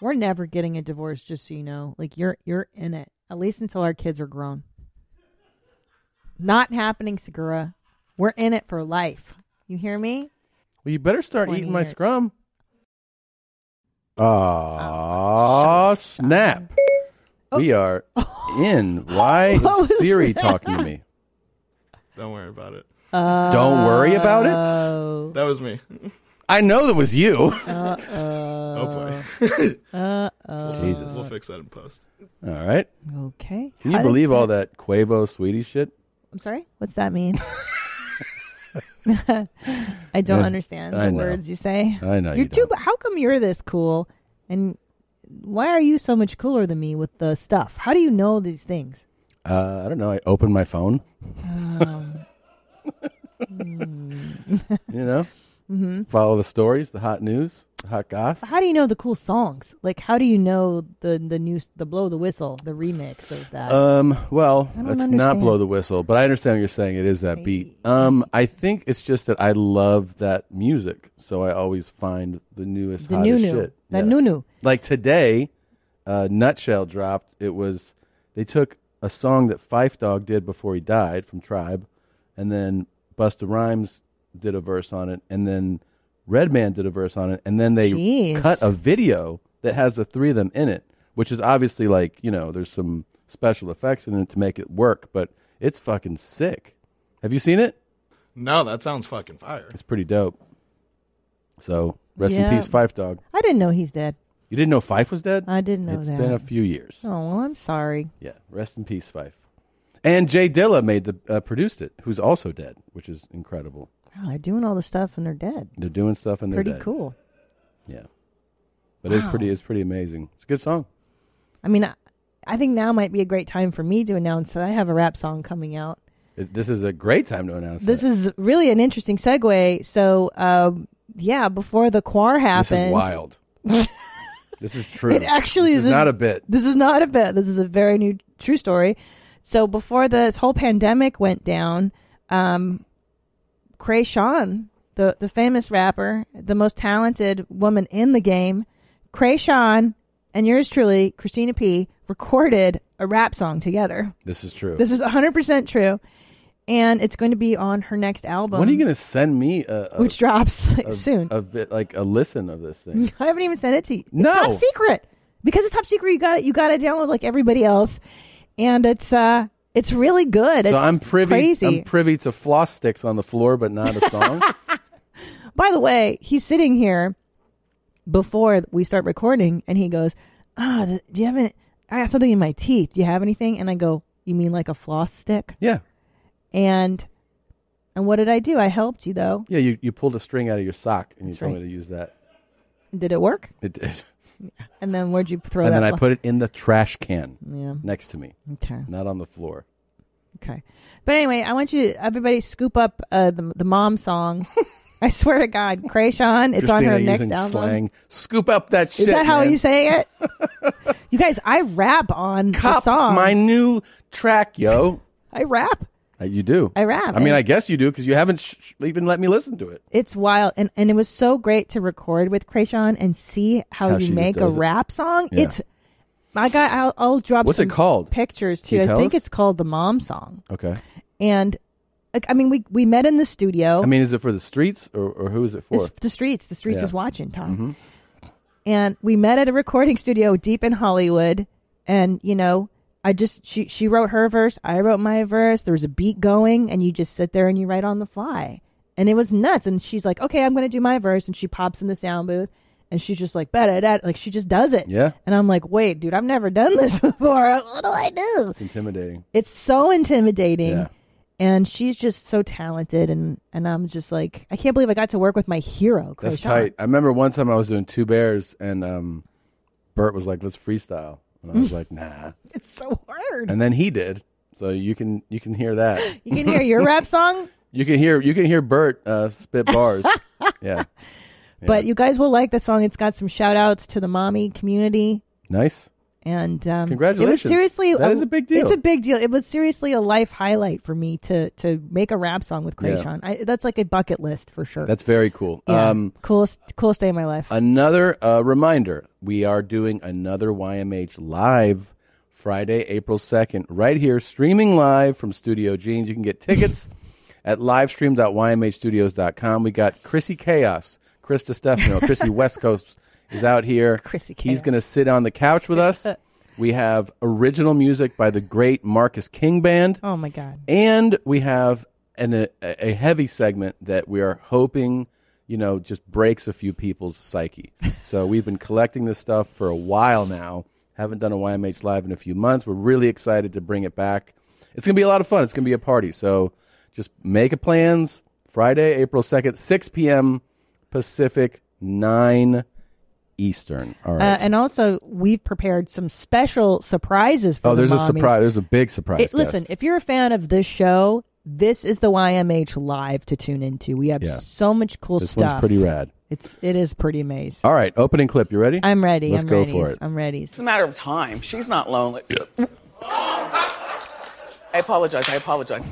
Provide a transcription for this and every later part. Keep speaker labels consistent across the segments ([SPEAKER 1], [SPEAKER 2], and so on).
[SPEAKER 1] We're never getting a divorce, just so you know. Like you're you're in it. At least until our kids are grown. Not happening, Segura. We're in it for life. You hear me?
[SPEAKER 2] Well, you better start
[SPEAKER 1] 20
[SPEAKER 2] eating my
[SPEAKER 1] years.
[SPEAKER 2] scrum.
[SPEAKER 1] Oh,
[SPEAKER 2] Ah, snap. We are in. Why
[SPEAKER 1] What
[SPEAKER 2] is
[SPEAKER 1] was
[SPEAKER 2] Siri
[SPEAKER 1] that?
[SPEAKER 2] talking to me?
[SPEAKER 3] Don't worry about it.
[SPEAKER 2] Don't worry about it.
[SPEAKER 1] Oh.
[SPEAKER 3] That was me.
[SPEAKER 2] I know that was you.
[SPEAKER 3] Oh boy.
[SPEAKER 2] Jesus.
[SPEAKER 3] we'll fix that in post.
[SPEAKER 2] All right.
[SPEAKER 1] Okay.
[SPEAKER 2] Can you
[SPEAKER 1] How did-
[SPEAKER 2] believe all that Quavo sweetie shit?
[SPEAKER 1] I'm sorry. What's that mean? I don't
[SPEAKER 2] Yeah,
[SPEAKER 1] understand
[SPEAKER 2] I
[SPEAKER 1] the
[SPEAKER 2] know.
[SPEAKER 1] words you say.
[SPEAKER 2] I know
[SPEAKER 1] You're
[SPEAKER 2] you
[SPEAKER 1] too.
[SPEAKER 2] don't.
[SPEAKER 1] How come you're this cool? And why are you so much cooler than me with the stuff? How do you know these things?
[SPEAKER 2] Uh, I don't know. I opened my phone.
[SPEAKER 1] Um,
[SPEAKER 2] you know,
[SPEAKER 1] Mm-hmm.
[SPEAKER 2] follow the stories, the hot news, the hot goss.
[SPEAKER 1] How do you know the cool songs? Like, how do you know the the new the blow the whistle the remix of that?
[SPEAKER 2] Um, well,
[SPEAKER 1] don't
[SPEAKER 2] let's not
[SPEAKER 1] understand.
[SPEAKER 2] blow the whistle, but I understand what you're saying. It is that beat. Um, I think it's just that I love that music, so I always find the newest,
[SPEAKER 1] the
[SPEAKER 2] hottest
[SPEAKER 1] new new
[SPEAKER 2] shit.
[SPEAKER 1] the
[SPEAKER 2] Yeah.
[SPEAKER 1] new new.
[SPEAKER 2] Like today, uh, Nutshell dropped. It was they took a song that Fife Dog did before he died from Tribe, and then Busta Rhymes did a verse on it, and then Redman did a verse on it, and then they
[SPEAKER 1] Jeez.
[SPEAKER 2] cut a video that has the three of them in it, which is obviously like you know there's some special effects in it to make it work, but it's fucking sick. Have you seen it?
[SPEAKER 3] No, that sounds fucking fire.
[SPEAKER 2] It's pretty dope. So rest
[SPEAKER 1] Yeah.
[SPEAKER 2] in peace, Fife Dog.
[SPEAKER 1] I didn't know he's dead.
[SPEAKER 2] You didn't know Fife was dead?
[SPEAKER 1] I didn't know
[SPEAKER 2] It's
[SPEAKER 1] that.
[SPEAKER 2] been a few years.
[SPEAKER 1] oh well, I'm sorry.
[SPEAKER 2] Yeah, rest in peace, Fife. And Jay Dilla made the uh, produced it, who's also dead, which is incredible.
[SPEAKER 1] Wow, they're doing all this stuff and they're dead.
[SPEAKER 2] They're doing stuff and they're
[SPEAKER 1] Pretty
[SPEAKER 2] dead.
[SPEAKER 1] cool.
[SPEAKER 2] Yeah, but it's pretty. It's pretty amazing. It's a good song.
[SPEAKER 1] I mean, I, I think now might be a great time for me to announce that I have a rap song coming out.
[SPEAKER 2] It, this is a great time to announce.
[SPEAKER 1] This is really an interesting segue. So, um, yeah, before the quar happened,
[SPEAKER 2] this is wild. this is true.
[SPEAKER 1] It actually
[SPEAKER 2] This
[SPEAKER 1] is-
[SPEAKER 2] not a bit.
[SPEAKER 1] This is not a bit. This is a very new true story. So before this whole pandemic went down, um, Cray Sean, the the famous rapper, the most talented woman in the game, Cray Sean, and yours truly, Christina P, recorded a rap song together.
[SPEAKER 2] This is true.
[SPEAKER 1] This is 100% true. And it's going to be on her next album,
[SPEAKER 2] when are you going to send me a, a
[SPEAKER 1] which drops like,
[SPEAKER 2] a-
[SPEAKER 1] soon.
[SPEAKER 2] a bit like a listen of this thing?
[SPEAKER 1] I haven't even sent it to you. It's
[SPEAKER 2] No.
[SPEAKER 1] top secret. Because it's top secret, you got it. You got to download like everybody else, and it's uh, it's really good.
[SPEAKER 2] so
[SPEAKER 1] It's
[SPEAKER 2] I'm privy.
[SPEAKER 1] Crazy.
[SPEAKER 2] I'm privy to floss sticks on the floor, but not a song.
[SPEAKER 1] By the way, he's sitting here before we start recording, and he goes, "Ah, d do you have any? I got something in my teeth. Do you have anything?" And I go, "You mean like a floss stick?"
[SPEAKER 2] yeah,
[SPEAKER 1] And and what did I do? I helped you though.
[SPEAKER 2] yeah. You you pulled a string out of your sock and you
[SPEAKER 1] That's
[SPEAKER 2] told
[SPEAKER 1] right.
[SPEAKER 2] me to use that.
[SPEAKER 1] Did it work?
[SPEAKER 2] It did.
[SPEAKER 1] And then where'd you throw
[SPEAKER 2] and
[SPEAKER 1] that?
[SPEAKER 2] then I
[SPEAKER 1] flo-
[SPEAKER 2] put it in the trash can
[SPEAKER 1] Yeah.
[SPEAKER 2] next to me,
[SPEAKER 1] Okay.
[SPEAKER 2] not on the floor.
[SPEAKER 1] Okay. But anyway, I want you everybody scoop up uh, the the mom song. I swear to God, Krayshawn, it's on
[SPEAKER 2] Christina
[SPEAKER 1] her next
[SPEAKER 2] using
[SPEAKER 1] album.
[SPEAKER 2] slang. Scoop up that shit.
[SPEAKER 1] Is that how
[SPEAKER 2] man.
[SPEAKER 1] you say it? you guys, I rap on the
[SPEAKER 2] Cop
[SPEAKER 1] song.
[SPEAKER 2] my new track, yo.
[SPEAKER 1] I rap.
[SPEAKER 2] Uh, you do.
[SPEAKER 1] I rap,
[SPEAKER 2] I mean,
[SPEAKER 1] and-
[SPEAKER 2] I guess you do because you haven't sh- sh- even let me listen to it.
[SPEAKER 1] It's wild, and and it was so great to record with Krayshawn and see how,
[SPEAKER 2] How she
[SPEAKER 1] you
[SPEAKER 2] just
[SPEAKER 1] make a
[SPEAKER 2] does it.
[SPEAKER 1] rap song.
[SPEAKER 2] Yeah.
[SPEAKER 1] It's I got. I'll, I'll drop.
[SPEAKER 2] What's it
[SPEAKER 1] some
[SPEAKER 2] called?
[SPEAKER 1] Pictures
[SPEAKER 2] Can
[SPEAKER 1] too.
[SPEAKER 2] you
[SPEAKER 1] I
[SPEAKER 2] tell
[SPEAKER 1] think
[SPEAKER 2] us?
[SPEAKER 1] it's called the mom song.
[SPEAKER 2] Okay.
[SPEAKER 1] And like, I mean, we we met in the studio.
[SPEAKER 2] I mean, is it for the streets or, or who is it for? Mm-hmm.
[SPEAKER 1] It's the streets. The streets
[SPEAKER 2] Yeah.
[SPEAKER 1] is watching, Tom. And we met at a recording studio deep in Hollywood, and you know, I just she she wrote her verse, I wrote my verse. There was a beat going, and you just sit there and you write on the fly, and it was nuts. And she's like, "Okay, I'm going to do my verse," and she pops in the sound booth, and she's just like, "Better that," like she just does it.
[SPEAKER 2] Yeah.
[SPEAKER 1] And I'm like, "Wait, dude, I've never done this before. What do I do?"
[SPEAKER 2] It's intimidating.
[SPEAKER 1] It's so intimidating
[SPEAKER 2] Yeah.
[SPEAKER 1] and she's just so talented and and I'm just like I can't believe I got to work with my hero. Chris
[SPEAKER 2] That's tight. I remember one time I was doing Two Bears and um, Bert was like, let's freestyle. And I was like, nah.
[SPEAKER 1] It's so hard.
[SPEAKER 2] And then he did. So you can you can hear that.
[SPEAKER 1] You can hear your rap song,
[SPEAKER 2] You can hear you can hear Bert uh, spit bars. yeah,
[SPEAKER 1] but you guys will like the song. It's got some shout outs to the mommy community.
[SPEAKER 2] nice.
[SPEAKER 1] And um, it was
[SPEAKER 2] Congratulations.
[SPEAKER 1] seriously
[SPEAKER 2] That is a big deal.
[SPEAKER 1] It's a big deal. It was seriously a life highlight for me to to make a rap song with
[SPEAKER 2] Yeah.
[SPEAKER 1] Krayshawn. I, that's like a bucket list for sure.
[SPEAKER 2] That's very cool.
[SPEAKER 1] yeah.
[SPEAKER 2] Um,
[SPEAKER 1] coolest coolest day of my life.
[SPEAKER 2] Another uh, reminder we are doing another YMH live Friday, April 2nd, right here, streaming live from Studio Jeans. You can get tickets at livestream.ymhstudios.com. We got Chrissy Chaos, Chris DiStefano, Chrissy West Coast is out here.
[SPEAKER 1] Chrissy
[SPEAKER 2] He's
[SPEAKER 1] Chaos.
[SPEAKER 2] going to sit on the couch with us. We have original music by the great Marcus King Band.
[SPEAKER 1] oh my god.
[SPEAKER 2] And we have an, a, a heavy segment that we are hoping, you know, just breaks a few people's psyche. so we've been collecting this stuff for a while now. Haven't done a YMH live in a few months. We're really excited to bring it back. It's going to be a lot of fun. It's going to be a party. So just make a plans. Friday, April 2nd, 6 p.m. Pacific, 9 Eastern. All
[SPEAKER 1] Uh,
[SPEAKER 2] right.
[SPEAKER 1] and also, we've prepared some special surprises for
[SPEAKER 2] oh,
[SPEAKER 1] the
[SPEAKER 2] there's a
[SPEAKER 1] mommies.
[SPEAKER 2] surprise. There's a big surprise.
[SPEAKER 1] It- listen,
[SPEAKER 2] guest.
[SPEAKER 1] if you're a fan of this show, this is the YMH live to tune into. We have
[SPEAKER 2] Yeah.
[SPEAKER 1] so much Uh, cool
[SPEAKER 2] this
[SPEAKER 1] stuff.
[SPEAKER 2] one's pretty rad.
[SPEAKER 1] It's it is pretty amazing.
[SPEAKER 2] All right, opening clip. You ready?
[SPEAKER 1] I'm ready.
[SPEAKER 2] Let's
[SPEAKER 1] I'm
[SPEAKER 2] go
[SPEAKER 1] ready.
[SPEAKER 2] for it.
[SPEAKER 1] I'm ready.
[SPEAKER 4] It's a matter of time. She's not lonely. I apologize. I apologize.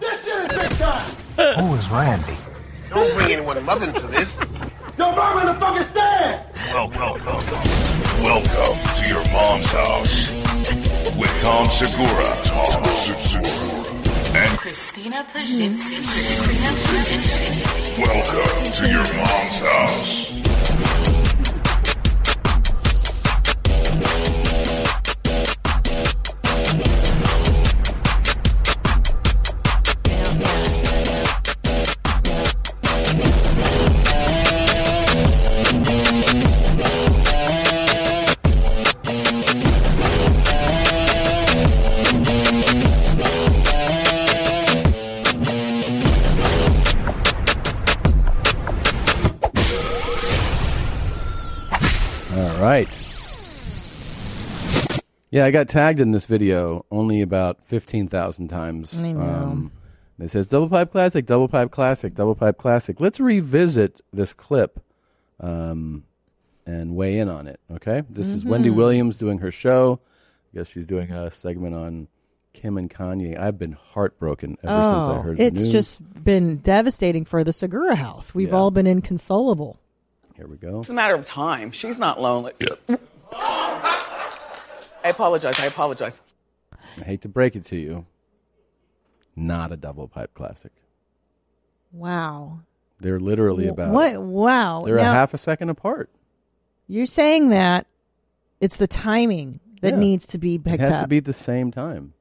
[SPEAKER 5] This shit is big time.
[SPEAKER 6] Who is Randy?
[SPEAKER 7] Don't bring anyone of mother into this.
[SPEAKER 5] Your mom in the fucking stand.
[SPEAKER 8] Welcome. Welcome to your mom's house with Tom Segura. Tom Segura. And
[SPEAKER 9] Christina Pajinski. Christina Pajinski.
[SPEAKER 8] welcome to your mom's house.
[SPEAKER 2] All right. Yeah, I got tagged in this video only about 15,000 times. Um,
[SPEAKER 1] I know.
[SPEAKER 2] it says double pipe classic, double pipe classic, double pipe classic. Let's revisit this clip um, and weigh in on it, okay? This is Wendy
[SPEAKER 1] Mm-hmm.
[SPEAKER 2] Williams doing her show. I guess she's doing a segment on Kim and Kanye. I've been heartbroken ever since I
[SPEAKER 1] Oh,
[SPEAKER 2] heard the
[SPEAKER 1] it's
[SPEAKER 2] news.
[SPEAKER 1] just been devastating for the Segura house. We've
[SPEAKER 2] Yeah.
[SPEAKER 1] all been inconsolable.
[SPEAKER 2] Here we go.
[SPEAKER 4] It's a matter of time. She's not lonely. I apologize. I apologize.
[SPEAKER 2] I hate to break it to you. Not a double pipe classic.
[SPEAKER 1] Wow.
[SPEAKER 2] They're literally about
[SPEAKER 1] What? Wow.
[SPEAKER 2] They're
[SPEAKER 1] Now,
[SPEAKER 2] a half a second apart.
[SPEAKER 1] You're saying that it's the timing that
[SPEAKER 2] Yeah.
[SPEAKER 1] needs to be
[SPEAKER 2] It
[SPEAKER 1] picked
[SPEAKER 2] has
[SPEAKER 1] up.
[SPEAKER 2] to be the same time.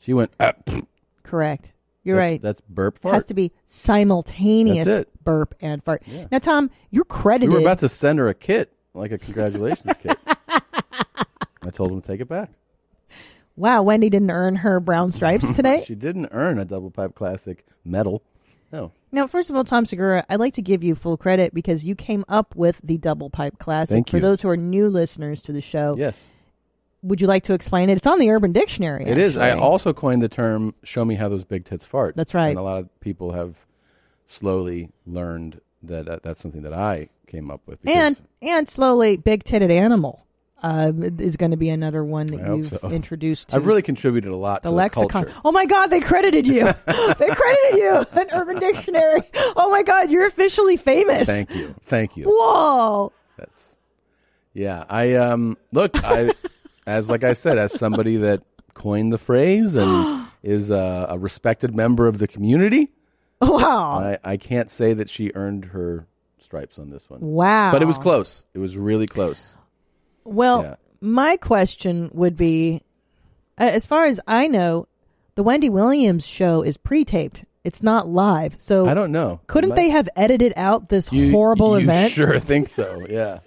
[SPEAKER 2] She went. "Ah, pfft."
[SPEAKER 1] Correct. You're
[SPEAKER 2] That's-
[SPEAKER 1] right.
[SPEAKER 2] That's burp
[SPEAKER 1] It has
[SPEAKER 2] fart.
[SPEAKER 1] to be simultaneous
[SPEAKER 2] That's it.
[SPEAKER 1] burp and fart. Now, Tom, you're credited.
[SPEAKER 2] we were about to send her a kit, like a congratulations kit. I told him to take it back.
[SPEAKER 1] wow, Wendy didn't earn her brown stripes today.
[SPEAKER 2] She didn't earn a double pipe classic medal. No,
[SPEAKER 1] now, first of all, Tom Segura, I'd like to give you full credit because you came up with the double pipe classic.
[SPEAKER 2] Thank
[SPEAKER 1] For
[SPEAKER 2] you.
[SPEAKER 1] those who are new listeners to the show,
[SPEAKER 2] yes,
[SPEAKER 1] would you like to explain it? It's on the Urban Dictionary.
[SPEAKER 2] it is. I
[SPEAKER 1] actually.
[SPEAKER 2] also coined the term "show me how those big tits fart."
[SPEAKER 1] That's right.
[SPEAKER 2] And a lot of people have slowly learned that uh, that's something that I came up with. because-
[SPEAKER 1] and and slowly big titted animal uh, is going to be another one that
[SPEAKER 2] I hope
[SPEAKER 1] you've
[SPEAKER 2] so.
[SPEAKER 1] introduced. To
[SPEAKER 2] I've really contributed a lot
[SPEAKER 1] the
[SPEAKER 2] to the
[SPEAKER 1] lexicon.
[SPEAKER 2] culture.
[SPEAKER 1] Oh my God, they credited you. they credited you. An Urban Dictionary. Oh my God, you're officially famous.
[SPEAKER 2] Thank you. Thank you.
[SPEAKER 1] Whoa.
[SPEAKER 2] That's yeah. I um look. I as like I said, as somebody that coined the phrase and is a, a respected member of the community,
[SPEAKER 1] Wow.
[SPEAKER 2] I, I can't say that she earned her stripes on this one.
[SPEAKER 1] Wow.
[SPEAKER 2] But it was close. It was really close.
[SPEAKER 1] Well,
[SPEAKER 2] Yeah.
[SPEAKER 1] my question would be a- as far as I know, the Wendy Williams show is pre taped, it's not live. So
[SPEAKER 2] I don't know. It
[SPEAKER 1] couldn't
[SPEAKER 2] might-
[SPEAKER 1] they have edited out this
[SPEAKER 2] You-
[SPEAKER 1] horrible
[SPEAKER 2] you
[SPEAKER 1] event?
[SPEAKER 2] Sure, think so. Yeah.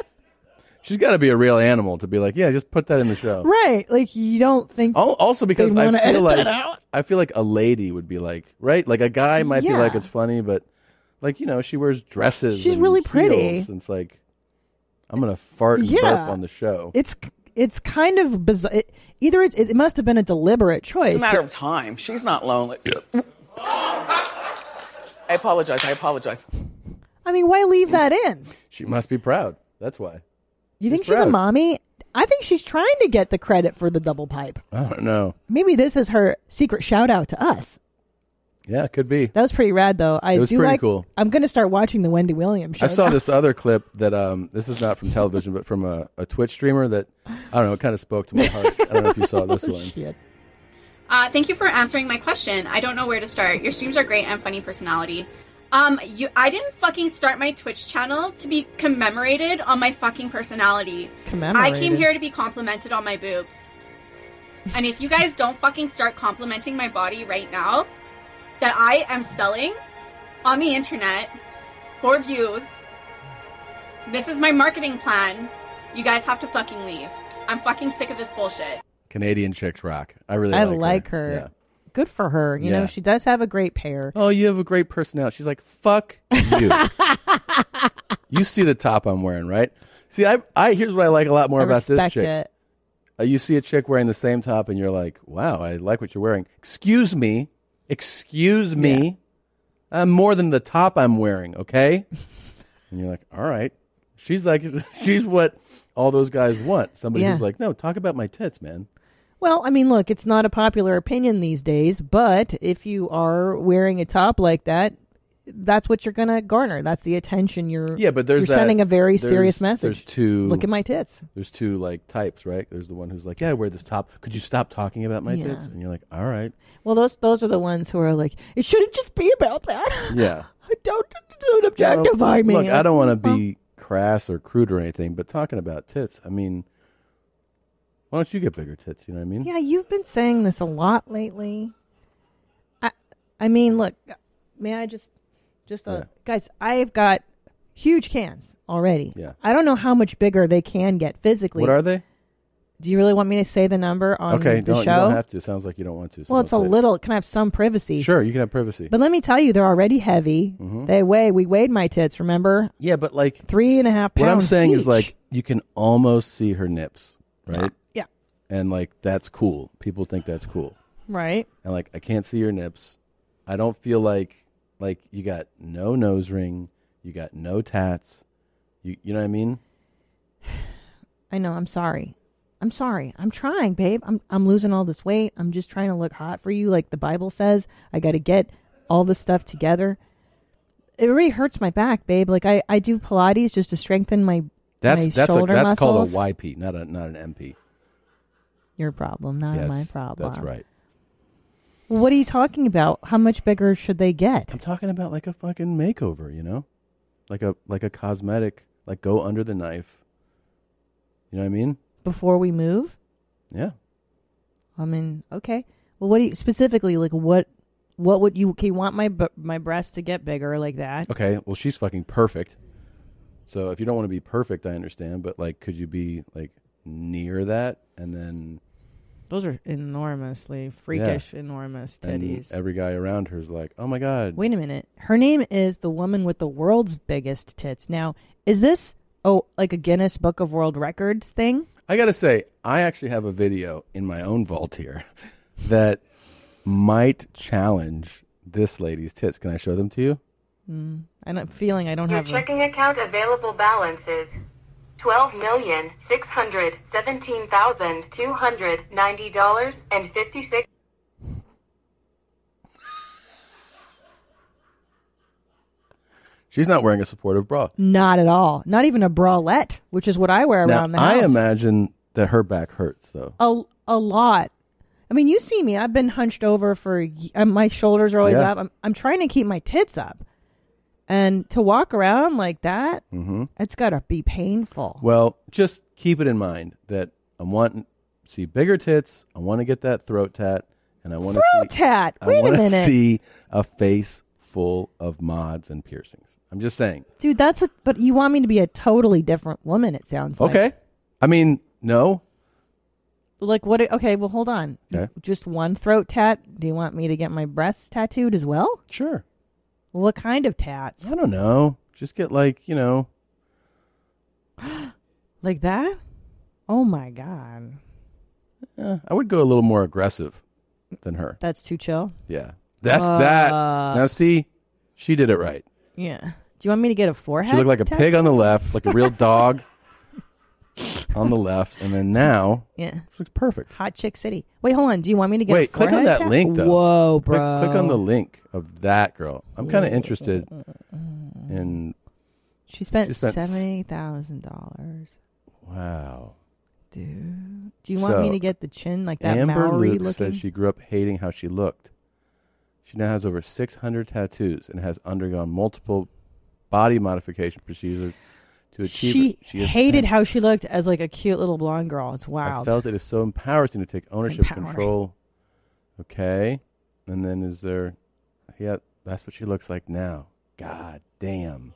[SPEAKER 2] She's got to be a real animal to be like, yeah, just put that in the show.
[SPEAKER 1] Right. Like, you don't think.
[SPEAKER 2] Al- Also, because I
[SPEAKER 1] wanna
[SPEAKER 2] feel
[SPEAKER 1] edit
[SPEAKER 2] like
[SPEAKER 1] that out?
[SPEAKER 2] I feel like a lady would be like, right? Like a guy might be like,
[SPEAKER 1] Yeah.
[SPEAKER 2] it's funny, but like you know, she wears dresses.
[SPEAKER 1] She's
[SPEAKER 2] and
[SPEAKER 1] really pretty.
[SPEAKER 2] heels, and it's like, I'm gonna fart and
[SPEAKER 1] Yeah.
[SPEAKER 2] burp on the show.
[SPEAKER 1] It's. It's kind of bizarre. It, either it's, it must have been a deliberate choice.
[SPEAKER 4] It's a
[SPEAKER 1] to-
[SPEAKER 4] matter of time. She's not lonely. I apologize. I apologize.
[SPEAKER 1] I mean, why leave that in?
[SPEAKER 2] she must be proud. That's why.
[SPEAKER 1] You think
[SPEAKER 2] She's
[SPEAKER 1] she's a
[SPEAKER 2] proud.
[SPEAKER 1] mommy? I think she's trying to get the credit for the double pipe.
[SPEAKER 2] I don't know.
[SPEAKER 1] Maybe this is her secret shout out to us.
[SPEAKER 2] Yeah, it could be.
[SPEAKER 1] That was pretty rad, though. I
[SPEAKER 2] It was
[SPEAKER 1] do
[SPEAKER 2] pretty
[SPEAKER 1] like.
[SPEAKER 2] cool.
[SPEAKER 1] I'm going to start watching the Wendy Williams show.
[SPEAKER 2] I saw this other clip that um, this is not from television, but from a, a Twitch streamer that I don't know. It kind of spoke to my heart. I don't know if you saw this one.
[SPEAKER 1] Oh, Shit.
[SPEAKER 6] Uh, thank you for answering my question. I don't know where to start. Your streams are great and funny personality. Um, you, I didn't fucking start my Twitch channel to be commemorated on my fucking personality. I
[SPEAKER 1] Commemorated?
[SPEAKER 6] came here to be complimented on my boobs. And if you guys don't fucking start complimenting my body right now, that I am selling on the internet for views, this is my marketing plan. You guys have to fucking leave. I'm fucking sick of this bullshit.
[SPEAKER 2] Canadian chicks rock. I really.
[SPEAKER 1] I
[SPEAKER 2] like,
[SPEAKER 1] like her.
[SPEAKER 2] Yeah.
[SPEAKER 1] Good for her. You
[SPEAKER 2] Yeah.
[SPEAKER 1] know, she does have a great pair.
[SPEAKER 2] Oh, you have a great personality. She's like, fuck you. you see the top I'm wearing, right? See, I, I here's what I like a lot more
[SPEAKER 1] I
[SPEAKER 2] about this
[SPEAKER 1] respect
[SPEAKER 2] chick.
[SPEAKER 1] it.
[SPEAKER 2] Uh, you see a chick wearing the same top and you're like, wow, I like what you're wearing. Excuse me. Excuse me. I'm more than the top I'm wearing, okay? and you're like, all right. She's like, she's what all those guys want. Somebody
[SPEAKER 1] Yeah.
[SPEAKER 2] who's like, no, talk about my tits, man.
[SPEAKER 1] Well, I mean, look, it's not a popular opinion these days, but if you are wearing a top like that, that's what you're going to garner. That's the attention you're.
[SPEAKER 2] Yeah, but there's
[SPEAKER 1] you're
[SPEAKER 2] that-
[SPEAKER 1] sending a very
[SPEAKER 2] there's-
[SPEAKER 1] serious message.
[SPEAKER 2] There's two.
[SPEAKER 1] Look at my tits.
[SPEAKER 2] there's two like types, right? There's the one who's like, "Yeah, I wear this top. Could you stop talking about my
[SPEAKER 1] Yeah.
[SPEAKER 2] tits?" And you're like, "All right,
[SPEAKER 1] Well, those those are the ones who are like, it shouldn't just be about that.
[SPEAKER 2] yeah."
[SPEAKER 1] don't don't objectify me.
[SPEAKER 2] Look, I don't want to be crass or crude or anything, but talking about tits, I mean, why don't you get bigger tits? You know what I mean?
[SPEAKER 1] Yeah, you've been saying this a lot lately. I I mean, look, may I just just uh
[SPEAKER 2] Yeah.
[SPEAKER 1] guys, I've got huge cans already.
[SPEAKER 2] Yeah.
[SPEAKER 1] I don't know how much bigger they can get physically.
[SPEAKER 2] What are they?
[SPEAKER 1] Do you really want me to say the number on
[SPEAKER 2] okay,
[SPEAKER 1] the
[SPEAKER 2] don't, you
[SPEAKER 1] show?
[SPEAKER 2] don't have to. It sounds like you don't want to. so
[SPEAKER 1] well, it's a
[SPEAKER 2] don't say it.
[SPEAKER 1] little. Can I have some privacy?
[SPEAKER 2] Sure, you can have privacy.
[SPEAKER 1] But let me tell you, they're already heavy. They weigh. We weighed my tits. Remember,
[SPEAKER 2] yeah, but like,
[SPEAKER 1] three and a half pounds.
[SPEAKER 2] what I'm saying
[SPEAKER 1] each.
[SPEAKER 2] is like, you can almost see her nips, right?
[SPEAKER 1] yeah,
[SPEAKER 2] And like, that's cool. People think that's cool.
[SPEAKER 1] right.
[SPEAKER 2] and like I can't see your nips. I don't feel like like you got no nose ring, you got no tats. You you know what I mean?
[SPEAKER 1] I know. I'm sorry. I'm sorry. I'm trying, babe. I'm I'm losing all this weight. I'm just trying to look hot for you, like the Bible says. I got to get all this stuff together. It really hurts my back, babe. Like I, I do Pilates just to strengthen my
[SPEAKER 2] That's
[SPEAKER 1] my
[SPEAKER 2] that's a,
[SPEAKER 1] shoulder
[SPEAKER 2] that's
[SPEAKER 1] muscles.
[SPEAKER 2] called a YP, not a not an MP.
[SPEAKER 1] Your problem, not
[SPEAKER 2] Yes,
[SPEAKER 1] my problem.
[SPEAKER 2] That's right.
[SPEAKER 1] What are you talking about? How much bigger should they get?
[SPEAKER 2] I'm talking about like a fucking makeover, you know? Like a like a cosmetic, like go under the knife. You know what I mean?
[SPEAKER 1] before we move?
[SPEAKER 2] Yeah.
[SPEAKER 1] I mean, okay. Well, what do you specifically like? What what would you? Okay, you want my bu- my breasts to get bigger like that?
[SPEAKER 2] Okay, well she's fucking perfect. So if you don't want to be perfect, I understand, but like could you be like near that and then
[SPEAKER 1] Those are enormously freakish, enormous
[SPEAKER 2] and
[SPEAKER 1] titties.
[SPEAKER 2] every guy around her's like, "Oh my god,
[SPEAKER 1] Wait a minute. Her name is the woman with the world's biggest tits. Now, is this oh like a Guinness Book of World Records thing?
[SPEAKER 2] I gotta say, I actually have a video in my own vault here that might challenge this lady's tits. Can I show them to you?
[SPEAKER 1] And I'm feeling Hmm. I don't have. a-
[SPEAKER 10] account available balance is twelve million six hundred seventeen thousand two hundred ninety dollars and fifty six.
[SPEAKER 2] She's not wearing a supportive bra.
[SPEAKER 1] Not at all. Not even a bralette, which is what I wear
[SPEAKER 2] Now,
[SPEAKER 1] around the
[SPEAKER 2] I
[SPEAKER 1] house.
[SPEAKER 2] imagine that her back hurts though.
[SPEAKER 1] a a lot. I mean, you see me. I've been hunched over for. y- uh, My shoulders are always
[SPEAKER 2] Yeah.
[SPEAKER 1] up. I'm I'm trying to keep my tits up, and to walk around like that,
[SPEAKER 2] Hmm. Mm-hmm.
[SPEAKER 1] it's got to be painful.
[SPEAKER 2] Well, just keep it in mind that I want to see bigger tits. I want to get that throat tat, and I want to
[SPEAKER 1] Throat
[SPEAKER 2] see,
[SPEAKER 1] tat.
[SPEAKER 2] I
[SPEAKER 1] Wait a
[SPEAKER 2] wanna
[SPEAKER 1] minute.
[SPEAKER 2] see a face full of mods and piercings. I'm just saying.
[SPEAKER 1] Dude, that's a. But you want me to be a totally different woman? It sounds like.
[SPEAKER 2] Okay. I mean, no,
[SPEAKER 1] Like what? Okay, well, hold on.
[SPEAKER 2] Okay.
[SPEAKER 1] Just one throat tat. Do you want me to get my breasts tattooed as well?
[SPEAKER 2] sure.
[SPEAKER 1] What kind of tats?
[SPEAKER 2] I don't know. Just get like you know.
[SPEAKER 1] Like that? Oh my god,
[SPEAKER 2] eh, I would go a little more aggressive than her.
[SPEAKER 1] that's too chill.
[SPEAKER 2] Yeah, that's
[SPEAKER 1] Uh,
[SPEAKER 2] that. Now see, she did it right.
[SPEAKER 1] Yeah. Do you want me to get a forehead?
[SPEAKER 2] She looked like a
[SPEAKER 1] tat?
[SPEAKER 2] pig on the left, like a real dog. on the left, and then now
[SPEAKER 1] Yeah.
[SPEAKER 2] looks perfect.
[SPEAKER 1] Hot chick city. Wait, hold on. Do you want me to get? a
[SPEAKER 2] Wait, click on
[SPEAKER 1] forehead
[SPEAKER 2] that
[SPEAKER 1] tap?
[SPEAKER 2] link though.
[SPEAKER 1] Whoa,
[SPEAKER 2] Click-
[SPEAKER 1] bro.
[SPEAKER 2] Click, on the link of that girl. I'm kind of interested in.
[SPEAKER 1] She spent,
[SPEAKER 2] She spent s-
[SPEAKER 1] seventy thousand dollars,
[SPEAKER 2] Wow.
[SPEAKER 1] dude. Do you want me
[SPEAKER 2] So,
[SPEAKER 1] to get the chin like that
[SPEAKER 2] Amber
[SPEAKER 1] Maori
[SPEAKER 2] Luke
[SPEAKER 1] looking?
[SPEAKER 2] says she grew up hating how she looked. She now has over 600 tattoos and has undergone multiple body modification procedures to achieve.
[SPEAKER 1] She
[SPEAKER 2] it. has
[SPEAKER 1] hated
[SPEAKER 2] spent
[SPEAKER 1] how she looked as like a cute little blonde girl. It's
[SPEAKER 2] I
[SPEAKER 1] wild.
[SPEAKER 2] felt it is so empowering to take ownership,
[SPEAKER 1] Empowering.
[SPEAKER 2] control. Okay, and then is there? Yeah, that's what she looks like now. God damn!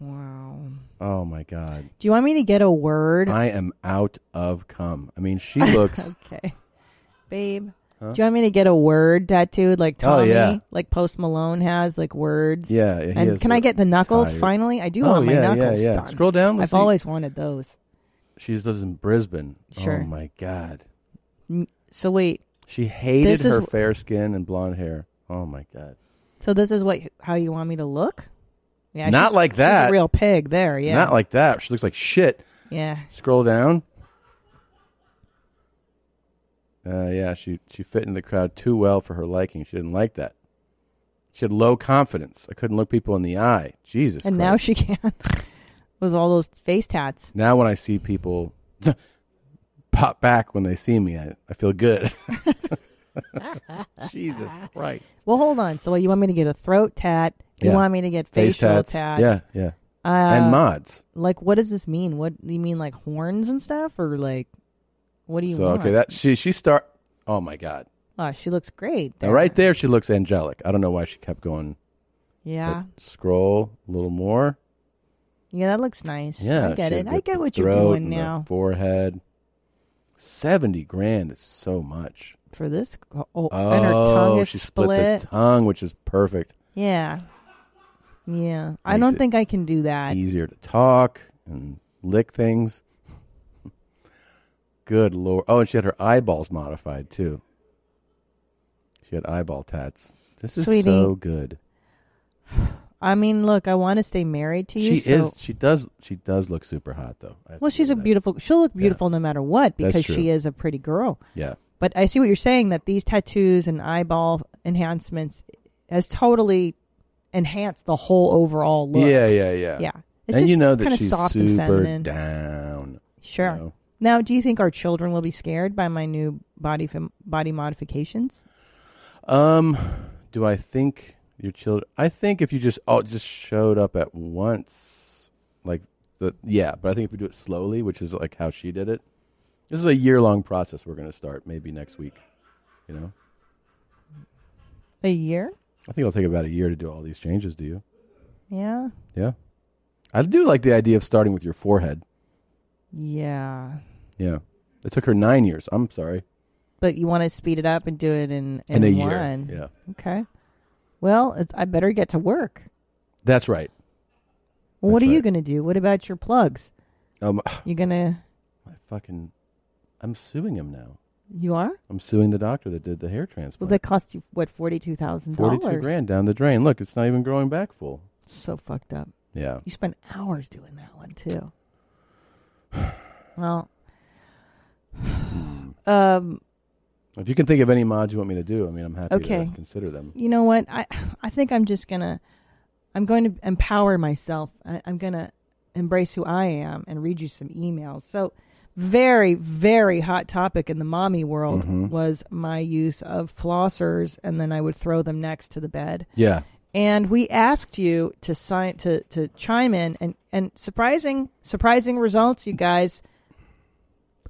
[SPEAKER 1] wow.
[SPEAKER 2] Oh my god!
[SPEAKER 1] Do you want me to get a word,
[SPEAKER 2] I am out of cum. I mean, she looks.
[SPEAKER 1] okay, babe?
[SPEAKER 2] Huh?
[SPEAKER 1] Do you want me to get a word tattooed like
[SPEAKER 2] Oh,
[SPEAKER 1] Tommy,
[SPEAKER 2] yeah.
[SPEAKER 1] like Post Malone has, like words?
[SPEAKER 2] Yeah, yeah, he
[SPEAKER 1] and
[SPEAKER 2] has
[SPEAKER 1] can I
[SPEAKER 2] words.
[SPEAKER 1] get the knuckles
[SPEAKER 2] Tired.
[SPEAKER 1] finally? I do
[SPEAKER 2] Oh,
[SPEAKER 1] want my
[SPEAKER 2] yeah, yeah,
[SPEAKER 1] knuckles
[SPEAKER 2] yeah.
[SPEAKER 1] done.
[SPEAKER 2] Scroll down, let's
[SPEAKER 1] I've
[SPEAKER 2] see.
[SPEAKER 1] always wanted those.
[SPEAKER 2] she lives in Brisbane.
[SPEAKER 1] Sure.
[SPEAKER 2] Oh my god!
[SPEAKER 1] Mm, So wait,
[SPEAKER 2] She hated
[SPEAKER 1] This is
[SPEAKER 2] her
[SPEAKER 1] wh-
[SPEAKER 2] fair skin and blonde hair. Oh my god!
[SPEAKER 1] so this is what how you want me to look? Yeah,
[SPEAKER 2] Not
[SPEAKER 1] she's-
[SPEAKER 2] like
[SPEAKER 1] she's
[SPEAKER 2] that.
[SPEAKER 1] a real pig there. Yeah,
[SPEAKER 2] Not like that. She looks like shit.
[SPEAKER 1] yeah.
[SPEAKER 2] Scroll down. Uh, yeah, she she fit in the crowd too well for her liking. She didn't like that. She had low confidence. I couldn't look people in the eye. Jesus.
[SPEAKER 1] and now
[SPEAKER 2] Christ.
[SPEAKER 1] she can with all those face tats.
[SPEAKER 2] Now when I see people pop back when they see me, I, I feel good. Jesus Christ.
[SPEAKER 1] Well, hold on. So what, you want me to get a throat tat? You
[SPEAKER 2] Yeah.
[SPEAKER 1] want me to get facial
[SPEAKER 2] tats. Yeah, yeah.
[SPEAKER 1] Uh,
[SPEAKER 2] and mods.
[SPEAKER 1] Like, what does this mean? What do you mean, like horns and stuff, or like, what do you
[SPEAKER 2] So
[SPEAKER 1] want?
[SPEAKER 2] okay, that she she start. Oh my God.
[SPEAKER 1] Oh, she looks great.
[SPEAKER 2] Now
[SPEAKER 1] there.
[SPEAKER 2] right there, she looks angelic. I don't know why she kept going. but
[SPEAKER 1] Yeah.
[SPEAKER 2] Scroll a little more.
[SPEAKER 1] Yeah, that looks nice.
[SPEAKER 2] Yeah,
[SPEAKER 1] I get
[SPEAKER 2] she
[SPEAKER 1] it.
[SPEAKER 2] had
[SPEAKER 1] I
[SPEAKER 2] the-
[SPEAKER 1] get
[SPEAKER 2] the
[SPEAKER 1] what you're
[SPEAKER 2] throat
[SPEAKER 1] doing
[SPEAKER 2] and the
[SPEAKER 1] now
[SPEAKER 2] forehead, seventy grand is so much.
[SPEAKER 1] for this. Oh,
[SPEAKER 2] Oh,
[SPEAKER 1] and her tongue is
[SPEAKER 2] she
[SPEAKER 1] split.
[SPEAKER 2] the tongue, which is perfect.
[SPEAKER 1] yeah. Yeah. I
[SPEAKER 2] Makes
[SPEAKER 1] don't
[SPEAKER 2] it
[SPEAKER 1] think I can do that.
[SPEAKER 2] Easier to talk and lick things. Good lord! Oh, and she had her eyeballs modified too. She had eyeball tats. This is
[SPEAKER 1] Sweetie.
[SPEAKER 2] so good.
[SPEAKER 1] I mean, look, I want to stay married to you.
[SPEAKER 2] She
[SPEAKER 1] so
[SPEAKER 2] is. She does. She does look super hot though. I have
[SPEAKER 1] Well,
[SPEAKER 2] to
[SPEAKER 1] she's
[SPEAKER 2] say
[SPEAKER 1] a
[SPEAKER 2] that.
[SPEAKER 1] beautiful. She'll look beautiful no matter what
[SPEAKER 2] That's
[SPEAKER 1] because
[SPEAKER 2] true.
[SPEAKER 1] she is a pretty girl.
[SPEAKER 2] Yeah.
[SPEAKER 1] But I see what you're saying that these tattoos and eyeball enhancements has totally enhanced the whole overall look.
[SPEAKER 2] Yeah, yeah, yeah.
[SPEAKER 1] Yeah. It's
[SPEAKER 2] and
[SPEAKER 1] just
[SPEAKER 2] you know that
[SPEAKER 1] kinda
[SPEAKER 2] she's
[SPEAKER 1] soft
[SPEAKER 2] super
[SPEAKER 1] and feminine.
[SPEAKER 2] down.
[SPEAKER 1] Sure.
[SPEAKER 2] know.
[SPEAKER 1] Now, do you think our children will be scared by my new body fem- body modifications?
[SPEAKER 2] Um, do I think your children? I think if you just all just showed up at once, like the yeah. But I think if we do it slowly, which is like how she did it, this is a year long process. We're going to start maybe next week. You know,
[SPEAKER 1] A year?
[SPEAKER 2] I think it'll take about a year to do all these changes. Do you?
[SPEAKER 1] Yeah.
[SPEAKER 2] Yeah. I do like the idea of starting with your forehead.
[SPEAKER 1] Yeah.
[SPEAKER 2] Yeah. It took her nine years. I'm sorry.
[SPEAKER 1] But you want to speed it up and do it in in,
[SPEAKER 2] In a year,
[SPEAKER 1] one.
[SPEAKER 2] yeah.
[SPEAKER 1] Okay. Well, it's, I better get to work.
[SPEAKER 2] That's right.
[SPEAKER 1] Well, what are
[SPEAKER 2] That's
[SPEAKER 1] you
[SPEAKER 2] right.
[SPEAKER 1] going to do? What about your plugs?
[SPEAKER 2] Um,
[SPEAKER 1] You gonna?
[SPEAKER 2] I fucking, I'm suing him now.
[SPEAKER 1] You are?
[SPEAKER 2] I'm suing the doctor that did the hair transplant.
[SPEAKER 1] Well, that cost you what forty two thousand dollars?
[SPEAKER 2] Forty-two grand down the drain. Look, it's not even growing back full.
[SPEAKER 1] So fucked up.
[SPEAKER 2] Yeah.
[SPEAKER 1] You spent hours doing that one too. Well,
[SPEAKER 2] Hmm.
[SPEAKER 1] um,
[SPEAKER 2] If you can think of any mods you want me to do, I mean, I'm happy
[SPEAKER 1] Okay.
[SPEAKER 2] to consider them.
[SPEAKER 1] you know what? I I think I'm just gonna I'm going to empower myself. I, I'm gonna embrace who I am and read you some emails. So very very hot topic in the mommy world
[SPEAKER 2] Mm-hmm.
[SPEAKER 1] was my use of flossers, and then I would throw them next to the bed.
[SPEAKER 2] Yeah.
[SPEAKER 1] and we asked you to sign to to chime in and and surprising surprising results you guys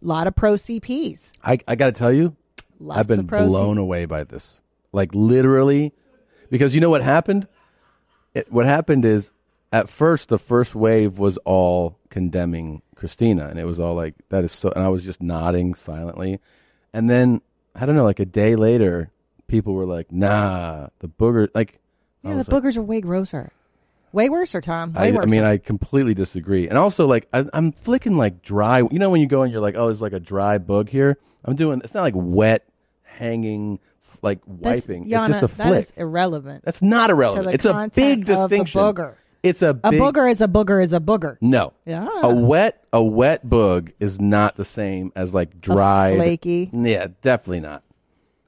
[SPEAKER 1] a lot of pro cps
[SPEAKER 2] I, I got to tell you,
[SPEAKER 1] lots
[SPEAKER 2] I've been
[SPEAKER 1] of pro C-
[SPEAKER 2] blown away by this. Like, literally, because you know what happened? It, what happened is, at first, the first wave was all condemning Christina, and it was all like, that is so, and I was just nodding silently. And then, I don't know, like a day later, people were like, nah, the booger, like, I
[SPEAKER 1] yeah the
[SPEAKER 2] was like,
[SPEAKER 1] boogers are way grosser way worse or tom way
[SPEAKER 2] I,
[SPEAKER 1] worse
[SPEAKER 2] I mean, I completely disagree. And also, like, I, I'm flicking like dry. You know, when you go and you're like, oh, there's like a dry bug here. I'm doing. It's not like wet, hanging, f- like wiping. it's just a flick.
[SPEAKER 1] irrelevant
[SPEAKER 2] That's not
[SPEAKER 1] to
[SPEAKER 2] irrelevant.
[SPEAKER 1] the
[SPEAKER 2] It's a
[SPEAKER 1] content
[SPEAKER 2] big
[SPEAKER 1] of the
[SPEAKER 2] distinction.
[SPEAKER 1] booger.
[SPEAKER 2] It's a
[SPEAKER 1] A
[SPEAKER 2] big-
[SPEAKER 1] booger is a booger is a booger.
[SPEAKER 2] No.
[SPEAKER 1] Yeah.
[SPEAKER 2] A wet a wet boog is not the same as like dry
[SPEAKER 1] flaky.
[SPEAKER 2] Yeah, definitely not.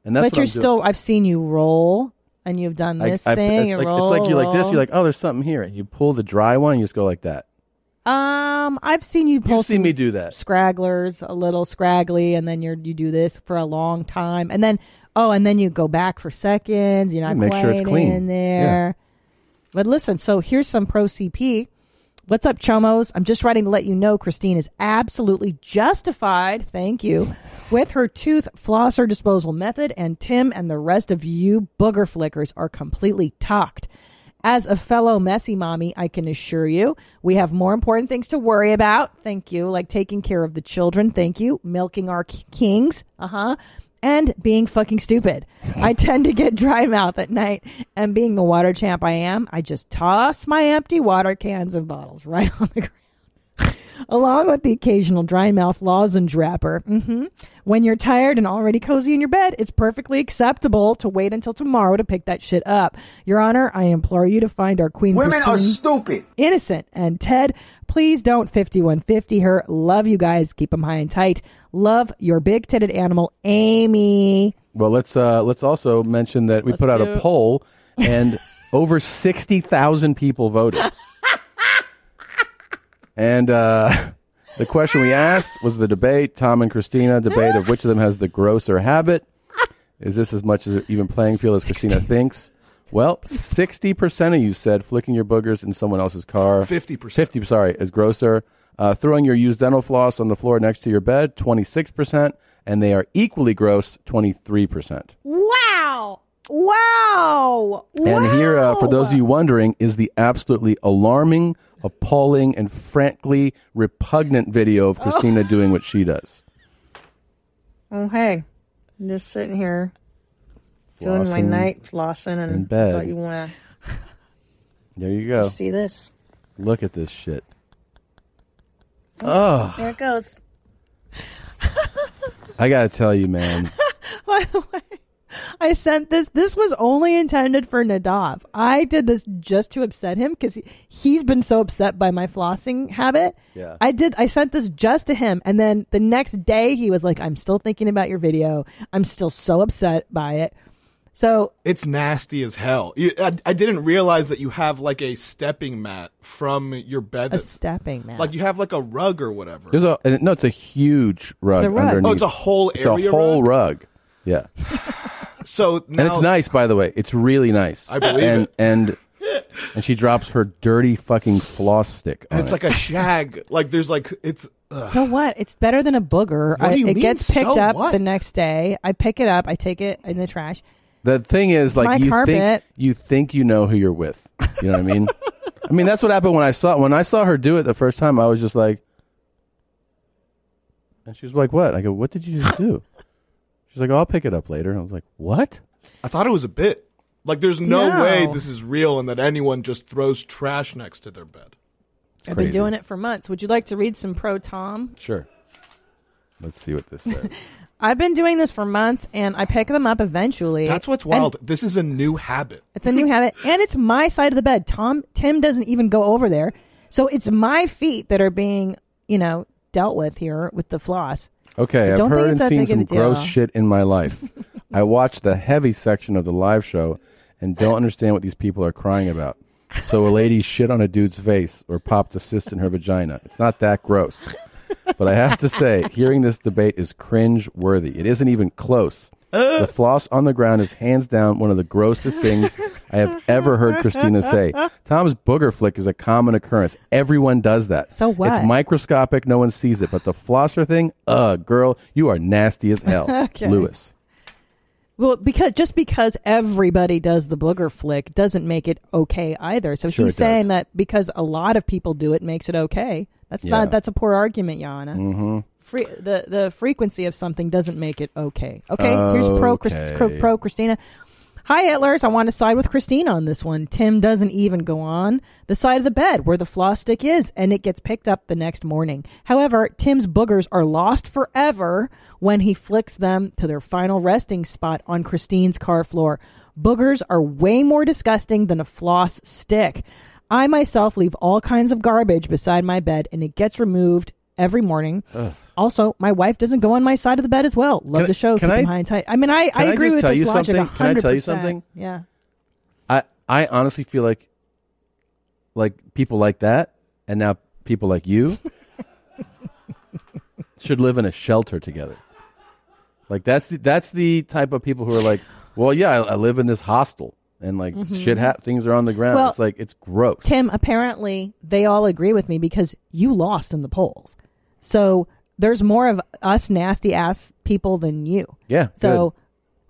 [SPEAKER 2] And that's
[SPEAKER 1] But
[SPEAKER 2] what
[SPEAKER 1] you're
[SPEAKER 2] I'm doing.
[SPEAKER 1] still. I've seen you roll, and you've done
[SPEAKER 2] I-
[SPEAKER 1] this
[SPEAKER 2] I-
[SPEAKER 1] thing.
[SPEAKER 2] it's,
[SPEAKER 1] and
[SPEAKER 2] like,
[SPEAKER 1] roll,
[SPEAKER 2] it's like you like this.
[SPEAKER 1] roll.
[SPEAKER 2] You're like, oh, there's something here. And you pull the dry one. and You just go like that.
[SPEAKER 1] Um, I've seen you pull.
[SPEAKER 2] You've seen
[SPEAKER 1] some
[SPEAKER 2] me do that.
[SPEAKER 1] Scragglers, a little scraggly, and then you're you do this for a long time, and then oh, and then you go back for seconds. You're not
[SPEAKER 2] Yeah, make
[SPEAKER 1] quite
[SPEAKER 2] sure it's clean.
[SPEAKER 1] in there. But listen, so here's some pro CP. What's up, chomos? I'm just writing to let you know Christine is absolutely justified. Thank you. With her tooth flosser disposal method, and Tim and the rest of you booger flickers are completely talked. As a fellow messy mommy, I can assure you we have more important things to worry about. Thank you. Like taking care of the children. Thank you. Milking our k- kings. Uh huh. And being fucking stupid. I tend to get dry mouth at night. And being the water champ I am, I just toss my empty water cans and bottles right on the ground along with the occasional dry mouth lozenge wrapper. hmm When you're tired and already cozy in your bed, it's perfectly acceptable to wait until tomorrow to pick that shit up. Your Honor, I implore you to find our Queen
[SPEAKER 5] Women are
[SPEAKER 1] Christine
[SPEAKER 5] stupid.
[SPEAKER 1] innocent. And Ted, please don't 5150 her. Love you guys. Keep them high and tight. Love your big titted animal, Amy.
[SPEAKER 2] Well, let's uh, let's also mention that we
[SPEAKER 1] Let's
[SPEAKER 2] put out
[SPEAKER 1] do
[SPEAKER 2] a
[SPEAKER 1] it.
[SPEAKER 2] poll, and over sixty thousand people voted. and uh, the question we asked was the debate: Tom and Christina debate of which of them has the grosser habit. Is this as much as even playing field as Christina thinks? Well, sixty percent of you said flicking your boogers in someone else's car. Fifty percent. Fifty, sorry, is grosser. Uh, throwing your used dental floss on the floor next to your bed, twenty-six percent, and they are equally gross, twenty-three percent.
[SPEAKER 1] Wow. Wow.
[SPEAKER 2] And here, uh, for those of you wondering, is the absolutely alarming, appalling, and frankly repugnant video
[SPEAKER 3] Oh.
[SPEAKER 2] of Christina doing what she does.
[SPEAKER 11] Oh hey, I'm just sitting here doing my
[SPEAKER 2] Flossing
[SPEAKER 11] night flossing and
[SPEAKER 2] in bed.
[SPEAKER 11] thought you want
[SPEAKER 2] There you
[SPEAKER 11] to
[SPEAKER 2] go.
[SPEAKER 11] see this.
[SPEAKER 2] Look at this shit. Oh,
[SPEAKER 11] There it goes.
[SPEAKER 2] I gotta tell you, man.
[SPEAKER 1] By the way, I sent this. This was only intended for Nadav. I did this just to upset him because he, he's been so upset by my flossing habit.
[SPEAKER 12] Yeah.
[SPEAKER 1] I did. I sent this just to him, and then the next day he was like, "I'm still thinking about your video. I'm still so upset by it." So
[SPEAKER 3] It's nasty as hell. You, I, I didn't realize that you have like a stepping mat from your bed.
[SPEAKER 1] a
[SPEAKER 3] that's-
[SPEAKER 1] stepping man.
[SPEAKER 3] Like you have like a rug or whatever.
[SPEAKER 2] There's a and it- no. It's a huge rug.
[SPEAKER 3] rug.
[SPEAKER 2] Underneath.
[SPEAKER 3] Oh, it's a whole
[SPEAKER 2] It's
[SPEAKER 3] area
[SPEAKER 2] a whole rug. Yeah,
[SPEAKER 3] So now
[SPEAKER 2] and it's nice, by the way. It's really nice.
[SPEAKER 3] I believe
[SPEAKER 2] and,
[SPEAKER 3] it.
[SPEAKER 2] And and she drops her dirty fucking floss stick. On
[SPEAKER 3] and it's
[SPEAKER 2] it.
[SPEAKER 3] like a shag. Like there's like it's. Ugh.
[SPEAKER 1] So what? It's better than a booger.
[SPEAKER 3] What do you
[SPEAKER 1] I, it
[SPEAKER 3] mean,
[SPEAKER 1] gets picked
[SPEAKER 3] so
[SPEAKER 1] up
[SPEAKER 3] what?
[SPEAKER 1] the next day. I pick it up. I take it in the trash.
[SPEAKER 2] The thing is,
[SPEAKER 1] It's my
[SPEAKER 2] like you
[SPEAKER 1] carpet.
[SPEAKER 2] think you think you know who you're with. You know what I mean? I mean that's what happened when I saw when I saw her do it the first time. I was just like, and she was like, "What?" I go, "What did you just do?" She's like, "Oh, "I'll pick it up later." And I was like, "What?"
[SPEAKER 3] I thought it was a bit. Like there's no, way
[SPEAKER 1] No.
[SPEAKER 3] this is real and that anyone just throws trash next to their bed.
[SPEAKER 1] I've
[SPEAKER 2] crazy.
[SPEAKER 1] been doing it for months. Would you like to read some pro Tom?
[SPEAKER 2] Sure. Let's see what this says.
[SPEAKER 1] I've been doing this for months and I pick them up eventually.
[SPEAKER 3] That's what's
[SPEAKER 1] And
[SPEAKER 3] wild. this is a new habit.
[SPEAKER 1] it's a new habit and it's my side of the bed. Tom Tim doesn't even go over there. So it's my feet that are being, you know, dealt with here with the floss.
[SPEAKER 2] Okay,
[SPEAKER 1] I
[SPEAKER 2] I've
[SPEAKER 1] don't think
[SPEAKER 2] heard
[SPEAKER 1] it's
[SPEAKER 2] and
[SPEAKER 1] that
[SPEAKER 2] seen
[SPEAKER 1] big of
[SPEAKER 2] some
[SPEAKER 1] a deal.
[SPEAKER 2] gross shit in my life. I watched the heavy section of the live show and don't understand what these people are crying about. So a lady shit on a dude's face or popped a cyst in her vagina. It's not that gross. But I have to say, hearing this debate is cringe worthy. It isn't even close. The floss on the ground is hands down one of the grossest things I have ever heard Christina say. Tom's booger flick is a common occurrence. Everyone does that. So
[SPEAKER 1] what?
[SPEAKER 2] It's microscopic. No one sees it. But the flosser thing, uh, girl, you are nasty as hell,
[SPEAKER 1] Okay.
[SPEAKER 2] Lewis.
[SPEAKER 1] Well, because just because everybody does the booger flick doesn't make it okay either. So
[SPEAKER 2] Sure
[SPEAKER 1] he's
[SPEAKER 2] it does.
[SPEAKER 1] saying that because a lot of people do it makes it okay. That's
[SPEAKER 2] Yeah.
[SPEAKER 1] not that's a poor argument, Yana.
[SPEAKER 2] Mm-hmm.
[SPEAKER 1] Fre- the the frequency of something doesn't make it okay. Okay, here's pro Chris,
[SPEAKER 2] Okay.
[SPEAKER 1] cr- pro Christina. Hi, Hitlers. I want to side with Christina on this one. Tim doesn't even go on the side of the bed where the floss stick is, and it gets picked up the next morning. However, Tim's boogers are lost forever when he flicks them to their final resting spot on Christine's car floor. Boogers are way more disgusting than a floss stick. I myself leave all kinds of garbage beside my bed, and it gets removed every morning.
[SPEAKER 2] Ugh.
[SPEAKER 1] Also, my wife doesn't go on my side of the bed as well. Love
[SPEAKER 2] Can I-
[SPEAKER 1] the show.
[SPEAKER 2] can
[SPEAKER 1] keep 'em
[SPEAKER 2] I-
[SPEAKER 1] high and tight. I mean, I,
[SPEAKER 2] can I
[SPEAKER 1] agree
[SPEAKER 2] just
[SPEAKER 1] with
[SPEAKER 2] tell
[SPEAKER 1] this
[SPEAKER 2] you
[SPEAKER 1] logic.
[SPEAKER 2] something? Can I tell you
[SPEAKER 1] 100%.
[SPEAKER 2] something?
[SPEAKER 1] Yeah.
[SPEAKER 2] I I honestly feel like like people like that and now people like you should live in a shelter together. Like that's the that's the type of people who are like, well, yeah, I, I live in this hostel and like
[SPEAKER 1] Mhm.
[SPEAKER 2] shit hap things are on the ground.
[SPEAKER 1] Well-
[SPEAKER 2] it's like it's gross.
[SPEAKER 1] Tim, apparently they all agree with me because you lost in the polls. So there's more of us nasty ass people than you.
[SPEAKER 2] Yeah,
[SPEAKER 1] So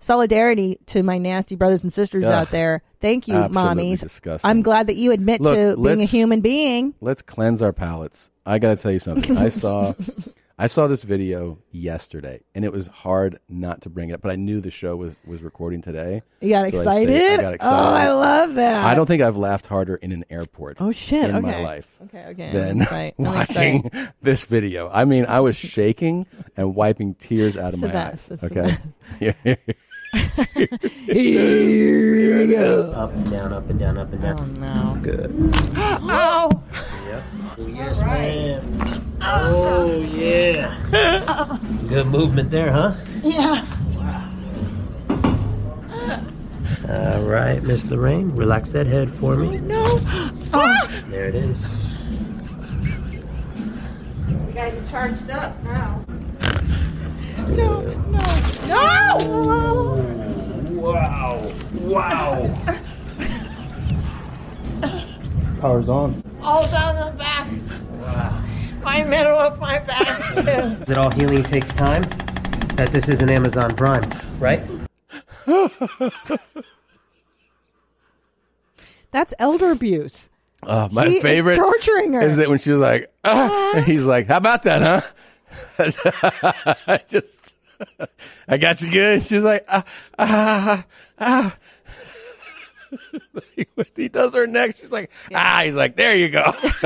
[SPEAKER 1] solidarity to my nasty brothers and sisters
[SPEAKER 2] Ugh.
[SPEAKER 1] out there. Thank you,
[SPEAKER 2] Absolutely
[SPEAKER 1] mommies.
[SPEAKER 2] disgusting.
[SPEAKER 1] I'm glad that you admit
[SPEAKER 2] Look,
[SPEAKER 1] to being a
[SPEAKER 2] let's-
[SPEAKER 1] human being.
[SPEAKER 2] Let's cleanse our palates. I gotta tell you something. I saw I saw this video yesterday and it was hard not to bring it up, but I knew the show was was recording today.
[SPEAKER 1] You got
[SPEAKER 2] So I saved-
[SPEAKER 1] excited?
[SPEAKER 2] I got
[SPEAKER 1] Oh,
[SPEAKER 2] excited.
[SPEAKER 1] I love that.
[SPEAKER 2] I don't think I've laughed harder in an airport.
[SPEAKER 1] Oh, shit.
[SPEAKER 2] In my
[SPEAKER 1] Okay.
[SPEAKER 2] life.
[SPEAKER 1] Okay, okay. I'm
[SPEAKER 2] Than
[SPEAKER 1] excited. I'm
[SPEAKER 2] watching this video. I mean, I was shaking and wiping tears out of
[SPEAKER 1] It's the
[SPEAKER 2] my
[SPEAKER 1] best. It's
[SPEAKER 2] eyes.
[SPEAKER 1] the
[SPEAKER 2] Okay.
[SPEAKER 1] Here we go.
[SPEAKER 12] Up and down, up and down, up and down.
[SPEAKER 1] Oh no.
[SPEAKER 12] Good.
[SPEAKER 13] Ow!
[SPEAKER 12] Yep. Oh yes, ma'am. Oh
[SPEAKER 13] Oh,
[SPEAKER 12] yeah. Good movement there, huh?
[SPEAKER 13] Yeah.
[SPEAKER 12] All right, Miss Lorraine, relax that head for me.
[SPEAKER 13] No. Ah.
[SPEAKER 12] There it is.
[SPEAKER 13] You guys are charged up now.
[SPEAKER 12] Good.
[SPEAKER 13] No!
[SPEAKER 12] Wow! Wow!
[SPEAKER 2] Power's on.
[SPEAKER 13] All down the back. My middle of my back too.
[SPEAKER 12] That all healing takes time. That this is an Amazon Prime, right?
[SPEAKER 1] That's elder abuse.
[SPEAKER 2] Oh, my
[SPEAKER 1] He is
[SPEAKER 2] favorite
[SPEAKER 1] torturing her. Uh-huh.
[SPEAKER 2] is it when she was like, ah, and he's like, "How about that, huh?" I just, I got you good. She's like, ah, ah, ah. he does her neck. She's like, ah. He's like, there you go.
[SPEAKER 1] It's,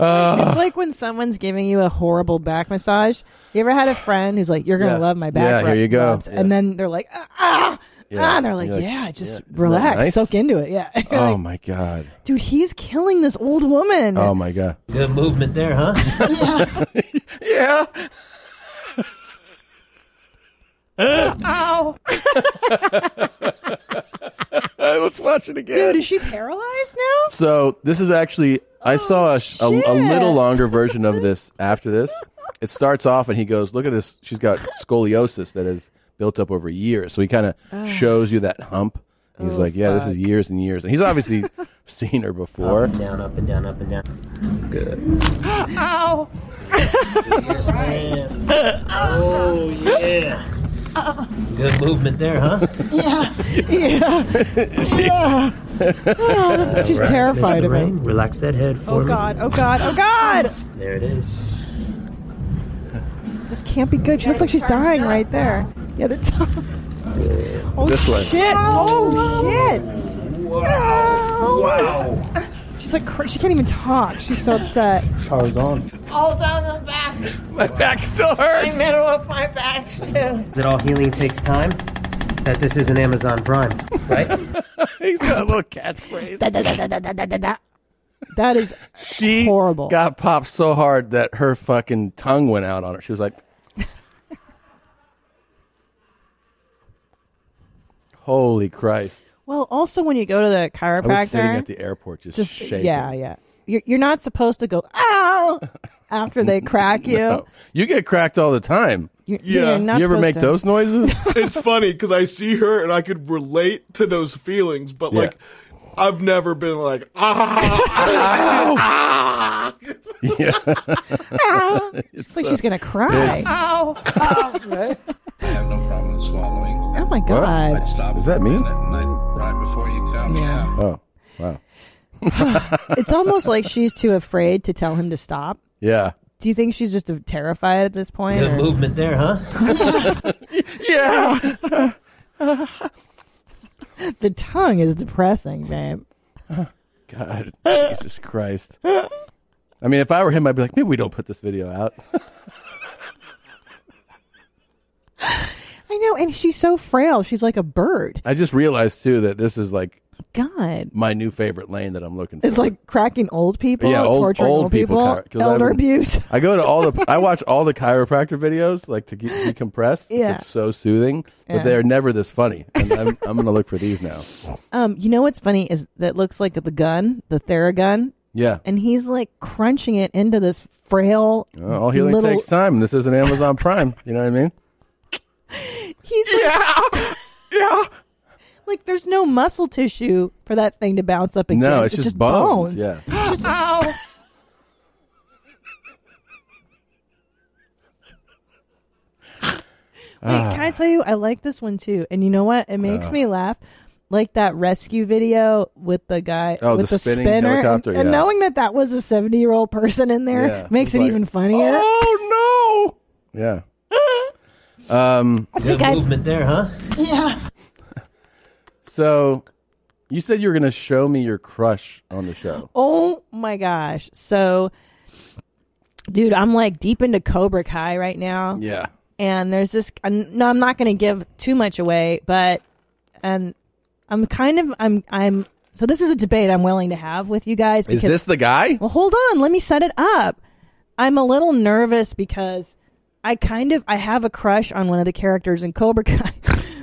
[SPEAKER 2] "Ah."
[SPEAKER 1] like, it's like when someone's giving you a horrible back massage. You ever had a friend who's like, "You're gonna
[SPEAKER 2] Yeah.
[SPEAKER 1] love my back."
[SPEAKER 2] Yeah, here you
[SPEAKER 1] rub-
[SPEAKER 2] go.
[SPEAKER 1] rubs,"
[SPEAKER 2] Yeah.
[SPEAKER 1] and then they're like, "Ah,", ah,
[SPEAKER 2] Yeah.
[SPEAKER 1] ah," and they're like,
[SPEAKER 2] You're like,
[SPEAKER 1] "Yeah, just
[SPEAKER 2] yeah, isn't that
[SPEAKER 1] relax,
[SPEAKER 2] nice?"
[SPEAKER 1] soak into it." Yeah. You're
[SPEAKER 2] oh
[SPEAKER 1] like,
[SPEAKER 2] my god.
[SPEAKER 1] dude, he's killing this old woman.
[SPEAKER 2] Oh my god.
[SPEAKER 12] Good movement there, huh?
[SPEAKER 13] Yeah. Ow.
[SPEAKER 2] Let's watch it again.
[SPEAKER 1] Dude, is she paralyzed now?
[SPEAKER 2] So this is actually
[SPEAKER 1] Oh,
[SPEAKER 2] I saw a, sh- a, a little longer version of this after this. It starts off and he goes, "Look at this. She's got scoliosis that has built up over years." So he kind of
[SPEAKER 8] Ugh.
[SPEAKER 2] shows you that hump. He's
[SPEAKER 12] Oh,
[SPEAKER 2] like, "Yeah, this is years and years." And he's obviously seen her before.
[SPEAKER 1] Oh,
[SPEAKER 12] Up and down, up and down, up and down. Good.
[SPEAKER 13] Ow.
[SPEAKER 12] Oh yeah. Good movement there, huh?
[SPEAKER 13] Yeah. Yeah. Yeah.
[SPEAKER 1] She's
[SPEAKER 12] All right,
[SPEAKER 1] terrified
[SPEAKER 12] Miss
[SPEAKER 1] of him.
[SPEAKER 12] Lorraine, Relax that head for
[SPEAKER 1] Oh
[SPEAKER 12] me.
[SPEAKER 1] god. Oh god. Oh god.
[SPEAKER 12] There it is.
[SPEAKER 1] This can't be good. She looks like she's dying right there. Yeah, the top. Oh
[SPEAKER 2] This way.
[SPEAKER 1] shit. Oh shit.
[SPEAKER 13] Wow.
[SPEAKER 1] She's like cr- she can't even talk. She's so upset.
[SPEAKER 2] Power's on.
[SPEAKER 13] All down the back.
[SPEAKER 2] My back still hurts.
[SPEAKER 13] My middle of my back too.
[SPEAKER 12] That all healing takes time. That this is an Amazon Prime, right?
[SPEAKER 2] He's got a little catchphrase.
[SPEAKER 1] Da, da, da, da, da, da, da, da, da. That is
[SPEAKER 2] she
[SPEAKER 1] horrible.
[SPEAKER 2] Got popped so hard that her fucking tongue went out on her. She was like, "Holy Christ!"
[SPEAKER 1] Well, also when you go to the
[SPEAKER 2] I
[SPEAKER 1] chiropractor,
[SPEAKER 2] was sitting at the airport just, shaking.
[SPEAKER 1] yeah, yeah. You're, you're not supposed to go ow after they crack you.
[SPEAKER 2] No. You get cracked all the time.
[SPEAKER 1] yeah, you're not
[SPEAKER 2] you ever
[SPEAKER 1] supposed
[SPEAKER 2] make
[SPEAKER 1] to.
[SPEAKER 2] those noises?
[SPEAKER 3] it's funny because I see her and I could relate to those feelings, but like I've never been like ah.
[SPEAKER 2] yeah. uh,
[SPEAKER 1] It's Ah. like she's gonna cry.
[SPEAKER 13] Ow. Ow.
[SPEAKER 14] I have no problem swallowing.
[SPEAKER 1] Oh my god.
[SPEAKER 14] I'd stop.
[SPEAKER 2] Is that me?
[SPEAKER 14] right before you come. Yeah.
[SPEAKER 2] Oh, wow.
[SPEAKER 1] it's almost like she's too afraid to tell him to stop.
[SPEAKER 2] Yeah.
[SPEAKER 1] Do you think she's just terrified at this point?
[SPEAKER 12] Good
[SPEAKER 1] or-
[SPEAKER 12] movement there, huh?
[SPEAKER 2] yeah.
[SPEAKER 1] the tongue is depressing, babe.
[SPEAKER 2] God, Jesus Christ. I mean, if I were him, I'd be like, maybe we don't put this video out.
[SPEAKER 1] I know, and she's so frail. She's like a bird.
[SPEAKER 2] I just realized too that this is like
[SPEAKER 1] God.
[SPEAKER 2] my new favorite lane that I'm looking for.
[SPEAKER 1] It's like cracking old people,
[SPEAKER 2] yeah, old,
[SPEAKER 1] torturing old, people,
[SPEAKER 2] chiro- 'cause I
[SPEAKER 1] elder
[SPEAKER 2] would-
[SPEAKER 1] abuse.
[SPEAKER 2] I go to all the I watch all the chiropractor videos like to get decompressed.
[SPEAKER 1] Yeah.
[SPEAKER 2] It's so soothing, but
[SPEAKER 1] Yeah.
[SPEAKER 2] they're never this funny. And I'm I'm going to look for these now.
[SPEAKER 1] Um, you know what's funny is that looks like the gun, the Theragun.
[SPEAKER 2] Yeah.
[SPEAKER 1] And he's like crunching it into this frail.
[SPEAKER 2] Uh, all healing
[SPEAKER 1] little,
[SPEAKER 2] takes time. and This isn't Amazon Prime, you know what I mean?
[SPEAKER 1] He's like, yeah, yeah. Like there's no muscle tissue for that thing to bounce up against.
[SPEAKER 2] No, it's, just, bones. Yeah.
[SPEAKER 13] Ow.
[SPEAKER 1] Wait,
[SPEAKER 2] Ah.
[SPEAKER 1] can I tell you? I like this one too. And you know what? It makes
[SPEAKER 2] Ah.
[SPEAKER 1] me laugh. Like that rescue video with the guy
[SPEAKER 2] Oh,
[SPEAKER 1] with
[SPEAKER 2] the
[SPEAKER 1] the,
[SPEAKER 2] spinning
[SPEAKER 1] spinner, and-
[SPEAKER 2] helicopter,
[SPEAKER 1] and,
[SPEAKER 2] yeah.
[SPEAKER 1] knowing that that was a seventy-year-old person in there
[SPEAKER 2] Yeah.
[SPEAKER 1] makes
[SPEAKER 2] He's
[SPEAKER 1] it
[SPEAKER 2] like,
[SPEAKER 1] even funnier.
[SPEAKER 2] Oh Yeah. Um
[SPEAKER 1] think I-
[SPEAKER 12] movement there, huh?
[SPEAKER 13] Yeah.
[SPEAKER 2] So you said you were going to show me your crush on the show.
[SPEAKER 1] Oh my gosh. So, dude, I'm like deep into Cobra Kai right now.
[SPEAKER 2] Yeah.
[SPEAKER 1] And there's this. I'm, no, I'm not going to give too much away, but and I'm kind of I'm I'm. So this is a debate I'm willing to have with you guys.
[SPEAKER 2] Is
[SPEAKER 1] Because,
[SPEAKER 2] this the guy?
[SPEAKER 1] Well, hold on. Let me set it up. I'm a little nervous because I kind of I have a crush on one of the characters in Cobra Kai.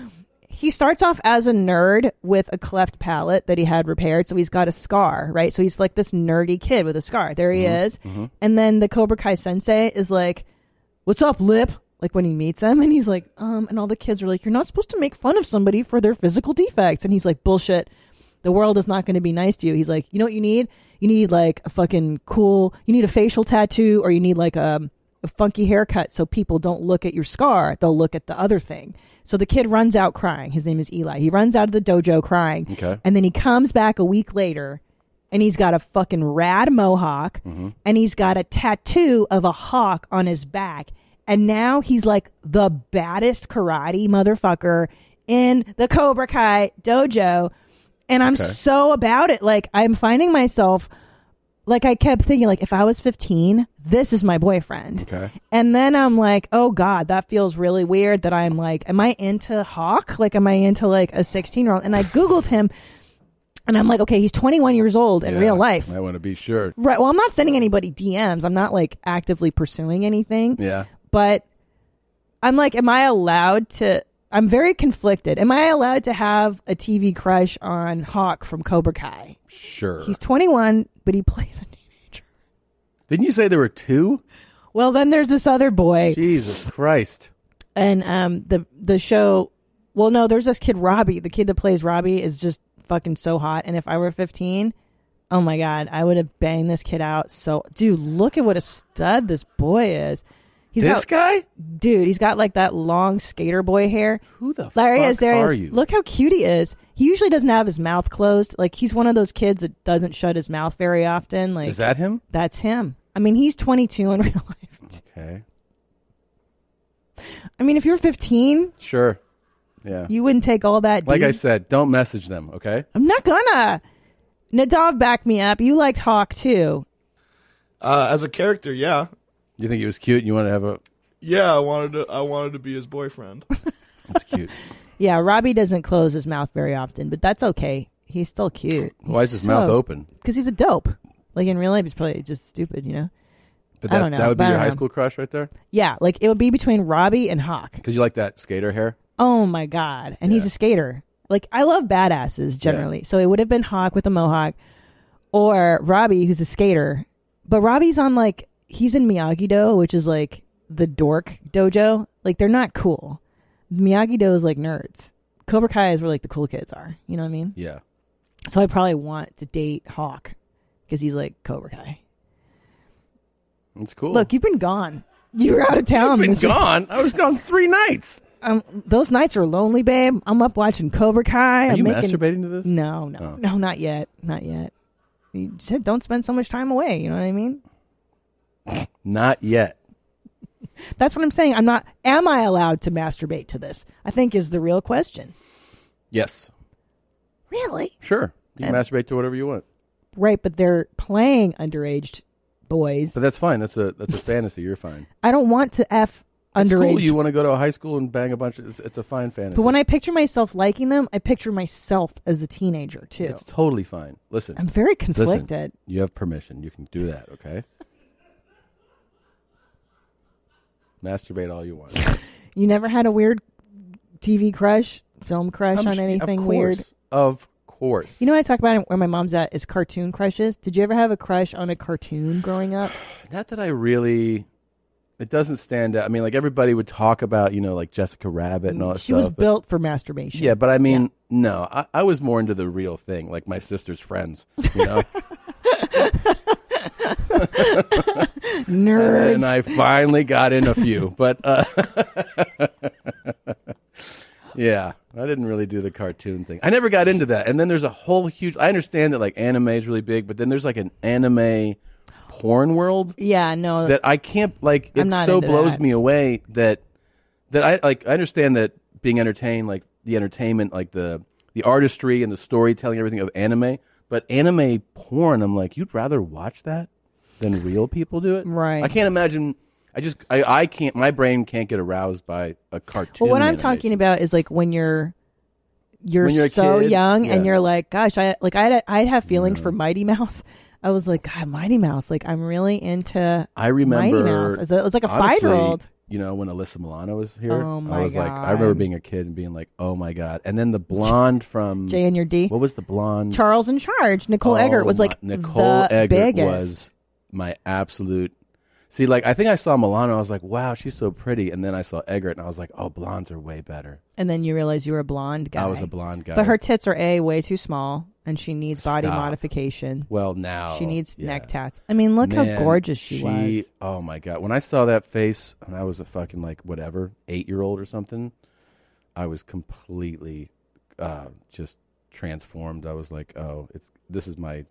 [SPEAKER 1] he starts off as a nerd with a cleft palate that he had repaired, so he's got a scar, right? So he's like this nerdy kid with a scar. There he
[SPEAKER 2] Mm-hmm.
[SPEAKER 11] Mm-hmm.
[SPEAKER 15] Mhm,
[SPEAKER 1] is.
[SPEAKER 15] mhm.
[SPEAKER 1] And then the Cobra Kai sensei is like, "What's up, lip?" Like when he meets him, and he's like, "Um," and all the kids are like, "You're not supposed to make fun of somebody for their physical defects," and he's like, "Bullshit." The world is not going to be nice to you. He's like, you know what you need? You need like a fucking cool. You need a facial tattoo, or you need like a a funky haircut so people don't look at your scar. They'll look at the other thing. So the kid runs out crying. His name is Eli. He runs out of the dojo crying.
[SPEAKER 2] Okay.
[SPEAKER 1] And then he comes back a week later and he's got a fucking rad mohawk
[SPEAKER 2] Mhm.
[SPEAKER 1] and he's got a tattoo of a hawk on his back. And now he's like the baddest karate motherfucker in the Cobra Kai dojo. And I'm
[SPEAKER 15] Okay.
[SPEAKER 1] so about it. Like, I'm finding myself, like, I kept thinking, like, if I was 15, this is my boyfriend.
[SPEAKER 2] Okay.
[SPEAKER 1] And then I'm like, oh God, that feels really weird that I'm like, am I into Hawk? Like, am I into like a 16 year old? And I Googled him and I'm like, okay, he's 21 years old in
[SPEAKER 2] Yeah,
[SPEAKER 1] real life.
[SPEAKER 2] I want to be sure.
[SPEAKER 1] Right. Well, I'm not sending anybody DMs. I'm not like actively pursuing anything.
[SPEAKER 2] Yeah.
[SPEAKER 1] But I'm like, am I allowed to? I'm very conflicted. Am I allowed to have a TV crush on Hawk from Cobra Kai?
[SPEAKER 2] Sure.
[SPEAKER 1] He's 21, but he plays.
[SPEAKER 2] Didn't you say there were two?
[SPEAKER 1] Well, then there's this other boy.
[SPEAKER 2] Jesus Christ.
[SPEAKER 1] and um the the show well no there's this kid robbie the kid that plays robbie is just fucking so hot and if i were 15 oh my god i would have banged this kid out so dude look at what a stud this boy is He's
[SPEAKER 2] This guy
[SPEAKER 1] dude he's got like that long skater boy hair
[SPEAKER 2] who the
[SPEAKER 1] there he
[SPEAKER 2] fuck
[SPEAKER 1] is there he
[SPEAKER 2] are
[SPEAKER 1] is
[SPEAKER 2] you?
[SPEAKER 1] look how cute he is he usually doesn't have his mouth closed like he's one of those kids that doesn't shut his mouth very often like
[SPEAKER 2] Is that him?
[SPEAKER 1] that's him i mean he's 22 in real life
[SPEAKER 2] Okay.
[SPEAKER 1] i mean if you're 15
[SPEAKER 2] Sure. Yeah.
[SPEAKER 1] you wouldn't take all that
[SPEAKER 2] like
[SPEAKER 1] deep.
[SPEAKER 2] I said, don't message them, okay?
[SPEAKER 1] I'm not gonna. Nadav backed me up. You liked Hawk too.
[SPEAKER 3] Uh, as a character, yeah,
[SPEAKER 2] You think he was cute and you want to have a
[SPEAKER 3] yeah. I wanted to. I wanted to be his boyfriend.
[SPEAKER 1] Yeah, Robbie doesn't close his mouth very often, but that's okay. He's still cute.
[SPEAKER 2] Why is his mouth open?
[SPEAKER 1] Because he's a dope. Like in real life, he's probably just stupid, you know.
[SPEAKER 2] But
[SPEAKER 1] I
[SPEAKER 2] that,
[SPEAKER 1] don't know,
[SPEAKER 2] that would
[SPEAKER 1] but
[SPEAKER 2] be
[SPEAKER 1] I
[SPEAKER 2] your
[SPEAKER 1] don't
[SPEAKER 2] high
[SPEAKER 1] know.
[SPEAKER 2] school crush right there?
[SPEAKER 1] Yeah, like it would be between Robbie and Hawk.
[SPEAKER 2] Because you like that skater hair?
[SPEAKER 1] Oh my god! And he's a skater. Like I love badasses generally, so it would have been Hawk with a mohawk, or Robbie who's a skater. But Robbie's on like he's in Miyagi Do, which is like the dork dojo. Like they're not cool. Miyagi Do is like nerds. Cobra Kai is where like the cool kids are. You know what I mean?
[SPEAKER 2] Yeah.
[SPEAKER 1] So I probably want to date Hawk because he's like Cobra Kai.
[SPEAKER 2] That's cool.
[SPEAKER 1] Look, you've been gone. You were out of town.
[SPEAKER 2] I've been
[SPEAKER 1] this week.
[SPEAKER 2] gone. I was gone three nights.
[SPEAKER 1] Um, those nights are lonely, babe. I'm up watching Cobra Kai.
[SPEAKER 2] Are
[SPEAKER 1] I'm
[SPEAKER 2] you
[SPEAKER 1] making...
[SPEAKER 2] masturbating to this?
[SPEAKER 1] No, no,
[SPEAKER 2] Oh.
[SPEAKER 1] no, not yet, not yet. You said don't spend so much time away. You know what I mean?
[SPEAKER 2] Not yet.
[SPEAKER 1] That's what I'm saying. I'm not. Am I allowed to masturbate to this? I think is the real question.
[SPEAKER 2] Yes.
[SPEAKER 1] Really?
[SPEAKER 2] Sure. You can
[SPEAKER 1] And-
[SPEAKER 2] masturbate to whatever you want.
[SPEAKER 1] Right, but they're playing underage boys.
[SPEAKER 2] But that's fine. That's a that's a fantasy. You're fine.
[SPEAKER 1] I don't want to f
[SPEAKER 2] It's
[SPEAKER 1] underage.
[SPEAKER 2] cool. You want to go to a high school and bang a bunch of. It's, it's a fine fantasy.
[SPEAKER 1] but when I picture myself liking them, I picture myself as a teenager too.
[SPEAKER 2] It's totally fine. Listen.
[SPEAKER 1] I'm very
[SPEAKER 2] Listen,
[SPEAKER 1] conflicted.
[SPEAKER 2] you have permission. You can do that, okay? Masturbate all you want.
[SPEAKER 1] you never had a weird TV crush, film crush
[SPEAKER 2] I'm
[SPEAKER 1] on
[SPEAKER 2] sh-
[SPEAKER 1] anything
[SPEAKER 2] of course,
[SPEAKER 1] weird.
[SPEAKER 2] Of course.
[SPEAKER 1] You know what I talk about where my mom's at is cartoon crushes. Did you ever have a crush on a cartoon growing up?
[SPEAKER 2] Not that I really. It doesn't stand out. I mean, like everybody would talk about, you know, like Jessica Rabbit and all that
[SPEAKER 1] Mm, she
[SPEAKER 2] stuff.
[SPEAKER 1] was
[SPEAKER 2] but-
[SPEAKER 1] built for masturbation.
[SPEAKER 2] Yeah, but I mean, no, I, I was more into the real thing, like my sister's friends, you know?
[SPEAKER 1] Nerds.
[SPEAKER 2] And I finally got in a few, but uh, yeah, I didn't really do the cartoon thing. I never got into that. And then there's a whole huge, I understand that like anime is really big, but then there's like an anime porn world
[SPEAKER 1] Yeah, no.
[SPEAKER 2] that I can't like.
[SPEAKER 1] I'm
[SPEAKER 2] It
[SPEAKER 1] not
[SPEAKER 2] so
[SPEAKER 1] into
[SPEAKER 2] blows
[SPEAKER 1] that.
[SPEAKER 2] me away that that I like. I understand that being entertained, like the entertainment, like the the artistry and the storytelling, everything of anime. But anime porn, I'm like, you'd rather watch that than real people do it,
[SPEAKER 1] Right.
[SPEAKER 2] I can't imagine. I just, I, I can't. My brain can't get aroused by a cartoon.
[SPEAKER 1] well, what I'm
[SPEAKER 2] animation.
[SPEAKER 1] talking about is like when you're you're,
[SPEAKER 2] When you're a
[SPEAKER 1] so
[SPEAKER 2] kid,
[SPEAKER 1] young and
[SPEAKER 2] yeah. Mm.
[SPEAKER 1] you're like, gosh, I like I'd I'd have feelings for Mighty Mouse. I was like, God, Mighty Mouse. Like I'm really into
[SPEAKER 2] I remember
[SPEAKER 1] Mighty Mouse. As a- It was like a
[SPEAKER 2] honestly,
[SPEAKER 1] five year old.
[SPEAKER 2] You know, when Alyssa Milano was here,
[SPEAKER 1] Oh my
[SPEAKER 2] I was like,
[SPEAKER 1] God.
[SPEAKER 2] I remember being a kid and being like, oh my God. And then the blonde from
[SPEAKER 1] Jay and your D.
[SPEAKER 2] What was the blonde?
[SPEAKER 1] Charles in Charge. Nicole
[SPEAKER 2] Mm. Oh
[SPEAKER 1] Eggert was
[SPEAKER 2] my-
[SPEAKER 1] like
[SPEAKER 2] Nicole
[SPEAKER 1] the
[SPEAKER 2] Eggert
[SPEAKER 1] biggest.
[SPEAKER 2] was my absolute. See, like I think I saw Milano, I was like, wow, she's so pretty, and then I saw Eggert, and I was like, oh, blondes are way better.
[SPEAKER 1] And then you realize you were a blonde guy.
[SPEAKER 2] I was a blonde guy.
[SPEAKER 1] But her tits are a way too small, and she needs body
[SPEAKER 2] Stop.
[SPEAKER 1] modification.
[SPEAKER 2] Well, now
[SPEAKER 1] she needs
[SPEAKER 2] yeah.
[SPEAKER 1] neck tats. I mean, look
[SPEAKER 2] Man,
[SPEAKER 1] how gorgeous she, was.
[SPEAKER 2] Oh my god! When I saw that face, and I was a fucking like whatever eight year old or something, I was completely uh, just transformed. I was like, oh, it's this is my.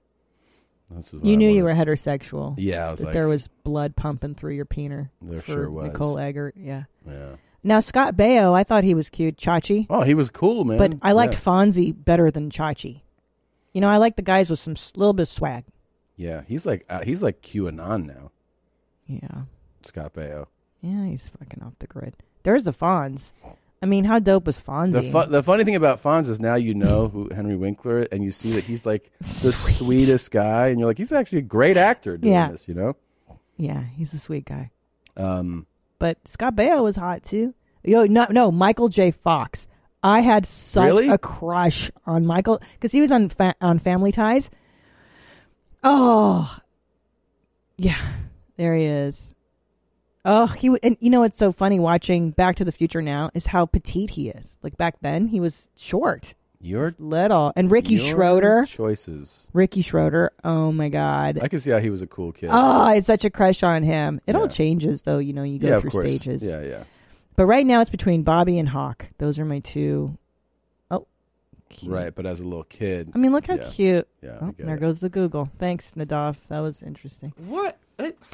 [SPEAKER 2] This is what I
[SPEAKER 1] You knew
[SPEAKER 2] wanted.
[SPEAKER 1] you were heterosexual.
[SPEAKER 2] Yeah, I was
[SPEAKER 1] that
[SPEAKER 2] like-
[SPEAKER 1] there was blood pumping through your peener.
[SPEAKER 2] There
[SPEAKER 1] for
[SPEAKER 2] sure was.
[SPEAKER 1] Nicole Eggert. Yeah.
[SPEAKER 2] Yeah.
[SPEAKER 1] Now Scott Baio, I thought he was cute. Chachi.
[SPEAKER 2] Oh, he was cool, man.
[SPEAKER 1] But I liked
[SPEAKER 2] Yeah.
[SPEAKER 1] Fonzie better than Chachi. You know, I like the guys with some s- little bit of swag.
[SPEAKER 2] Yeah, he's like uh, he's like QAnon now.
[SPEAKER 1] Yeah.
[SPEAKER 2] Scott Baio.
[SPEAKER 1] Yeah, he's fucking off the grid. There's the Fonz. I mean, how dope was Fonzie?
[SPEAKER 2] The, fu- the funny thing about Fonz is now you know who Henry Winkler is, and you see that he's like the sweetest guy, and you're like, he's actually a great actor doing
[SPEAKER 1] Yeah.
[SPEAKER 2] this, you know?
[SPEAKER 1] yeah, he's a sweet guy.
[SPEAKER 2] Um,
[SPEAKER 1] But Scott Baio was hot too. Yo, no, no, Michael J. Fox. I had such
[SPEAKER 2] Really?
[SPEAKER 1] a crush on Michael because he was on fa- on Family Ties. Oh, yeah, there he is. Oh, he w- and you know what's so funny watching Back to the Future now is how petite he is. Like back then, he was short,
[SPEAKER 2] your
[SPEAKER 1] little, and Ricky
[SPEAKER 2] your
[SPEAKER 1] Schroeder.
[SPEAKER 2] choices.
[SPEAKER 1] Ricky Schroeder. Oh my God.
[SPEAKER 2] I could see how he was a cool kid.
[SPEAKER 1] Oh, I had such a crush on him. It all
[SPEAKER 2] Yeah.
[SPEAKER 1] changes though, you know, you go
[SPEAKER 2] Yeah, of
[SPEAKER 1] through
[SPEAKER 2] course.
[SPEAKER 1] stages.
[SPEAKER 2] Yeah, yeah.
[SPEAKER 1] But right now it's between Bobby and Hawk. Those are my two Oh
[SPEAKER 2] right, but as a little kid,
[SPEAKER 1] I mean look how
[SPEAKER 2] yeah.
[SPEAKER 1] cute.
[SPEAKER 2] Yeah,
[SPEAKER 1] Oh,
[SPEAKER 2] I get
[SPEAKER 1] there
[SPEAKER 2] it.
[SPEAKER 1] goes the Google. Thanks, Nadav. That was interesting.
[SPEAKER 3] What?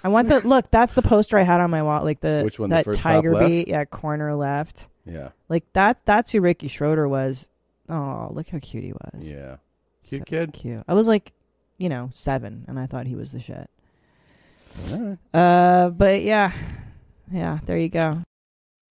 [SPEAKER 1] I want the look, that's the poster I had on my wall, like the
[SPEAKER 2] Which one, the
[SPEAKER 1] that
[SPEAKER 2] first top
[SPEAKER 1] tiger
[SPEAKER 2] left?
[SPEAKER 1] beat, yeah, corner left.
[SPEAKER 2] Yeah.
[SPEAKER 1] Like that that's who Ricky Schroeder was. Oh, look how cute he was.
[SPEAKER 2] Yeah. Cute kid.
[SPEAKER 1] Cute. I was like, you know, seven and I thought he was the shit.
[SPEAKER 2] Alright.
[SPEAKER 1] Uh but yeah. Yeah, there you go.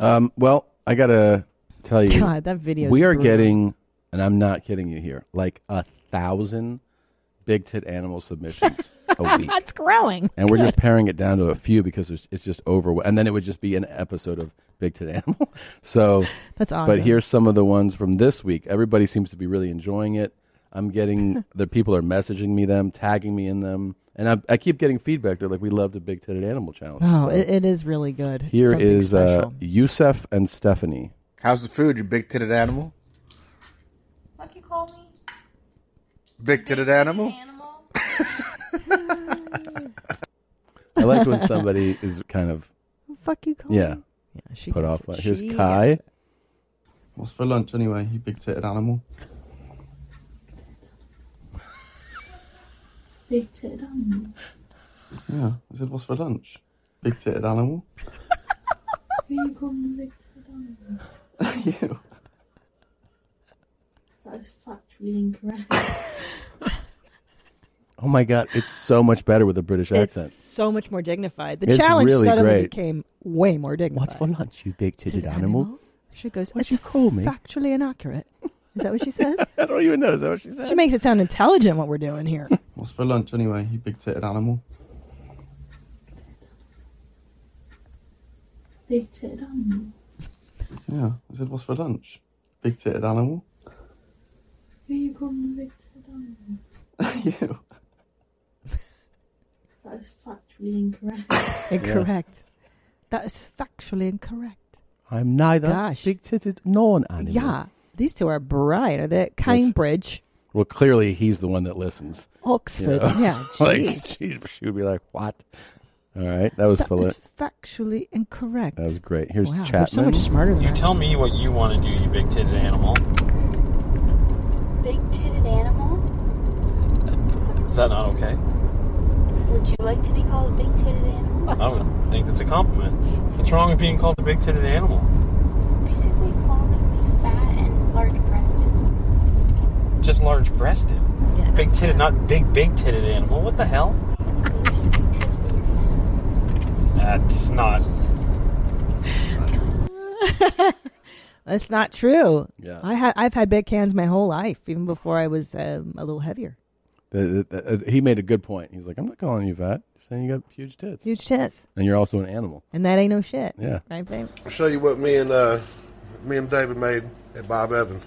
[SPEAKER 2] Um, well, I gotta tell you,
[SPEAKER 16] God, that video is
[SPEAKER 2] We are
[SPEAKER 16] brutal.
[SPEAKER 2] getting, and I'm not kidding you here, like a thousand big tit animal submissions a week,
[SPEAKER 17] That's growing.
[SPEAKER 2] and we're just paring it down to a few because it's, it's just over. And then it would just be an episode of Big Tit Animal. So
[SPEAKER 16] That's awesome.
[SPEAKER 2] But here's some of the ones from this week. Everybody seems to be really enjoying it. I'm getting the people are messaging me them, tagging me in them, and I, I keep getting feedback. They're like, "We love the Big Titted Animal Challenge."
[SPEAKER 16] Oh,
[SPEAKER 2] So-
[SPEAKER 16] it, it is really good.
[SPEAKER 2] here
[SPEAKER 16] Something
[SPEAKER 2] is uh,
[SPEAKER 16] special.
[SPEAKER 2] Yusef and Stephanie.
[SPEAKER 18] How's the food, you big titted animal?
[SPEAKER 17] What you call me?
[SPEAKER 18] Big titted animal?
[SPEAKER 2] I like when somebody is kind of
[SPEAKER 16] fuck you.
[SPEAKER 2] yeah,
[SPEAKER 16] she
[SPEAKER 2] put
[SPEAKER 16] gets
[SPEAKER 2] off.
[SPEAKER 16] it.
[SPEAKER 2] by Here's
[SPEAKER 16] She
[SPEAKER 2] Kai.
[SPEAKER 14] What's for lunch anyway, you big titted animal?
[SPEAKER 17] Big tit animal.
[SPEAKER 14] Yeah. I said, what's for lunch? Big titted animal?
[SPEAKER 17] Who you call me big tit animal?
[SPEAKER 14] you.
[SPEAKER 17] That is factually incorrect.
[SPEAKER 2] Oh my god, it's so much better with a British
[SPEAKER 16] It's
[SPEAKER 2] accent.
[SPEAKER 16] so much more dignified. The
[SPEAKER 2] It's
[SPEAKER 16] challenge
[SPEAKER 2] really
[SPEAKER 16] suddenly
[SPEAKER 2] great.
[SPEAKER 16] became way more dignified.
[SPEAKER 2] What's for lunch, you big titted
[SPEAKER 16] Titted
[SPEAKER 2] animal?
[SPEAKER 16] She goes,
[SPEAKER 2] What'd
[SPEAKER 16] "It's
[SPEAKER 2] you call me?"
[SPEAKER 16] Factually inaccurate. Is that what she says?
[SPEAKER 2] I don't even know. Is that what she said?
[SPEAKER 16] She makes it sound intelligent what we're doing here.
[SPEAKER 14] What's for lunch anyway, you big titted animal?
[SPEAKER 17] big tit animal.
[SPEAKER 14] Yeah. I said, what's for lunch? Big titted animal?
[SPEAKER 17] Who you call me big tit animal?
[SPEAKER 14] you.
[SPEAKER 17] That is factually incorrect.
[SPEAKER 16] incorrect. That is factually incorrect.
[SPEAKER 2] I'm neither
[SPEAKER 16] Gosh.
[SPEAKER 2] big titted nor an animal.
[SPEAKER 16] Yeah. These two are bright. Are they at Cambridge?
[SPEAKER 2] Well, clearly he's the one that listens.
[SPEAKER 16] Oxford, yeah,
[SPEAKER 2] like
[SPEAKER 16] jeez.
[SPEAKER 2] she, she would be like, "What?" All right, that was
[SPEAKER 16] That
[SPEAKER 2] full.
[SPEAKER 16] was factually incorrect.
[SPEAKER 2] That was great. Here's
[SPEAKER 16] wow, They're so
[SPEAKER 2] Chapman.
[SPEAKER 16] much smarter than
[SPEAKER 19] You
[SPEAKER 16] us.
[SPEAKER 19] tell me what you want to do, you big titted animal.
[SPEAKER 6] Big titted animal?
[SPEAKER 19] Is that not okay?
[SPEAKER 6] Would you like to be called a big titted animal?
[SPEAKER 19] I would think that's a compliment. What's wrong with being called a big titted animal?
[SPEAKER 6] Basically calling me fat and large breasted.
[SPEAKER 19] Just large breasted.
[SPEAKER 6] Yeah.
[SPEAKER 19] Big titted, not big, big titted animal. What the hell?
[SPEAKER 6] Big tits when you're fat.
[SPEAKER 19] That's not.
[SPEAKER 16] That's not true.
[SPEAKER 2] Yeah.
[SPEAKER 16] I had I've had big cans my whole life, even before I was um, a little heavier.
[SPEAKER 2] The- the- the- he made a good point. He's like, "I'm not calling you fat. Just saying you got huge tits,
[SPEAKER 16] Huge tits,
[SPEAKER 2] and you're also an animal."
[SPEAKER 16] and that ain't no shit.
[SPEAKER 2] Yeah.
[SPEAKER 16] right, babe.
[SPEAKER 20] I'll show you what me and uh, me and David made at Bob Evans.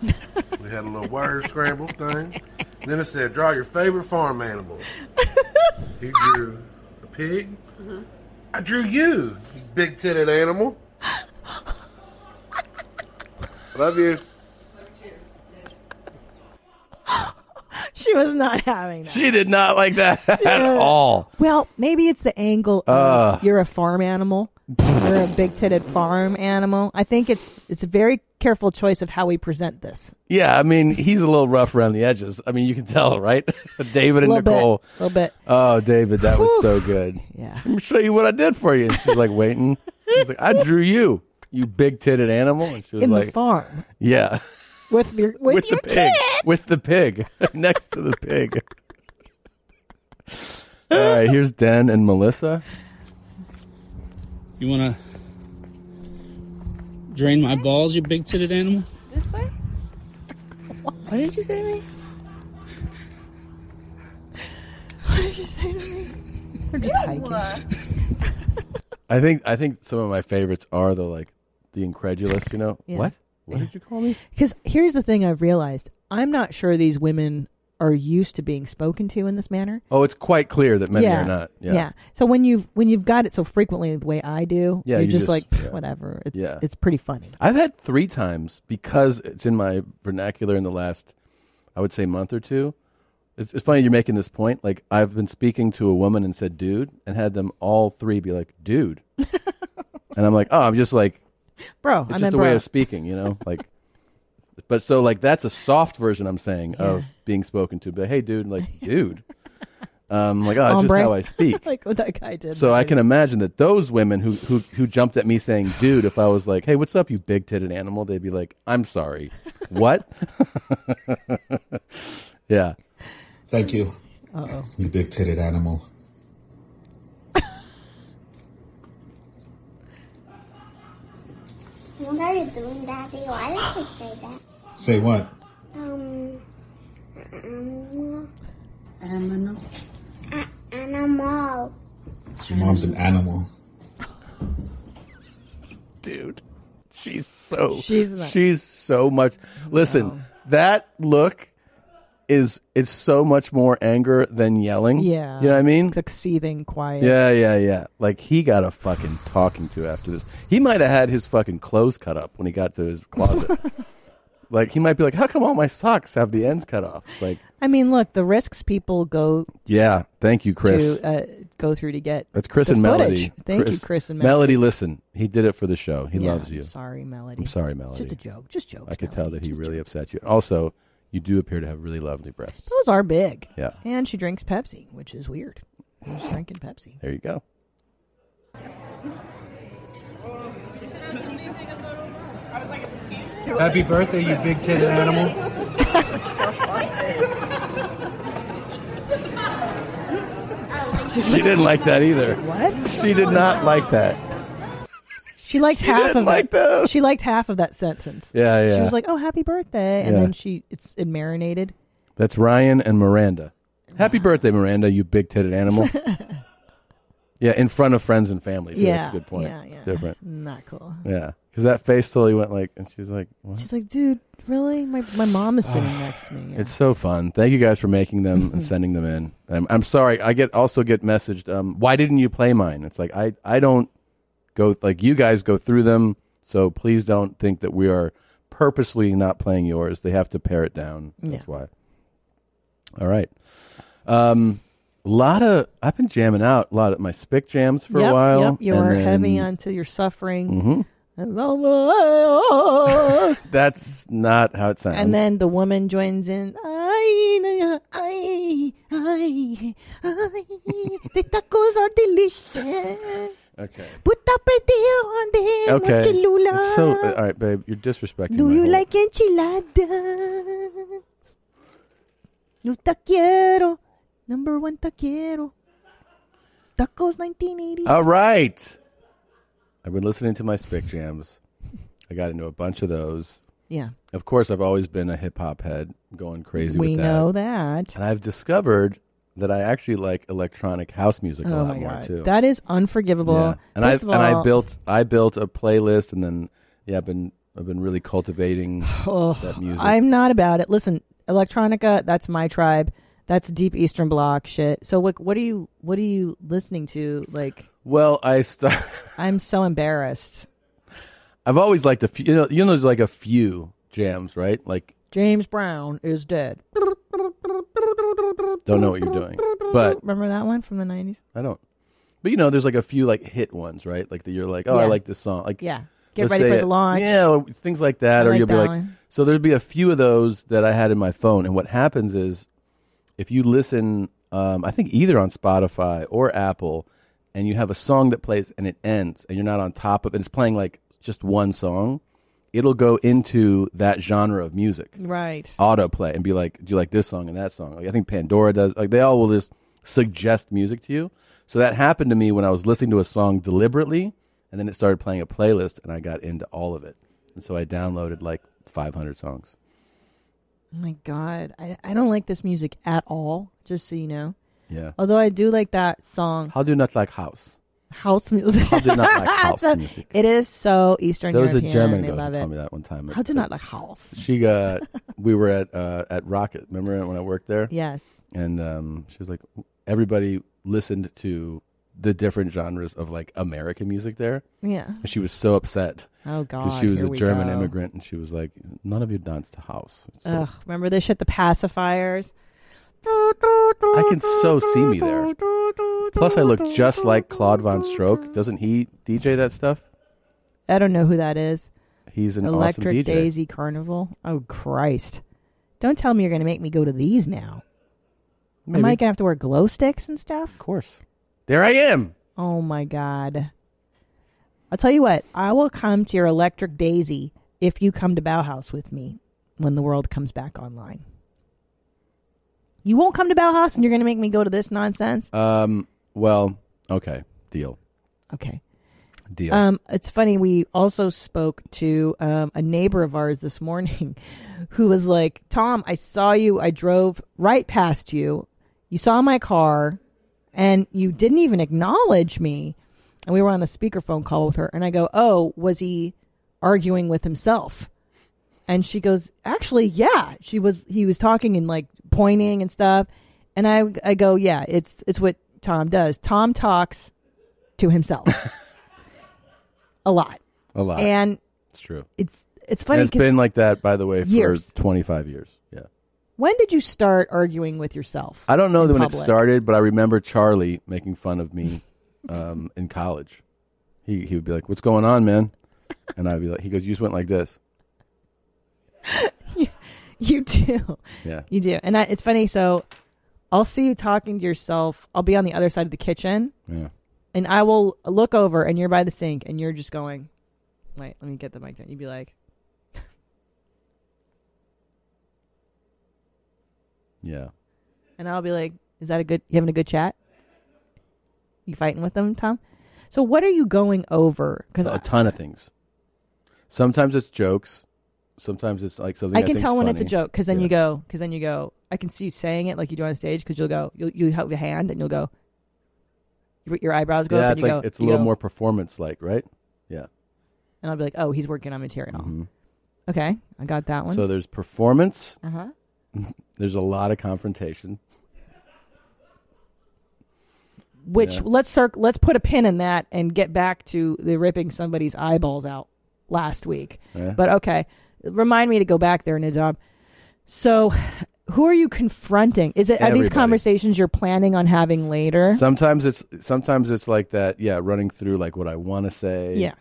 [SPEAKER 20] we had a little word scramble thing. Then it said, draw your favorite farm animal. he drew a pig.
[SPEAKER 14] Mm-hmm.
[SPEAKER 20] I drew you, you big titted animal. Love you.
[SPEAKER 16] She was not having that.
[SPEAKER 2] She did not like that at
[SPEAKER 16] Yeah.
[SPEAKER 2] all.
[SPEAKER 16] Well, maybe it's the angle.
[SPEAKER 2] Uh.
[SPEAKER 16] Of you're a farm animal. you're a big-titted farm animal. I think it's it's a very careful choice of how we present this.
[SPEAKER 2] Yeah, I mean, he's a little rough around the edges. I mean, you can tell, right? David and
[SPEAKER 16] Little bit,
[SPEAKER 2] Nicole.
[SPEAKER 16] little bit.
[SPEAKER 2] Oh, David, that was so good.
[SPEAKER 16] Yeah.
[SPEAKER 2] Let me show you what I did for you. And she's like, waiting. He's like, I drew you, you big titted animal. And she was
[SPEAKER 16] In
[SPEAKER 2] like,
[SPEAKER 16] the farm
[SPEAKER 2] Yeah.
[SPEAKER 16] with your with, your
[SPEAKER 2] the pig. With the pig. Next to the pig. All right, here's Den and Melissa.
[SPEAKER 12] You want to drain my balls, you big titted animal?
[SPEAKER 17] This way? What did you say to me? What did you say to me?
[SPEAKER 16] They're just hiking.
[SPEAKER 2] I think I think some of my favorites are the like the incredulous, you know.
[SPEAKER 16] Yeah.
[SPEAKER 2] What? What did you call me?
[SPEAKER 1] Because here's the thing I've realized I'm not sure these women are used to being spoken to in this manner.
[SPEAKER 2] Oh, it's quite clear that men
[SPEAKER 1] yeah.
[SPEAKER 2] are not. Yeah.
[SPEAKER 1] So when you've when you've got it so frequently the way I do,
[SPEAKER 2] Yeah,
[SPEAKER 1] you're
[SPEAKER 2] you
[SPEAKER 1] just,
[SPEAKER 2] just-
[SPEAKER 1] like "Pff,
[SPEAKER 2] yeah.
[SPEAKER 1] whatever. It's
[SPEAKER 2] Yeah.
[SPEAKER 1] it's pretty funny.
[SPEAKER 2] I've had three times because it's in my vernacular in the last, I would say, month or two. It's, it's funny you're making this point. Like I've been speaking to a woman and said "dude" and had them all three be like "dude," and I'm like, "Oh, I'm just like,
[SPEAKER 1] Bro,
[SPEAKER 2] It's
[SPEAKER 1] I
[SPEAKER 2] just
[SPEAKER 1] meant
[SPEAKER 2] a way
[SPEAKER 1] bro.
[SPEAKER 2] of speaking, you know, like. But so like that's a soft version I'm saying of being spoken to. But hey, dude, like dude, um, like oh, it's just
[SPEAKER 1] Hombre.
[SPEAKER 2] how I speak.
[SPEAKER 1] like what that guy did.
[SPEAKER 2] So I can imagine that those women who, who who jumped at me saying "dude," if I was like, "Hey, what's up, you big titted animal?" They'd be like, "I'm sorry, what?" yeah.
[SPEAKER 18] Thank you.
[SPEAKER 1] Uh-oh.
[SPEAKER 18] You big titted animal.
[SPEAKER 21] Remember doing that video? I like to say that.
[SPEAKER 18] Say what?
[SPEAKER 21] Um, animal. Animal. A- animal.
[SPEAKER 18] Your mom's an animal.
[SPEAKER 2] dude. She's so
[SPEAKER 21] She's
[SPEAKER 2] she's,
[SPEAKER 21] like-
[SPEAKER 2] so much. Listen, that look is it's so much more anger than yelling.
[SPEAKER 1] Yeah.
[SPEAKER 2] you know what I mean?
[SPEAKER 1] It's like seething, quiet.
[SPEAKER 2] Yeah, yeah, yeah. Like he got a fucking talking to after this. He might have had his fucking clothes cut up when he got to his closet. like he might be like, "How come all my socks have the ends cut off?" Like,
[SPEAKER 1] I mean, look, the risks people go
[SPEAKER 2] yeah, thank you, Chris.
[SPEAKER 1] to uh, go through to get
[SPEAKER 2] That's Chris
[SPEAKER 1] the
[SPEAKER 2] and
[SPEAKER 1] footage.
[SPEAKER 2] Melody.
[SPEAKER 1] Thank you, Chris and Melody.
[SPEAKER 2] Melody. Listen, he did it for the show. He
[SPEAKER 1] Yeah,
[SPEAKER 2] loves you.
[SPEAKER 1] I'm sorry, Melody.
[SPEAKER 2] I'm sorry,
[SPEAKER 1] It's
[SPEAKER 2] Melody.
[SPEAKER 1] just a joke. Just jokes,
[SPEAKER 2] I could tell that he really upset you. Also, you do appear to have really lovely breasts.
[SPEAKER 1] Those are big.
[SPEAKER 2] Yeah.
[SPEAKER 1] And she drinks Pepsi, which is weird. She's drinking Pepsi.
[SPEAKER 2] There you go.
[SPEAKER 12] Happy birthday, you big titted animal.
[SPEAKER 2] She didn't like that either.
[SPEAKER 1] What?
[SPEAKER 2] She did not like that.
[SPEAKER 1] She liked
[SPEAKER 2] She
[SPEAKER 1] half
[SPEAKER 2] didn't
[SPEAKER 1] of
[SPEAKER 2] like
[SPEAKER 1] it. She liked half of that sentence.
[SPEAKER 2] Yeah, yeah.
[SPEAKER 1] She was like, "Oh, happy birthday," and
[SPEAKER 2] Yeah.
[SPEAKER 1] then she it's it marinated.
[SPEAKER 2] That's Ryan and Miranda. Happy birthday, Miranda, you big titted animal. yeah, in front of friends and family. Too. That's
[SPEAKER 1] Yeah,
[SPEAKER 2] a good point.
[SPEAKER 1] yeah,
[SPEAKER 2] It's
[SPEAKER 1] yeah.
[SPEAKER 2] different.
[SPEAKER 1] Not cool.
[SPEAKER 2] Yeah. Because that face slowly went like, and she's like, what?
[SPEAKER 1] She's like, "Dude, really? My my mom is sitting next to me."
[SPEAKER 2] It's so fun. Thank you guys for making them and sending them in. I'm, I'm sorry. I get also get messaged. Um, why didn't you play mine? It's like I I don't go like you guys go through them. So please don't think that we are purposely not playing yours. They have to pare it down. That's why. All right. Um, lot of I've been jamming out a lot of my spic jams for
[SPEAKER 1] Yep,
[SPEAKER 2] a while.
[SPEAKER 1] Yep, you
[SPEAKER 2] and
[SPEAKER 1] are
[SPEAKER 2] then-
[SPEAKER 1] heavy until you're suffering.
[SPEAKER 2] Mhm. That's not how it sounds.
[SPEAKER 1] and then the woman joins in. Ay, ay, ay, ay, the tacos are delicious.
[SPEAKER 2] okay.
[SPEAKER 1] Put tapatio on the
[SPEAKER 2] Okay.
[SPEAKER 1] mochilula.
[SPEAKER 2] It's So uh, all right, babe, you're disrespecting.
[SPEAKER 1] Do
[SPEAKER 2] my
[SPEAKER 1] you
[SPEAKER 2] whole-
[SPEAKER 1] like enchiladas? No taquero. Number one taquero. Tacos 1980.
[SPEAKER 2] All right. I've been listening to my Spic Jams. I got into a bunch of those.
[SPEAKER 1] Yeah.
[SPEAKER 2] Of course, I've always been a hip hop head, going crazy
[SPEAKER 1] We
[SPEAKER 2] with that.
[SPEAKER 1] know that.
[SPEAKER 2] And I've discovered that I actually like electronic house music a
[SPEAKER 1] Oh
[SPEAKER 2] lot
[SPEAKER 1] my
[SPEAKER 2] more
[SPEAKER 1] God.
[SPEAKER 2] too.
[SPEAKER 1] That is unforgivable.
[SPEAKER 2] Yeah. And I
[SPEAKER 1] First of
[SPEAKER 2] and I
[SPEAKER 1] all-
[SPEAKER 2] built I built a playlist and then yeah, I've been I've been really cultivating
[SPEAKER 1] Oh,
[SPEAKER 2] that music.
[SPEAKER 1] I'm not about it. Listen, electronica, that's my tribe. That's deep Eastern Bloc shit. So like, what are you what are you listening to? Like,
[SPEAKER 2] well, I start
[SPEAKER 1] I'm so embarrassed.
[SPEAKER 2] I've always liked a few you know you know there's like a few jams, right? Like
[SPEAKER 1] James Brown is dead. Oh
[SPEAKER 2] don't know what you're doing. But
[SPEAKER 1] Remember that one from the 90s?
[SPEAKER 2] I don't. But you know, there's like a few like hit ones, right? Like that you're like, oh, I
[SPEAKER 1] Yeah.
[SPEAKER 2] like this song. Like,
[SPEAKER 1] Yeah. Get
[SPEAKER 2] let's
[SPEAKER 1] ready
[SPEAKER 2] say
[SPEAKER 1] for the
[SPEAKER 2] it-
[SPEAKER 1] launch.
[SPEAKER 2] Yeah, or things like that.
[SPEAKER 1] I
[SPEAKER 2] or
[SPEAKER 1] like
[SPEAKER 2] you'll be
[SPEAKER 1] that
[SPEAKER 2] like,
[SPEAKER 1] one.
[SPEAKER 2] so there'd be a few of those that I had in my phone. And what happens is, if you listen, um, I think either on Spotify or Apple, and you have a song that plays and it ends, and you're not on top of, and it's playing like just one song, it'll go into that genre of music
[SPEAKER 1] Right.
[SPEAKER 2] autoplay and be like, "Do you like this song and that song?" Like I think Pandora does. Like they all will just suggest music to you. So that happened to me when I was listening to a song deliberately, and then it started playing a playlist, and I got into all of it. And so I downloaded like 500 songs.
[SPEAKER 1] Oh my god. I, I don't like this music at all, just so you know.
[SPEAKER 2] Yeah.
[SPEAKER 1] Although I do like that song.
[SPEAKER 2] How do you not like house?
[SPEAKER 1] house music.
[SPEAKER 2] I did not like house
[SPEAKER 1] So,
[SPEAKER 2] music.
[SPEAKER 1] It is so Eastern
[SPEAKER 2] There was a
[SPEAKER 1] European.
[SPEAKER 2] German
[SPEAKER 1] they
[SPEAKER 2] girl
[SPEAKER 1] love
[SPEAKER 2] who
[SPEAKER 1] it.
[SPEAKER 2] told me that one time.
[SPEAKER 1] I did not like house.
[SPEAKER 2] She got. we were at uh, at Rocket. Remember when I worked there?
[SPEAKER 1] Yes.
[SPEAKER 2] And um, she was like, everybody listened to the different genres of like American music there.
[SPEAKER 1] Yeah.
[SPEAKER 2] And she was so upset.
[SPEAKER 1] Oh,
[SPEAKER 2] Because
[SPEAKER 1] God,
[SPEAKER 2] she was
[SPEAKER 1] here
[SPEAKER 2] a
[SPEAKER 1] we
[SPEAKER 2] German
[SPEAKER 1] go.
[SPEAKER 2] immigrant, and she was like, none of you dance to house. So
[SPEAKER 1] Ugh, remember this shit, the pacifiers.
[SPEAKER 2] I can so see me there. Plus, I look just like Claude Von Stroke. Doesn't he DJ that stuff?
[SPEAKER 1] I don't know who that is.
[SPEAKER 2] He's an
[SPEAKER 1] Electric
[SPEAKER 2] awesome DJ.
[SPEAKER 1] Daisy Carnival. Oh Christ! Don't tell me you're going to make me go to these now.
[SPEAKER 2] Maybe.
[SPEAKER 1] Am I going to have to wear glow sticks and stuff? Of
[SPEAKER 2] course. There I am.
[SPEAKER 1] Oh my God! I'll tell you what. I will come to your Electric Daisy if you come to Bauhaus with me when the world comes back online. You won't come to Bauhaus, and you're going to make me go to this nonsense.
[SPEAKER 2] Um. Well. Okay. Deal.
[SPEAKER 1] Okay.
[SPEAKER 2] Deal.
[SPEAKER 1] Um, it's funny. We also spoke to um, a neighbor of ours this morning, who was like, "Tom, I saw you. I drove right past you. You saw my car, and you didn't even acknowledge me." And we were on a speakerphone call with her, and I go, "Oh, was he arguing with himself?" And she goes, "Actually, yeah." She was. He was talking and like pointing and stuff. And I, I go, "Yeah, it's it's what Tom does. Tom talks to himself." a lot.
[SPEAKER 2] A lot.
[SPEAKER 1] And
[SPEAKER 2] it's true.
[SPEAKER 1] It's it's funny.
[SPEAKER 2] And it's
[SPEAKER 1] 'cause
[SPEAKER 2] been like that, by the way, for
[SPEAKER 1] years.
[SPEAKER 2] 25 years. Yeah.
[SPEAKER 1] When did you start arguing with yourself?
[SPEAKER 2] I don't know
[SPEAKER 1] in
[SPEAKER 2] when it
[SPEAKER 1] public?
[SPEAKER 2] started, but I remember Charlie making fun of me um, in college. He he would be like, "What's going on, man?" And I'd be like, "He goes, you just went like this."
[SPEAKER 1] You do.
[SPEAKER 2] Yeah.
[SPEAKER 1] You do. And I, it's funny. So I'll see you talking to yourself. I'll be on the other side of the kitchen.
[SPEAKER 2] Yeah.
[SPEAKER 1] And I will look over, and you're by the sink, and you're just going, "Wait, let me get the mic down." You'd be like,
[SPEAKER 2] Yeah.
[SPEAKER 1] and I'll be like, "Is that a good? You having a good chat? You fighting with them, Tom?" So what are you going over? Because
[SPEAKER 2] a ton of things. Sometimes it's jokes. Sometimes it's like something
[SPEAKER 1] I can
[SPEAKER 2] think's
[SPEAKER 1] tell when it's a
[SPEAKER 2] funny.
[SPEAKER 1] joke because then
[SPEAKER 2] Yeah.
[SPEAKER 1] you go because then you go. I can see you saying it like you do on stage because you'll go you'll you have your hand and you'll go. Your, your eyebrows go
[SPEAKER 2] yeah,
[SPEAKER 1] up
[SPEAKER 2] it's
[SPEAKER 1] and you
[SPEAKER 2] like
[SPEAKER 1] go.
[SPEAKER 2] it's a
[SPEAKER 1] you
[SPEAKER 2] little
[SPEAKER 1] go,
[SPEAKER 2] more performance like, right? Yeah.
[SPEAKER 1] And I'll be like, oh, he's working on material.
[SPEAKER 2] Mhm.
[SPEAKER 1] Okay, I got that one.
[SPEAKER 2] So there's performance.
[SPEAKER 1] Uh-huh.
[SPEAKER 2] There's a lot of confrontation.
[SPEAKER 1] Which
[SPEAKER 2] yeah.
[SPEAKER 1] let's circ- let's put a pin in that and get back to the ripping somebody's eyeballs out last week.
[SPEAKER 2] Yeah.
[SPEAKER 1] But okay, remind me to go back there, Nizam. So, who are you confronting? Is it are these
[SPEAKER 2] Everybody.
[SPEAKER 1] conversations you're planning on having later?
[SPEAKER 2] Sometimes it's sometimes it's like that. Yeah, running through like what I want to say.
[SPEAKER 1] Yeah.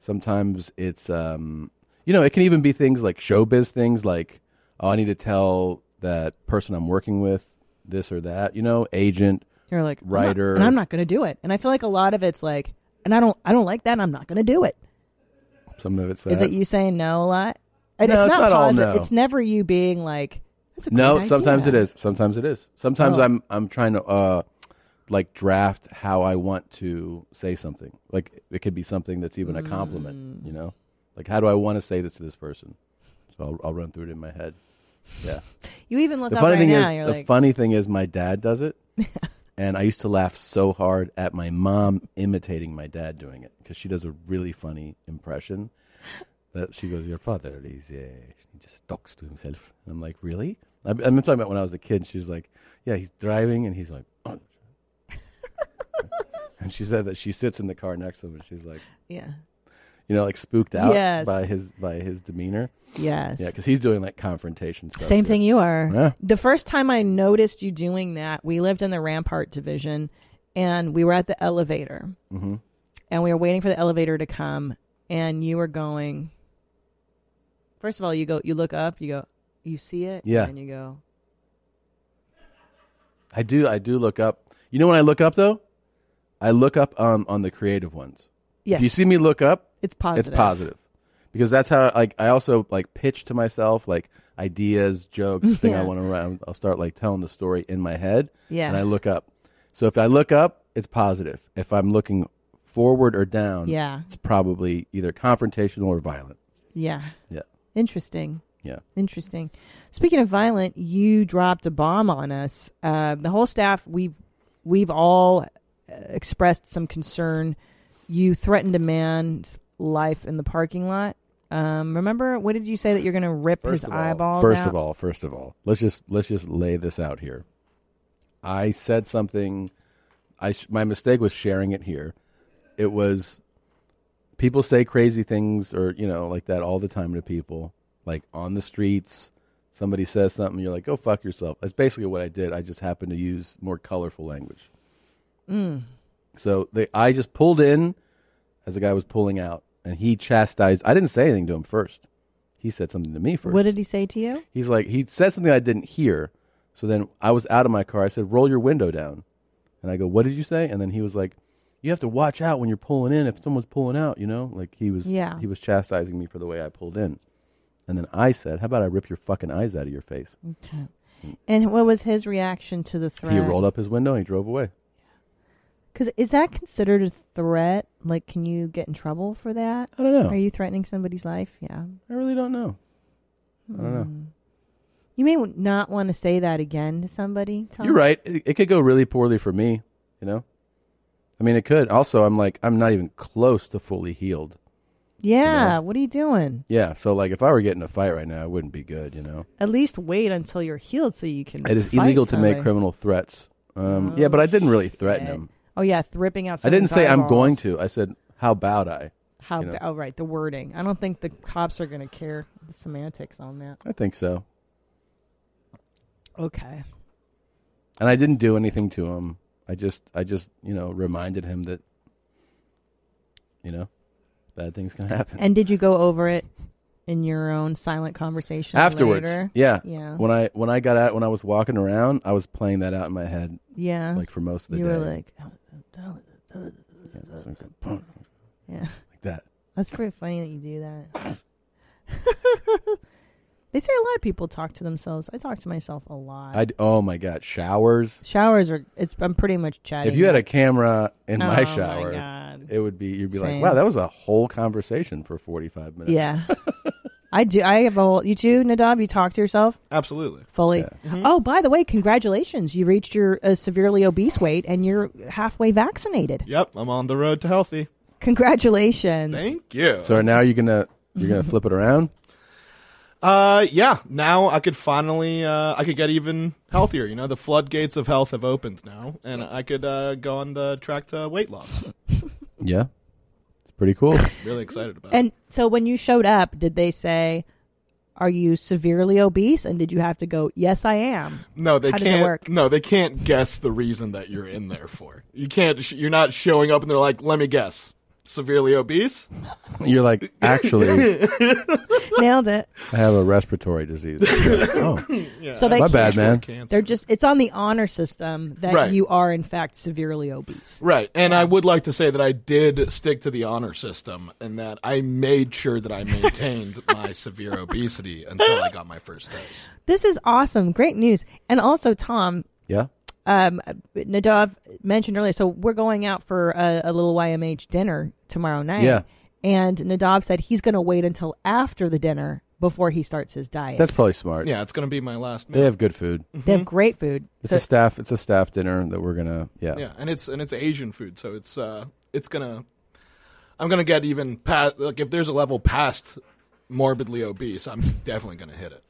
[SPEAKER 2] Sometimes it's um, you know, it can even be things like showbiz things like, oh, I need to tell that person I'm working with this or that. You know, agent.
[SPEAKER 1] You're like I'm not-
[SPEAKER 2] writer,
[SPEAKER 1] and I'm not going to do it. And I feel like a lot of it's like, and I don't, I don't like that. And I'm not going to do it.
[SPEAKER 2] Some of it's
[SPEAKER 1] Is it
[SPEAKER 2] that.
[SPEAKER 1] you saying no a lot? And
[SPEAKER 2] No,
[SPEAKER 1] it's
[SPEAKER 2] it's
[SPEAKER 1] not,
[SPEAKER 2] not all
[SPEAKER 1] positive.
[SPEAKER 2] no.
[SPEAKER 1] It's never you being like, that's a great
[SPEAKER 2] no sometimes it
[SPEAKER 1] idea.
[SPEAKER 2] is sometimes it is sometimes
[SPEAKER 1] Oh.
[SPEAKER 2] i'm i'm trying to uh like draft how i want to say something like it could be something that's even a compliment
[SPEAKER 1] Mm.
[SPEAKER 2] you know like how do i want to say this to this person so i'll, I'll run through it in my head yeah
[SPEAKER 1] You even look
[SPEAKER 2] the
[SPEAKER 1] up
[SPEAKER 2] funny
[SPEAKER 1] right
[SPEAKER 2] thing
[SPEAKER 1] now, you're
[SPEAKER 2] is the
[SPEAKER 1] like-
[SPEAKER 2] funny thing is my dad does it and i used to laugh so hard at my mom imitating my dad doing it because she does a really funny impression that she goes your father is uh, he just talks to himself and i'm like really I, i'm talking about when i was a kid she's like yeah he's driving and he's like "Oh." and she said that she sits in the car next to him and she's like
[SPEAKER 1] Yeah.
[SPEAKER 2] you know like spooked out
[SPEAKER 1] Yes.
[SPEAKER 2] by his by his demeanor
[SPEAKER 1] Yes.
[SPEAKER 2] yeah because he's doing like confrontation stuff
[SPEAKER 1] Same
[SPEAKER 2] too.
[SPEAKER 1] thing you are.
[SPEAKER 2] Yeah.
[SPEAKER 1] The first time I noticed you doing that, we lived in the Rampart division, and we were at the elevator,
[SPEAKER 17] Mm-hmm.
[SPEAKER 2] Mhm.
[SPEAKER 1] and we were waiting for the elevator to come, and you were going. First of all, you go, you look up, you go, you see it,
[SPEAKER 2] Yeah.
[SPEAKER 1] and then you go,
[SPEAKER 2] I do. I do look up. You know when I look up though, I look up um, on the creative ones.
[SPEAKER 1] Yes.
[SPEAKER 2] If you see me look up,
[SPEAKER 1] It's positive.
[SPEAKER 2] It's positive because that's how like I also like pitch to myself like ideas, jokes, thing I
[SPEAKER 1] Yeah.
[SPEAKER 2] want to run. I'll start like telling the story in my head.
[SPEAKER 1] Yeah.
[SPEAKER 2] And I look up. So if I look up, it's positive. If I'm looking forward or down,
[SPEAKER 1] Yeah.
[SPEAKER 2] it's probably either confrontational or violent.
[SPEAKER 1] Yeah.
[SPEAKER 2] Yeah.
[SPEAKER 1] Interesting.
[SPEAKER 2] Yeah.
[SPEAKER 1] Interesting. Speaking of violent, you dropped a bomb on us. Uh, the whole staff, we've we've all uh, expressed some concern. You threatened a man's life in the parking lot. Um, remember, what did you say that you're going to rip his
[SPEAKER 2] of all-
[SPEAKER 1] eyeballs
[SPEAKER 2] First
[SPEAKER 1] out?
[SPEAKER 2] of all, first of all, let's just let's just lay this out here. I said something. I sh- my mistake was sharing it here. It was people say crazy things or you know like that all the time to people, like on the streets. Somebody says something, you're like, "Go fuck yourself." That's basically what I did. I just happened to use more colorful language.
[SPEAKER 1] Mm.
[SPEAKER 2] So they, I just pulled in as the guy was pulling out, and he chastised. I didn't say anything to him first. He said something to me first.
[SPEAKER 1] What did he say to you?
[SPEAKER 2] He's like, he said something I didn't hear. So then I was out of my car. I said, roll your window down. And I go, what did you say? And then he was like, you have to watch out when you're pulling in. If someone's pulling out, you know, like he was,
[SPEAKER 1] Yeah.
[SPEAKER 2] he was chastising me for the way I pulled in. And then I said, how about I rip your fucking eyes out of your face?
[SPEAKER 1] Okay. And what was his reaction to the threat?
[SPEAKER 2] He rolled up his window and he drove away.
[SPEAKER 1] Because is that considered a threat? Like, can you get in trouble for that?
[SPEAKER 2] I don't know.
[SPEAKER 1] Are you threatening somebody's life? Yeah.
[SPEAKER 2] I really don't know. I don't know.
[SPEAKER 1] You may w- not want to say that again to somebody. Tom.
[SPEAKER 2] You're right. It, it could go really poorly for me, you know? I mean, it could. Also, I'm like, I'm not even close to fully healed.
[SPEAKER 1] Yeah. What are you doing?
[SPEAKER 2] Yeah. So, like, if I were getting in a fight right now, it wouldn't be good, you know?
[SPEAKER 1] At least wait until you're healed so you can.
[SPEAKER 2] It is
[SPEAKER 1] fight
[SPEAKER 2] illegal to
[SPEAKER 1] somebody.
[SPEAKER 2] make criminal threats. Um, yeah, but I didn't really threaten him.
[SPEAKER 1] Oh yeah, th- ripping out.
[SPEAKER 2] I didn't
[SPEAKER 1] someone's
[SPEAKER 2] say I'm
[SPEAKER 1] eyeballs.
[SPEAKER 2] going to. I said, how about I?
[SPEAKER 1] How?
[SPEAKER 2] You know?
[SPEAKER 1] ba- oh right, the wording. I don't think the cops are going to care the semantics on that.
[SPEAKER 2] I think so.
[SPEAKER 1] Okay.
[SPEAKER 2] And I didn't do anything to him. I just, I just, you know, reminded him that, you know, bad things can happen.
[SPEAKER 1] And did you go over it in your own silent conversation
[SPEAKER 2] afterwards
[SPEAKER 1] later?
[SPEAKER 2] yeah
[SPEAKER 1] Yeah.
[SPEAKER 2] when i when i got out when i was walking around i was playing that out in my head
[SPEAKER 1] Yeah.
[SPEAKER 2] like for most of the
[SPEAKER 1] You
[SPEAKER 2] day
[SPEAKER 1] were like, "Oh,
[SPEAKER 2] Yeah, it's like a-
[SPEAKER 1] yeah.
[SPEAKER 2] like that
[SPEAKER 1] That's pretty funny that you do that. they say a lot of people talk to themselves. I talk to myself a lot.
[SPEAKER 2] i oh my god showers
[SPEAKER 1] Showers are. It's. I'm pretty much chatting.
[SPEAKER 2] if you had
[SPEAKER 1] now.
[SPEAKER 2] a camera in
[SPEAKER 1] Oh, my
[SPEAKER 2] my shower
[SPEAKER 1] God.
[SPEAKER 2] it would be you'd be
[SPEAKER 1] Same.
[SPEAKER 2] like wow that was a whole conversation for 45 minutes
[SPEAKER 1] Yeah. I do. I have a whole. You too, Nadav. You talk to yourself
[SPEAKER 3] Absolutely.
[SPEAKER 1] fully. Oh, by the way, congratulations! You reached your uh, severely obese weight, and you're halfway vaccinated.
[SPEAKER 3] Yep, I'm on the road to healthy.
[SPEAKER 1] Congratulations!
[SPEAKER 3] Thank you.
[SPEAKER 2] so now you're gonna you're gonna flip it around
[SPEAKER 3] Uh, yeah. Now I could finally, uh, I could get even healthier. You know, the floodgates of health have opened now, and I could uh, go on the track to weight loss.
[SPEAKER 2] yeah it's pretty cool
[SPEAKER 3] Really excited about. it.
[SPEAKER 1] And so, when you showed up, did they say, "Are you severely obese?" And did you have to go, "Yes, I am"?
[SPEAKER 3] No, they
[SPEAKER 1] How
[SPEAKER 3] can't.
[SPEAKER 1] Does it work?
[SPEAKER 3] No, they can't guess the reason that you're in there for. You can't. You're not showing up, and they're like, "Let me guess, severely obese."
[SPEAKER 2] you're like actually
[SPEAKER 1] Nailed it.
[SPEAKER 2] i have a respiratory disease oh
[SPEAKER 1] So they
[SPEAKER 2] my bad man
[SPEAKER 1] Uh, They're just. It's on the honor system that
[SPEAKER 3] Right.
[SPEAKER 1] you are in fact severely obese.
[SPEAKER 3] Right, and I would like to say that I did stick to the honor system, and that I made sure that I maintained my severe obesity until I got my first dose.
[SPEAKER 1] This is awesome. Great news. And also, Tom,
[SPEAKER 2] yeah
[SPEAKER 1] um, Nadav mentioned earlier, so we're going out for a, a little YMH dinner tomorrow night.
[SPEAKER 2] Yeah.
[SPEAKER 1] And Nadav said he's going to wait until after the dinner before he starts his diet.
[SPEAKER 2] that's probably smart
[SPEAKER 3] Yeah, it's going to be my last Mm-hmm.
[SPEAKER 2] they
[SPEAKER 3] meal.
[SPEAKER 2] have good food
[SPEAKER 1] They have great food.
[SPEAKER 2] It's
[SPEAKER 1] So-
[SPEAKER 2] a staff. It's a staff dinner that we're gonna. Yeah.
[SPEAKER 3] Yeah, and it's and it's Asian food, so it's uh, it's gonna. I'm gonna get even past. Like, if there's a level past morbidly obese, I'm definitely gonna hit it.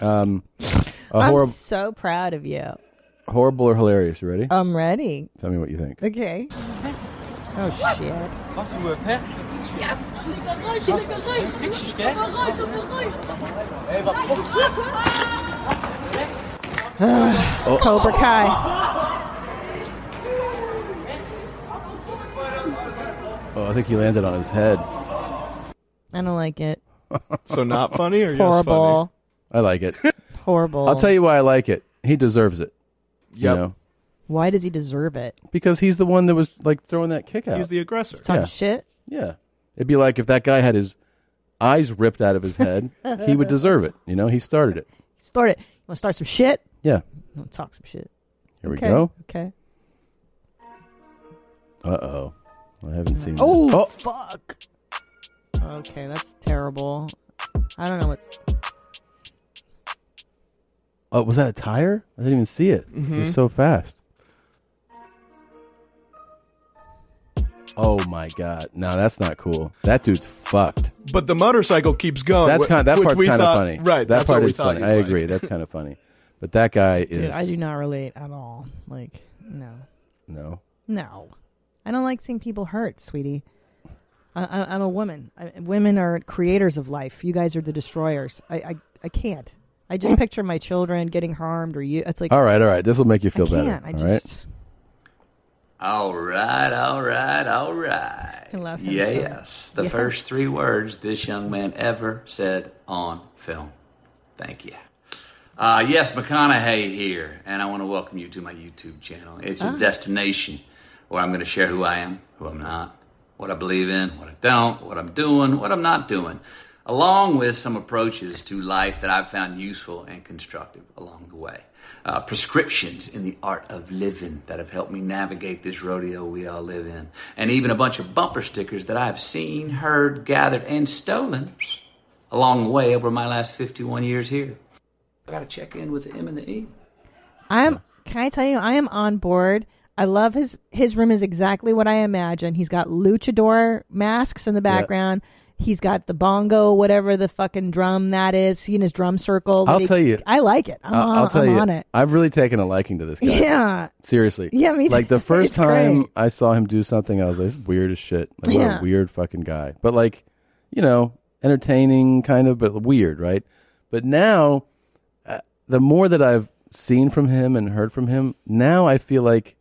[SPEAKER 2] Um, a
[SPEAKER 1] I'm
[SPEAKER 2] horrible,
[SPEAKER 1] so proud of you.
[SPEAKER 2] horrible or hilarious. You ready?
[SPEAKER 1] I'm ready.
[SPEAKER 2] Tell me what you think.
[SPEAKER 1] Okay. Oh, shit.
[SPEAKER 12] Hast du Pet?
[SPEAKER 13] Ja.
[SPEAKER 12] Fixes, gell? Ey, was
[SPEAKER 1] Ugh. Cobra Kai.
[SPEAKER 2] Oh, I think he landed on his head.
[SPEAKER 1] I don't like it.
[SPEAKER 3] So not funny or yes, funny?
[SPEAKER 1] Horrible.
[SPEAKER 2] I like it.
[SPEAKER 1] Horrible.
[SPEAKER 2] I'll tell you why I like it. He deserves it.
[SPEAKER 3] Yep.
[SPEAKER 2] You know,
[SPEAKER 1] Why does he deserve it?
[SPEAKER 2] because he's the one that was like throwing that kick out.
[SPEAKER 3] He's the aggressor.
[SPEAKER 1] He's talking shit?
[SPEAKER 2] Yeah. It'd be like if that guy had his eyes ripped out of his head, he would deserve it. You know, he started it.
[SPEAKER 1] Start it. You want to start some shit?
[SPEAKER 2] Yeah.
[SPEAKER 1] You want to talk some shit?
[SPEAKER 2] Here we
[SPEAKER 1] Okay.
[SPEAKER 2] go.
[SPEAKER 1] Okay.
[SPEAKER 2] Uh oh. I haven't seen.
[SPEAKER 1] Oh,
[SPEAKER 2] this.
[SPEAKER 1] fuck. Okay, that's terrible. I don't know what's.
[SPEAKER 2] Oh, was that a tire? I didn't even see it. It
[SPEAKER 3] Mm-hmm.
[SPEAKER 1] Mhm.
[SPEAKER 2] was so fast. Oh my god. No, that's not cool. That dude's fucked.
[SPEAKER 3] But the motorcycle keeps going.
[SPEAKER 2] That's
[SPEAKER 3] wh-
[SPEAKER 2] kind that
[SPEAKER 3] which
[SPEAKER 2] part's
[SPEAKER 3] we
[SPEAKER 2] kind of
[SPEAKER 3] thought-
[SPEAKER 2] funny.
[SPEAKER 3] Right.
[SPEAKER 2] That
[SPEAKER 3] that's
[SPEAKER 2] part
[SPEAKER 3] what we
[SPEAKER 2] is
[SPEAKER 3] thought
[SPEAKER 2] funny.
[SPEAKER 3] he
[SPEAKER 2] I
[SPEAKER 3] liked.
[SPEAKER 2] agree. That's kind of funny. But that guy
[SPEAKER 1] Dude,
[SPEAKER 2] is
[SPEAKER 1] I do not relate at all. Like, no,
[SPEAKER 2] no.
[SPEAKER 1] no, I don't like seeing people hurt, sweetie. I, I, I'm a woman. I, women are creators of life. You guys are the destroyers. I, I, I can't. I just picture my children getting harmed or you. It's like
[SPEAKER 2] all right, all right. This will make you feel better.
[SPEAKER 1] can't. I
[SPEAKER 2] all
[SPEAKER 1] just-
[SPEAKER 7] All right, all right, all right.
[SPEAKER 1] I love him so
[SPEAKER 7] Yes,
[SPEAKER 1] much.
[SPEAKER 7] the
[SPEAKER 1] Yeah.
[SPEAKER 7] first three words this young man ever said on film. Thank you. Uh, yes, McConaughey here, and I want to welcome you to my YouTube channel. It's
[SPEAKER 17] Ah.
[SPEAKER 7] a destination where I'm going to share who I am, who I'm not, what I believe in, what I don't, what I'm doing, what I'm not doing, along with some approaches to life that I've found useful and constructive along the way. Uh, prescriptions in the art of living that have helped me navigate this rodeo we all live in, and even a bunch of bumper stickers that I've seen, heard, gathered, and stolen along the way over my last 51 years here. I got to check in with the M and the E.
[SPEAKER 1] I'm. Can I tell you? I am on board. I love his his room is exactly what I imagine. He's got luchador masks in the
[SPEAKER 2] Yeah.
[SPEAKER 1] background. He's got the bongo, whatever the fucking drum that is. He in his drum circle. that
[SPEAKER 2] I'll
[SPEAKER 1] he-
[SPEAKER 2] tell you.
[SPEAKER 1] I like it. I'm,
[SPEAKER 2] I'll-
[SPEAKER 1] on,
[SPEAKER 2] I'll tell
[SPEAKER 1] I'm
[SPEAKER 2] you.
[SPEAKER 1] on it.
[SPEAKER 2] I've really taken a liking to this guy.
[SPEAKER 1] Yeah.
[SPEAKER 2] Seriously.
[SPEAKER 1] Yeah, me
[SPEAKER 2] Like
[SPEAKER 1] too.
[SPEAKER 2] the first
[SPEAKER 1] It's
[SPEAKER 2] time
[SPEAKER 1] great.
[SPEAKER 2] I saw him do something, I was like, this is weird as shit. Like, what
[SPEAKER 1] Yeah.
[SPEAKER 2] a weird fucking guy. But like, you know, entertaining kind of, but weird, right? But now, uh, the more that I've seen from him and heard from him, now I feel like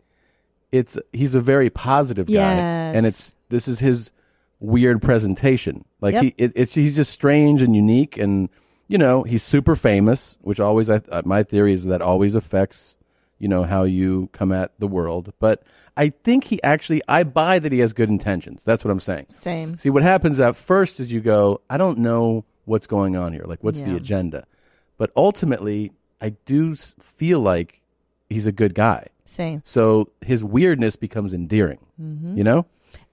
[SPEAKER 2] it's he's a very positive guy,
[SPEAKER 1] Yes.
[SPEAKER 2] and it's this is his weird presentation. Like
[SPEAKER 1] Yep.
[SPEAKER 2] he, it, it's he's just strange and unique, and you know he's super famous, which always I, uh, my theory is that always affects you know how you come at the world. But I think he actually I buy that he has good intentions. That's what I'm saying.
[SPEAKER 1] Same.
[SPEAKER 2] See what happens at first is you go, I don't know what's going on here. Like what's the
[SPEAKER 1] Yeah.
[SPEAKER 2] agenda? But ultimately, I do s- feel like he's a good guy.
[SPEAKER 1] Same.
[SPEAKER 2] So his weirdness becomes endearing.
[SPEAKER 1] Mhm.
[SPEAKER 2] You know?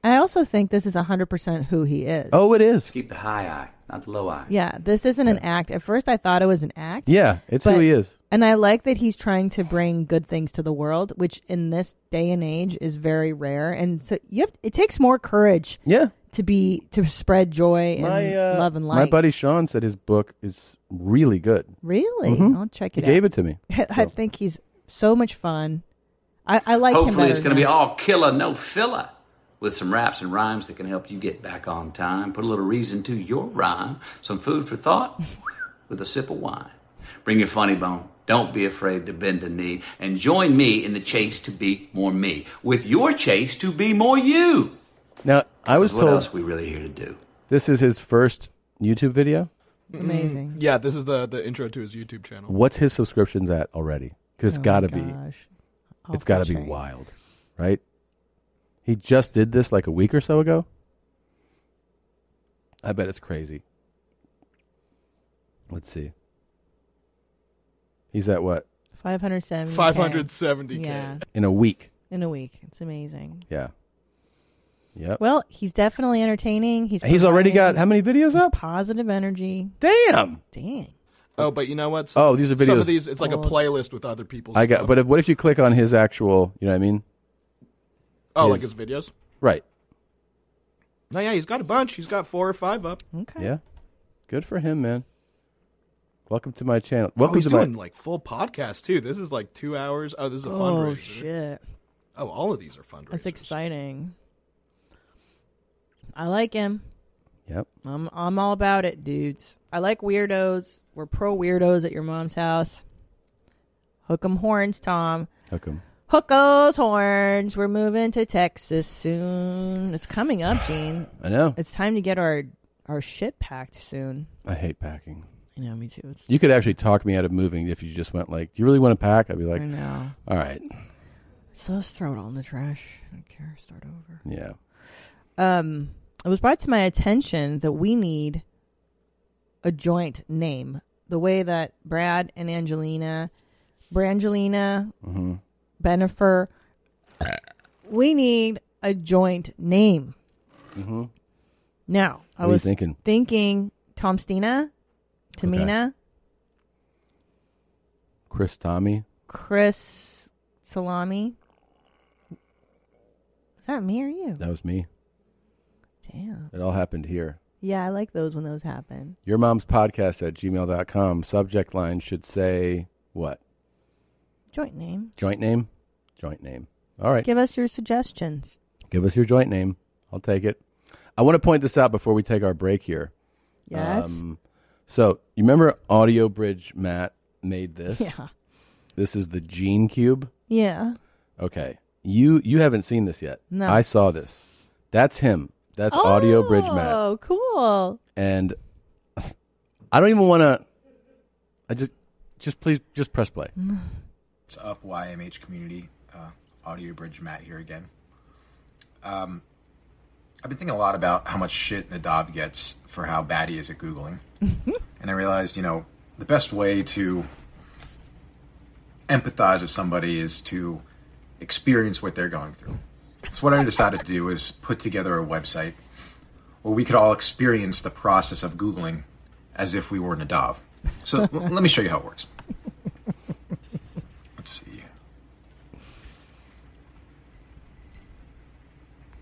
[SPEAKER 1] I also think this is 100% who he is.
[SPEAKER 2] Oh, it is.
[SPEAKER 7] Keep the high eye, not the low eye.
[SPEAKER 1] Yeah, this isn't an act. At first, I thought it was an act.
[SPEAKER 2] Yeah, it's who he is.
[SPEAKER 1] And I like that he's trying to bring good things to the world, which in this day and age is very rare. And so you have it takes more courage.
[SPEAKER 2] Yeah.
[SPEAKER 1] To be to spread joy and
[SPEAKER 2] My, uh,
[SPEAKER 1] love and light.
[SPEAKER 2] My buddy Sean said his book is really good.
[SPEAKER 1] Really?
[SPEAKER 2] Mhm.
[SPEAKER 1] I'll check
[SPEAKER 2] He
[SPEAKER 1] it out.
[SPEAKER 2] gave it to me.
[SPEAKER 1] I think he's so much fun. I, I like him
[SPEAKER 7] Hopefully,
[SPEAKER 1] better
[SPEAKER 7] it's going to
[SPEAKER 1] now.
[SPEAKER 7] be all killer, no filler, with some raps and rhymes that can help you get back on time. Put a little reason to your rhyme, some food for thought, with a sip of wine. Bring your funny bone. Don't be afraid to bend a knee and join me in the chase to be more me. With your chase to be more you.
[SPEAKER 2] Now, I was
[SPEAKER 7] what
[SPEAKER 2] told
[SPEAKER 7] else we really here to do.
[SPEAKER 2] this is his first YouTube video.
[SPEAKER 1] Amazing.
[SPEAKER 3] yeah, this is the the intro to his YouTube channel.
[SPEAKER 2] What's his subscriptions at already? Because it's
[SPEAKER 3] Oh my
[SPEAKER 2] got to be,
[SPEAKER 3] gosh.
[SPEAKER 2] it's got to be wild, right? He just did this like a week or so ago. I bet it's crazy. Let's see. He's at what
[SPEAKER 1] 570.
[SPEAKER 3] 570K.
[SPEAKER 1] Yeah.
[SPEAKER 2] in a week?
[SPEAKER 1] In a week. It's amazing.
[SPEAKER 2] Yeah. Yep.
[SPEAKER 1] Well, he's definitely entertaining. He's
[SPEAKER 2] He's already
[SPEAKER 1] providing-
[SPEAKER 2] got how many videos
[SPEAKER 1] he's
[SPEAKER 2] up?
[SPEAKER 1] Positive energy.
[SPEAKER 2] Damn.
[SPEAKER 1] Dang.
[SPEAKER 3] Oh, but you know what?
[SPEAKER 2] Oh, these are
[SPEAKER 3] Some
[SPEAKER 2] videos.
[SPEAKER 3] of these, it's like a playlist with other people's.
[SPEAKER 2] I got.
[SPEAKER 3] stuff.
[SPEAKER 2] But if, what if you click on his actual? You know what I mean?
[SPEAKER 3] Oh, like his videos?
[SPEAKER 2] Right.
[SPEAKER 3] no, yeah, he's got a bunch. He's got four or five up.
[SPEAKER 1] Okay.
[SPEAKER 2] Yeah. Good for him, man. Welcome to my channel.
[SPEAKER 3] Oh,
[SPEAKER 2] Welcome
[SPEAKER 3] he's
[SPEAKER 2] to
[SPEAKER 3] doing
[SPEAKER 2] my.
[SPEAKER 3] like full podcast too. This is like two hours. Oh, this is a
[SPEAKER 1] Oh,
[SPEAKER 3] fundraiser.
[SPEAKER 1] shit.
[SPEAKER 3] Oh, all of these are fundraisers.
[SPEAKER 1] That's exciting. I like him.
[SPEAKER 2] Yep.
[SPEAKER 1] I'm I'm all about it, dudes. I like weirdos. We're pro weirdos at your mom's house. Hook 'em horns, Tom.
[SPEAKER 2] Hook 'em.
[SPEAKER 1] Hook those horns. We're moving to Texas soon. It's coming up, Gene.
[SPEAKER 2] I know.
[SPEAKER 1] It's time to get our our shit packed soon.
[SPEAKER 2] I hate packing.
[SPEAKER 1] I know, me too. It's
[SPEAKER 2] You could actually talk me out of moving if you just went like, "Do you really want to pack?" I'd be like,
[SPEAKER 1] I know.
[SPEAKER 2] All right.
[SPEAKER 1] So let's throw it all in the trash. I don't care. Start over.
[SPEAKER 2] Yeah.
[SPEAKER 1] Um, it was brought to my attention that we need a joint name. The way that Brad and Angelina, Brangelina,
[SPEAKER 2] Mhm.
[SPEAKER 1] Benifer, we need a joint name.
[SPEAKER 2] Mm-hmm.
[SPEAKER 1] Now,
[SPEAKER 2] What
[SPEAKER 1] I
[SPEAKER 2] are you
[SPEAKER 1] was
[SPEAKER 2] thinking?
[SPEAKER 1] thinking Tomstina, Tamina,
[SPEAKER 2] Chris Tommy.
[SPEAKER 1] Chris Salami. Is that me or you?
[SPEAKER 2] That was me.
[SPEAKER 1] Damn.
[SPEAKER 2] It all happened here.
[SPEAKER 1] Yeah, I like those when those happen.
[SPEAKER 2] Your mom's podcast at gmail.com. Subject line should say what?
[SPEAKER 1] Joint name.
[SPEAKER 2] Joint name? Joint name. All right.
[SPEAKER 1] Give us your suggestions.
[SPEAKER 2] Give us your joint name. I'll take it. I want to point this out before we take our break here. Um,
[SPEAKER 1] Yes.
[SPEAKER 2] so you remember Audio Bridge Matt made this?
[SPEAKER 1] Yeah.
[SPEAKER 2] This is the Gene Cube.
[SPEAKER 1] Yeah.
[SPEAKER 2] Okay. You you haven't seen this yet.
[SPEAKER 1] No.
[SPEAKER 2] I saw this. That's him. That's Audio Bridge Matt.
[SPEAKER 1] Oh, cool.
[SPEAKER 2] And I don't even want to. I just just please just press play.
[SPEAKER 9] What's up, YMH community? Uh, Audio Bridge Matt here again. Um, I've been thinking a lot about how much shit Nadav gets for how bad he is at Googling. and I realized, you know, the best way to empathize with somebody is to experience what they're going through. So, what I decided to do is put together a website where we could all experience the process of Googling as if we were Nadav. So, l- let me show you how it works. Let's see.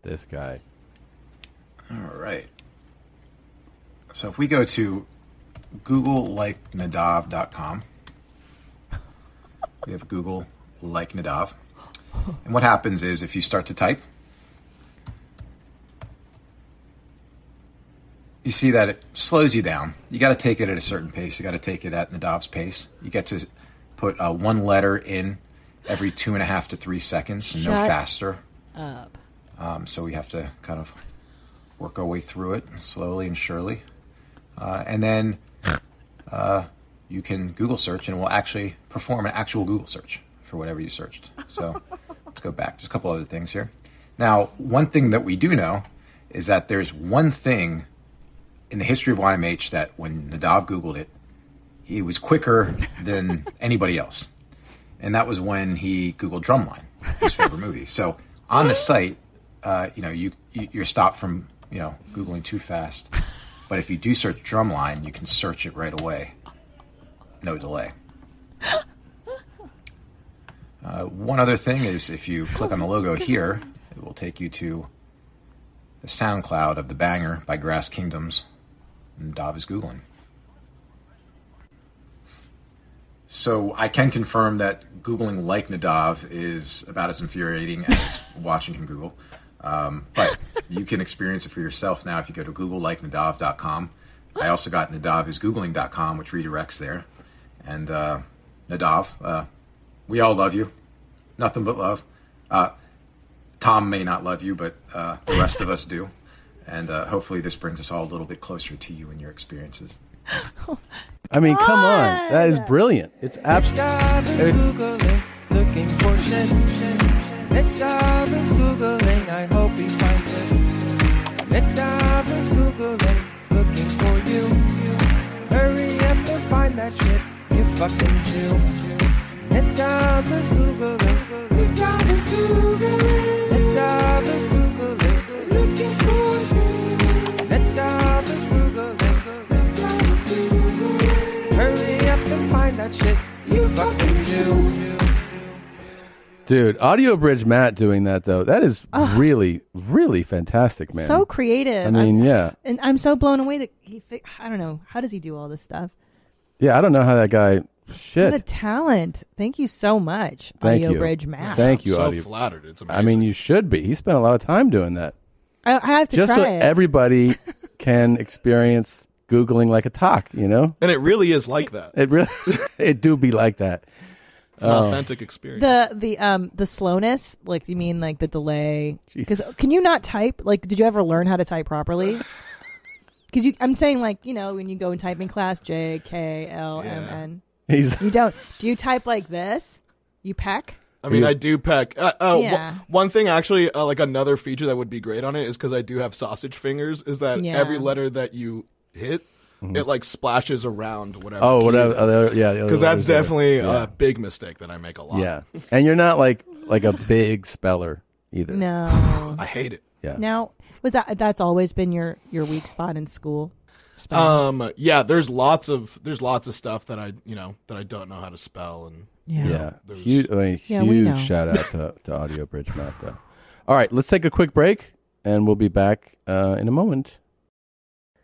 [SPEAKER 2] This guy.
[SPEAKER 9] All right. So if we go to googlelikenadav.com, we have Google like Nadav. And what happens is if you start to type, you see that it slows you down. You got to take it at a certain pace. You got to take it at Nadav's pace. You get to put uh, one letter in every two and a half to three seconds, no
[SPEAKER 1] Shut
[SPEAKER 9] faster.
[SPEAKER 1] Up.
[SPEAKER 9] Um, so we have to kind of work our way through it slowly and surely. Uh, and then uh, you can Google search and we'll actually perform an actual Google search for whatever you searched. So let's go back. There's a couple other things here. Now, one thing that we do know is that there's one thing in the history of YMH that when Nadav Googled it, he was quicker than anybody else. And that was when he Googled Drumline, his favorite movie. So on the site, uh, you know, you, you you're stopped from you know googling too fast. But if you do search drumline, you can search it right away, no delay. Uh, one other thing is if you click on the logo here, it will take you to the SoundCloud of the banger by Grass Kingdoms. And Dov is googling. So I can confirm that googling like Nadav is about as infuriating as watching him Google. Um, but you can experience it for yourself now if you go to googleikenadav.com. I also got nadavisgoogling.com, which redirects there. And uh, Nadav, uh, we all love you. Nothing but love. Uh, Tom may not love you, but uh, the rest of us do. And uh, hopefully this brings us all a little bit closer to you and your experiences.
[SPEAKER 2] I mean, come on. That is brilliant. It's absolutely.
[SPEAKER 17] looking for shit. Nadav is googling, I hope he finds it. Nadav is googling, looking for you. Hurry up and find that shit, you fucking Jew. Nadav is googling, Nadav is googling, Nadav is googling, looking for you. Nadav is googling, Nadav is googling. Hurry up and find that shit, you fucking Jew.
[SPEAKER 2] Dude, Audio Bridge Matt doing that, though, that is
[SPEAKER 1] Ugh.
[SPEAKER 2] really, really fantastic, man.
[SPEAKER 1] So creative.
[SPEAKER 2] I mean,
[SPEAKER 1] I'm-
[SPEAKER 2] yeah.
[SPEAKER 1] And I'm so blown away that he. Fi- I don't know. How does he do all this stuff?
[SPEAKER 2] Yeah, I don't know how that guy.
[SPEAKER 1] What a
[SPEAKER 2] Shit.
[SPEAKER 1] talent! Thank you so much,
[SPEAKER 2] Thank
[SPEAKER 1] Audio
[SPEAKER 2] you.
[SPEAKER 1] Bridge Matt.
[SPEAKER 2] Thank you,
[SPEAKER 3] I'm so
[SPEAKER 2] Audio.
[SPEAKER 3] flattered. It's
[SPEAKER 2] I mean, you should be. He spent a lot of time doing that.
[SPEAKER 1] I, I have to
[SPEAKER 2] Just
[SPEAKER 1] try
[SPEAKER 2] so
[SPEAKER 1] it.
[SPEAKER 2] everybody can experience Googling like a talk, you know?
[SPEAKER 3] And it really is like that.
[SPEAKER 2] It really, it do be like that.
[SPEAKER 3] It's an
[SPEAKER 2] Oh.
[SPEAKER 3] authentic experience.
[SPEAKER 1] the the um the slowness, like you mean like the delay? Because
[SPEAKER 2] Jesus.
[SPEAKER 1] can you not type? Like, did you ever learn how to type properly? Because you, I'm saying like you know when you go in typing class, J K L M N.
[SPEAKER 2] He's-
[SPEAKER 1] You don't. Do you type like this? You peck.
[SPEAKER 3] I mean, I do peck. Uh, oh,
[SPEAKER 1] Yeah.
[SPEAKER 3] one- one thing actually, uh, like another feature that would be great on it is because I do have sausage fingers. Is that
[SPEAKER 1] Yeah.
[SPEAKER 3] every letter that you hit, it like splashes around whatever.
[SPEAKER 2] Mm-hmm. Oh, whatever- other- yeah, the other
[SPEAKER 3] Because that's
[SPEAKER 2] letters there.
[SPEAKER 3] definitely
[SPEAKER 2] Yeah.
[SPEAKER 3] a big mistake that I make a lot.
[SPEAKER 2] Yeah. And you're not like like a big speller either.
[SPEAKER 1] No.
[SPEAKER 3] I hate it.
[SPEAKER 2] Yeah.
[SPEAKER 1] Now was that that's always been your your weak spot in school? Spelling?
[SPEAKER 3] Um. Yeah. There's lots of there's lots of stuff that I you know that I don't know how to spell and
[SPEAKER 2] Yeah.
[SPEAKER 3] there's-
[SPEAKER 2] Huge, I mean,
[SPEAKER 1] Yeah, we
[SPEAKER 2] huge
[SPEAKER 1] know.
[SPEAKER 2] shout out to, to Audio Bridge Matt, though. All right, let's take a quick break, and we'll be back uh, in a moment.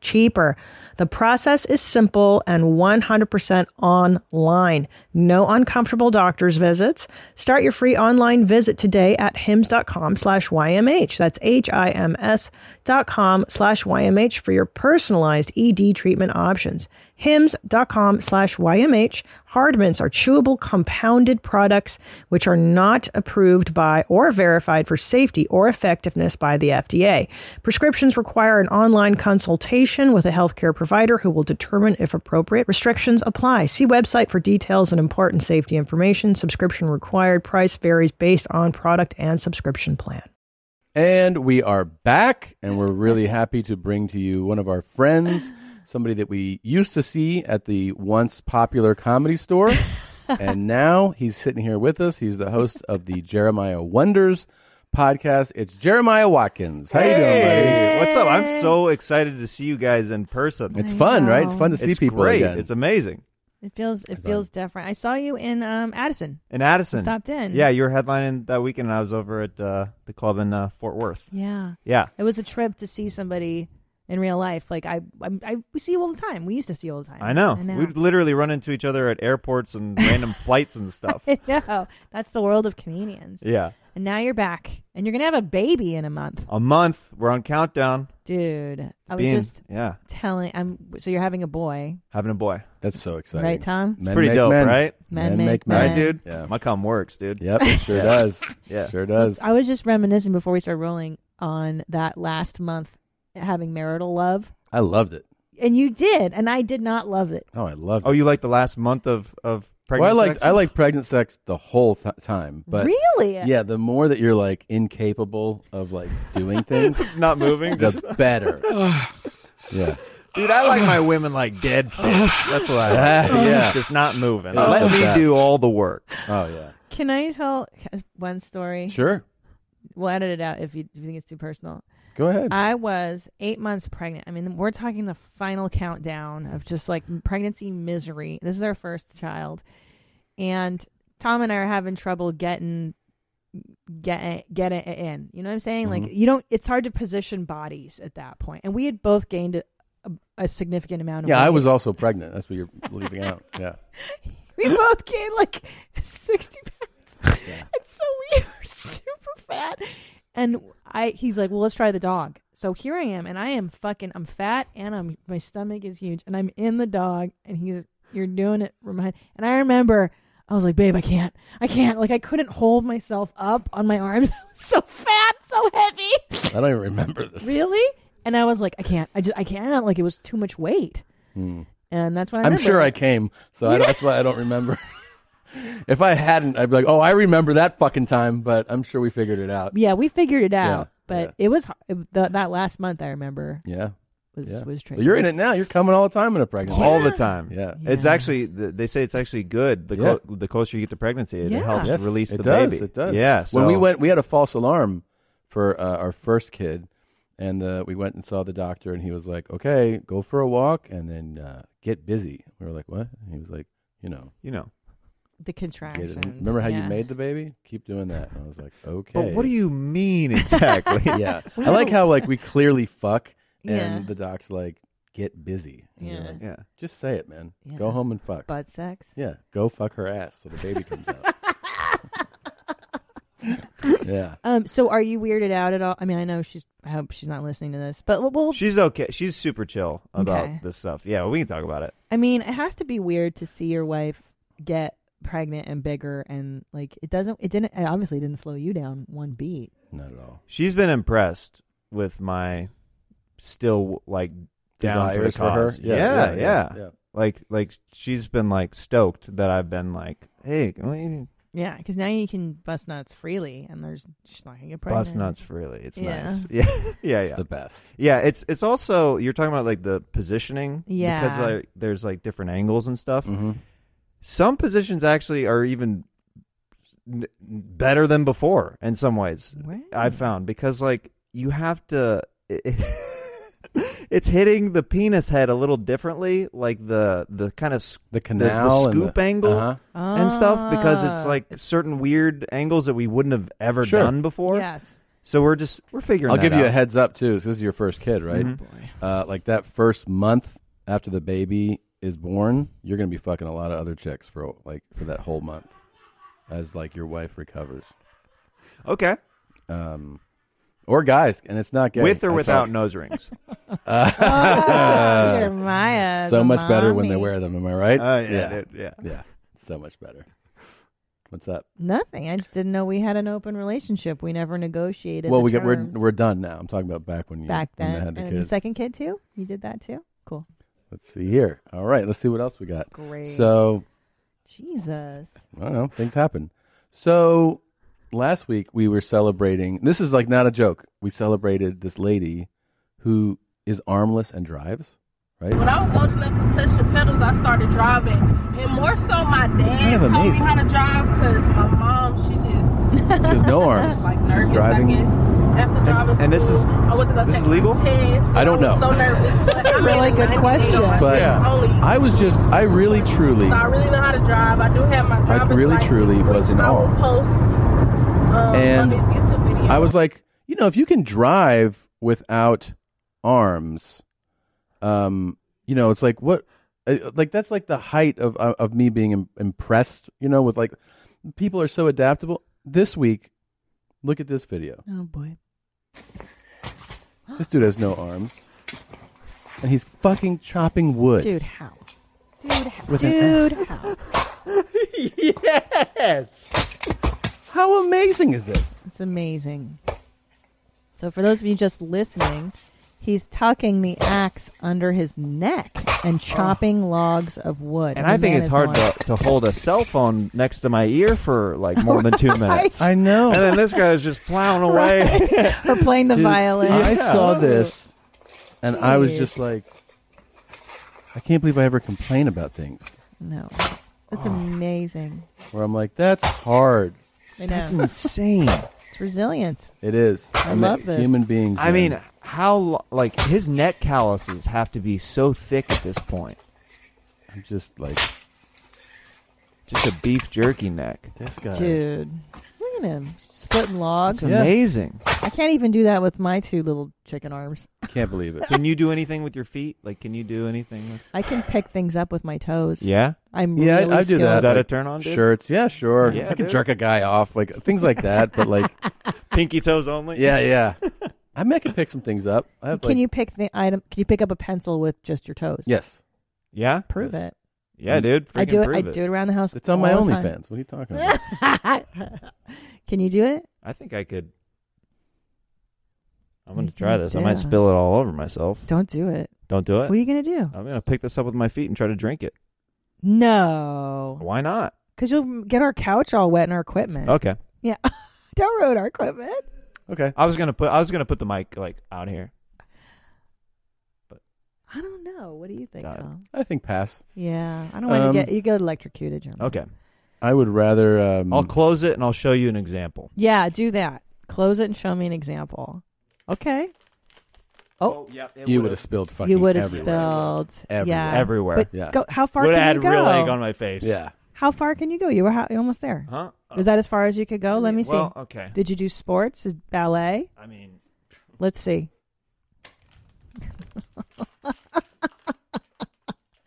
[SPEAKER 1] cheaper. The process is simple and 100% online. No uncomfortable doctor's visits. Start your free online visit today at hims.com slash YMH. That's H-I-M-S dot com slash YMH for your personalized ED treatment options. HIMS.com slash YMH. Hardmints are chewable compounded products which are not approved by or verified for safety or effectiveness by the FDA. Prescriptions require an online consultation with a healthcare provider who will determine if appropriate. Restrictions apply. See website for details and important safety information. Subscription required. Price varies based on product and subscription plan.
[SPEAKER 2] And we are back, and we're really happy to bring to you one of our friends, somebody that we used to see at the once popular comedy store. and now he's sitting here with us. He's the host of the Jeremiah Wonders podcast. It's Jeremiah Watkins. How you doing, buddy?
[SPEAKER 4] Hey, What's up? I'm so excited to see you guys in person.
[SPEAKER 2] It's I fun, right? It's fun to see
[SPEAKER 4] It's
[SPEAKER 2] people
[SPEAKER 4] great.
[SPEAKER 2] again.
[SPEAKER 4] It's amazing.
[SPEAKER 11] It feels it feels different. I saw you in um, Addison.
[SPEAKER 4] In Addison,
[SPEAKER 11] Stopped in.
[SPEAKER 4] Yeah, you were headlining that weekend. and I was over at uh, the club in uh, Fort Worth.
[SPEAKER 11] Yeah.
[SPEAKER 4] Yeah.
[SPEAKER 11] It was a trip to see somebody in real life. Like I, I, I we see you all the time. We used to see you all the time.
[SPEAKER 4] I know.
[SPEAKER 11] I know.
[SPEAKER 4] We'd literally run into each other at airports and random flights and stuff.
[SPEAKER 11] I know. That's the world of comedians.
[SPEAKER 4] Yeah.
[SPEAKER 11] And now you're back, and you're gonna have a baby in a month,
[SPEAKER 4] A month. We're on countdown.
[SPEAKER 11] dude. I was
[SPEAKER 4] Being-
[SPEAKER 11] just
[SPEAKER 4] yeah.
[SPEAKER 11] telling. I'm so you're having a boy.
[SPEAKER 4] Having a boy.
[SPEAKER 2] That's so exciting.
[SPEAKER 11] Right, Tom?
[SPEAKER 4] It's
[SPEAKER 2] Men
[SPEAKER 4] pretty
[SPEAKER 2] make
[SPEAKER 4] dope,
[SPEAKER 2] men.
[SPEAKER 4] right?
[SPEAKER 11] Men Men make make men.
[SPEAKER 4] Right,
[SPEAKER 11] men.
[SPEAKER 4] dude? My cum works, dude.
[SPEAKER 2] Yep, it sure does.
[SPEAKER 4] Yeah.
[SPEAKER 2] Sure does.
[SPEAKER 11] I was just reminiscing before we started rolling on that last month having marital love,
[SPEAKER 2] I loved it.
[SPEAKER 11] and you did, and I did not love it.
[SPEAKER 2] Oh, I loved
[SPEAKER 4] Oh, you like the last month of, of pregnant
[SPEAKER 2] well, I like
[SPEAKER 4] sex?
[SPEAKER 2] I like pregnant sex the whole ti time, but
[SPEAKER 11] Really?
[SPEAKER 2] yeah, the more that you're like incapable of like doing things,
[SPEAKER 4] Not moving,
[SPEAKER 2] the
[SPEAKER 4] just-
[SPEAKER 2] better. yeah,
[SPEAKER 4] Dude, I like my women like dead fish. That's what I like.
[SPEAKER 2] Yeah.
[SPEAKER 4] Just not moving.
[SPEAKER 2] It's
[SPEAKER 4] Let
[SPEAKER 2] the
[SPEAKER 4] me
[SPEAKER 2] best.
[SPEAKER 4] do all the work.
[SPEAKER 2] Oh, yeah.
[SPEAKER 11] Can I tell one story?
[SPEAKER 2] Sure.
[SPEAKER 11] We'll edit it out if you, if you think it's too personal.
[SPEAKER 2] Go ahead.
[SPEAKER 11] I was eight months pregnant. I mean, we're talking the final countdown of just like pregnancy misery. This is our first child, and Tom and I are having trouble getting get it, get it in. You know what I'm saying? Like
[SPEAKER 2] Mm-hmm.
[SPEAKER 22] Mhm.
[SPEAKER 11] you don't. It's hard to position bodies at that point, and we had both gained a, a, a significant amount of.
[SPEAKER 2] yeah,
[SPEAKER 11] weight.
[SPEAKER 2] I was also pregnant. That's what you're leaving out. Yeah,
[SPEAKER 11] We both gained like sixty pounds. And so we are super fat. And I he's like, Well, let's try the dog. So here I am and I am fucking I'm fat and I'm my stomach is huge and I'm in the dog and he's you're doing it remind and I remember I was like, babe, I can't. I can't. Like I couldn't hold myself up on my arms. I was so fat, so heavy.
[SPEAKER 2] I don't even remember this.
[SPEAKER 11] really? And I was like, I can't. I just I can't. Like it was too much weight.
[SPEAKER 2] Hmm.
[SPEAKER 11] And that's when I
[SPEAKER 2] I'm
[SPEAKER 11] remember.
[SPEAKER 2] sure I came, so I, that's why I don't remember. if I hadn't, I'd be like, oh, I remember that fucking time, but I'm sure we figured it out.
[SPEAKER 11] Yeah, we figured it out,
[SPEAKER 2] Yeah,
[SPEAKER 11] but it was h- it, the, that last month. I remember.
[SPEAKER 2] Yeah.
[SPEAKER 11] was
[SPEAKER 2] Yeah.
[SPEAKER 11] was
[SPEAKER 2] Well, you're in it now. You're coming all the time in a pregnancy.
[SPEAKER 4] All the time.
[SPEAKER 2] Yeah.
[SPEAKER 4] It's actually, th- they say it's actually good the, clo- the closer you get to pregnancy. It helps
[SPEAKER 2] Yes,
[SPEAKER 4] release
[SPEAKER 2] it
[SPEAKER 4] the
[SPEAKER 2] does,
[SPEAKER 4] baby.
[SPEAKER 2] It does.
[SPEAKER 4] Yeah.
[SPEAKER 2] When we
[SPEAKER 4] so-
[SPEAKER 2] went, we had a false alarm for uh, our first kid, and uh, we went and saw the doctor, and he was like, "Okay, go for a walk, and then uh, get busy." We were like, "What?" And he was like, "You know,
[SPEAKER 4] you know,
[SPEAKER 11] The contractions.
[SPEAKER 2] Remember how
[SPEAKER 11] yeah.
[SPEAKER 2] you made the baby? Keep doing that." And I was like, "Okay."
[SPEAKER 4] But what do you mean exactly?
[SPEAKER 2] yeah,
[SPEAKER 4] We
[SPEAKER 2] I like
[SPEAKER 4] don't-
[SPEAKER 2] how like we clearly fuck, and
[SPEAKER 11] Yeah.
[SPEAKER 2] the doc's like, "Get busy." And you're
[SPEAKER 11] Yeah.
[SPEAKER 2] like,
[SPEAKER 11] Yeah.
[SPEAKER 2] Just say it, man.
[SPEAKER 11] Yeah.
[SPEAKER 2] Go home and fuck.
[SPEAKER 11] Butt sex?
[SPEAKER 2] Yeah. Go fuck her ass so the baby comes out. yeah.
[SPEAKER 11] Um. So, are you weirded out at all? I mean, I know she's. I hope she's not listening to this, but well, well,
[SPEAKER 4] She's okay. She's super chill about
[SPEAKER 11] Okay.
[SPEAKER 4] this stuff. Yeah, we can talk about it.
[SPEAKER 11] I mean, it has to be weird to see your wife get pregnant and bigger, and like it doesn't. It didn't. It obviously didn't slow you down one beat.
[SPEAKER 2] Not at all.
[SPEAKER 4] She's been impressed with my still like down for the
[SPEAKER 2] Desires for her?
[SPEAKER 4] cause.
[SPEAKER 2] Yeah,
[SPEAKER 4] yeah,
[SPEAKER 2] yeah, yeah, yeah.
[SPEAKER 4] Like, like she's been like stoked that I've been like, hey, can we
[SPEAKER 1] Yeah, because now you can bust nuts freely, and there's she's not gonna get pregnant.
[SPEAKER 4] Bust nuts freely. It's
[SPEAKER 1] Yeah.
[SPEAKER 4] nice. Yeah, yeah,
[SPEAKER 2] It's
[SPEAKER 4] yeah.
[SPEAKER 2] the best.
[SPEAKER 4] Yeah, it's it's also you're talking about like the positioning. because
[SPEAKER 1] Yeah.
[SPEAKER 4] like there's like different angles and stuff.
[SPEAKER 2] Mm-hmm.
[SPEAKER 4] Some positions actually are even n- better than before in some ways. I've found because like you have to. it's hitting the penis head a little differently, like the the kind of
[SPEAKER 2] the
[SPEAKER 4] the,
[SPEAKER 2] canal and
[SPEAKER 4] scoop
[SPEAKER 2] the-
[SPEAKER 4] angle
[SPEAKER 2] uh-huh.
[SPEAKER 4] and stuff, because it's
[SPEAKER 1] Ah.
[SPEAKER 4] like certain weird angles that we wouldn't have ever
[SPEAKER 2] Sure.
[SPEAKER 4] done before.
[SPEAKER 1] Yes.
[SPEAKER 4] So we're just we're figuring.
[SPEAKER 2] I'll
[SPEAKER 4] that
[SPEAKER 2] give you
[SPEAKER 4] out.
[SPEAKER 2] a heads up too. So this is your first kid, right?
[SPEAKER 4] Mhm.
[SPEAKER 2] Uh, like that first month after the baby is born, you're gonna be fucking a lot of other chicks for like for that whole month, as like your wife recovers.
[SPEAKER 4] Okay.
[SPEAKER 2] Um, or guys, and it's not gay.
[SPEAKER 4] With or
[SPEAKER 2] I
[SPEAKER 4] without
[SPEAKER 2] thought-
[SPEAKER 4] nose rings?
[SPEAKER 2] Uh,
[SPEAKER 4] Oh,
[SPEAKER 1] Jeremiah's
[SPEAKER 2] so
[SPEAKER 1] a
[SPEAKER 2] much better when they
[SPEAKER 1] mommy.
[SPEAKER 2] wear them. Am I right?
[SPEAKER 4] Oh, yeah, dude, yeah.
[SPEAKER 2] yeah. So much better. What's up?
[SPEAKER 1] Nothing. I just didn't know we had an open relationship. We never negotiated.
[SPEAKER 2] well,
[SPEAKER 1] the
[SPEAKER 2] we got, we're
[SPEAKER 1] terms.
[SPEAKER 2] we're done now. I'm talking about back when you
[SPEAKER 1] back
[SPEAKER 2] when they
[SPEAKER 1] then.
[SPEAKER 2] had the
[SPEAKER 1] and the
[SPEAKER 2] kids.
[SPEAKER 1] second kid too. You did that too. Cool.
[SPEAKER 2] Let's see here. All right, let's see what else we got.
[SPEAKER 1] Great.
[SPEAKER 2] So
[SPEAKER 1] Jesus.
[SPEAKER 2] I don't know. Things happen. So last week we were celebrating. This is like not a joke. We celebrated this lady who is armless and drives. Right.
[SPEAKER 6] When I was old enough to touch the pedals, I started driving. And more so, my dad
[SPEAKER 2] kind
[SPEAKER 6] told
[SPEAKER 2] of
[SPEAKER 6] me
[SPEAKER 2] amazing.
[SPEAKER 6] how to drive because my mom, she just.
[SPEAKER 2] She has no arms.
[SPEAKER 6] Like
[SPEAKER 2] She's
[SPEAKER 6] nervous,
[SPEAKER 2] driving.
[SPEAKER 6] I guess. After driving
[SPEAKER 4] and this is-
[SPEAKER 6] school, I went to go
[SPEAKER 4] this
[SPEAKER 6] take
[SPEAKER 4] is legal?
[SPEAKER 6] my test.
[SPEAKER 2] I don't
[SPEAKER 6] was
[SPEAKER 2] know.
[SPEAKER 6] So nervous. That's a really good question.
[SPEAKER 2] But I was just, I really truly,
[SPEAKER 6] So I really know how to drive. I do have my
[SPEAKER 2] I
[SPEAKER 6] driver's
[SPEAKER 2] really
[SPEAKER 6] license,
[SPEAKER 2] truly was in
[SPEAKER 6] which I will
[SPEAKER 2] awe.
[SPEAKER 6] post um,
[SPEAKER 2] And
[SPEAKER 6] on this YouTube video.
[SPEAKER 2] I was like, you know, if you can drive without arms, um, you know, it's like what, uh, like that's like the height of of of me being im- impressed, you know, with like people are so adaptable. This week, look at this video.
[SPEAKER 1] Oh boy.
[SPEAKER 2] This dude has no arms, and he's fucking chopping wood.
[SPEAKER 1] Dude, how? Dude, how?
[SPEAKER 2] With an-
[SPEAKER 1] Dude, how?
[SPEAKER 4] yes.
[SPEAKER 2] How amazing is this?
[SPEAKER 1] It's amazing. So for those of you just listening, he's tucking the axe under his neck and chopping logs of wood.
[SPEAKER 4] Oh. And I
[SPEAKER 1] The
[SPEAKER 4] think
[SPEAKER 1] man
[SPEAKER 4] it's
[SPEAKER 1] is
[SPEAKER 4] hard
[SPEAKER 1] going-
[SPEAKER 4] to, to hold a cell phone next to my ear for like more than two minutes.
[SPEAKER 2] I know.
[SPEAKER 4] And then this guy is just plowing away.
[SPEAKER 1] or playing the
[SPEAKER 2] Dude,
[SPEAKER 1] violin.
[SPEAKER 2] I saw this, and I was just like, I can't believe I ever complain about things.
[SPEAKER 1] No, that's amazing.
[SPEAKER 2] Where I'm like, that's hard.
[SPEAKER 1] I know.
[SPEAKER 4] That's insane.
[SPEAKER 1] It's resilience.
[SPEAKER 2] It is.
[SPEAKER 1] I
[SPEAKER 2] mean,
[SPEAKER 1] love this.
[SPEAKER 2] Human beings.
[SPEAKER 4] I
[SPEAKER 2] man.
[SPEAKER 4] mean, uh, how lo- like his neck calluses have to be so thick at this point.
[SPEAKER 2] I'm just like
[SPEAKER 4] just a beef jerky neck.
[SPEAKER 2] This guy.
[SPEAKER 1] Dude, look at him splitting logs.
[SPEAKER 4] It's Yeah. amazing.
[SPEAKER 1] I can't even do that with my two little chicken arms.
[SPEAKER 2] Can't believe it.
[SPEAKER 4] Can you do anything with your feet? Like, can you do anything? With-
[SPEAKER 1] I can pick things up with my toes.
[SPEAKER 4] Yeah?
[SPEAKER 1] I'm
[SPEAKER 2] yeah, I-
[SPEAKER 1] really
[SPEAKER 2] I, do
[SPEAKER 1] skilled.
[SPEAKER 2] that.
[SPEAKER 4] Is that
[SPEAKER 2] like,
[SPEAKER 4] a turn on, dude?
[SPEAKER 2] Shirts, yeah, sure.
[SPEAKER 4] Yeah,
[SPEAKER 2] I can
[SPEAKER 4] dude.
[SPEAKER 2] jerk a guy off, like things like that. But like,
[SPEAKER 4] Pinky toes only.
[SPEAKER 2] yeah, yeah. I mean, I can pick some things up. I have,
[SPEAKER 1] Can
[SPEAKER 2] like-
[SPEAKER 1] you pick the item? Can you pick up a pencil with just your toes?
[SPEAKER 2] Yes. Mm.
[SPEAKER 4] Yeah.
[SPEAKER 1] Prove it.
[SPEAKER 4] Yeah, dude.
[SPEAKER 1] I
[SPEAKER 4] freaking
[SPEAKER 1] do it.
[SPEAKER 4] prove
[SPEAKER 1] I do it around the house.
[SPEAKER 2] It's on my
[SPEAKER 1] all the time.
[SPEAKER 2] OnlyFans. What are you talking about?
[SPEAKER 1] Can you do it?
[SPEAKER 4] I think I could. I'm going
[SPEAKER 1] You
[SPEAKER 4] to try
[SPEAKER 1] can
[SPEAKER 4] this.
[SPEAKER 1] do
[SPEAKER 4] I might
[SPEAKER 1] it.
[SPEAKER 4] spill it all over myself.
[SPEAKER 1] Don't do it.
[SPEAKER 4] Don't do it.
[SPEAKER 1] What are you gonna do?
[SPEAKER 4] I'm going to pick this up with my feet and try to drink it.
[SPEAKER 1] No,
[SPEAKER 4] Why not?
[SPEAKER 1] because you'll get our couch all wet and our equipment.
[SPEAKER 4] Okay.
[SPEAKER 1] Yeah. Don't ruin our equipment.
[SPEAKER 2] Okay.
[SPEAKER 4] I was going to put I was going to put the mic like out here.
[SPEAKER 1] I don't know. What do you think,
[SPEAKER 4] Got it.
[SPEAKER 1] Tom?
[SPEAKER 2] I think pass.
[SPEAKER 1] Yeah, I don't want
[SPEAKER 2] Um,
[SPEAKER 1] to get you get electrocuted, Jeremy.
[SPEAKER 4] Okay.
[SPEAKER 2] I would rather. Um,
[SPEAKER 4] I'll close it and I'll show you an example.
[SPEAKER 1] Yeah, do that. Close it and show me an example. Okay. Oh,
[SPEAKER 4] yeah.
[SPEAKER 2] you would have spilled fucking.
[SPEAKER 1] you would have
[SPEAKER 2] everywhere.
[SPEAKER 1] spilled
[SPEAKER 2] Everywhere.
[SPEAKER 1] Yeah.
[SPEAKER 4] Everywhere.
[SPEAKER 1] But
[SPEAKER 2] Yeah.
[SPEAKER 1] go, how far
[SPEAKER 4] Would
[SPEAKER 1] can
[SPEAKER 4] have
[SPEAKER 1] you
[SPEAKER 4] had
[SPEAKER 1] go?
[SPEAKER 4] real egg on my face.
[SPEAKER 2] Yeah.
[SPEAKER 1] How far can you go? You were ho- almost there.
[SPEAKER 4] Huh?
[SPEAKER 1] Was that as far as you could go? Let me see.
[SPEAKER 4] well, okay.
[SPEAKER 1] Did you do sports? Is ballet?
[SPEAKER 4] I mean,
[SPEAKER 1] Let's see.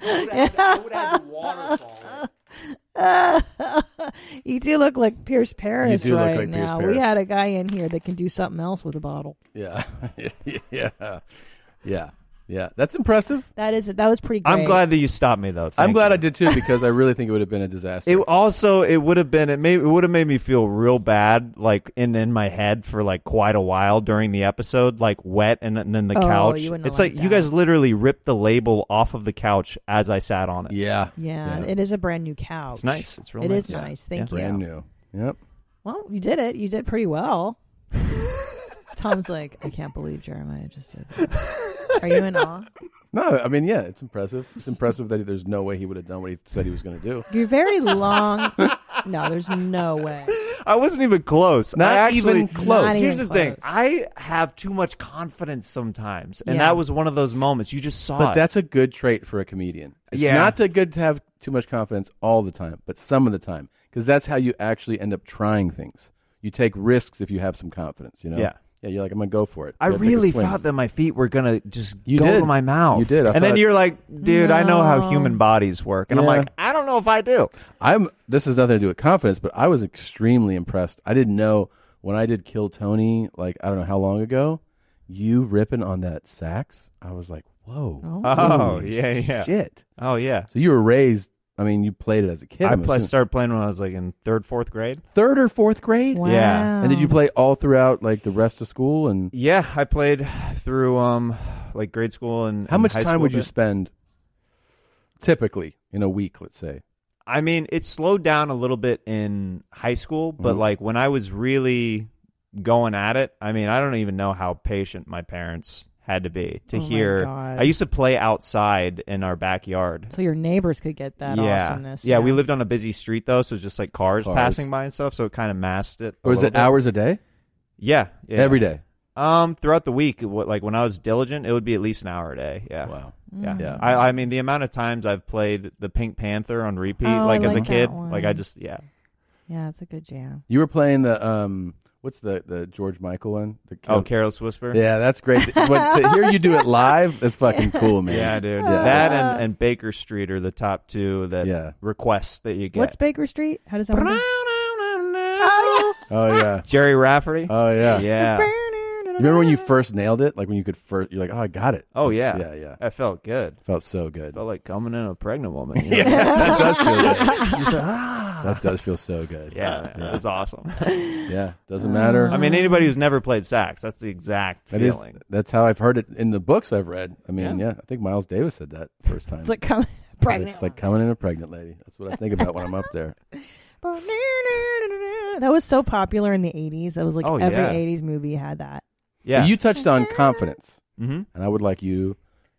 [SPEAKER 1] you do look like Pierce Paris
[SPEAKER 2] do look
[SPEAKER 1] right
[SPEAKER 2] like Pierce
[SPEAKER 1] now. We
[SPEAKER 2] Paris.
[SPEAKER 1] had a guy in here that can do something else with a bottle.
[SPEAKER 2] Yeah. yeah. Yeah. Yeah, that's impressive.
[SPEAKER 1] That is that was pretty. Great.
[SPEAKER 4] I'm glad that you stopped me though.
[SPEAKER 2] I'm
[SPEAKER 4] Thank
[SPEAKER 2] glad
[SPEAKER 4] you.
[SPEAKER 2] I did too because I really think it would have been a disaster.
[SPEAKER 4] It also it would have been it may it would have made me feel real bad like in in my head for like quite a while during the episode like wet and, and then the
[SPEAKER 1] Oh,
[SPEAKER 4] couch.
[SPEAKER 1] you wouldn't have
[SPEAKER 4] It's like you guys literally ripped the label off of the couch as I sat on it.
[SPEAKER 2] Yeah,
[SPEAKER 1] Yeah, it is a brand new couch.
[SPEAKER 4] It's nice. It's real
[SPEAKER 1] It
[SPEAKER 4] nice.
[SPEAKER 1] is nice. Thank you.
[SPEAKER 2] Brand new. Yep.
[SPEAKER 1] Well, you did it. You did pretty well. Tom's like, I can't believe Jeremiah just did. That. Are you in awe?
[SPEAKER 2] No, I mean, yeah, it's impressive. It's impressive that there's no way he would have done what he said he was going to do.
[SPEAKER 1] You're very long. no, there's no way.
[SPEAKER 4] I wasn't even close.
[SPEAKER 2] Not
[SPEAKER 4] I actually,
[SPEAKER 2] even close. Not
[SPEAKER 4] Here's
[SPEAKER 2] even
[SPEAKER 4] the thing:
[SPEAKER 2] close.
[SPEAKER 4] I have too much confidence sometimes, and
[SPEAKER 2] Yeah.
[SPEAKER 4] that was one of those moments. You just saw
[SPEAKER 2] But
[SPEAKER 4] it.
[SPEAKER 2] that's a good trait for a comedian. It's
[SPEAKER 4] Yeah.
[SPEAKER 2] not to good to have too much confidence all the time, but some of the time, because that's how you actually end up trying things. You take risks if you have some confidence. You know.
[SPEAKER 4] Yeah.
[SPEAKER 2] Yeah. You're like, I'm going to go for it.
[SPEAKER 4] I
[SPEAKER 2] You gotta take a
[SPEAKER 4] really
[SPEAKER 2] swing.
[SPEAKER 4] thought that my feet were gonna just
[SPEAKER 2] You
[SPEAKER 4] go
[SPEAKER 2] did.
[SPEAKER 4] to my mouth.
[SPEAKER 2] You did. I
[SPEAKER 4] and then
[SPEAKER 2] thought-
[SPEAKER 4] you're like, dude, I know how human
[SPEAKER 2] No.
[SPEAKER 4] bodies work, and I'm
[SPEAKER 2] Yeah.
[SPEAKER 4] like, I don't know if I do.
[SPEAKER 2] I'm. This has nothing to do with confidence, but I was extremely impressed. I didn't know when I did Kill Tony, like I don't know how long ago, you ripping on that sax. I was like, whoa.
[SPEAKER 4] Oh. Oh,
[SPEAKER 2] Holy
[SPEAKER 4] yeah, yeah.
[SPEAKER 2] Shit.
[SPEAKER 4] Oh yeah.
[SPEAKER 2] So you were raised. I mean, you played it as a kid.
[SPEAKER 4] I
[SPEAKER 2] I'm
[SPEAKER 4] play,
[SPEAKER 2] assuming.
[SPEAKER 4] started playing when I was like in third, fourth grade.
[SPEAKER 2] third or fourth grade.
[SPEAKER 4] Wow. Yeah.
[SPEAKER 2] And did you play all throughout like the rest of school? And
[SPEAKER 4] Yeah, I played through um like grade school and
[SPEAKER 2] how
[SPEAKER 4] and
[SPEAKER 2] much
[SPEAKER 4] high
[SPEAKER 2] time
[SPEAKER 4] school
[SPEAKER 2] would
[SPEAKER 4] a
[SPEAKER 2] you
[SPEAKER 4] bit.
[SPEAKER 2] spend typically in a week? Let's say.
[SPEAKER 4] I mean, it slowed down a little bit in high school, but
[SPEAKER 2] Mhm.
[SPEAKER 4] like when I was really going at it, I mean, I don't even know how patient my parents had to be to
[SPEAKER 1] Oh my
[SPEAKER 4] hear.
[SPEAKER 1] God.
[SPEAKER 4] I used to play outside in our backyard.
[SPEAKER 1] So your neighbors could get that
[SPEAKER 4] yeah.
[SPEAKER 1] awesomeness.
[SPEAKER 4] yeah, we lived on a busy street though, so it's just like cars,
[SPEAKER 2] Cars.
[SPEAKER 4] passing by and stuff, so it kind of masked it. a
[SPEAKER 2] Or was
[SPEAKER 4] little
[SPEAKER 2] it
[SPEAKER 4] bit.
[SPEAKER 2] hours a day?
[SPEAKER 4] Yeah, yeah.
[SPEAKER 2] Every day?
[SPEAKER 4] Um, throughout the week, it wa- like when I was diligent, it would be at least an hour a day. Yeah.
[SPEAKER 2] Wow.
[SPEAKER 4] Yeah.
[SPEAKER 2] Mm. Yeah.
[SPEAKER 4] I, I mean, the amount of times I've played the Pink Panther on repeat,
[SPEAKER 1] Oh, I
[SPEAKER 4] like as a
[SPEAKER 1] like that
[SPEAKER 4] kid,
[SPEAKER 1] one.
[SPEAKER 4] like I just yeah.
[SPEAKER 1] Yeah, it's a good jam.
[SPEAKER 2] You were playing the um. What's the the George Michael one? The
[SPEAKER 4] Oh, Careless Whisper.
[SPEAKER 2] Yeah, that's great. To- but to hear you do it live is fucking cool, man.
[SPEAKER 4] Yeah,
[SPEAKER 1] Oh,
[SPEAKER 4] dude. That and, and Baker Street are the top two that requests that you get.
[SPEAKER 1] What's Baker Street? How does that? One
[SPEAKER 2] oh yeah,
[SPEAKER 4] Jerry Rafferty.
[SPEAKER 2] Oh yeah,
[SPEAKER 4] Yeah.
[SPEAKER 2] Remember when you first nailed it? Like when you could first, you're like, oh, I got it.
[SPEAKER 4] Oh yeah,
[SPEAKER 2] yeah, yeah.
[SPEAKER 4] That felt good.
[SPEAKER 2] Felt so good.
[SPEAKER 4] Felt like coming in a pregnant woman.
[SPEAKER 2] Yeah, that does feel good.
[SPEAKER 4] You said, "Ah."
[SPEAKER 2] That does feel so good.
[SPEAKER 4] Yeah, man, that was awesome.
[SPEAKER 2] Yeah, doesn't matter.
[SPEAKER 4] I mean, anybody who's never played sax, that's the exact
[SPEAKER 2] That is,
[SPEAKER 4] feeling.
[SPEAKER 2] that's how I've heard it in the books I've read. I mean,
[SPEAKER 4] Yeah.
[SPEAKER 2] yeah, I think Miles Davis said that first time.
[SPEAKER 1] It's like coming pregnant.
[SPEAKER 2] It's like coming in a pregnant lady. That's what I think about when I'm up there.
[SPEAKER 1] That was so popular in the '80s. That was like
[SPEAKER 2] Oh,
[SPEAKER 1] every
[SPEAKER 2] yeah.
[SPEAKER 1] '80s movie had that.
[SPEAKER 2] But you touched on confidence,
[SPEAKER 4] Mhm.
[SPEAKER 2] and I would like you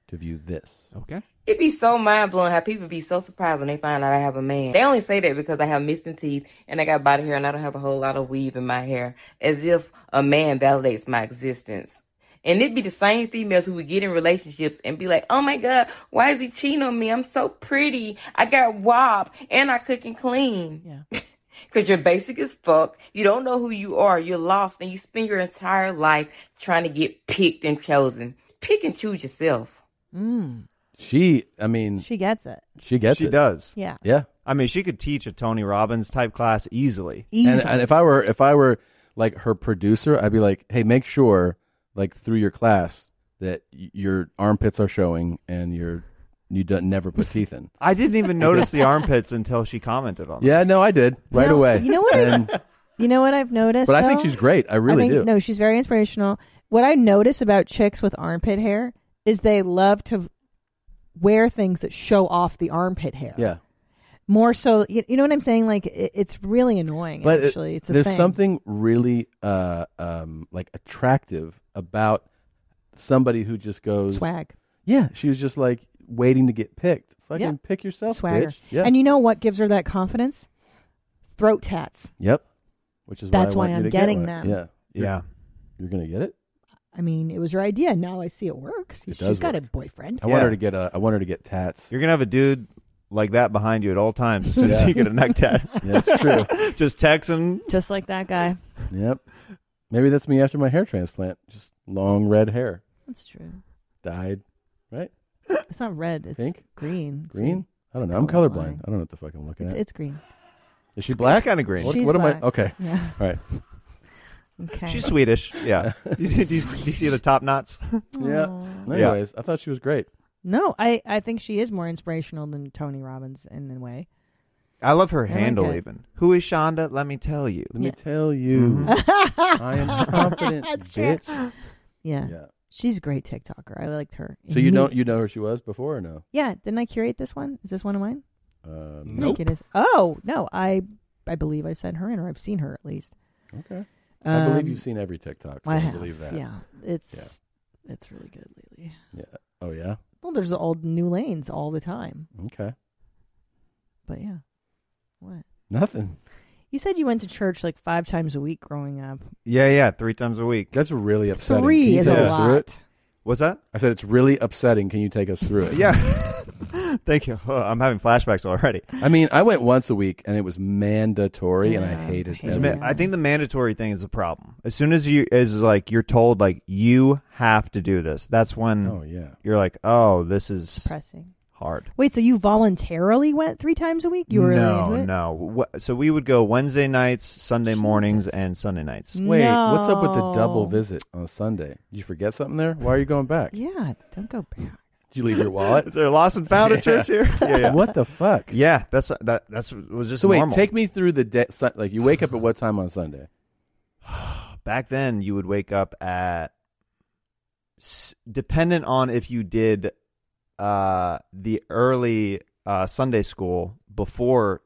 [SPEAKER 2] to view this.
[SPEAKER 4] Okay.
[SPEAKER 8] It be so mind blowing how people be so surprised when they find out I have a man. They only say that because I have missing teeth and I got body hair and I don't have a whole lot of weave in my hair, as if a man validates my existence. And it be the same females who would get in relationships and be like, oh my God, why is he cheating on me? I'm so pretty. I got wop and I cook and clean. Because you're basic as fuck. You don't know who you are. You're lost and you spend your entire life trying to get picked and chosen. Pick and choose yourself.
[SPEAKER 1] Mm,
[SPEAKER 2] She, I mean,
[SPEAKER 1] she gets it.
[SPEAKER 2] She gets
[SPEAKER 4] she
[SPEAKER 2] it.
[SPEAKER 4] does.
[SPEAKER 1] Yeah.
[SPEAKER 2] Yeah.
[SPEAKER 4] I mean, she could teach a Tony Robbins type class easily.
[SPEAKER 2] And, and if I were if I were like her producer, I'd be like, "Hey, make sure like through your class that y- your armpits are showing and your you don't never put teeth in."
[SPEAKER 4] I didn't even notice the armpits until she commented on it.
[SPEAKER 2] Yeah, no, I did right
[SPEAKER 1] You know-
[SPEAKER 2] away.
[SPEAKER 1] You know what?
[SPEAKER 2] And-
[SPEAKER 1] I've, you know what I've noticed.
[SPEAKER 2] But I think
[SPEAKER 1] though?
[SPEAKER 2] she's great. I really
[SPEAKER 1] think-
[SPEAKER 2] do.
[SPEAKER 1] No, she's very inspirational. What I notice about chicks with armpit hair is they love to wear things that show off the armpit hair.
[SPEAKER 2] yeah,
[SPEAKER 1] More so, you, you know what I'm saying? Like it, it's really annoying.
[SPEAKER 2] but it-
[SPEAKER 1] actually, it's a
[SPEAKER 2] there's
[SPEAKER 1] thing.
[SPEAKER 2] something really uh um like attractive about somebody who just goes
[SPEAKER 1] Swag.
[SPEAKER 2] Yeah, she was just like waiting to get picked. Fucking
[SPEAKER 1] Yeah.
[SPEAKER 2] pick yourself,
[SPEAKER 1] swagger.
[SPEAKER 2] bitch. Yeah,
[SPEAKER 1] And you know what gives her that confidence? Throat tats.
[SPEAKER 2] yep. Which is
[SPEAKER 1] That's
[SPEAKER 2] why, I want
[SPEAKER 1] why
[SPEAKER 2] you
[SPEAKER 1] I'm
[SPEAKER 2] to get
[SPEAKER 1] getting
[SPEAKER 2] one.
[SPEAKER 1] them.
[SPEAKER 2] Yeah,
[SPEAKER 4] Yeah.
[SPEAKER 2] You're gonna get it.
[SPEAKER 1] I mean, it was her idea. Now I see it works.
[SPEAKER 2] It
[SPEAKER 1] she's
[SPEAKER 2] does
[SPEAKER 1] got
[SPEAKER 2] work.
[SPEAKER 1] a boyfriend.
[SPEAKER 2] I want her to get a. I want her to get tats.
[SPEAKER 4] You're gonna have a dude like that behind you at all times as soon as you get a neck tat.
[SPEAKER 2] Yeah, it's true.
[SPEAKER 4] Just texting.
[SPEAKER 1] Just like that guy.
[SPEAKER 2] Yep. Maybe that's me after my hair transplant. Just long red hair.
[SPEAKER 1] That's true.
[SPEAKER 2] Dyed. Right?
[SPEAKER 1] It's not red. It's
[SPEAKER 2] Pink?
[SPEAKER 1] green.
[SPEAKER 2] Green? I don't know. I'm colorblind. I don't know what the fuck I'm looking
[SPEAKER 1] It's,
[SPEAKER 2] at.
[SPEAKER 1] it's green.
[SPEAKER 2] Is she black?
[SPEAKER 4] kinda green.
[SPEAKER 2] What,
[SPEAKER 1] She's
[SPEAKER 2] what am
[SPEAKER 1] black.
[SPEAKER 2] I? Okay.
[SPEAKER 1] Yeah.
[SPEAKER 2] All right.
[SPEAKER 1] Okay.
[SPEAKER 4] She's Swedish. Yeah. Do you, do you- do you see the top knots?
[SPEAKER 2] Yeah. Anyways, I thought she was great.
[SPEAKER 1] No, I, I think she is more inspirational than Tony Robbins in a way.
[SPEAKER 4] I love her
[SPEAKER 1] I like
[SPEAKER 4] handle
[SPEAKER 1] it.
[SPEAKER 4] even. Who is Shonda? Let me tell you. Mm-hmm.
[SPEAKER 2] Let me tell you. I am confident,
[SPEAKER 1] That's true.
[SPEAKER 2] bitch.
[SPEAKER 1] Yeah.
[SPEAKER 2] Yeah.
[SPEAKER 1] She's a great TikToker. I liked her.
[SPEAKER 2] So you
[SPEAKER 1] Me-
[SPEAKER 2] don't you know who she was before or no?
[SPEAKER 1] Yeah, didn't I curate this one? Is this one of mine?
[SPEAKER 2] Uh,
[SPEAKER 1] I think It is. Oh no, I I believe I sent her in, or I've seen her at least.
[SPEAKER 2] Okay. I believe you've
[SPEAKER 1] Um,
[SPEAKER 2] seen every TikTok. So
[SPEAKER 1] I
[SPEAKER 2] I,
[SPEAKER 1] have,
[SPEAKER 2] believe that.
[SPEAKER 1] Yeah, it's it's really good lately.
[SPEAKER 2] Yeah. Yeah. Oh yeah.
[SPEAKER 1] Well, there's old new lanes all the time,
[SPEAKER 2] Okay.
[SPEAKER 1] but yeah. What
[SPEAKER 2] Nothing.
[SPEAKER 1] you said you went to church like five times a week growing up.
[SPEAKER 4] Yeah, yeah, three times a week.
[SPEAKER 2] That's really upsetting.
[SPEAKER 1] Three
[SPEAKER 2] Can you
[SPEAKER 1] is
[SPEAKER 2] take
[SPEAKER 1] a
[SPEAKER 2] us through it?
[SPEAKER 4] What's that?
[SPEAKER 2] I said it's really upsetting. Can you take us through it?
[SPEAKER 4] Yeah. Thank you. Oh, I'm having flashbacks already.
[SPEAKER 2] I mean, I went once a week and it was mandatory and I hated
[SPEAKER 4] It's
[SPEAKER 2] it.
[SPEAKER 4] ma- I think the mandatory thing is the problem. As soon as you is like you're told like you have to do this, that's when
[SPEAKER 2] Oh, yeah.
[SPEAKER 4] you're like, oh, this is
[SPEAKER 1] Depressing.
[SPEAKER 4] hard.
[SPEAKER 1] Wait, so you voluntarily went three times a week? You were
[SPEAKER 4] no,
[SPEAKER 1] really into it?
[SPEAKER 4] no. What, so we would go Wednesday nights, Sunday mornings, and Sunday nights.
[SPEAKER 2] Wait, what's up with the double
[SPEAKER 1] No.
[SPEAKER 2] visit on Sunday? Did you forget something there? Why are you going back?
[SPEAKER 1] Yeah, don't go back.
[SPEAKER 2] Did you leave your wallet?
[SPEAKER 4] Is there a lost and found at church here? Yeah, yeah.
[SPEAKER 2] What the fuck?
[SPEAKER 4] Yeah, that's that. That's it was just
[SPEAKER 2] So wait,
[SPEAKER 4] normal.
[SPEAKER 2] take me through the day. Su- like you wake up at what time on Sunday?
[SPEAKER 4] back then you would wake up at s- dependent on if you did uh the early uh sunday school before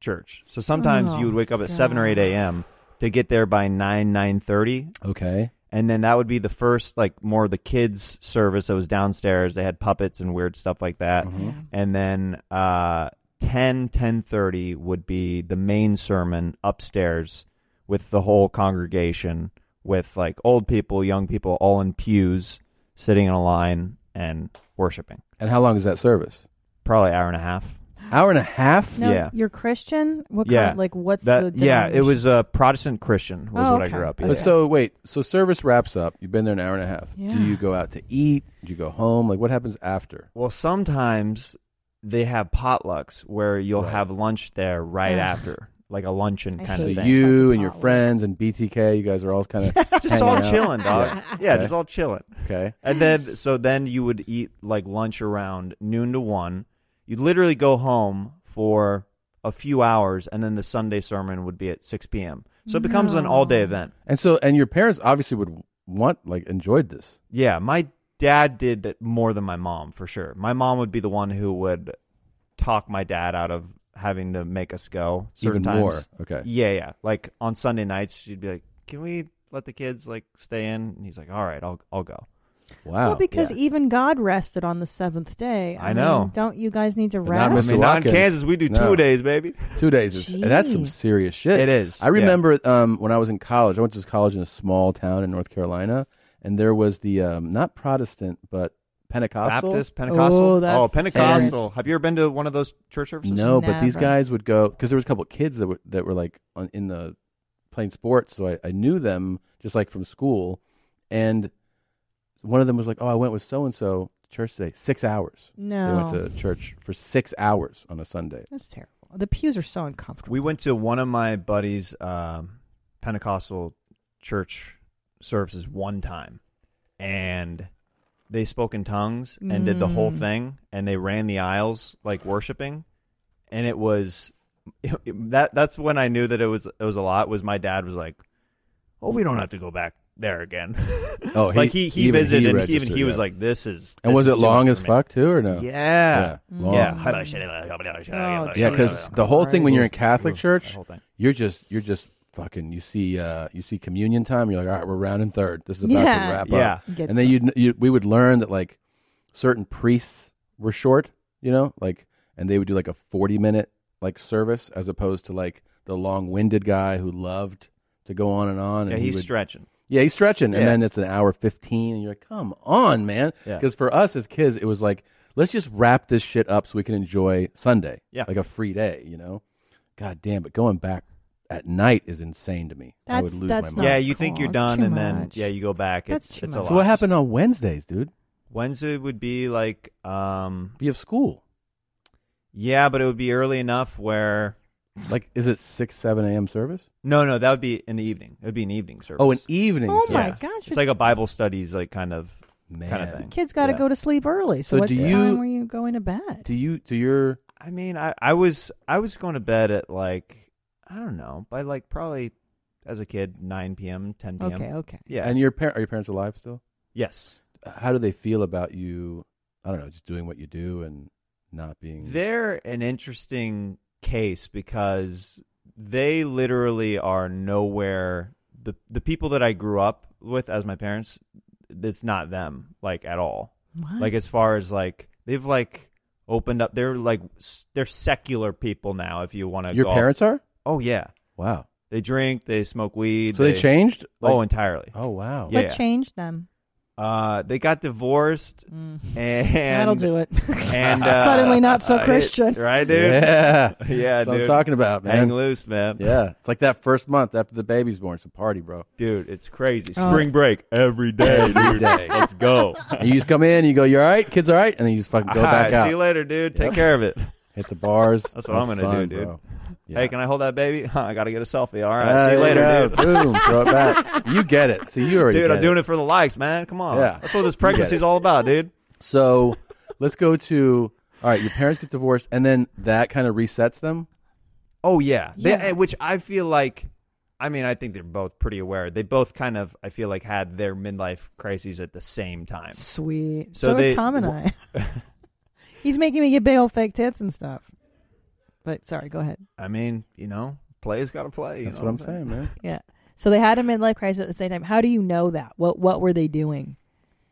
[SPEAKER 4] church so sometimes you
[SPEAKER 2] Oh,
[SPEAKER 4] would wake up at 7 or 8 a.m to get there by 9 nine thirty.
[SPEAKER 2] Okay.
[SPEAKER 4] and then that would be the first like more of the kids service that was downstairs they had puppets and weird stuff like that
[SPEAKER 2] Mm-hmm.
[SPEAKER 4] and then uh 10 10:30 would be the main sermon upstairs with the whole congregation with like old people young people all in pews sitting in a line and worshiping
[SPEAKER 2] And how long is that service?
[SPEAKER 4] probably hour and a half
[SPEAKER 2] hour and a half
[SPEAKER 1] No,
[SPEAKER 4] yeah
[SPEAKER 1] you're Christian. What
[SPEAKER 4] yeah
[SPEAKER 1] kind? Like, what's
[SPEAKER 4] That-
[SPEAKER 1] the
[SPEAKER 4] yeah it
[SPEAKER 1] denomination?
[SPEAKER 4] was a protestant christian was
[SPEAKER 1] Oh,
[SPEAKER 4] what
[SPEAKER 1] okay.
[SPEAKER 4] i grew up in
[SPEAKER 2] But so wait, so service wraps up. You've been there an hour and a half. Do
[SPEAKER 1] Yeah.
[SPEAKER 2] you go out to eat? Do you go home? Like what happens after?
[SPEAKER 4] Well, sometimes they have potlucks where you'll have lunch there right
[SPEAKER 2] Ugh.
[SPEAKER 4] after, like a luncheon kind
[SPEAKER 2] so
[SPEAKER 4] of thing.
[SPEAKER 2] you and your friends and BTK, you guys are all kind of
[SPEAKER 4] just all chilling, dog. Yeah, just all chilling.
[SPEAKER 2] Okay.
[SPEAKER 4] And then so then you would eat like lunch around noon to one. You'd literally go home for a few hours, and then the Sunday sermon would be at six p.m. So it becomes an
[SPEAKER 2] No.
[SPEAKER 4] all-day event.
[SPEAKER 2] And so and your parents obviously would want like enjoyed this.
[SPEAKER 4] Yeah, my dad did it more than my mom for sure. My mom would be the one who would talk my dad out of having to make us go.
[SPEAKER 2] Even
[SPEAKER 4] certain times.
[SPEAKER 2] more, okay.
[SPEAKER 4] Yeah, yeah. Like on Sunday nights, she'd be like, "Can we let the kids like stay in?" And he's like, "All right, I'll I'll go."
[SPEAKER 2] Wow.
[SPEAKER 1] Well, because even God rested on the seventh day.
[SPEAKER 4] Oh, I know.
[SPEAKER 1] mean, don't you guys need to
[SPEAKER 4] But
[SPEAKER 1] rest?
[SPEAKER 4] not Mr. I mean, not in Kansas, we do two days, baby.
[SPEAKER 2] Two days is and that's some
[SPEAKER 1] Jeez.
[SPEAKER 2] serious shit.
[SPEAKER 4] It is,
[SPEAKER 2] I remember um, when I was in college. I went to this college in a small town in North Carolina, and there was the um, not Protestant but Pentecostal,
[SPEAKER 4] Baptist, Pentecostal. Oh,
[SPEAKER 2] that's
[SPEAKER 4] Pentecostal. Have you ever been to one of those church services?
[SPEAKER 2] No, but these guys would go because there was a couple of kids that were that were like on, in the playing sports, so I, I knew them just like from school, and one of them was like, "Oh, I went with so and so to church today, six hours. they went
[SPEAKER 1] No.
[SPEAKER 2] to church for six hours on a Sunday.
[SPEAKER 1] That's terrible. The pews are so uncomfortable.
[SPEAKER 4] We went to one of my buddies' um, Pentecostal church services one time, and they spoke in tongues and did the whole
[SPEAKER 2] Mm.
[SPEAKER 4] thing, and they ran the aisles like worshiping, and it was that. That's when I knew that it was it was a lot. Was my dad was like, "Oh, we don't have to go back there again."
[SPEAKER 2] Oh, he-
[SPEAKER 4] like he he
[SPEAKER 2] even he
[SPEAKER 4] visited, and he, even
[SPEAKER 2] registered,
[SPEAKER 4] he was
[SPEAKER 2] yeah.
[SPEAKER 4] like, "This is."
[SPEAKER 2] And
[SPEAKER 4] this
[SPEAKER 2] was
[SPEAKER 4] is
[SPEAKER 2] it
[SPEAKER 4] too
[SPEAKER 2] long
[SPEAKER 4] much
[SPEAKER 2] as
[SPEAKER 4] for me."
[SPEAKER 2] fuck too, or no?
[SPEAKER 4] Yeah,
[SPEAKER 2] Yeah, long.
[SPEAKER 4] yeah.
[SPEAKER 2] Oh, Yeah, because the whole thing when you're in Catholic church,
[SPEAKER 4] whole thing.
[SPEAKER 2] you're just you're just fucking. You see, uh, you see communion time. You're like, all right, we're rounding third. This is about
[SPEAKER 4] Yeah.
[SPEAKER 2] to wrap
[SPEAKER 4] Yeah.
[SPEAKER 2] up.
[SPEAKER 4] Get
[SPEAKER 2] and then you you we would learn that like certain priests were short, you know, like, and they would do like a forty minute like service as opposed to like the long winded guy who loved to go on and on.
[SPEAKER 4] Yeah,
[SPEAKER 2] and he
[SPEAKER 4] he's
[SPEAKER 2] would-
[SPEAKER 4] stretching.
[SPEAKER 2] Yeah, he's stretching,
[SPEAKER 4] Yeah.
[SPEAKER 2] and then it's an hour fifteen, and you're like, come on, man,
[SPEAKER 4] Yeah.
[SPEAKER 2] because for us as kids, it was like, let's just wrap this shit up so we can enjoy Sunday.
[SPEAKER 4] Yeah.
[SPEAKER 2] Like a free day, you know? God damn, but going back at night is insane to me. I would
[SPEAKER 1] That's-
[SPEAKER 2] lose
[SPEAKER 1] that's
[SPEAKER 2] my mind.
[SPEAKER 4] yeah, you think you're
[SPEAKER 1] That's
[SPEAKER 4] done,
[SPEAKER 1] too
[SPEAKER 4] and then
[SPEAKER 1] much.
[SPEAKER 4] yeah, you go back. It's,
[SPEAKER 1] That's too
[SPEAKER 4] it's a
[SPEAKER 1] much.
[SPEAKER 4] lot.
[SPEAKER 2] So what happened on Wednesdays, dude?
[SPEAKER 4] Wednesday would be like um,
[SPEAKER 2] you have school.
[SPEAKER 4] Yeah, but it would be early enough where
[SPEAKER 2] Like, is it six seven a.m. service?
[SPEAKER 4] No, no, that would be in the evening. It would be an evening service.
[SPEAKER 2] Oh, an evening Oh my service.
[SPEAKER 1] gosh.
[SPEAKER 4] It's like a Bible studies, like kind of kind
[SPEAKER 2] Man.
[SPEAKER 4] of thing.
[SPEAKER 1] Kids got to
[SPEAKER 4] Yeah.
[SPEAKER 1] go to sleep early. So,
[SPEAKER 4] So
[SPEAKER 1] what
[SPEAKER 4] do
[SPEAKER 1] time
[SPEAKER 4] you-
[SPEAKER 1] were you going to bed?
[SPEAKER 2] Do you do your?
[SPEAKER 4] I mean, I I was I was going to bed at like I don't know by like probably as a kid nine p.m. ten p.m. Yeah.
[SPEAKER 2] And your parent are your parents alive still?
[SPEAKER 4] Yes.
[SPEAKER 2] How do they feel about you? I don't know, just doing what you do and not being.
[SPEAKER 4] They're an interesting case because they literally are nowhere. The the people that I grew up with as my parents, it's not them like at all.
[SPEAKER 10] What?
[SPEAKER 4] Like as far as like they've like opened up. They're like s- they're secular people now. If you want to,
[SPEAKER 2] Your parents are?
[SPEAKER 4] Oh yeah.
[SPEAKER 2] Wow.
[SPEAKER 4] They drink. They smoke weed.
[SPEAKER 2] So they changed?
[SPEAKER 4] oh,
[SPEAKER 2] Like-
[SPEAKER 4] entirely.
[SPEAKER 2] Oh, wow.
[SPEAKER 1] What changed them?
[SPEAKER 4] Uh, they got divorced,
[SPEAKER 1] Mm.
[SPEAKER 4] and
[SPEAKER 1] That'll do it.
[SPEAKER 4] And uh,
[SPEAKER 1] Suddenly not so
[SPEAKER 4] uh,
[SPEAKER 1] Christian.
[SPEAKER 4] right, dude?
[SPEAKER 2] Yeah,
[SPEAKER 4] yeah.
[SPEAKER 2] That's what
[SPEAKER 4] dude.
[SPEAKER 2] I'm talking about, man.
[SPEAKER 4] Hang loose, man.
[SPEAKER 2] Yeah, it's like that first month after the baby's born. It's a party, bro.
[SPEAKER 4] dude, it's crazy.
[SPEAKER 2] Oh.
[SPEAKER 4] Spring break every day, dude.
[SPEAKER 2] Every day.
[SPEAKER 4] Let's go.
[SPEAKER 2] And you just come in, and you go, "You all right, kids? All right?" And then you just fucking go
[SPEAKER 4] Ah,
[SPEAKER 2] back out.
[SPEAKER 4] See you later, dude. Take
[SPEAKER 2] Yep.
[SPEAKER 4] care of it.
[SPEAKER 2] Hit the bars.
[SPEAKER 4] That's what I'm
[SPEAKER 2] Have
[SPEAKER 4] gonna
[SPEAKER 2] fun,
[SPEAKER 4] do, dude.
[SPEAKER 2] bro.
[SPEAKER 4] Hey, can I hold that baby? Huh, I gotta get a selfie. All right,
[SPEAKER 2] Ah,
[SPEAKER 4] see you
[SPEAKER 2] there
[SPEAKER 4] later,
[SPEAKER 2] go.
[SPEAKER 4] dude.
[SPEAKER 2] Boom, throw it back. You get it. See, you already.
[SPEAKER 4] Dude,
[SPEAKER 2] get
[SPEAKER 4] I'm doing it for the likes, man. Come on.
[SPEAKER 2] Yeah.
[SPEAKER 4] That's what this
[SPEAKER 2] You get
[SPEAKER 4] pregnancy's
[SPEAKER 2] it.
[SPEAKER 4] all about, dude.
[SPEAKER 2] So let's go to all right. Your parents get divorced, and then that kind of resets them.
[SPEAKER 4] Oh yeah, They-
[SPEAKER 2] Yeah.
[SPEAKER 4] eh, which I feel like, I mean, I think they're both pretty aware. They both kind of, I feel like, had their midlife crises at the same time.
[SPEAKER 1] Sweet.
[SPEAKER 4] So
[SPEAKER 1] So,
[SPEAKER 4] they-
[SPEAKER 1] are Tom and I. He's making me get big old fake tits and stuff. But sorry, go ahead.
[SPEAKER 4] I mean, you know, play's got to play. you
[SPEAKER 2] That's
[SPEAKER 4] know
[SPEAKER 2] what I'm saying, man.
[SPEAKER 1] Yeah. So they had a midlife crisis at the same time. How do you know that? What What were they doing?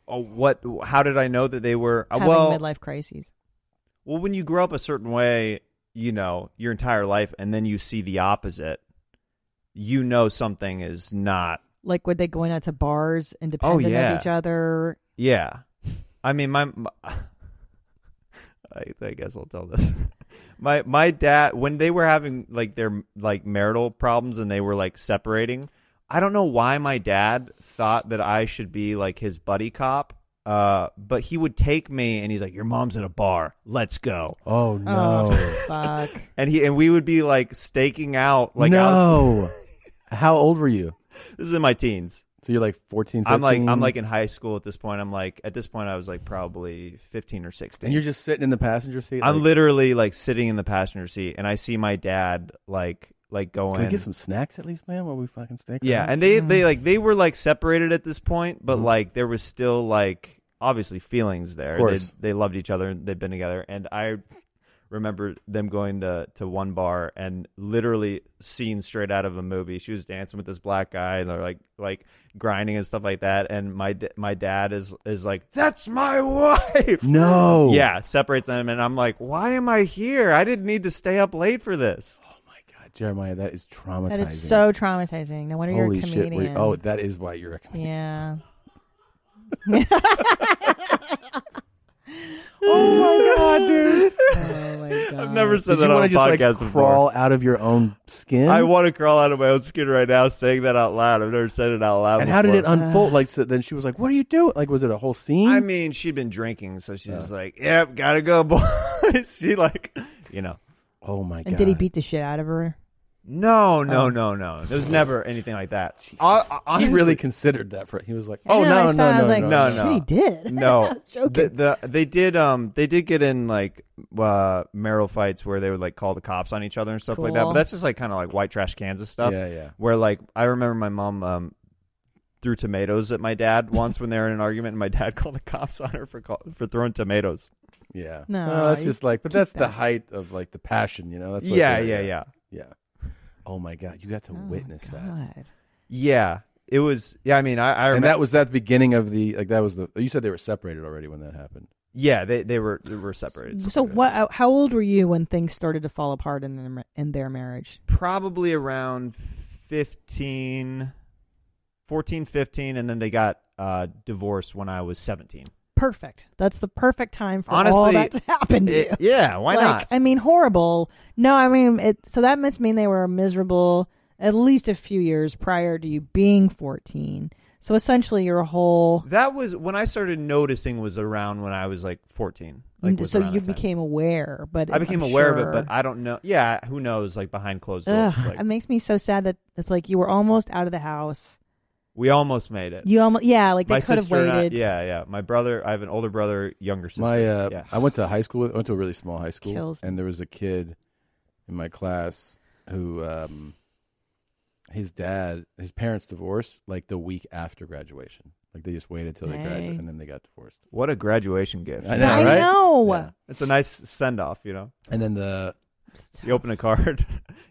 [SPEAKER 4] Oh, what? How did I know that they were? uh,
[SPEAKER 1] Having
[SPEAKER 4] well,
[SPEAKER 1] midlife crises.
[SPEAKER 4] well, when you grow up a certain way, you know, your entire life, and then you see the opposite, you know, something is not
[SPEAKER 1] Like were they going out to bars
[SPEAKER 4] Oh
[SPEAKER 1] independent
[SPEAKER 4] yeah,
[SPEAKER 1] of each other?
[SPEAKER 4] Yeah, I mean my. my- I, I guess I'll tell this. My my dad when they were having like their like marital problems and they were like separating. I don't know why my dad thought that I should be like his buddy cop. Uh, but he would take me and he's like, "Your mom's at a bar. Let's go."
[SPEAKER 2] Oh no.
[SPEAKER 1] fuck.
[SPEAKER 4] and he and we would be like staking out like outs-
[SPEAKER 2] no. How old were you?
[SPEAKER 4] This is in my teens.
[SPEAKER 2] So you're like 14, 15?
[SPEAKER 4] I'm like I'm like in high school at this point. I'm like at this point I was like probably 15 or 16.
[SPEAKER 2] and you're just sitting in the passenger seat.
[SPEAKER 4] I'm
[SPEAKER 2] like,
[SPEAKER 4] literally like sitting in the passenger seat and I see my dad like like going
[SPEAKER 2] Can we get some snacks at least, man? While we fucking stick.
[SPEAKER 4] Yeah,
[SPEAKER 2] around?"
[SPEAKER 4] and they they like they were like separated at this point, but like there was still like obviously feelings there.
[SPEAKER 2] Mm-hmm. Of course.
[SPEAKER 4] They they loved each other and they'd been together and I remember them going to to one bar and literally seen straight out of a movie. She was dancing with this black guy and they're like like grinding and stuff like that and my d- my dad is is like that's my wife.
[SPEAKER 2] No.
[SPEAKER 4] Yeah, separates them and I'm like, "Why am I here? I didn't need to stay up late for this." Oh
[SPEAKER 2] my god, Jeremiah, that is traumatizing.
[SPEAKER 1] That is so traumatizing. No wonder
[SPEAKER 2] Holy
[SPEAKER 1] you're a
[SPEAKER 2] shit, were
[SPEAKER 1] comedian.
[SPEAKER 2] you- oh, that is why you're a
[SPEAKER 1] comedian.
[SPEAKER 4] oh my god, dude.
[SPEAKER 1] I've
[SPEAKER 4] never said
[SPEAKER 2] Did
[SPEAKER 4] that
[SPEAKER 2] you
[SPEAKER 4] on
[SPEAKER 2] wanna
[SPEAKER 4] a
[SPEAKER 2] just like
[SPEAKER 4] podcast before.
[SPEAKER 2] crawl out of your own skin?
[SPEAKER 4] I want to crawl out of my own skin right now, saying that out loud. I've never said it out loud.
[SPEAKER 2] And how did it
[SPEAKER 4] before.
[SPEAKER 2] unfold? Like, so then she was like, "What are you doing?" Like, was it a whole scene?
[SPEAKER 4] Uh, I mean, she'd been drinking, so she's just like, "Yep, gotta go, boys." she like, you know.
[SPEAKER 2] Oh my
[SPEAKER 1] and did he beat the shit out of her?
[SPEAKER 4] No, no,
[SPEAKER 1] Oh.
[SPEAKER 4] no, no. There was never anything like that.
[SPEAKER 2] he really considered that for. He was like,
[SPEAKER 1] I
[SPEAKER 2] "Oh
[SPEAKER 1] know, I
[SPEAKER 2] no, no,
[SPEAKER 1] saw it, I
[SPEAKER 2] no,
[SPEAKER 1] was like,
[SPEAKER 2] no,
[SPEAKER 4] no,
[SPEAKER 1] shit,
[SPEAKER 4] no,
[SPEAKER 1] he did. I
[SPEAKER 4] No,
[SPEAKER 1] was joking.
[SPEAKER 4] The, the, they did. Um, they did get in like uh, marital fights where they would like call the cops on each other and stuff like that.
[SPEAKER 2] Cool.
[SPEAKER 4] But that's just like kind of like white trash Kansas stuff.
[SPEAKER 2] Yeah, yeah.
[SPEAKER 4] Where like I remember my mom um threw tomatoes at my dad once when they were in an argument, and my dad called the cops on her for call, for throwing tomatoes.
[SPEAKER 2] Yeah.
[SPEAKER 1] No,
[SPEAKER 2] that's
[SPEAKER 1] you
[SPEAKER 2] just like, but
[SPEAKER 1] keep
[SPEAKER 2] that's the
[SPEAKER 1] that.
[SPEAKER 2] height of like the passion, you know? That's
[SPEAKER 4] Yeah,
[SPEAKER 2] they-
[SPEAKER 4] yeah,
[SPEAKER 2] yeah, yeah. Oh my god, you got to witness that.
[SPEAKER 4] Yeah, it was. Yeah, I mean, I, I
[SPEAKER 2] and
[SPEAKER 4] remember.
[SPEAKER 2] that was at the beginning of the like that was the you said they were separated already when that happened.
[SPEAKER 4] yeah, they they were they were separated.
[SPEAKER 1] So what? uh, How old were you when things started to fall apart in their, in their marriage?
[SPEAKER 4] probably around 15 14 15 and then they got uh divorced when i was 17
[SPEAKER 1] Perfect. That's the perfect time for all
[SPEAKER 4] Honestly,
[SPEAKER 1] that to happen to
[SPEAKER 4] it-
[SPEAKER 1] you.
[SPEAKER 4] yeah, why
[SPEAKER 1] Like,
[SPEAKER 4] not?
[SPEAKER 1] I mean, horrible. No, I mean, it, so that must mean they were miserable at least a few years prior to you being fourteen. So essentially, your whole
[SPEAKER 4] That was when I started noticing was around when I was like 14. Like, was
[SPEAKER 1] so
[SPEAKER 4] around
[SPEAKER 1] you
[SPEAKER 4] that time.
[SPEAKER 1] became aware, but
[SPEAKER 4] I became
[SPEAKER 1] I'm
[SPEAKER 4] aware of
[SPEAKER 1] sure-
[SPEAKER 4] it, but I don't know. Yeah, who knows? Like behind closed doors.
[SPEAKER 1] Ugh,
[SPEAKER 4] Like,
[SPEAKER 1] it makes me so sad that it's like you were almost out of the house.
[SPEAKER 4] we almost made it.
[SPEAKER 1] You almost yeah, like they
[SPEAKER 4] My
[SPEAKER 1] could have
[SPEAKER 4] sister and I-
[SPEAKER 1] waited.
[SPEAKER 4] yeah, yeah. My brother. I have an older brother, younger sister.
[SPEAKER 2] My uh,
[SPEAKER 4] yeah.
[SPEAKER 2] I went to high school. I went to a really small high school,
[SPEAKER 4] Kills
[SPEAKER 2] and there was a kid in my class who, um, his dad, his parents divorced like the week after graduation. Like they just waited till they
[SPEAKER 1] Dang.
[SPEAKER 2] graduated, and then they got divorced.
[SPEAKER 4] What a graduation gift!
[SPEAKER 2] I know, I right?
[SPEAKER 1] know. Yeah.
[SPEAKER 4] It's a nice send off, you know.
[SPEAKER 2] And then the
[SPEAKER 4] you open a card.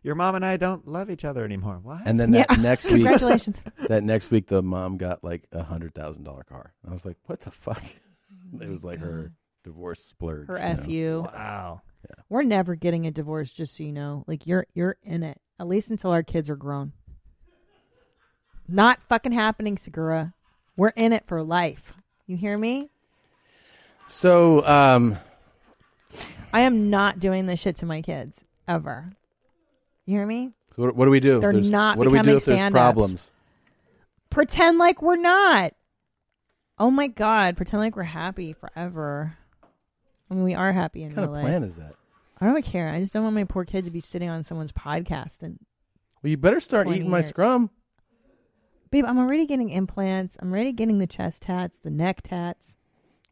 [SPEAKER 4] Your mom and I don't love each other anymore. What?
[SPEAKER 2] And then that next week,
[SPEAKER 1] Congratulations.
[SPEAKER 2] That next week, the mom got like a hundred thousand dollar car. I was like, what the fuck? It was like her divorce splurge.
[SPEAKER 1] Her
[SPEAKER 2] you know?
[SPEAKER 1] F you.
[SPEAKER 4] Wow.
[SPEAKER 1] We're never getting a divorce, just so you know. Like you're you're in it. At least until our kids are grown. Not fucking happening, Segura. We're in it for life. You hear me?
[SPEAKER 2] So, um,
[SPEAKER 1] I am not doing this shit to my kids ever. You hear me?
[SPEAKER 2] so what, what do we do? if
[SPEAKER 1] They're
[SPEAKER 2] there's-
[SPEAKER 1] not
[SPEAKER 2] What do we do
[SPEAKER 1] becoming
[SPEAKER 2] if there's
[SPEAKER 1] stand-ups.
[SPEAKER 2] problems?
[SPEAKER 1] Pretend like we're not. Oh my god, pretend like we're happy forever. I mean, we are happy in
[SPEAKER 2] What kind
[SPEAKER 1] real
[SPEAKER 2] of
[SPEAKER 1] life.
[SPEAKER 2] plan is that?
[SPEAKER 1] I don't care. I just don't want my poor kid to be sitting on someone's podcast and
[SPEAKER 2] Well, you better start
[SPEAKER 1] 20
[SPEAKER 2] eating my
[SPEAKER 1] years.
[SPEAKER 2] scrum.
[SPEAKER 1] Babe, I'm already getting implants. I'm already getting the chest tats, the neck tats.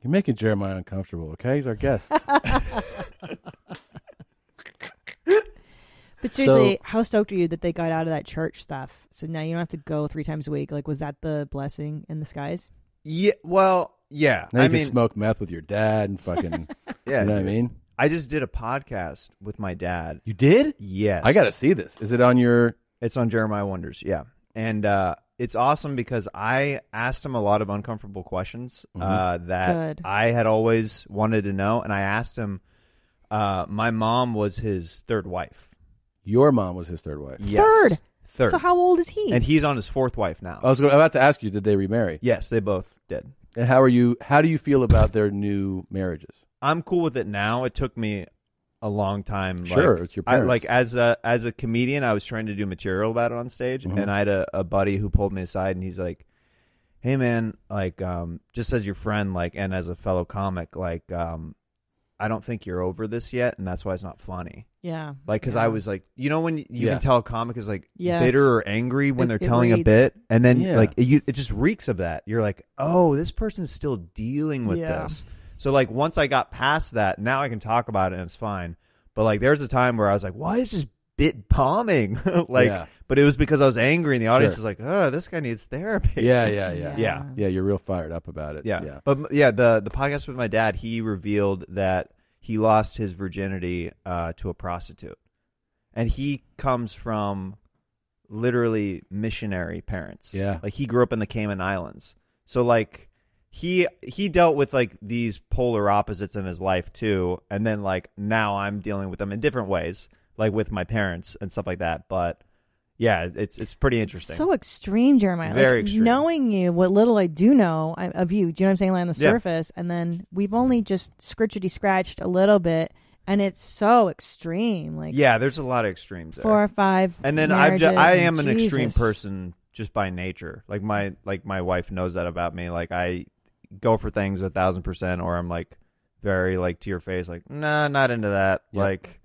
[SPEAKER 2] You're making Jeremiah uncomfortable. Okay, he's our guest.
[SPEAKER 1] But
[SPEAKER 2] So-
[SPEAKER 1] seriously, how stoked are you that they got out of that church stuff? So now you don't have to go three times a week. Like, was that the blessing in the skies?
[SPEAKER 4] Yeah. Well, yeah.
[SPEAKER 2] Now
[SPEAKER 4] I
[SPEAKER 2] you
[SPEAKER 4] mean,
[SPEAKER 2] can smoke meth with your dad and fucking.
[SPEAKER 4] yeah.
[SPEAKER 2] you know what I
[SPEAKER 4] dude.
[SPEAKER 2] mean.
[SPEAKER 4] I just did a podcast with my dad.
[SPEAKER 2] You did?
[SPEAKER 4] Yes.
[SPEAKER 2] I gotta see this. Is it on your?
[SPEAKER 4] It's on Jeremiah Wonders. Yeah, and uh, it's awesome because I asked him a lot of uncomfortable questions
[SPEAKER 2] Mm-hmm.
[SPEAKER 4] uh, that
[SPEAKER 1] Good.
[SPEAKER 4] I had always wanted to know, and I asked him. Uh, my mom was his third wife.
[SPEAKER 2] Your mom was his third wife.
[SPEAKER 4] Yes.
[SPEAKER 1] Third?
[SPEAKER 4] Third.
[SPEAKER 1] So how old is he?
[SPEAKER 4] And he's on his fourth wife now.
[SPEAKER 2] I was going, about to ask you, did they remarry?
[SPEAKER 4] Yes, they both did.
[SPEAKER 2] And how are you? How do you feel about their new marriages?
[SPEAKER 4] I'm cool with it now. It took me a long time.
[SPEAKER 2] Sure,
[SPEAKER 4] like,
[SPEAKER 2] it's your
[SPEAKER 4] I-
[SPEAKER 2] parents.
[SPEAKER 4] like as a as a comedian, I was trying to do material about it on stage,
[SPEAKER 2] Mhm.
[SPEAKER 4] and I had a, a buddy who pulled me aside, and he's like, "Hey, man, like, um, just as your friend, like, and as a fellow comic, like, um, I don't think you're over this yet, and that's why it's not funny."
[SPEAKER 1] Yeah.
[SPEAKER 4] Like, because I was like, you know, when you
[SPEAKER 2] Yeah.
[SPEAKER 4] can tell a comic is like
[SPEAKER 1] Yes.
[SPEAKER 4] bitter or angry when
[SPEAKER 1] It-
[SPEAKER 4] they're
[SPEAKER 1] it
[SPEAKER 4] telling a
[SPEAKER 1] reads.
[SPEAKER 4] bit, and then
[SPEAKER 2] Yeah.
[SPEAKER 4] like it, you, it just reeks of that. You're like, oh, this person's still dealing with
[SPEAKER 1] Yeah.
[SPEAKER 4] this. So like once I got past that, now I can talk about it and it's fine. But like there's a time where I was like, why is this bit bombing? like,
[SPEAKER 2] Yeah.
[SPEAKER 4] but it was because I was angry and the audience
[SPEAKER 2] Sure.
[SPEAKER 4] is like, oh, this guy needs therapy.
[SPEAKER 2] Yeah, yeah, yeah,
[SPEAKER 4] yeah.
[SPEAKER 2] yeah. You're real fired up about it.
[SPEAKER 4] Yeah.
[SPEAKER 2] yeah.
[SPEAKER 4] But m- yeah, the the podcast with my dad, he revealed that he lost his virginity uh, to a prostitute, and he comes from literally missionary parents.
[SPEAKER 2] Yeah.
[SPEAKER 4] like he grew up in the Cayman Islands, so like he he dealt with like these polar opposites in his life too, and then like now I'm dealing with them in different ways, like with my parents and stuff like that. But yeah, it's it's pretty interesting.
[SPEAKER 1] So extreme, Jeremiah.
[SPEAKER 4] Very
[SPEAKER 1] like,
[SPEAKER 4] extreme.
[SPEAKER 1] Knowing you, what little I do know I- of you, do you know what I'm saying? Like on the
[SPEAKER 4] Yeah.
[SPEAKER 1] surface, and then we've only just scritchety scratched a little bit, and it's so extreme. Like
[SPEAKER 4] yeah, there's a lot of extremes. There.
[SPEAKER 1] four or five.
[SPEAKER 4] and then I've ju-
[SPEAKER 1] marriages
[SPEAKER 4] I
[SPEAKER 1] and
[SPEAKER 4] am an extreme
[SPEAKER 1] Jesus.
[SPEAKER 4] person just by nature. Like my like my wife knows that about me. Like I go for things a thousand percent, or I'm like very like to your face. Like nah, not into that.
[SPEAKER 2] Yeah.
[SPEAKER 4] Like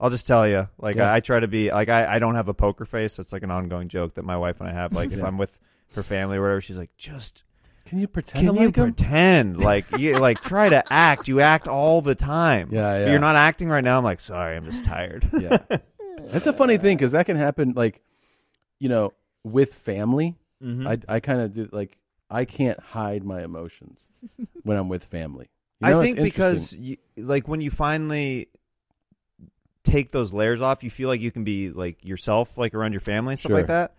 [SPEAKER 4] I'll just tell you. Like
[SPEAKER 2] Yeah.
[SPEAKER 4] I, I try to be like I I don't have a poker face. That's like an ongoing joke that my wife and I have. Like if
[SPEAKER 2] Yeah.
[SPEAKER 4] I'm with her family or whatever, she's like just
[SPEAKER 2] Can you pretend?
[SPEAKER 4] can
[SPEAKER 2] to
[SPEAKER 4] you
[SPEAKER 2] like 'em?
[SPEAKER 4] pretend like you like try to act? You act all the time.
[SPEAKER 2] Yeah,
[SPEAKER 4] But
[SPEAKER 2] yeah.
[SPEAKER 4] you're not acting right now. I'm like sorry, I'm just tired.
[SPEAKER 2] yeah, that's a funny thing because that can happen. Like, you know, with family,
[SPEAKER 4] Mhm.
[SPEAKER 2] I I kind of do like I can't hide my emotions when I'm with family. You know,
[SPEAKER 4] I
[SPEAKER 2] it's
[SPEAKER 4] think because
[SPEAKER 2] interesting.
[SPEAKER 4] you, like when you finally take those layers off, you feel like you can be like yourself, like around your family and stuff like
[SPEAKER 2] Sure.
[SPEAKER 4] that.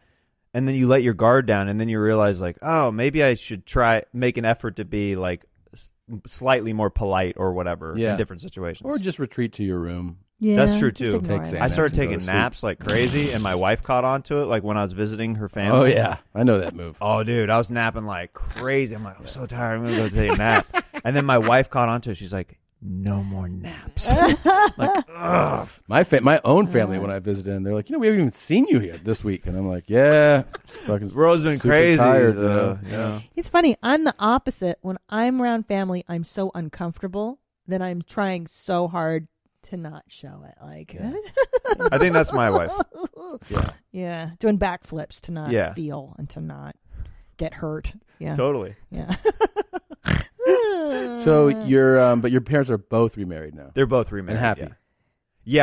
[SPEAKER 4] And then you let your guard down, and then you realize like, oh, maybe I should try make an effort to be like s- slightly more polite or whatever
[SPEAKER 2] Yeah.
[SPEAKER 4] in different situations.
[SPEAKER 2] or just retreat to your room.
[SPEAKER 4] That's true
[SPEAKER 2] just
[SPEAKER 4] too.
[SPEAKER 2] ignore Take it. Xanax
[SPEAKER 4] I started
[SPEAKER 2] and go to
[SPEAKER 4] taking
[SPEAKER 2] sleep.
[SPEAKER 4] naps like crazy, and my wife caught on to it. Like when I was visiting her family.
[SPEAKER 2] Oh yeah, I know that move.
[SPEAKER 4] Oh, dude, I was napping like crazy. I'm like, I'm so tired. I'm gonna go take a nap. and then my wife caught onto it. She's like, no more naps. like, ugh.
[SPEAKER 2] My fa- my own family when I visited, and they're like, you know, we haven't even seen you here this week, and I'm like, yeah, fucking
[SPEAKER 4] Ro's been
[SPEAKER 2] super
[SPEAKER 4] crazy,
[SPEAKER 2] tired,
[SPEAKER 4] uh,
[SPEAKER 2] you know?
[SPEAKER 4] yeah.
[SPEAKER 1] It's funny. I'm the opposite. When I'm around family, I'm so uncomfortable that I'm trying so hard to not show it. Like,
[SPEAKER 4] I think that's my wife.
[SPEAKER 1] Yeah. yeah, doing backflips to not
[SPEAKER 4] Yeah.
[SPEAKER 1] feel and to not get hurt. Yeah,
[SPEAKER 4] Totally.
[SPEAKER 1] Yeah.
[SPEAKER 2] So your um, but your parents are both remarried now.
[SPEAKER 4] They're both remarried.
[SPEAKER 2] and happy.
[SPEAKER 4] Yeah.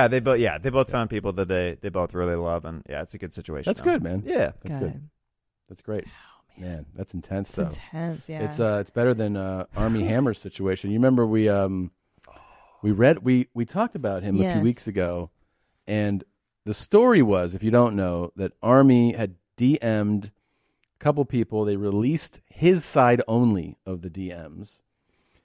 [SPEAKER 4] Yeah, they both. Yeah, they both found people that they they both really love, and yeah, it's a good situation.
[SPEAKER 2] That's
[SPEAKER 4] now.
[SPEAKER 2] good, man.
[SPEAKER 4] Yeah,
[SPEAKER 2] that's good. That's great. man. that's intense.
[SPEAKER 1] It's
[SPEAKER 2] though.
[SPEAKER 1] intense, yeah.
[SPEAKER 2] it's uh, it's better than uh, Army Hammer's situation. You remember we um, we read we we talked about him a few
[SPEAKER 1] Yes.
[SPEAKER 2] weeks ago, and the story was, if you don't know, that Army had DM'd a couple people. They released his side only of the DMs,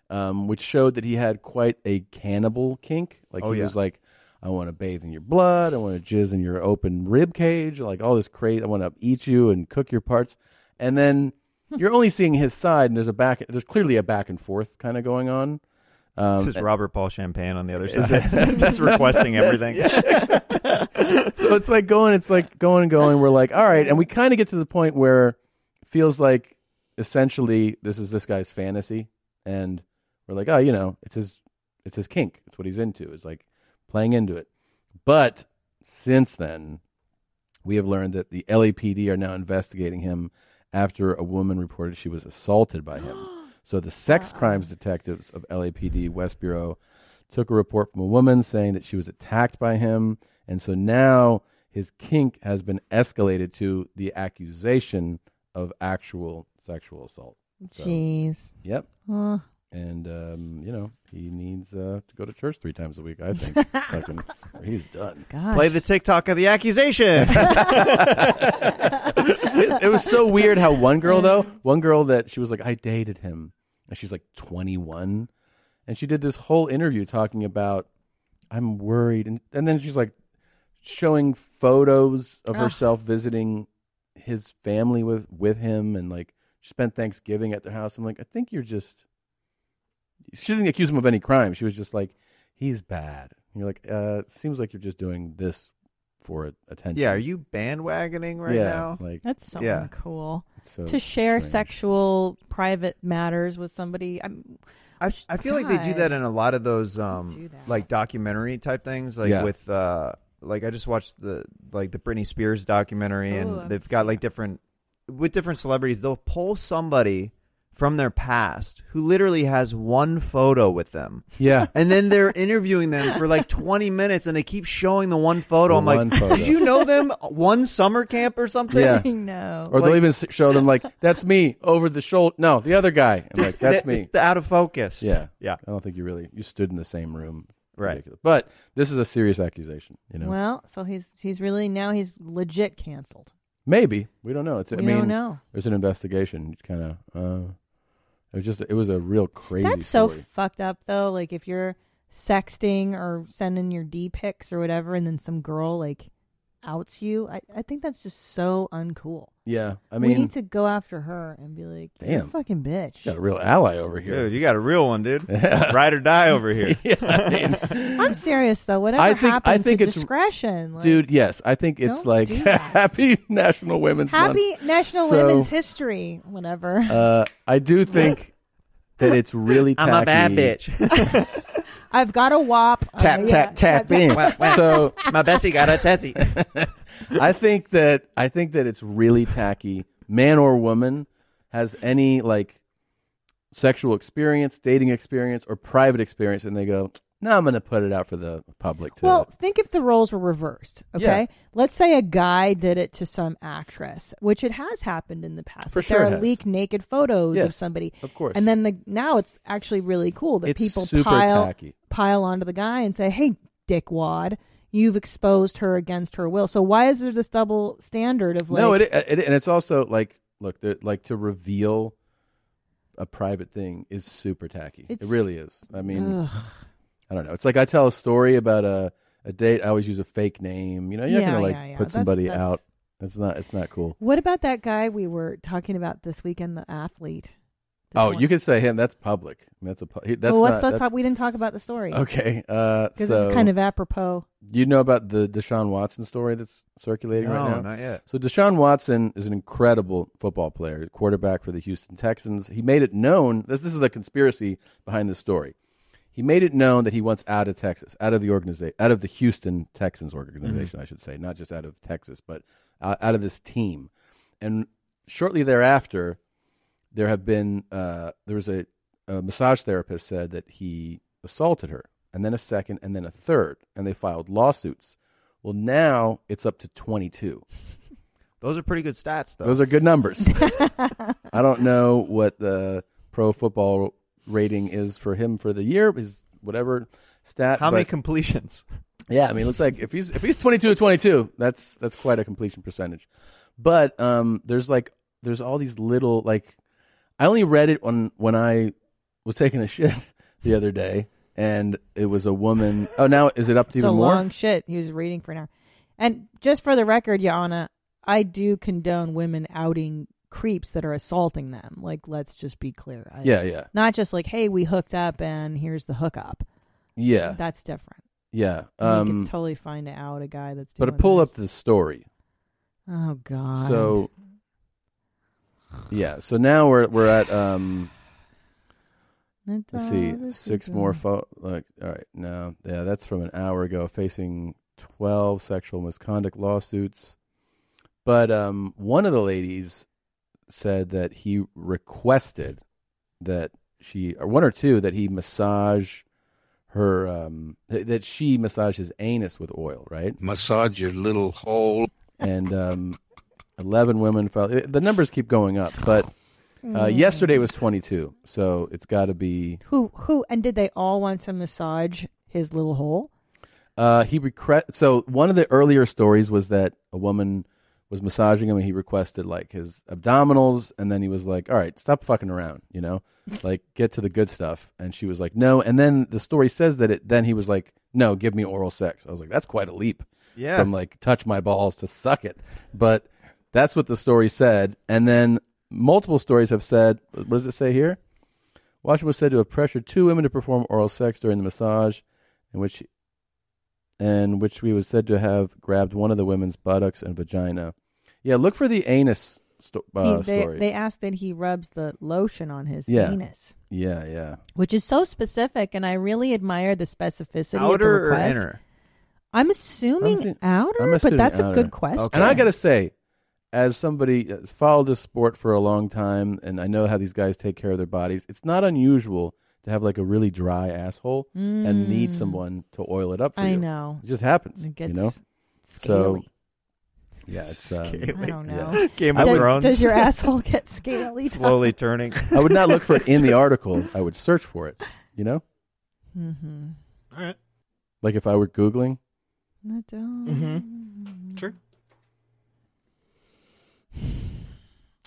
[SPEAKER 2] um, which showed that he had quite a cannibal kink. Like
[SPEAKER 4] Oh,
[SPEAKER 2] he
[SPEAKER 4] yeah.
[SPEAKER 2] was like, I want to bathe in your blood. I want to jizz in your open rib cage. Like all this crazy. I want to eat you and cook your parts. And then
[SPEAKER 4] Hmm.
[SPEAKER 2] you're only seeing his side, and there's a back. There's clearly a back and forth kind of going on. Um,
[SPEAKER 4] this is Robert Paul Champagne on the other
[SPEAKER 2] Is
[SPEAKER 4] side,
[SPEAKER 2] it-
[SPEAKER 4] just requesting
[SPEAKER 2] Yes,
[SPEAKER 4] everything.
[SPEAKER 2] yeah, exactly. so it's like going, it's like going and going. We're like, all right, and we kind of get to the point where it feels like essentially this is this guy's fantasy, and we're like, oh, you know, it's his, it's his kink. It's what he's into. It's like playing into it. But since then, we have learned that the LAPD are now investigating him after a woman reported she was assaulted by him. so the sex crimes detectives of LAPD West Bureau took a report from a woman saying that she was attacked by him. And so now his kink has been escalated to the accusation of actual sexual assault. So,
[SPEAKER 1] Jeez.
[SPEAKER 2] Yep.
[SPEAKER 1] Huh.
[SPEAKER 2] And um, you know he needs uh, to go to church three times a week. I think Fucking- he's done.
[SPEAKER 4] Play the TikTok of the accusation.
[SPEAKER 2] it, it was so weird how one girl though, one girl that she was like, I dated him, and she's like 21, and she did this whole interview talking about, I'm worried, and and then she's like, showing photos of
[SPEAKER 4] Ugh.
[SPEAKER 2] herself visiting his family with with him, and like she spent Thanksgiving at their house. I'm like, I think you're just, she didn't accuse him of any crime. She was just like, he's bad. And you're like, uh, it seems like you're just doing this for attention.
[SPEAKER 4] yeah, are you bandwagoning right
[SPEAKER 2] Yeah,
[SPEAKER 4] now?
[SPEAKER 2] like-
[SPEAKER 1] That's something
[SPEAKER 2] Yeah.
[SPEAKER 1] cool
[SPEAKER 2] It's so
[SPEAKER 1] to share
[SPEAKER 2] strange.
[SPEAKER 1] sexual private matters with somebody. I'm,
[SPEAKER 4] I, I feel like they do that in a lot of those um like documentary type things like
[SPEAKER 2] Yeah.
[SPEAKER 4] with uh like I just watched the like the Britney Spears documentary and
[SPEAKER 1] Ooh, I've
[SPEAKER 4] they've got like different with different celebrities they'll pull somebody from their past who literally has one photo with them.
[SPEAKER 2] Yeah.
[SPEAKER 4] And then they're interviewing them for like 20 minutes and they keep showing the one photo.
[SPEAKER 2] The
[SPEAKER 4] I'm like,
[SPEAKER 2] one photo.
[SPEAKER 4] "Did you know them one summer camp or something?"
[SPEAKER 2] Yeah.
[SPEAKER 1] no.
[SPEAKER 2] Or they'll even s- show them like that's me over the shoulder. No, the other guy. And, like that's
[SPEAKER 4] that-
[SPEAKER 2] me.
[SPEAKER 4] it's the out of focus.
[SPEAKER 2] Yeah,
[SPEAKER 4] yeah.
[SPEAKER 2] I don't think you really you stood in the same room.
[SPEAKER 4] Right.
[SPEAKER 2] Ridiculous. But this is a serious accusation. You know,
[SPEAKER 1] Well, so he's he's really now he's legit canceled.
[SPEAKER 2] maybe we don't know. It's I
[SPEAKER 1] We
[SPEAKER 2] mean,
[SPEAKER 1] don't know.
[SPEAKER 2] there's an investigation. Kind of. Uh, it was just it was a real crazy.
[SPEAKER 1] That's so
[SPEAKER 2] story.
[SPEAKER 1] fucked up though. Like if you're sexting or sending your D pics or whatever, and then some girl like outs you, I, I think that's just so uncool.
[SPEAKER 2] Yeah, I
[SPEAKER 1] we
[SPEAKER 2] mean-
[SPEAKER 1] need to go after her and be like, "You're a
[SPEAKER 2] Damn.
[SPEAKER 1] fucking bitch.
[SPEAKER 2] Got a real ally over here.
[SPEAKER 4] Dude, you got a real one, dude. Ride or die over here.
[SPEAKER 2] Yeah, I mean-
[SPEAKER 1] I'm serious though. Whatever
[SPEAKER 2] I think
[SPEAKER 1] happened
[SPEAKER 2] I think
[SPEAKER 1] to
[SPEAKER 2] it's
[SPEAKER 1] discretion, like,
[SPEAKER 2] dude. Yes, I think it's
[SPEAKER 1] don't
[SPEAKER 2] like
[SPEAKER 1] do that.
[SPEAKER 2] Happy National Women's Month.
[SPEAKER 1] Happy National
[SPEAKER 2] So-
[SPEAKER 1] Women's History, whatever.
[SPEAKER 2] Uh, I do think that it's really. Tacky.
[SPEAKER 4] I'm a bad bitch.
[SPEAKER 1] I've got a wop. Uh,
[SPEAKER 2] tap
[SPEAKER 1] yeah.
[SPEAKER 2] tap tap in.
[SPEAKER 4] Wah, wah.
[SPEAKER 2] so
[SPEAKER 4] my Betsy got a Tetsy.
[SPEAKER 2] I think that I think that it's really tacky. Man or woman has any like sexual experience, dating experience, or private experience, and they go, "No, I'm going to put it out for the public to."
[SPEAKER 1] Well, think if the roles were reversed. Okay,
[SPEAKER 2] Yeah.
[SPEAKER 1] let's say a guy did it to some actress, which it has happened in the past.
[SPEAKER 2] For
[SPEAKER 1] Like,
[SPEAKER 2] sure
[SPEAKER 1] there
[SPEAKER 2] it
[SPEAKER 1] are
[SPEAKER 2] has.
[SPEAKER 1] leaked naked photos of
[SPEAKER 2] Yes,
[SPEAKER 1] somebody,
[SPEAKER 2] of course.
[SPEAKER 1] And then the now it's actually really cool that
[SPEAKER 2] It's
[SPEAKER 1] people
[SPEAKER 2] super
[SPEAKER 1] pile
[SPEAKER 2] tacky.
[SPEAKER 1] pile onto the guy and say, "Hey, dickwad." You've exposed her against her will. So why is there this double standard of like?
[SPEAKER 2] no, it, it and it's also like look, the, like to reveal a private thing is super tacky.
[SPEAKER 1] It's-
[SPEAKER 2] it really is. I mean,
[SPEAKER 1] Ugh.
[SPEAKER 2] I don't know. It's like I tell a story about a a date. I always use a fake name. You know, you're
[SPEAKER 1] Yeah,
[SPEAKER 2] not going to like
[SPEAKER 1] yeah, yeah.
[SPEAKER 2] put
[SPEAKER 1] That's-
[SPEAKER 2] somebody
[SPEAKER 1] that's-
[SPEAKER 2] out. It's not. It's not cool.
[SPEAKER 1] What about that guy we were talking about this weekend, the athlete?
[SPEAKER 2] Oh, you could say him. That's public. That's a. pu- he- That's
[SPEAKER 1] well,
[SPEAKER 2] not,
[SPEAKER 1] let's, let's
[SPEAKER 2] that's-
[SPEAKER 1] talk- we didn't talk about the story.
[SPEAKER 2] Okay, uh,
[SPEAKER 1] 'Cause
[SPEAKER 2] so
[SPEAKER 1] it's kind of apropos.
[SPEAKER 2] You know about the Deshaun Watson story that's circulating right
[SPEAKER 4] No,
[SPEAKER 2] now?
[SPEAKER 4] not yet.
[SPEAKER 2] So Deshaun Watson is an incredible football player, quarterback for the Houston Texans. He made it known. This this is the conspiracy behind this story. He made it known that he wants out of Texas, out of the organization, out of the Houston Texans organization, I should say, not just out of Texas, but uh, out of this team. And shortly thereafter, there have been uh, there was a, a massage therapist said that he assaulted her and then a second and then a third and they filed lawsuits well now it's up to 22
[SPEAKER 4] Those are pretty good stats, though.
[SPEAKER 2] those are good numbers i don't know what the pro football rating is for him for the year his whatever stat
[SPEAKER 4] How many
[SPEAKER 2] but-
[SPEAKER 4] completions?
[SPEAKER 2] yeah, I mean, it looks like if he's if he's twenty two to twenty two, that's that's quite a completion percentage. But um, there's like there's all these little like I only read it when when I was taking a shit the other day, and it was a woman. Oh, now is it up to
[SPEAKER 1] It's a
[SPEAKER 2] even more?
[SPEAKER 1] long shit. He was reading for an hour. And just for the record, Yana, I do condone women outing creeps that are assaulting them. Like, let's just be clear. I,
[SPEAKER 2] Yeah, yeah.
[SPEAKER 1] Not just like, hey, we hooked up and here's the hookup.
[SPEAKER 2] Yeah.
[SPEAKER 1] That's different.
[SPEAKER 2] yeah,
[SPEAKER 1] I think
[SPEAKER 2] um,
[SPEAKER 1] it's totally fine to out a guy that's doing
[SPEAKER 2] but I pull up the story.
[SPEAKER 1] Oh, God.
[SPEAKER 2] So yeah, so now we're we're at um. Let's see, six more. Fo- like, all right, no, yeah, that's from an hour ago. Facing twelve sexual misconduct lawsuits, but um, one of the ladies said that he requested that she, or one or two, that he massage her, um, th- that she massage his anus with oil, right?
[SPEAKER 10] Massage your little hole.
[SPEAKER 2] And um, eleven women filed. The numbers keep going up, but uh,
[SPEAKER 1] Mm.
[SPEAKER 2] yesterday was twenty-two, so it's got to be.
[SPEAKER 1] Who, who, and did they all want to massage his little hole?
[SPEAKER 2] Uh, he request so one of the earlier stories was that a woman was massaging him and he requested like his abdominals and then he was like, "All right, stop fucking around," you know, like get to the good stuff. And she was like, "No." And then the story says that it. Then he was like, "No, give me oral sex." I was like, "That's quite a leap."
[SPEAKER 4] Yeah.
[SPEAKER 2] From like touch my balls to suck it, but that's what the story said. And then multiple stories have said, "What does it say here?" Washington was said to have pressured two women to perform oral sex during the massage, in which and which we was said to have grabbed one of the women's buttocks and vagina. Yeah, look for the anus sto- uh,
[SPEAKER 1] He- they,
[SPEAKER 2] story.
[SPEAKER 1] they asked that he rubs the lotion on his
[SPEAKER 2] yeah.
[SPEAKER 1] anus.
[SPEAKER 2] Yeah, yeah.
[SPEAKER 1] which is so specific, and I really admire the specificity of the
[SPEAKER 2] Outer or
[SPEAKER 1] request.
[SPEAKER 2] inner?
[SPEAKER 1] I'm assuming outer,
[SPEAKER 2] I'm
[SPEAKER 1] but
[SPEAKER 2] assuming
[SPEAKER 1] that's a
[SPEAKER 2] outer.
[SPEAKER 1] good question.
[SPEAKER 2] And I got to say, as somebody that's followed this sport for a long time, and I know how these guys take care of their bodies, it's not unusual to have like a really dry asshole and need
[SPEAKER 1] Mm.
[SPEAKER 2] someone to oil it up for
[SPEAKER 1] I
[SPEAKER 2] you.
[SPEAKER 1] know.
[SPEAKER 2] It just happens.
[SPEAKER 1] It
[SPEAKER 2] you know?
[SPEAKER 1] gets
[SPEAKER 2] So, yeah, it's. Um,
[SPEAKER 1] I don't know.
[SPEAKER 2] yeah.
[SPEAKER 4] Game
[SPEAKER 2] of
[SPEAKER 1] does,
[SPEAKER 2] Thrones.
[SPEAKER 1] Does your asshole get scaly?
[SPEAKER 4] Slowly turning.
[SPEAKER 2] I would not look for it in the article. I would search for it. You know,
[SPEAKER 1] Mm-hmm.
[SPEAKER 3] All right.
[SPEAKER 2] like if I were googling.
[SPEAKER 1] I don't.
[SPEAKER 3] Mm-hmm. Sure.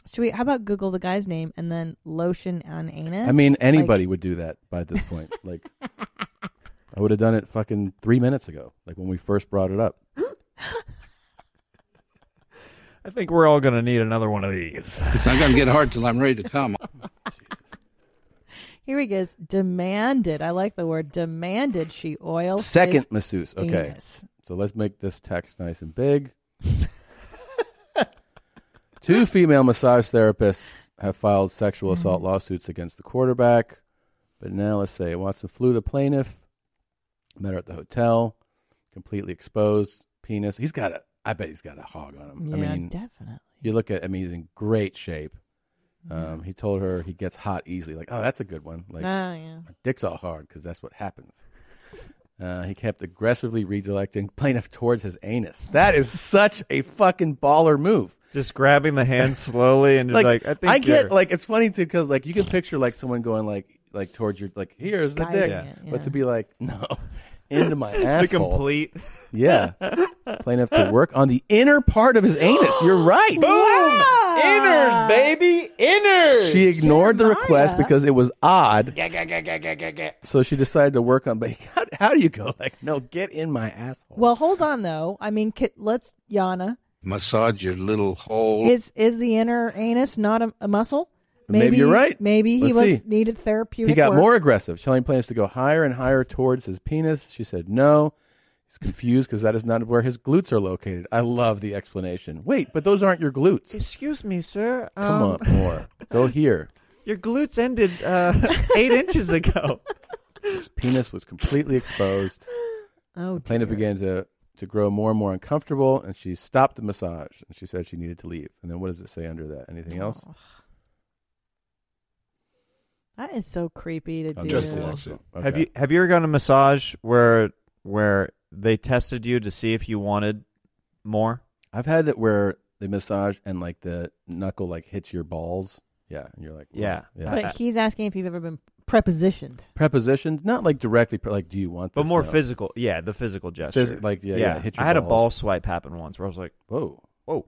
[SPEAKER 1] Should we? How about Google the guy's name and then lotion on anus?
[SPEAKER 2] I mean,
[SPEAKER 1] Like,
[SPEAKER 2] anybody would do that by this point. like, I would have done it fucking three minutes ago. Like when we first brought it up.
[SPEAKER 4] I think we're all going to need another one of these.
[SPEAKER 10] It's not going to get hard till I'm ready to come.
[SPEAKER 1] here he goes. Demanded. I like the word demanded. She oil
[SPEAKER 2] Second
[SPEAKER 1] his
[SPEAKER 2] masseuse. Okay,
[SPEAKER 1] anus.
[SPEAKER 2] so let's make this text nice and big. Two female massage therapists have filed sexual
[SPEAKER 1] Mm-hmm.
[SPEAKER 2] assault lawsuits against the quarterback. But now let's say Watson flew the plaintiff, met her at the hotel, completely exposed penis. He's got a, I bet he's got a hog on him. I
[SPEAKER 1] Yeah,
[SPEAKER 2] mean,
[SPEAKER 1] definitely.
[SPEAKER 2] You look at, I mean, he's in great shape. Um, he told her he gets hot easily. Like, oh, that's a good one. Like,
[SPEAKER 1] Oh, yeah.
[SPEAKER 2] my dick's all hard because that's what happens. Uh, he kept aggressively redirecting plaintiff towards his anus. That is such a fucking baller move.
[SPEAKER 4] Just grabbing the hand slowly and just like, I think
[SPEAKER 2] get
[SPEAKER 4] you're-
[SPEAKER 2] like it's funny too because like you can picture like someone going like like towards your like here's the
[SPEAKER 4] Guiding
[SPEAKER 2] dick,
[SPEAKER 4] it,
[SPEAKER 2] but
[SPEAKER 4] yeah.
[SPEAKER 2] to be like no into my
[SPEAKER 4] The
[SPEAKER 2] asshole.
[SPEAKER 4] complete-
[SPEAKER 2] yeah. Plaintiff to work on the inner part of his anus. You're right.
[SPEAKER 4] Inners, baby, inners.
[SPEAKER 2] She ignored the request because it was odd.
[SPEAKER 10] Yeah, yeah, yeah, yeah, yeah, yeah.
[SPEAKER 2] So she decided to work on. But how, how do you go? Like, no, get in my asshole.
[SPEAKER 1] Well, hold on though. I mean, ki- let's Yana.
[SPEAKER 4] Oh.
[SPEAKER 10] Massage your little hole.
[SPEAKER 1] Is is the inner anus not a, a muscle?
[SPEAKER 2] Maybe, you're right.
[SPEAKER 1] Maybe
[SPEAKER 2] Let's
[SPEAKER 1] he was
[SPEAKER 2] see.
[SPEAKER 1] needed therapeutic.
[SPEAKER 2] He got
[SPEAKER 1] work.
[SPEAKER 2] more aggressive. Shelly plans to go higher and higher towards his penis. She said no. He's confused because that is not where his glutes are located. I love the explanation. Wait, but those aren't your glutes.
[SPEAKER 4] Excuse me, sir.
[SPEAKER 2] Come
[SPEAKER 4] Um,
[SPEAKER 2] on, more. Go here.
[SPEAKER 4] Your glutes ended uh, eight inches ago.
[SPEAKER 2] His penis was completely exposed.
[SPEAKER 1] Oh,
[SPEAKER 2] the plaintiff began to, to grow more and more uncomfortable, and she stopped the massage. And she said she needed to leave. And then what does it say under that? Anything else?
[SPEAKER 1] That is so creepy to do.
[SPEAKER 4] Have you have you ever gone to massage where where they tested you to see if you wanted more?
[SPEAKER 2] I've had that where they massage and like the knuckle like hits your balls. Yeah, and you're like,
[SPEAKER 4] Yeah.
[SPEAKER 1] But he's asking if you've ever been prepositioned.
[SPEAKER 2] prepositioned, not like directly, pre- like, do you want? This?
[SPEAKER 4] But more
[SPEAKER 2] No.
[SPEAKER 4] physical, yeah, the physical gesture,
[SPEAKER 2] Physi- like, yeah, yeah, hit your
[SPEAKER 4] I had a
[SPEAKER 2] balls.
[SPEAKER 4] ball swipe happen once where I was like,
[SPEAKER 2] whoa,
[SPEAKER 4] whoa.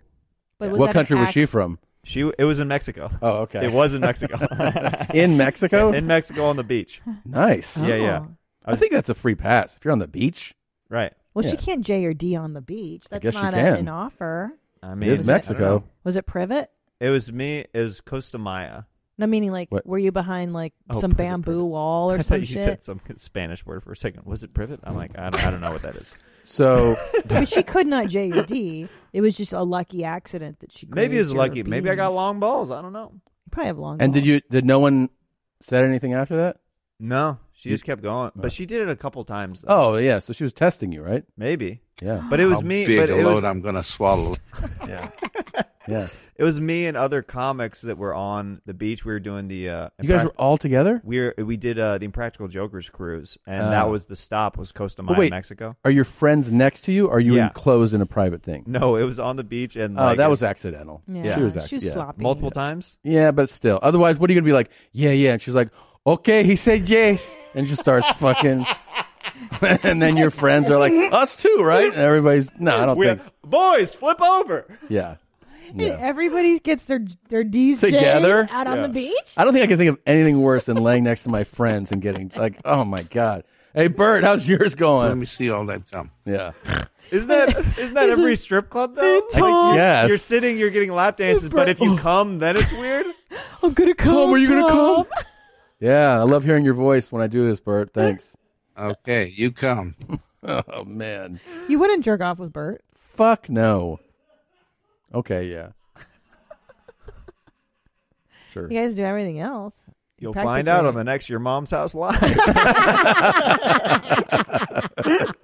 [SPEAKER 1] But
[SPEAKER 4] Yeah.
[SPEAKER 1] was What that an country was she axe?
[SPEAKER 2] from?
[SPEAKER 4] She it was in Mexico.
[SPEAKER 2] Oh, okay.
[SPEAKER 4] It was in Mexico.
[SPEAKER 2] In Mexico?
[SPEAKER 4] In Mexico on the beach.
[SPEAKER 2] Nice.
[SPEAKER 4] Yeah, yeah.
[SPEAKER 1] Oh.
[SPEAKER 2] I think that's a free pass if you're on the beach.
[SPEAKER 4] Right.
[SPEAKER 1] Well, she can't J or D on the beach. That's
[SPEAKER 2] guess she
[SPEAKER 1] not a-
[SPEAKER 2] can.
[SPEAKER 1] an offer.
[SPEAKER 4] I
[SPEAKER 2] It
[SPEAKER 4] mean,
[SPEAKER 2] is
[SPEAKER 4] I don't
[SPEAKER 2] Mexico.
[SPEAKER 4] know.
[SPEAKER 1] Was it privet?
[SPEAKER 4] It was me. It was Costa Maya.
[SPEAKER 1] No, meaning like,
[SPEAKER 4] What?
[SPEAKER 1] were you behind like
[SPEAKER 4] Oh,
[SPEAKER 1] some
[SPEAKER 4] privet,
[SPEAKER 1] bamboo
[SPEAKER 4] privet.
[SPEAKER 1] wall or
[SPEAKER 4] I
[SPEAKER 1] some
[SPEAKER 4] thought you
[SPEAKER 1] shit?
[SPEAKER 4] said some Spanish word for a second. Was it privet? I'm like, I don't, I don't know what that is.
[SPEAKER 2] So
[SPEAKER 1] but she could not J or D. It was just a lucky accident that she.
[SPEAKER 4] maybe it's
[SPEAKER 1] grazed your
[SPEAKER 4] lucky. Maybe I got
[SPEAKER 1] beans.
[SPEAKER 4] long balls. I don't know.
[SPEAKER 1] You probably have long.
[SPEAKER 2] And did you? Did no one said anything after that?
[SPEAKER 4] No, she
[SPEAKER 2] You-
[SPEAKER 4] just kept going, but she did it a couple times. Though.
[SPEAKER 2] Oh yeah, so she was testing you, right?
[SPEAKER 4] Maybe.
[SPEAKER 2] Yeah.
[SPEAKER 4] But it was
[SPEAKER 2] How
[SPEAKER 4] me.
[SPEAKER 2] big
[SPEAKER 4] but
[SPEAKER 2] a
[SPEAKER 4] it was-
[SPEAKER 2] load I'm gonna swallow. Yeah. Yeah.
[SPEAKER 4] It was me and other comics that were on the beach. We were doing the. Uh,
[SPEAKER 2] You guys
[SPEAKER 4] Impract-
[SPEAKER 2] were all together.
[SPEAKER 4] We were, we did uh, the Impractical Jokers cruise, and
[SPEAKER 2] Oh.
[SPEAKER 4] that was the stop was Costa
[SPEAKER 2] Oh,
[SPEAKER 4] Maya, Mexico.
[SPEAKER 2] Are your friends next to you? Or are you
[SPEAKER 4] Yeah.
[SPEAKER 2] enclosed in a private thing?
[SPEAKER 4] No, it was on the beach, and
[SPEAKER 2] Oh,
[SPEAKER 4] like,
[SPEAKER 2] that
[SPEAKER 4] it-
[SPEAKER 2] was accidental. Yeah. She was act- yeah.
[SPEAKER 4] multiple times.
[SPEAKER 2] Yeah, but still. Otherwise, what are you gonna be like? Yeah, yeah. And she's like, okay, he said yes, and just starts fucking. and then your friends are like, us too, right? And everybody's no, I don't
[SPEAKER 4] We-
[SPEAKER 2] think.
[SPEAKER 4] Boys, flip over.
[SPEAKER 2] Yeah.
[SPEAKER 1] And Everybody gets their their D's J's
[SPEAKER 2] together
[SPEAKER 1] out on the beach.
[SPEAKER 2] I don't think I can think of anything worse than laying next to my friends and getting like, oh my god. Hey Bert, how's yours going? Let me see all that dumb. Yeah.
[SPEAKER 4] Isn't that isn't that
[SPEAKER 2] Is
[SPEAKER 4] every
[SPEAKER 2] it-
[SPEAKER 4] strip club though?
[SPEAKER 2] I
[SPEAKER 4] you're,
[SPEAKER 2] guess.
[SPEAKER 4] you're sitting, you're getting lap dances, but if you come, then it's weird.
[SPEAKER 1] I'm gonna come.
[SPEAKER 2] Tom, are you oh. gonna come? Yeah, I love hearing your voice when I do this, Bert. Thanks.
[SPEAKER 10] Okay, you come.
[SPEAKER 2] oh man.
[SPEAKER 1] You wouldn't jerk off with Bert.
[SPEAKER 2] Fuck no. Okay, yeah. Sure.
[SPEAKER 1] You guys do everything else.
[SPEAKER 4] You'll find out on
[SPEAKER 1] Practically.
[SPEAKER 4] the next Your Mom's House Live.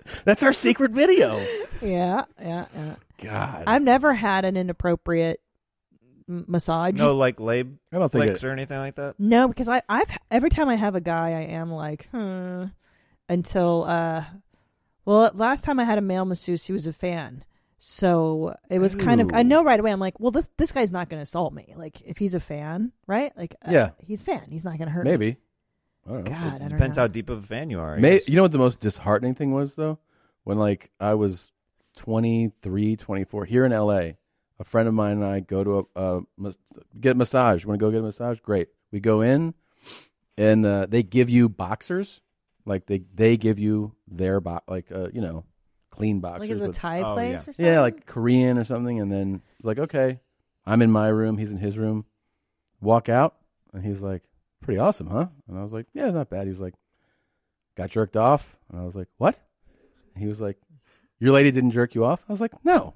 [SPEAKER 2] That's our secret video.
[SPEAKER 1] Yeah, yeah, yeah.
[SPEAKER 2] God.
[SPEAKER 1] I've never had an inappropriate m- massage.
[SPEAKER 4] No, like lab
[SPEAKER 2] I don't think
[SPEAKER 4] flicks
[SPEAKER 2] it-
[SPEAKER 4] or anything like that.
[SPEAKER 1] No, because I, I've every time I have a guy, I am like, hmm. Until, uh, well, last time I had a male masseuse, he was a fan, so it was kind of. I
[SPEAKER 2] Ooh.
[SPEAKER 1] know right away. I'm like, well, this this guy's not going to assault me. Like if he's a fan, right? Like, uh,
[SPEAKER 2] Yeah.
[SPEAKER 1] he's a fan. He's not going to hurt. me.
[SPEAKER 2] Maybe. I don't know.
[SPEAKER 1] God, I don't
[SPEAKER 4] Depends
[SPEAKER 1] know.
[SPEAKER 4] how deep of a fan you are. I
[SPEAKER 2] Oh, May,
[SPEAKER 4] guess.
[SPEAKER 2] you know what the most disheartening thing was though? When like I was 23, 24 here in LA, a friend of mine and I go to a, a mas- get a massage. Want to go get a massage? Great. We go in and uh, they give you boxers. Like they they give you their bo- like uh, you know, clean boxers.
[SPEAKER 1] it's a
[SPEAKER 2] with-
[SPEAKER 1] Thai Oh, place yeah. or
[SPEAKER 2] Yeah, like Korean or something and then like okay, I'm in my room, he's in his room. Walk out and he's like, "Pretty awesome, huh?" And I was like, "Yeah, not bad." He's like, got jerked off. And I was like, what? And he was like, your lady didn't jerk you off? I was like, no.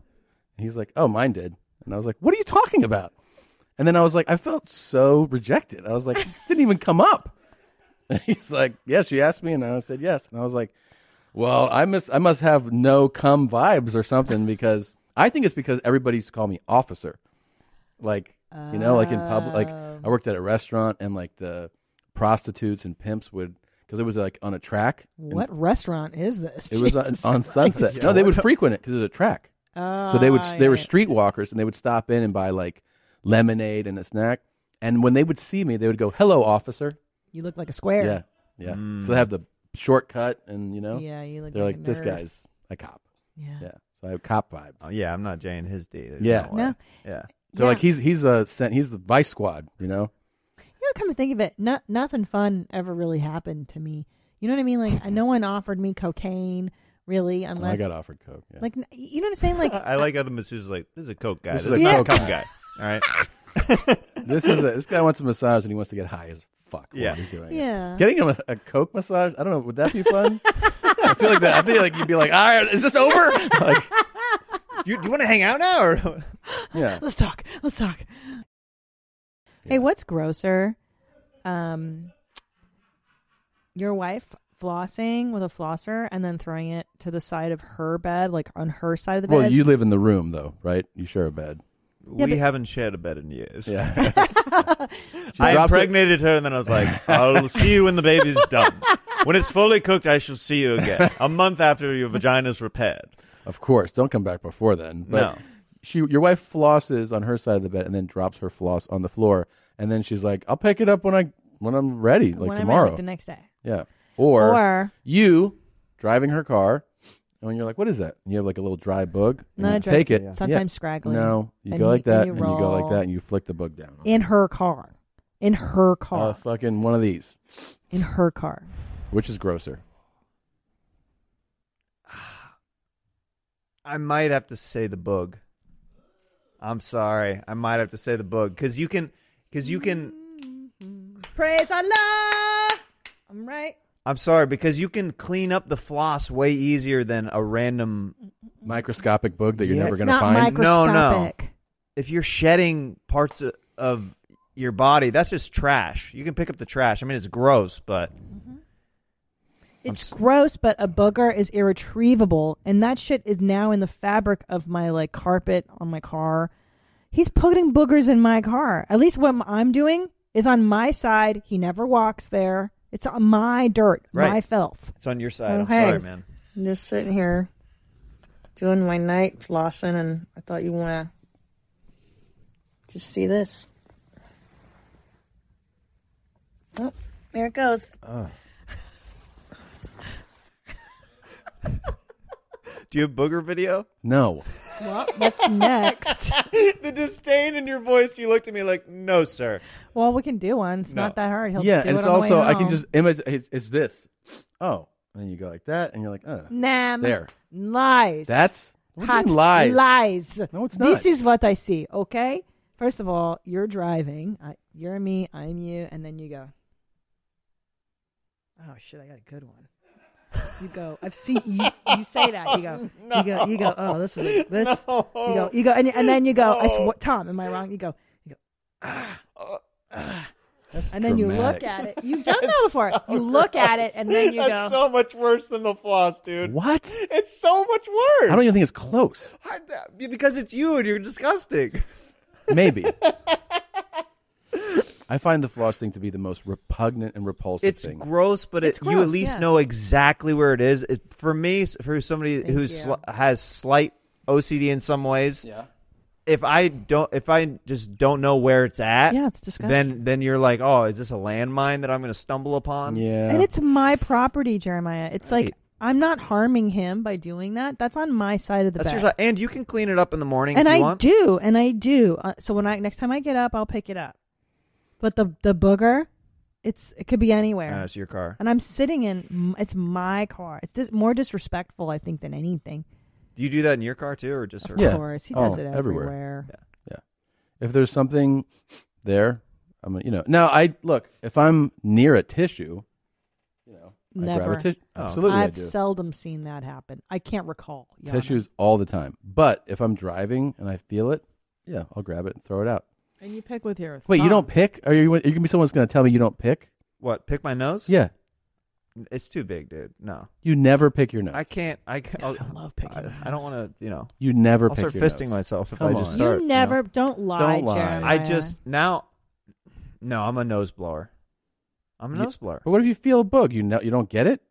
[SPEAKER 2] And he's like, oh, mine did. And I was like, what are you talking about? And then I was like, I felt so rejected. I was like, it didn't even come up. And he's like, yeah, she asked me. And I said, yes. And I was like, well, I must, I must have no cum vibes or something because I think it's because everybody used to call me officer. Like, you know, like in public, like I worked at a restaurant and like the prostitutes and pimps would, because it was like on a track. and
[SPEAKER 1] What restaurant is this?
[SPEAKER 2] it was on,
[SPEAKER 1] Jesus
[SPEAKER 2] on
[SPEAKER 1] Christ.
[SPEAKER 2] Sunset. No, they would frequent it because it was a track. so they would
[SPEAKER 1] Ah,
[SPEAKER 2] they were
[SPEAKER 1] yeah.
[SPEAKER 2] streetwalkers and they would stop in and buy like lemonade and a snack. And when they would see me, they would go, "Hello, officer."
[SPEAKER 1] You look like a square.
[SPEAKER 2] Yeah, yeah.
[SPEAKER 4] Mm.
[SPEAKER 2] So they have the shortcut, and you know,
[SPEAKER 1] Yeah, you look
[SPEAKER 2] They're
[SPEAKER 1] like
[SPEAKER 2] like,
[SPEAKER 1] a
[SPEAKER 2] "This
[SPEAKER 1] nerd."
[SPEAKER 2] guy's a cop."
[SPEAKER 1] Yeah.
[SPEAKER 2] yeah. So I have cop vibes.
[SPEAKER 4] Oh, yeah, I'm not jaying his D. There's
[SPEAKER 2] yeah,
[SPEAKER 4] no way.
[SPEAKER 1] No.
[SPEAKER 4] Yeah.
[SPEAKER 2] So like he's he's a sent he's the vice squad, you know.
[SPEAKER 1] You know, come to think of it, not nothing fun ever really happened to me. You know what I mean? Like no one offered me cocaine really, unless
[SPEAKER 4] I got
[SPEAKER 2] Oh, offered coke. Yeah.
[SPEAKER 1] Like n- you know what I'm saying? Like
[SPEAKER 4] I like other masseuses like this is a coke guy.
[SPEAKER 1] This
[SPEAKER 4] This,
[SPEAKER 1] is
[SPEAKER 4] is
[SPEAKER 1] a
[SPEAKER 4] not a
[SPEAKER 1] coke
[SPEAKER 4] cum guy. All right.
[SPEAKER 2] this is a, this guy wants a massage and he wants to get high as fuck. while
[SPEAKER 4] Yeah.
[SPEAKER 2] he's doing it.
[SPEAKER 4] Yeah.
[SPEAKER 2] Getting him a, a coke massage. I don't know. Would that be fun? I feel like that. I feel like you'd be like, all right, is this over? Like,
[SPEAKER 4] you, do you want to hang out now? Or?
[SPEAKER 2] yeah.
[SPEAKER 1] Let's talk. Let's talk. Hey, what's grosser? Um, your wife flossing with a flosser and then throwing it to the side of her bed, like on her side of the bed.
[SPEAKER 2] Well, you live in the room though, right? You share a bed.
[SPEAKER 1] Yeah,
[SPEAKER 4] we
[SPEAKER 1] but-
[SPEAKER 4] haven't shared a bed in years.
[SPEAKER 2] Yeah.
[SPEAKER 4] I
[SPEAKER 2] drops it-
[SPEAKER 4] impregnated her, and then I was like, "I'll see you when the baby's done. When it's fully cooked, I shall see you again. A month after your vagina's repaired."
[SPEAKER 2] Of course, don't come back before then. But
[SPEAKER 4] No.
[SPEAKER 2] she, your wife flosses on her side of the bed and then drops her floss on the floor, and then she's like, "I'll pick it up when I when I'm ready, like
[SPEAKER 1] When I'm ready,
[SPEAKER 2] tomorrow,
[SPEAKER 1] like the next day.
[SPEAKER 2] Yeah, or,
[SPEAKER 1] Or-
[SPEAKER 2] you driving her car, and when you're like, "What is that?" And you have like a little dry bug, and
[SPEAKER 1] Not
[SPEAKER 2] you
[SPEAKER 1] a dry-
[SPEAKER 2] take it.
[SPEAKER 1] yeah. sometimes scraggly.
[SPEAKER 2] No, you
[SPEAKER 1] And
[SPEAKER 2] go
[SPEAKER 1] you-
[SPEAKER 2] like that,
[SPEAKER 1] and you
[SPEAKER 2] and you, go like
[SPEAKER 1] roll.
[SPEAKER 2] that, and you flick the bug down.
[SPEAKER 1] in her car, in her
[SPEAKER 2] Uh,
[SPEAKER 1] car,
[SPEAKER 2] fucking one of these.
[SPEAKER 1] in her car.
[SPEAKER 2] Which is grosser?
[SPEAKER 4] I might have to say the bug. I'm sorry. I might have to say the bug because you can, because you can.
[SPEAKER 1] Praise Allah. I'm right.
[SPEAKER 4] I'm sorry because you can clean up the floss way easier than a random
[SPEAKER 2] microscopic bug that you're never
[SPEAKER 1] It's gonna not find.
[SPEAKER 4] No, no.
[SPEAKER 1] microscopic.
[SPEAKER 4] If you're shedding parts of, of your body, that's just trash. You can pick up the trash. I mean, it's gross, but
[SPEAKER 1] It's gross, but a booger is irretrievable, and that shit is now in the fabric of my like carpet on my car. He's putting boogers in my car. At least what I'm doing is on my side. He never walks there. It's on my dirt, my
[SPEAKER 4] Right.
[SPEAKER 1] filth. Oh,
[SPEAKER 4] it's on your side.
[SPEAKER 14] Okay.
[SPEAKER 4] I'm sorry, man.
[SPEAKER 14] Oh, I'm just sitting here doing my night flossing, and I thought you want to just see this. Oh, there it goes.
[SPEAKER 4] Do you have booger video?
[SPEAKER 2] No.
[SPEAKER 1] Well, what's next?
[SPEAKER 4] the disdain in your voice. You looked at me like, no, sir.
[SPEAKER 1] Well, we can do one. It's not
[SPEAKER 4] No.
[SPEAKER 1] that hard. He'll
[SPEAKER 2] yeah,
[SPEAKER 1] do
[SPEAKER 2] and
[SPEAKER 1] it
[SPEAKER 2] it's
[SPEAKER 1] on the way
[SPEAKER 2] also I can
[SPEAKER 1] home.
[SPEAKER 2] just image. It's, it's this. Oh, and you go like that, and you're like, uh,
[SPEAKER 1] Nam
[SPEAKER 2] there.
[SPEAKER 1] lies.
[SPEAKER 2] That's what do you
[SPEAKER 1] Hot
[SPEAKER 2] mean lies.
[SPEAKER 1] Lies.
[SPEAKER 2] No, it's
[SPEAKER 1] This
[SPEAKER 2] not.
[SPEAKER 1] is what I see. Okay. First of all, you're driving. I, you're me. I'm you. And then you go. Oh shit! I got a good one. You go. I've seen you. You say that. You go. You go. You go. Oh, this is a, this.
[SPEAKER 4] No.
[SPEAKER 1] You go. You go. And, and then you go. I sw- Tom, am I wrong? You go. You go. Ah. ah. and then you look
[SPEAKER 4] dramatic.
[SPEAKER 1] at it. You've done that before. you look at it, and then you
[SPEAKER 4] That's
[SPEAKER 1] go.
[SPEAKER 4] so much worse than the floss, dude.
[SPEAKER 2] What?
[SPEAKER 4] It's so much
[SPEAKER 2] I
[SPEAKER 4] worse.
[SPEAKER 2] don't even think it's close.
[SPEAKER 4] because it's you and you're disgusting.
[SPEAKER 2] Maybe. I find the floss thing to be the most repugnant and repulsive
[SPEAKER 4] It's
[SPEAKER 2] thing.
[SPEAKER 4] gross, but
[SPEAKER 2] It's
[SPEAKER 4] it, you at
[SPEAKER 2] gross,
[SPEAKER 4] least
[SPEAKER 2] yes.
[SPEAKER 4] know exactly where it is. It, for me, s- for somebody who sli- has slight OCD in some ways,
[SPEAKER 2] yeah.
[SPEAKER 4] If I don't, if I just don't know where it's at,
[SPEAKER 1] Yeah, it's disgusting.
[SPEAKER 4] Then, then you're like, oh, is this a landmine that I'm going to stumble upon?
[SPEAKER 2] Yeah,
[SPEAKER 1] And it's my property, Jeremiah. It's like
[SPEAKER 4] Right.
[SPEAKER 1] I'm not harming him by doing that. That's on my side of the
[SPEAKER 4] That's
[SPEAKER 1] bed.
[SPEAKER 4] your si- and you can clean it up in the morning
[SPEAKER 1] and
[SPEAKER 4] if you
[SPEAKER 1] I
[SPEAKER 4] want.
[SPEAKER 1] do, and I do. Uh, so when I next time I get up, I'll pick it up. But the the booger, it's it could be anywhere.
[SPEAKER 4] Ah, it's your car.
[SPEAKER 1] And I'm sitting in m- it's my car. It's dis- more disrespectful, I think, than anything.
[SPEAKER 4] Do you do that in your car too, or just her?
[SPEAKER 1] Of course, he
[SPEAKER 2] Oh,
[SPEAKER 1] does it everywhere.
[SPEAKER 2] Yeah. yeah. If there's something there, I'm gonna- you know. Now I look if I'm near a tissue, you know, I grab
[SPEAKER 1] Never. Oh,
[SPEAKER 2] a tissue.
[SPEAKER 4] Oh.
[SPEAKER 2] Absolutely, I
[SPEAKER 1] I've
[SPEAKER 2] do.
[SPEAKER 1] seldom seen that happen. I can't recall. Yana.
[SPEAKER 2] tissues all the time. But if I'm driving and I feel it, yeah, I'll grab it and throw it out.
[SPEAKER 1] And you pick with your
[SPEAKER 2] Wait, you
[SPEAKER 1] thumb.
[SPEAKER 2] don't pick? Are you? Are you gonna be someone that's gonna tell me you don't pick?
[SPEAKER 4] What? Pick my nose?
[SPEAKER 2] Yeah,
[SPEAKER 4] It's too big, dude. No.
[SPEAKER 2] you never pick your nose.
[SPEAKER 4] I can't. I can't. I love picking. I, I don't want to. You know.
[SPEAKER 2] You never
[SPEAKER 4] I'll
[SPEAKER 2] pick
[SPEAKER 4] start
[SPEAKER 2] your
[SPEAKER 4] fisting
[SPEAKER 2] nose.
[SPEAKER 4] myself if
[SPEAKER 2] Come
[SPEAKER 4] I just
[SPEAKER 2] on.
[SPEAKER 4] start.
[SPEAKER 1] You
[SPEAKER 4] know?
[SPEAKER 1] never don't lie.
[SPEAKER 2] Don't lie.
[SPEAKER 4] I
[SPEAKER 1] Jeremiah.
[SPEAKER 4] just now. No, I'm a nose blower. I'm a
[SPEAKER 2] You-
[SPEAKER 4] nose blower.
[SPEAKER 2] But what if you feel a bug? You know, you don't get it.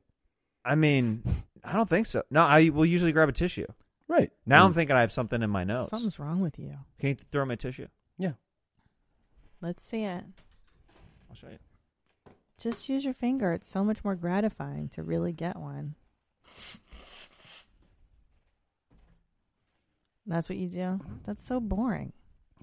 [SPEAKER 4] I mean, I don't think so. No, I will usually grab a tissue.
[SPEAKER 2] Right Mm.
[SPEAKER 4] Now I'm
[SPEAKER 2] And-
[SPEAKER 4] thinking I have something in my nose.
[SPEAKER 1] Something's wrong with you.
[SPEAKER 4] Can you throw my tissue?
[SPEAKER 1] Let's see it.
[SPEAKER 4] I'll show you.
[SPEAKER 1] Just use your finger. It's so much more gratifying to really get one. That's what you do? That's so boring.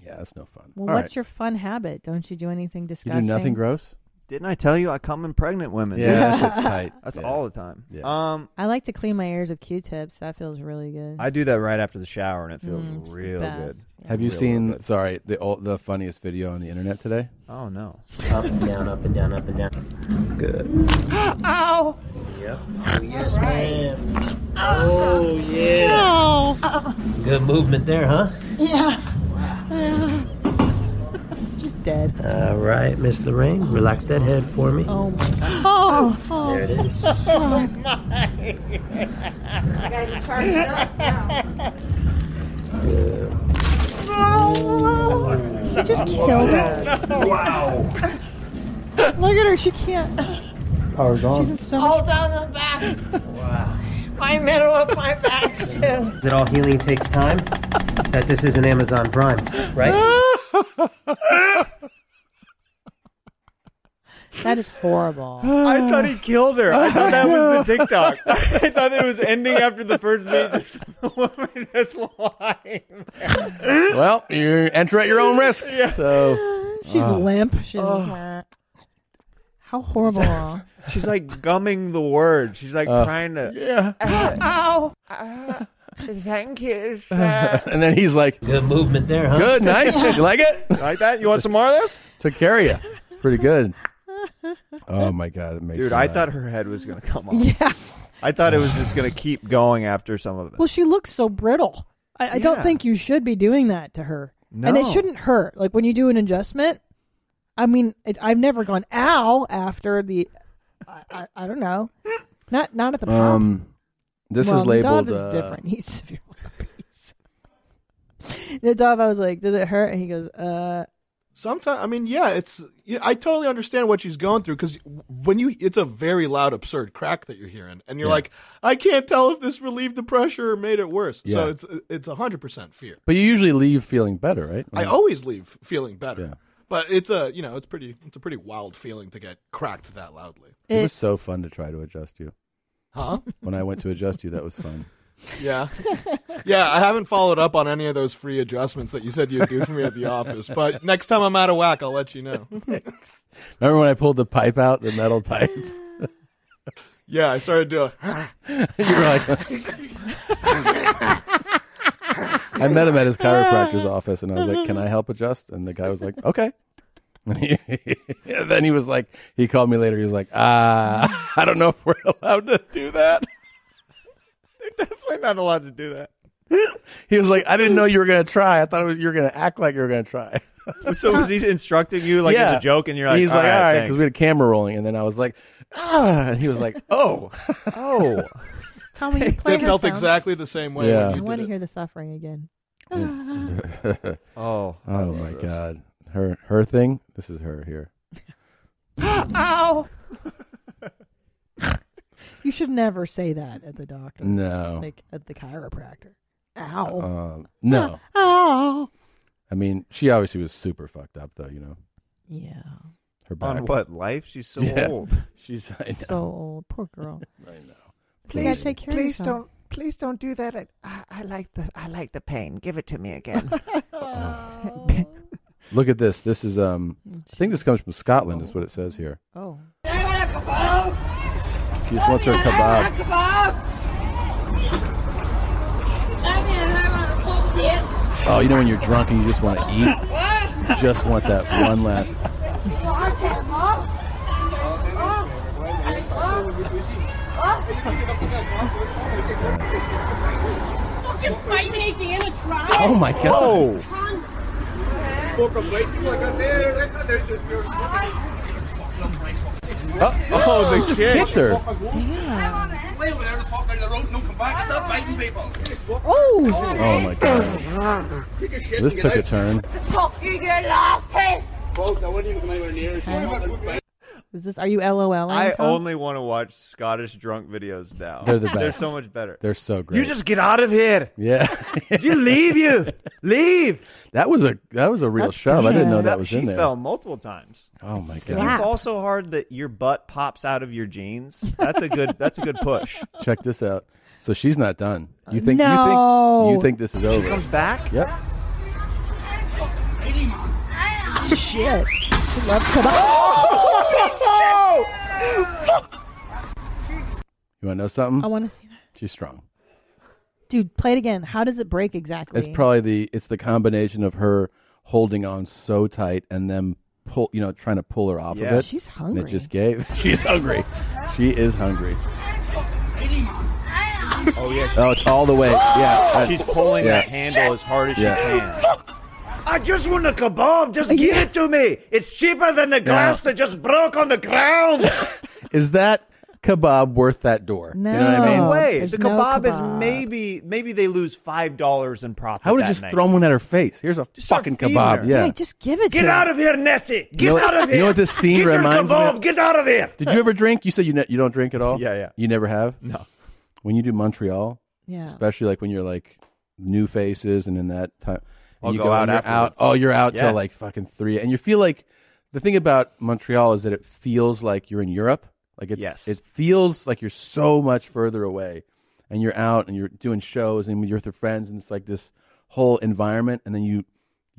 [SPEAKER 2] Yeah, that's no fun.
[SPEAKER 1] Well,
[SPEAKER 2] All
[SPEAKER 1] what's
[SPEAKER 2] right.
[SPEAKER 1] your fun habit? Don't you do anything
[SPEAKER 2] You
[SPEAKER 1] disgusting?
[SPEAKER 2] do nothing gross.
[SPEAKER 4] Didn't I tell you I come in pregnant women?
[SPEAKER 1] Yeah, that shit's tight.
[SPEAKER 4] That's
[SPEAKER 1] Yeah.
[SPEAKER 4] all the time. Um,
[SPEAKER 1] I like to clean my ears with Q-tips. That feels really good.
[SPEAKER 4] I do that right after the shower, and it feels
[SPEAKER 1] Mm, it's the
[SPEAKER 4] real good.
[SPEAKER 1] best.
[SPEAKER 2] Have you
[SPEAKER 4] Real
[SPEAKER 2] seen? Sorry, the ol- the funniest video on the internet today.
[SPEAKER 4] Oh no!
[SPEAKER 12] Up and down, up and down, up and down. Good.
[SPEAKER 13] Ow!
[SPEAKER 12] Yep. Oh, yes, ma'am. Oh, yeah. Good movement there, huh?
[SPEAKER 13] Yeah.
[SPEAKER 1] Just dead.
[SPEAKER 12] All right, Miss Lorraine, relax that head for me.
[SPEAKER 1] Oh, my God. Oh, oh.
[SPEAKER 12] There it is.
[SPEAKER 13] Oh my.
[SPEAKER 12] Good.
[SPEAKER 1] You just killed her.
[SPEAKER 12] Wow.
[SPEAKER 1] Look at her. She can't.
[SPEAKER 12] Power's
[SPEAKER 1] She's
[SPEAKER 12] on.
[SPEAKER 1] in so
[SPEAKER 13] All
[SPEAKER 1] much.
[SPEAKER 13] down the back. My middle of my back too.
[SPEAKER 12] That all healing takes time. That this isn't Amazon Prime, right?
[SPEAKER 1] That is horrible.
[SPEAKER 4] I thought he killed her. I thought that was the TikTok. I thought it was ending after the first beat. This woman is lying.
[SPEAKER 2] well, you enter at your own risk. So
[SPEAKER 1] She's
[SPEAKER 2] Ah.
[SPEAKER 1] limp. She's.
[SPEAKER 4] Oh.
[SPEAKER 1] How horrible.
[SPEAKER 4] She's like gumming the word. She's like
[SPEAKER 2] Uh,
[SPEAKER 4] trying to.
[SPEAKER 13] Ow! Uh, thank you. sir.
[SPEAKER 2] and then he's like,
[SPEAKER 12] "Good movement there, huh?
[SPEAKER 2] Good, nice. you like it?
[SPEAKER 4] Like that? You want some more of this?
[SPEAKER 2] Took care of you. Pretty good. Oh my god, it makes
[SPEAKER 4] Dude,
[SPEAKER 2] me
[SPEAKER 4] I
[SPEAKER 2] laugh.
[SPEAKER 4] thought her head was going to come off. Yeah. I thought it was just going to keep going after some of it.
[SPEAKER 1] Well, she looks so brittle. I, I
[SPEAKER 4] Yeah.
[SPEAKER 1] don't think you should be doing that to her. And
[SPEAKER 4] No.
[SPEAKER 1] it shouldn't hurt. Like when you do an adjustment, I mean, it, I've never gone ow after the. I, I, I don't know. Not not at the pop.
[SPEAKER 2] Um, this
[SPEAKER 1] Well,
[SPEAKER 2] is labeled.
[SPEAKER 1] Dove is
[SPEAKER 2] uh,
[SPEAKER 1] different. He's severely obese. the Dove, I was like, "Does it hurt?" And he goes, "Uh,
[SPEAKER 3] Sometimes, I mean, yeah, it's. yeah, I totally understand what she's going through because when you, it's a very loud, absurd crack that you're hearing, and you're
[SPEAKER 2] Yeah.
[SPEAKER 3] like, I can't tell if this relieved the pressure or made it worse.
[SPEAKER 2] Yeah.
[SPEAKER 3] So it's it's hundred percent fear.
[SPEAKER 2] But you usually leave feeling better, right?
[SPEAKER 3] I always leave feeling better,
[SPEAKER 2] Yeah.
[SPEAKER 3] but it's a you know it's pretty it's a pretty wild feeling to get cracked that loudly.
[SPEAKER 2] It was so fun to try to adjust you.
[SPEAKER 3] Huh?
[SPEAKER 2] When I went to adjust you, that was fun.
[SPEAKER 3] Yeah, yeah. I haven't followed up on any of those free adjustments that you said you'd do for me at the office, but next time I'm out of whack, I'll let you know.
[SPEAKER 2] Remember when I pulled the pipe out, the metal pipe?
[SPEAKER 3] Yeah, I started doing.
[SPEAKER 2] you were like, I met him at his chiropractor's office, and I was like, "Can I help adjust?" And the guy was like, "Okay." And he- and then he was like, he called me later. He was like, "Ah, I don't know if we're allowed to do that."
[SPEAKER 4] Definitely not allowed to do that.
[SPEAKER 2] He was like, "I didn't know you were gonna try. I thought it was, you were gonna act like you were gonna try."
[SPEAKER 4] So was he instructing you like
[SPEAKER 2] Yeah.
[SPEAKER 4] as a joke, and you're like,
[SPEAKER 2] he's like,
[SPEAKER 4] all right,
[SPEAKER 2] because we had a camera rolling, and then I was like, ah, and he was like, oh,
[SPEAKER 4] oh,
[SPEAKER 1] tell me you play."
[SPEAKER 3] They felt
[SPEAKER 1] herself.
[SPEAKER 3] exactly the same way.
[SPEAKER 2] Yeah.
[SPEAKER 3] When
[SPEAKER 1] I
[SPEAKER 3] you
[SPEAKER 1] want
[SPEAKER 3] did
[SPEAKER 1] to
[SPEAKER 3] it.
[SPEAKER 1] hear the suffering again.
[SPEAKER 2] oh,
[SPEAKER 4] oh
[SPEAKER 2] my god, her her thing. This is her here.
[SPEAKER 13] Ow!
[SPEAKER 1] You should never say that at the doctor.
[SPEAKER 2] No.
[SPEAKER 1] like at the chiropractor. Ow. Uh,
[SPEAKER 2] Um, no,
[SPEAKER 1] Ow.
[SPEAKER 2] I mean she obviously was super fucked up though. You know
[SPEAKER 1] Yeah.
[SPEAKER 2] her back.
[SPEAKER 4] on what life? She's so
[SPEAKER 2] Yeah.
[SPEAKER 4] old.
[SPEAKER 2] She's I know.
[SPEAKER 1] So old. Poor girl.
[SPEAKER 2] I know.
[SPEAKER 1] You gotta take care
[SPEAKER 23] please
[SPEAKER 1] of yourself.
[SPEAKER 23] don't, please don't do that. I, I, I like the, I like the pain. Give it to me again.
[SPEAKER 2] Look at this. This is um. I think this comes from Scotland. Is what it says here.
[SPEAKER 1] Oh.
[SPEAKER 2] She just wants her kebab. Oh, you know when you're drunk and you just want to eat. You just want that one last.
[SPEAKER 6] Fucking fight me again and try.
[SPEAKER 2] Oh my god.
[SPEAKER 4] Whoa. Oh, oh, the
[SPEAKER 2] Just
[SPEAKER 4] kick.
[SPEAKER 2] kicked her.
[SPEAKER 1] Oh.
[SPEAKER 2] Oh my god. This took a turn.
[SPEAKER 13] Fucking laughing.
[SPEAKER 1] Is this? Are you LOLing?
[SPEAKER 4] I
[SPEAKER 1] Tom?
[SPEAKER 4] only want to watch Scottish drunk videos now.
[SPEAKER 2] They're the best.
[SPEAKER 4] They're so much better.
[SPEAKER 2] They're so great.
[SPEAKER 4] get out of here.
[SPEAKER 2] yeah.
[SPEAKER 4] You leave you. Leave.
[SPEAKER 2] that was a that was a real shove. I didn't know that was
[SPEAKER 4] she
[SPEAKER 2] in there.
[SPEAKER 4] fell multiple times.
[SPEAKER 2] Oh my
[SPEAKER 4] If
[SPEAKER 2] god.
[SPEAKER 4] You fall so hard that your butt pops out of your jeans. That's a good. That's a good push.
[SPEAKER 2] Check this out. So she's not done. You think
[SPEAKER 1] No.
[SPEAKER 2] you think you think this is over?
[SPEAKER 4] Comes back.
[SPEAKER 2] Yep.
[SPEAKER 1] Shit. She loves kebab.
[SPEAKER 2] You want to know something?
[SPEAKER 1] I wanna see
[SPEAKER 2] that. She's strong.
[SPEAKER 1] Dude, play it again. How does it break exactly?
[SPEAKER 2] It's probably the it's the combination of her holding on so tight and them pull you know trying to pull her off of
[SPEAKER 1] Yeah.
[SPEAKER 2] it.
[SPEAKER 1] She's
[SPEAKER 2] And
[SPEAKER 1] hungry.
[SPEAKER 2] it just gave. She's hungry. she is hungry.
[SPEAKER 24] Oh yeah.
[SPEAKER 2] Oh, it's all the way. Yeah, that's-
[SPEAKER 24] She's pulling
[SPEAKER 2] yeah.
[SPEAKER 24] that handle as hard as
[SPEAKER 2] Yeah.
[SPEAKER 24] she can.
[SPEAKER 16] I just want a kebab. Just give it to me. It's cheaper than the glass that just broke on the ground.
[SPEAKER 2] Is that kebab worth that door?
[SPEAKER 4] No,
[SPEAKER 2] You know what I mean?
[SPEAKER 4] way.
[SPEAKER 16] there's
[SPEAKER 4] The
[SPEAKER 16] no
[SPEAKER 4] kebab, is
[SPEAKER 16] kebab.
[SPEAKER 4] maybe maybe they lose five dollars in profit.
[SPEAKER 2] I would have
[SPEAKER 4] that
[SPEAKER 2] just
[SPEAKER 4] night.
[SPEAKER 2] thrown one at her face. Here's a fucking
[SPEAKER 4] feeding her.
[SPEAKER 2] kebab. Yeah.
[SPEAKER 4] Yeah,
[SPEAKER 1] just give it
[SPEAKER 16] Get
[SPEAKER 4] to
[SPEAKER 16] out
[SPEAKER 4] her.
[SPEAKER 16] of here, Nessie. Get
[SPEAKER 2] you know,
[SPEAKER 16] out of
[SPEAKER 2] you
[SPEAKER 16] here.
[SPEAKER 2] know what this scene
[SPEAKER 16] Get your
[SPEAKER 2] reminds me
[SPEAKER 16] kebab.
[SPEAKER 2] of?
[SPEAKER 16] Get out of here.
[SPEAKER 2] Did you ever drink? You said you ne- you don't drink at all. Yeah, yeah. You never have.
[SPEAKER 4] No.
[SPEAKER 2] When you do Montreal,
[SPEAKER 16] Yeah.
[SPEAKER 2] especially like when you're like new faces and in that time,
[SPEAKER 4] I'll
[SPEAKER 2] and you
[SPEAKER 4] go
[SPEAKER 2] go, and
[SPEAKER 4] out
[SPEAKER 2] you're out.
[SPEAKER 4] afterwards.
[SPEAKER 2] Oh, you're out
[SPEAKER 4] Yeah.
[SPEAKER 2] till like fucking three, and you feel like the thing about Montreal is that it feels like you're in Europe. Like it's
[SPEAKER 4] Yes.
[SPEAKER 2] it feels like you're so much further away, and you're out and you're doing shows and you're with your friends, and it's like this whole environment, and then you.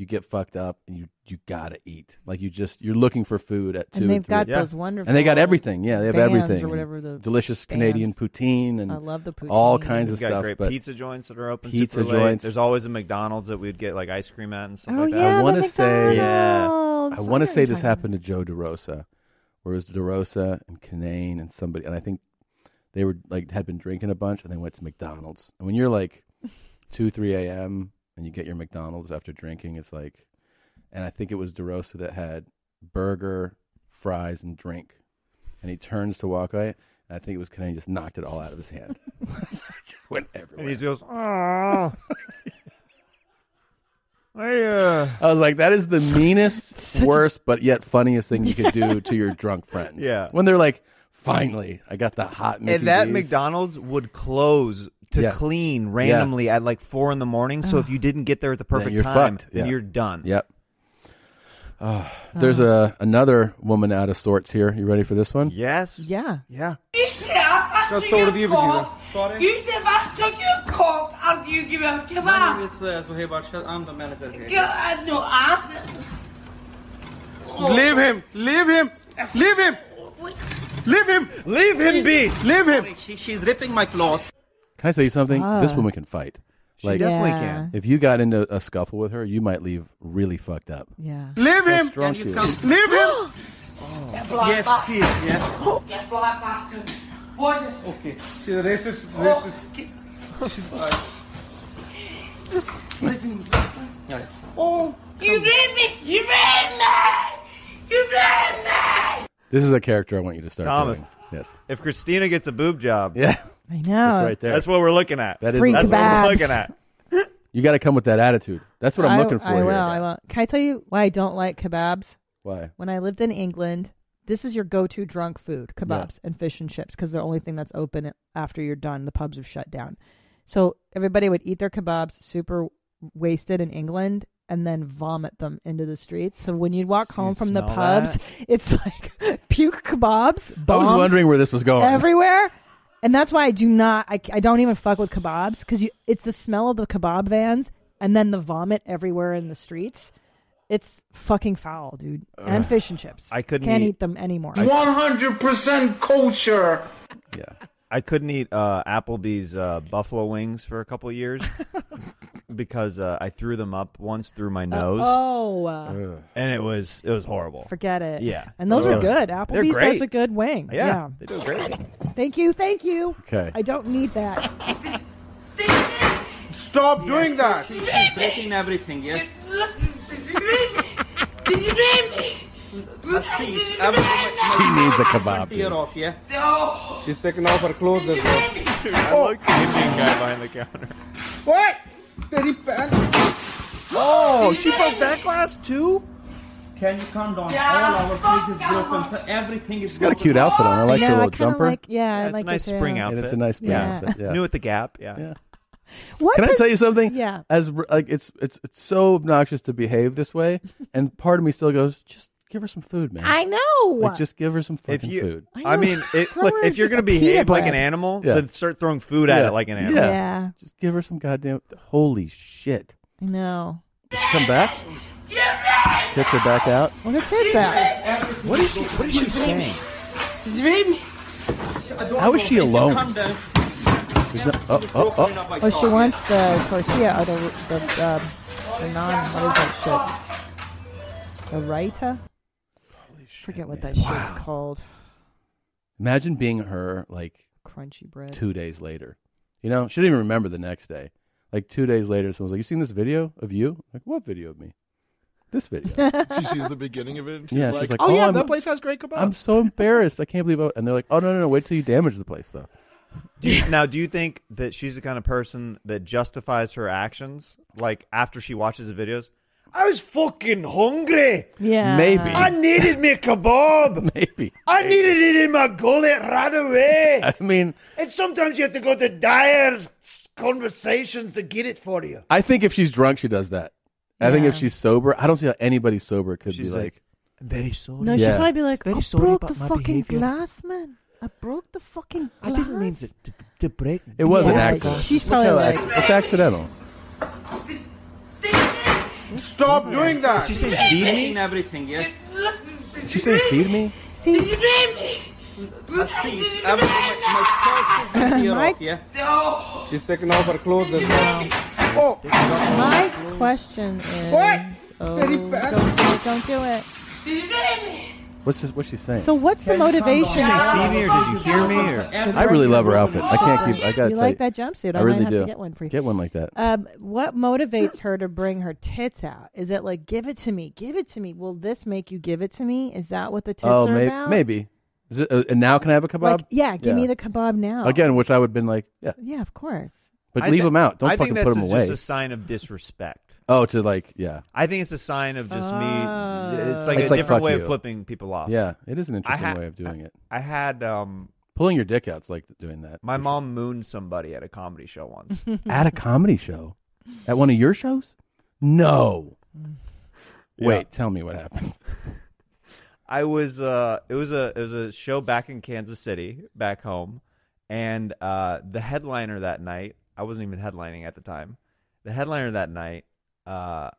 [SPEAKER 2] You get fucked up, and you you gotta eat. Like you just you're looking for food at
[SPEAKER 1] And
[SPEAKER 2] two.
[SPEAKER 1] they've
[SPEAKER 2] three.
[SPEAKER 1] got Yeah. those wonderful
[SPEAKER 2] And they got everything. Yeah, they have
[SPEAKER 1] bands or
[SPEAKER 2] everything.
[SPEAKER 1] whatever the
[SPEAKER 2] delicious
[SPEAKER 1] stands.
[SPEAKER 2] Canadian poutine and
[SPEAKER 1] I love the poutine.
[SPEAKER 2] all kinds of
[SPEAKER 4] We've got
[SPEAKER 2] stuff.
[SPEAKER 4] Great
[SPEAKER 2] but
[SPEAKER 4] pizza joints that are open.
[SPEAKER 2] Pizza
[SPEAKER 4] super late.
[SPEAKER 2] joints.
[SPEAKER 4] There's always a McDonald's that we'd get like ice cream at and stuff
[SPEAKER 1] Oh,
[SPEAKER 4] like that.
[SPEAKER 1] yeah,
[SPEAKER 2] I
[SPEAKER 1] the
[SPEAKER 2] want to say,
[SPEAKER 4] Yeah.
[SPEAKER 2] I want to say this happened to Joe DeRosa, where it was DeRosa and Canane and somebody, and I think they were like had been drinking a bunch and they went to McDonald's. And when you're like two, three a.m. and you get your McDonald's after drinking, it's like, and I think it was DeRosa that had burger, fries, and drink, and he turns to walk away. And I think it was Canane just knocked it all out of his hand. just went everywhere.
[SPEAKER 4] And he goes, oh. I, uh,
[SPEAKER 2] I was like, that is the meanest, worst, but yet funniest thing you could do to your drunk friend.
[SPEAKER 4] Yeah.
[SPEAKER 2] When they're like, finally, I got the hot Mickey
[SPEAKER 4] and that
[SPEAKER 2] D's.
[SPEAKER 4] McDonald's would close to
[SPEAKER 2] Yeah.
[SPEAKER 4] clean
[SPEAKER 2] Yeah.
[SPEAKER 4] randomly at like four in the morning. So if you didn't get there at the
[SPEAKER 2] Then
[SPEAKER 4] perfect
[SPEAKER 2] you're
[SPEAKER 4] time,
[SPEAKER 2] fucked.
[SPEAKER 4] then
[SPEAKER 2] Yeah.
[SPEAKER 4] you're done. Oh.
[SPEAKER 2] Yep. Ah, there's a another woman out of sorts here. You ready for this one?
[SPEAKER 4] Yes.
[SPEAKER 1] Yeah.
[SPEAKER 4] Yeah.
[SPEAKER 25] Usually I've asked
[SPEAKER 2] That's
[SPEAKER 25] you
[SPEAKER 2] thought of you,
[SPEAKER 25] your
[SPEAKER 2] but you
[SPEAKER 25] cock.
[SPEAKER 19] Sorry.
[SPEAKER 25] Usually I've asked you your cock and you give him a
[SPEAKER 19] My name
[SPEAKER 25] kebab.
[SPEAKER 19] is uh, Zuhaib Arshad. I'm the manager here.
[SPEAKER 25] Girl, I know I'm...
[SPEAKER 19] Leave him! Leave him! Leave him! Leave him! Leave him, beast! Leave him! She, she's ripping my clothes.
[SPEAKER 2] Can I tell you something? this
[SPEAKER 19] Ah.
[SPEAKER 2] woman can fight.
[SPEAKER 19] She definitely Yeah. can.
[SPEAKER 2] If you got into a scuffle with her, you might leave really fucked up.
[SPEAKER 1] Yeah.
[SPEAKER 19] Leave
[SPEAKER 2] How
[SPEAKER 19] him!
[SPEAKER 2] strong
[SPEAKER 19] Can you
[SPEAKER 2] she
[SPEAKER 19] come?
[SPEAKER 2] is.
[SPEAKER 19] Leave him!
[SPEAKER 25] Get black
[SPEAKER 19] Yes,
[SPEAKER 25] bastard.
[SPEAKER 19] please, yes.
[SPEAKER 25] Get black bastard. Watch this.
[SPEAKER 19] Okay. She's a racist.
[SPEAKER 25] Oh,
[SPEAKER 19] racist.
[SPEAKER 25] get-
[SPEAKER 19] She's, uh,
[SPEAKER 25] Listen.
[SPEAKER 19] yeah.
[SPEAKER 25] Oh, you read me. You read me. You read me.
[SPEAKER 2] This is a character I want you to start
[SPEAKER 4] Tom, if,
[SPEAKER 2] doing. Yes.
[SPEAKER 4] If Christina gets a boob job,
[SPEAKER 2] yeah,
[SPEAKER 1] I know.
[SPEAKER 2] It's right there.
[SPEAKER 4] That's what we're looking at.
[SPEAKER 2] That is
[SPEAKER 4] Free
[SPEAKER 2] that's what we're
[SPEAKER 4] kebabs.
[SPEAKER 2] looking at. You got to come with that attitude. That's what I'm
[SPEAKER 1] I-
[SPEAKER 2] looking for
[SPEAKER 1] I
[SPEAKER 2] here.
[SPEAKER 1] will. I will. Can I tell you why I don't like kebabs?
[SPEAKER 2] Why?
[SPEAKER 1] When I lived in England, this is your go-to drunk food: kebabs and fish and chips, because they're the only thing that's open after you're done. The pubs have shut down, so everybody would eat their kebabs, super wasted in England, and then vomit them into the streets. So when you'd walk home
[SPEAKER 2] you
[SPEAKER 1] from the
[SPEAKER 2] smell
[SPEAKER 1] pubs, it's like puke kebabs.
[SPEAKER 2] I was
[SPEAKER 1] bombs
[SPEAKER 2] wondering where this was going.
[SPEAKER 1] Everywhere. And that's why I do not. I, I don't even fuck with kebabs because it's the smell of the kebab vans and then the vomit everywhere in the streets. It's fucking foul, dude. And
[SPEAKER 4] Ugh.
[SPEAKER 1] fish and chips.
[SPEAKER 4] I couldn't
[SPEAKER 1] can't
[SPEAKER 4] eat-
[SPEAKER 1] eat, them anymore.
[SPEAKER 19] 100% culture.
[SPEAKER 4] I couldn't eat uh, Applebee's uh, buffalo wings for a couple years because uh, I threw them up once through
[SPEAKER 2] Uh,
[SPEAKER 4] my nose.
[SPEAKER 1] oh. Ugh.
[SPEAKER 4] and it was it was horrible.
[SPEAKER 1] Forget it.
[SPEAKER 4] Yeah,
[SPEAKER 1] And those are
[SPEAKER 4] Ugh.
[SPEAKER 1] good.
[SPEAKER 4] They're
[SPEAKER 1] Applebee's
[SPEAKER 4] great.
[SPEAKER 1] does a good wing.
[SPEAKER 4] Yeah,
[SPEAKER 1] Yeah.
[SPEAKER 4] they do great.
[SPEAKER 1] Thank you. Thank you.
[SPEAKER 4] Okay.
[SPEAKER 1] I don't need that.
[SPEAKER 19] Stop doing that!
[SPEAKER 25] She's
[SPEAKER 19] breaking everything, yeah?
[SPEAKER 25] Listen. Did you read me? Did you read me?
[SPEAKER 19] I've seen every-
[SPEAKER 2] She needs a kebab.
[SPEAKER 19] Tear off, yeah?
[SPEAKER 25] Oh.
[SPEAKER 19] She's taking off her clothes as well.
[SPEAKER 4] I
[SPEAKER 19] Oh,
[SPEAKER 4] looked at the Indian guy behind the counter.
[SPEAKER 19] What? Very bad.
[SPEAKER 4] Oh, she broke that glass too?
[SPEAKER 19] Can you calm down?
[SPEAKER 25] Yeah,
[SPEAKER 19] All our fridge is broken, so everything is
[SPEAKER 2] She's got a cute outfit on. I like
[SPEAKER 1] Yeah,
[SPEAKER 2] her
[SPEAKER 1] I
[SPEAKER 2] little
[SPEAKER 1] kinda
[SPEAKER 2] jumper.
[SPEAKER 1] like- yeah, I
[SPEAKER 4] it's
[SPEAKER 1] like
[SPEAKER 4] a nice
[SPEAKER 1] it,
[SPEAKER 4] spring
[SPEAKER 1] yeah.
[SPEAKER 4] outfit.
[SPEAKER 2] And it's a nice spring
[SPEAKER 4] Yeah.
[SPEAKER 2] outfit, yeah.
[SPEAKER 4] New at the Gap. Yeah.
[SPEAKER 1] What
[SPEAKER 2] Can I
[SPEAKER 1] does-
[SPEAKER 2] tell you something?
[SPEAKER 1] Yeah.
[SPEAKER 2] As r- like it's it's it's so obnoxious to behave this way, and part of me still goes, just give her some food, man.
[SPEAKER 1] I know.
[SPEAKER 2] Like, just give her some
[SPEAKER 4] If
[SPEAKER 2] fucking
[SPEAKER 4] you,
[SPEAKER 2] food.
[SPEAKER 4] I, mean, it,
[SPEAKER 1] throw
[SPEAKER 4] look,
[SPEAKER 1] her
[SPEAKER 4] if you're
[SPEAKER 1] just
[SPEAKER 4] gonna
[SPEAKER 1] a pita
[SPEAKER 4] behave like an
[SPEAKER 1] bread.
[SPEAKER 4] animal,
[SPEAKER 2] Yeah.
[SPEAKER 4] then start throwing food at
[SPEAKER 2] Yeah.
[SPEAKER 4] it like an animal.
[SPEAKER 2] Yeah. Just give her some goddamn. Holy shit!
[SPEAKER 1] I know.
[SPEAKER 2] Come back. Kick her back out.
[SPEAKER 1] Well, her tits out.
[SPEAKER 2] What is she? What is she saying?
[SPEAKER 1] How
[SPEAKER 2] How is she alone? There's no- oh, oh, oh.
[SPEAKER 1] Oh, she wants the tortilla or the the, um, the non. What is that shit? The raita. Forget what that shit's called.
[SPEAKER 2] Imagine being her like
[SPEAKER 1] Crunchy bread.
[SPEAKER 2] two days later. You know, she didn't even remember the next day. Like two days later, someone's like, "You seen this video of you?" Like, what video of me? This video.
[SPEAKER 3] She sees the beginning of it. And she's
[SPEAKER 2] yeah,
[SPEAKER 3] like,
[SPEAKER 2] she's like,
[SPEAKER 3] oh, yeah,
[SPEAKER 2] I'm-
[SPEAKER 3] that place has great kebab.
[SPEAKER 2] I'm so embarrassed. I can't believe. I, and they're like, "Oh no, no, no! Wait till you damage the place, though."
[SPEAKER 4] Do you- now, do you think that she's the kind of person that justifies her actions, like after she watches the videos?
[SPEAKER 16] I was fucking hungry.
[SPEAKER 1] Yeah.
[SPEAKER 4] Maybe.
[SPEAKER 16] I needed me a kebab.
[SPEAKER 2] Maybe.
[SPEAKER 16] I needed it in my gullet right away.
[SPEAKER 2] I mean,
[SPEAKER 16] And sometimes you have to go to dire conversations to get it for you.
[SPEAKER 2] I think if she's drunk, she does that. I think if
[SPEAKER 16] Yeah.
[SPEAKER 2] she's sober, I don't see how anybody sober could
[SPEAKER 4] She's
[SPEAKER 2] be
[SPEAKER 4] like,
[SPEAKER 2] like,
[SPEAKER 4] Very sorry.
[SPEAKER 1] No, she'd
[SPEAKER 2] Yeah.
[SPEAKER 1] probably be like,
[SPEAKER 4] Very
[SPEAKER 1] I
[SPEAKER 4] sorry
[SPEAKER 1] broke
[SPEAKER 4] about
[SPEAKER 1] the
[SPEAKER 4] my
[SPEAKER 1] fucking
[SPEAKER 4] behavior.
[SPEAKER 1] glass, man. I broke the fucking glass.
[SPEAKER 4] to, to break.
[SPEAKER 2] It was an
[SPEAKER 1] Yeah,
[SPEAKER 2] accident.
[SPEAKER 1] she's
[SPEAKER 2] It's
[SPEAKER 1] probably
[SPEAKER 2] kinda
[SPEAKER 1] like-
[SPEAKER 2] ac- it's accidental.
[SPEAKER 19] Stop doing that.
[SPEAKER 2] She said beat me?
[SPEAKER 19] And everything, yeah.
[SPEAKER 2] She saying feed me.
[SPEAKER 1] See,
[SPEAKER 25] you dream me?
[SPEAKER 19] I see it's everything. My, my shirt is here
[SPEAKER 1] Mike?
[SPEAKER 19] off, yeah. She's taking off her clothes as well. Oh,
[SPEAKER 1] My question is.
[SPEAKER 25] What?
[SPEAKER 1] Oh,
[SPEAKER 25] Very
[SPEAKER 1] don't, do
[SPEAKER 25] bad.
[SPEAKER 1] it, don't do it.
[SPEAKER 25] Did you dream me?
[SPEAKER 2] What's this, what's she saying?
[SPEAKER 1] So what's the motivation?
[SPEAKER 25] Did you say feed me or did you hear me or-
[SPEAKER 2] I really love her outfit. I can't keep. I got.
[SPEAKER 1] You like that jumpsuit? I
[SPEAKER 2] I really
[SPEAKER 1] might have to
[SPEAKER 2] do.
[SPEAKER 1] get one for you.
[SPEAKER 2] Get one like that.
[SPEAKER 1] Um, what motivates her to bring her tits out? Is it like, give it to me, give it to me? Will this make you give it to me? Is that what the tits
[SPEAKER 2] oh,
[SPEAKER 1] are
[SPEAKER 2] may-
[SPEAKER 1] about?
[SPEAKER 2] maybe. Is it, uh, and now can I have a kebab?
[SPEAKER 1] Like, yeah, give me the kebab now.
[SPEAKER 2] Again, which I would have been like, yeah,
[SPEAKER 1] Yeah, of course.
[SPEAKER 2] but leave them out. Don't
[SPEAKER 4] I
[SPEAKER 2] fucking
[SPEAKER 4] think
[SPEAKER 2] put
[SPEAKER 4] that's
[SPEAKER 2] them
[SPEAKER 4] a-
[SPEAKER 2] away.
[SPEAKER 4] just a sign of disrespect.
[SPEAKER 2] Oh, to like, yeah.
[SPEAKER 4] I think it's a sign of just me. It's like
[SPEAKER 2] Ah. It's
[SPEAKER 4] a
[SPEAKER 2] like,
[SPEAKER 4] different
[SPEAKER 2] fuck
[SPEAKER 4] way
[SPEAKER 2] you.
[SPEAKER 4] of flipping people off.
[SPEAKER 2] Yeah, it is an
[SPEAKER 4] I
[SPEAKER 2] interesting
[SPEAKER 4] ha-
[SPEAKER 2] way of doing it.
[SPEAKER 4] I had um,
[SPEAKER 2] Pulling your dick out's like doing that.
[SPEAKER 4] my mom mooned somebody at a comedy show once.
[SPEAKER 2] at a comedy show, at one of your shows? No. Wait, tell me what happened.
[SPEAKER 4] I was uh it was a it was a show back in Kansas City, back home, and uh the headliner that night, I wasn't even headlining at the time. The headliner that night uh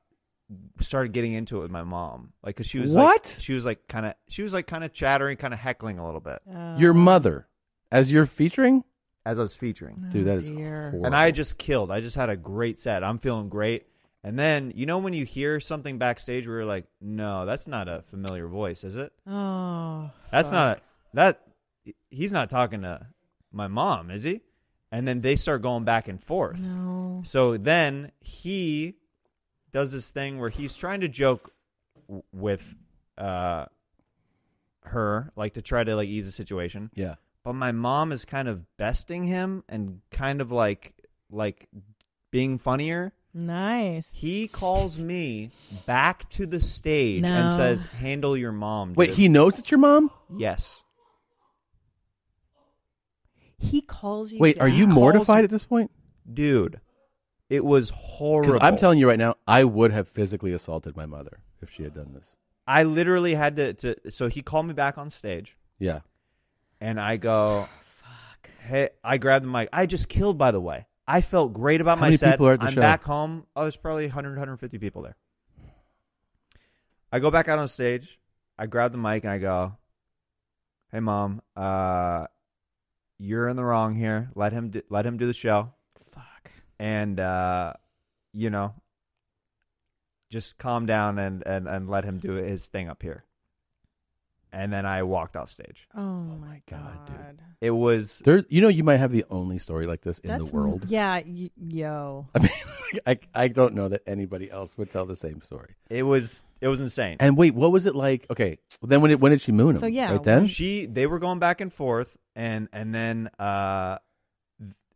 [SPEAKER 4] started getting into it with my mom. Like cuz she was like-
[SPEAKER 2] What?
[SPEAKER 4] she was like kind of she was like kind of chattering, kind of heckling a little bit.
[SPEAKER 2] Your mother, as you're featuring,
[SPEAKER 4] as I was featuring.
[SPEAKER 2] dude, that is horrible.
[SPEAKER 4] And I just killed. I just had a great set. I'm feeling great. And then, you know when you hear something backstage where you're like, "No, that's not a familiar voice, is it?"
[SPEAKER 1] Oh,
[SPEAKER 4] That's
[SPEAKER 1] fuck.
[SPEAKER 4] not that. He's not talking to my mom, is he? And then they start going back and forth.
[SPEAKER 1] No.
[SPEAKER 4] So then he does this thing where he's trying to joke w- with uh, her, like to try to like ease the situation.
[SPEAKER 2] Yeah.
[SPEAKER 4] But my mom is kind of besting him and kind of like like being funnier.
[SPEAKER 1] Nice.
[SPEAKER 4] He calls me back to the stage and
[SPEAKER 2] No.
[SPEAKER 4] says, "Handle your mom."
[SPEAKER 2] Wait,
[SPEAKER 4] dude."
[SPEAKER 2] he knows it's your mom?
[SPEAKER 4] Yes.
[SPEAKER 1] He calls you.
[SPEAKER 2] Wait, are you
[SPEAKER 1] down.
[SPEAKER 2] mortified at this point?
[SPEAKER 4] Dude, it was horrible.
[SPEAKER 2] Because I'm telling you right now, I would have physically assaulted my mother if she had done this.
[SPEAKER 4] I literally had to, to. So he called me back on stage,
[SPEAKER 2] Yeah.
[SPEAKER 4] and I go,
[SPEAKER 2] Oh,
[SPEAKER 4] Hey, I grabbed the mic. I just killed, by the way. I felt great about
[SPEAKER 2] How
[SPEAKER 4] my
[SPEAKER 2] many
[SPEAKER 4] set.
[SPEAKER 2] people are at the
[SPEAKER 4] I'm
[SPEAKER 2] show?
[SPEAKER 4] back home. Oh, there's probably 100, 150 people there. I go back out on stage. I grab the mic and I go, "Hey, mom, uh, you're in the wrong here. Let him do, let him do the show. Fuck. And uh, you know, just calm down and and and let him do his thing up here." And then I walked off stage.
[SPEAKER 1] Oh my god, dude.
[SPEAKER 4] It was
[SPEAKER 2] There, you know, you might have the only story like this in
[SPEAKER 1] That's
[SPEAKER 2] the world.
[SPEAKER 1] Yeah, y- yo.
[SPEAKER 2] I mean, I, I don't know that anybody else would tell the same story.
[SPEAKER 4] It was it was insane.
[SPEAKER 2] And wait, what was it like? Okay, then when did when did she moon him? right then.
[SPEAKER 4] she they were going back and forth, and and then uh,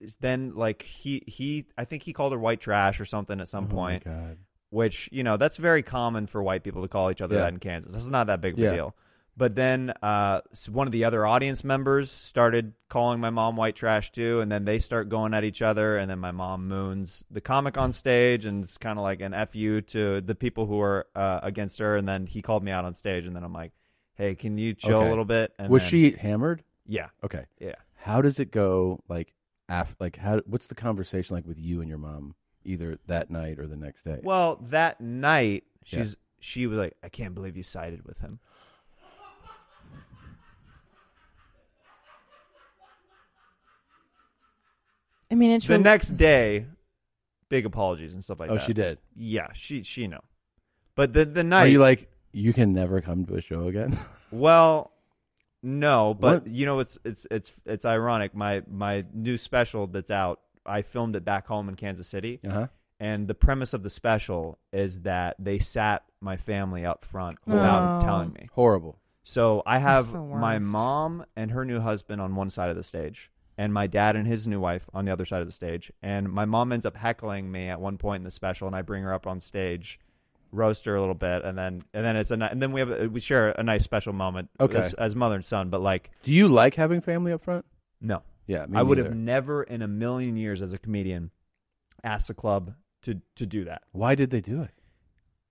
[SPEAKER 4] th- then like he he I think he called her white trash or something at some
[SPEAKER 2] Oh my
[SPEAKER 4] point.
[SPEAKER 2] God.
[SPEAKER 4] Which you know that's very common for white people to call each other
[SPEAKER 2] Yeah.
[SPEAKER 4] that in Kansas. This is not that big of a
[SPEAKER 2] Yeah.
[SPEAKER 4] deal. But then uh, s- one of the other audience members started calling my mom white trash too, and then they start going at each other, and then my mom moons the comic on stage, and it's kind of like an f you to the people who are uh, against her. And then he called me out on stage, and then I'm like, "Hey, can you chill
[SPEAKER 2] Okay.
[SPEAKER 4] a little bit?" And
[SPEAKER 2] was
[SPEAKER 4] then-
[SPEAKER 2] she hammered?
[SPEAKER 4] Yeah.
[SPEAKER 2] Okay.
[SPEAKER 4] Yeah.
[SPEAKER 2] How does it go? Like, af- like how? What's the conversation like with you and your mom either that night or the next day.
[SPEAKER 4] Well, that night
[SPEAKER 2] Yeah.
[SPEAKER 4] she's she was like, I can't believe you sided with him.
[SPEAKER 1] I mean, it's
[SPEAKER 4] the
[SPEAKER 1] rem-
[SPEAKER 4] next day, big apologies and stuff like
[SPEAKER 2] Oh,
[SPEAKER 4] that.
[SPEAKER 2] she did?
[SPEAKER 4] Yeah, she she know. But the the night
[SPEAKER 2] Are you like you can never come to a show again?
[SPEAKER 4] Well, no, but you know it's it's it's it's ironic. My my new special that's out, I filmed it back home in Kansas City,
[SPEAKER 2] Uh-huh.
[SPEAKER 4] and the premise of the special is that they sat my family up front without
[SPEAKER 2] Oh.
[SPEAKER 4] telling me.
[SPEAKER 2] Horrible.
[SPEAKER 4] So I
[SPEAKER 2] That's
[SPEAKER 4] have
[SPEAKER 2] the
[SPEAKER 4] my
[SPEAKER 2] worst.
[SPEAKER 4] mom and her new husband on one side of the stage, and my dad and his new wife on the other side of the stage. And my mom ends up heckling me at one point in the special, and I bring her up on stage, roast her a little bit, and then and then it's a ni- and then we have a, we share a nice special moment
[SPEAKER 2] Okay.
[SPEAKER 4] as, as mother and son. But like,
[SPEAKER 2] Do you like having family up front?
[SPEAKER 4] no,
[SPEAKER 2] Yeah, me
[SPEAKER 4] I would have
[SPEAKER 2] neither.
[SPEAKER 4] never in a million years as a comedian asked the club to to do that.
[SPEAKER 2] Why did they do it?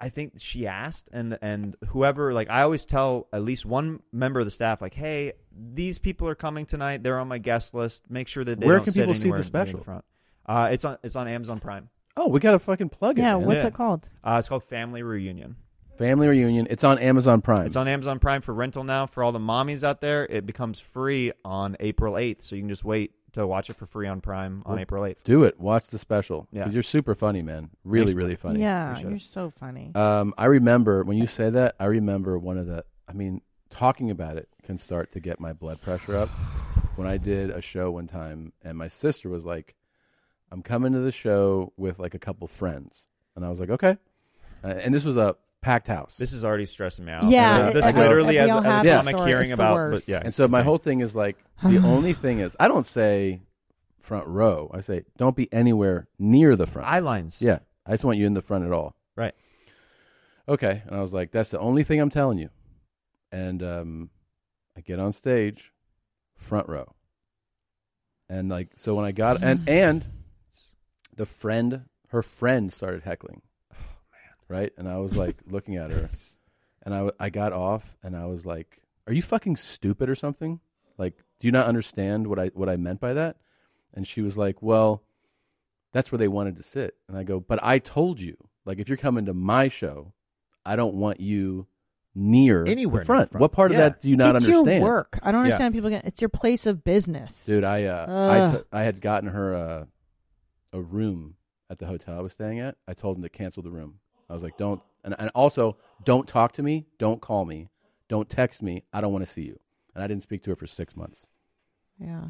[SPEAKER 4] I think she asked, and and whoever like I always tell at least one member of the staff like, hey, these people are coming tonight. They're on my guest list. Make sure that they
[SPEAKER 2] Where
[SPEAKER 4] don't
[SPEAKER 2] can
[SPEAKER 4] sit
[SPEAKER 2] people see the
[SPEAKER 4] anywhere in
[SPEAKER 2] special?
[SPEAKER 4] Front. Uh, it's on it's on Amazon Prime.
[SPEAKER 2] Oh, we got to fucking plug it.
[SPEAKER 1] Yeah,
[SPEAKER 2] man.
[SPEAKER 1] what's it called?
[SPEAKER 4] Uh, it's called Family Reunion.
[SPEAKER 2] Family reunion. It's on Amazon Prime.
[SPEAKER 4] It's on Amazon Prime for rental now for all the mommies out there. It becomes free on April eighth, so you can just wait to watch it for free on Prime on
[SPEAKER 2] Well,
[SPEAKER 4] April eighth.
[SPEAKER 2] Do it. Watch the special.
[SPEAKER 4] Yeah.
[SPEAKER 2] 'Cause you're super funny, man. Really,
[SPEAKER 4] Thanks,
[SPEAKER 2] really
[SPEAKER 4] man.
[SPEAKER 2] funny.
[SPEAKER 1] Yeah, you're so funny.
[SPEAKER 2] Um, I remember when you say that. I remember one of the. I mean, talking about it can start to get my blood pressure up. When I did a show one time, and my sister was like, "I'm coming to the show with like a couple friends," and I was like, "Okay," uh, and this was a packed house.
[SPEAKER 4] This is already stressing me out.
[SPEAKER 1] Yeah,
[SPEAKER 4] And
[SPEAKER 1] it-
[SPEAKER 4] this
[SPEAKER 1] I-
[SPEAKER 4] literally
[SPEAKER 1] we
[SPEAKER 4] as,
[SPEAKER 1] all
[SPEAKER 4] as
[SPEAKER 1] have
[SPEAKER 4] a
[SPEAKER 1] this
[SPEAKER 4] comic
[SPEAKER 1] story.
[SPEAKER 4] hearing
[SPEAKER 1] It's the
[SPEAKER 4] about,
[SPEAKER 1] worst.
[SPEAKER 4] but yeah,
[SPEAKER 2] And so my whole thing is like the only thing is I don't say front row. I say don't be anywhere near the front.
[SPEAKER 4] Eye lines.
[SPEAKER 2] Yeah. I just want you in the front at all.
[SPEAKER 4] Right.
[SPEAKER 2] Okay. And I was like, that's the only thing I'm telling you. And um I get on stage, front row. And like so when I got and and the friend her friend started heckling. Right? And I was like looking at her. And I, w- I got off and I was like, "Are you fucking stupid or something? Like, do you not understand what I what I meant by that?" And she was like, "Well, that's where they wanted to sit." And I go, "But I told you, like, if you're coming to my show, I don't want you near
[SPEAKER 1] Anywhere
[SPEAKER 2] the
[SPEAKER 1] near
[SPEAKER 2] front.
[SPEAKER 1] the front.
[SPEAKER 2] What part
[SPEAKER 1] Yeah.
[SPEAKER 2] of that do you not
[SPEAKER 1] it's
[SPEAKER 2] understand?
[SPEAKER 1] your work. I don't
[SPEAKER 2] Yeah.
[SPEAKER 1] understand people. Get, it's your place of business.
[SPEAKER 2] Dude, I uh, I
[SPEAKER 1] Ugh.
[SPEAKER 2] t- I had gotten her uh, a room at the hotel I was staying at. I told him to cancel the room. I was like, don't, and, and also don't talk to me, don't call me, don't text me. I don't want to see you. And I didn't speak to her for six months.
[SPEAKER 1] yeah.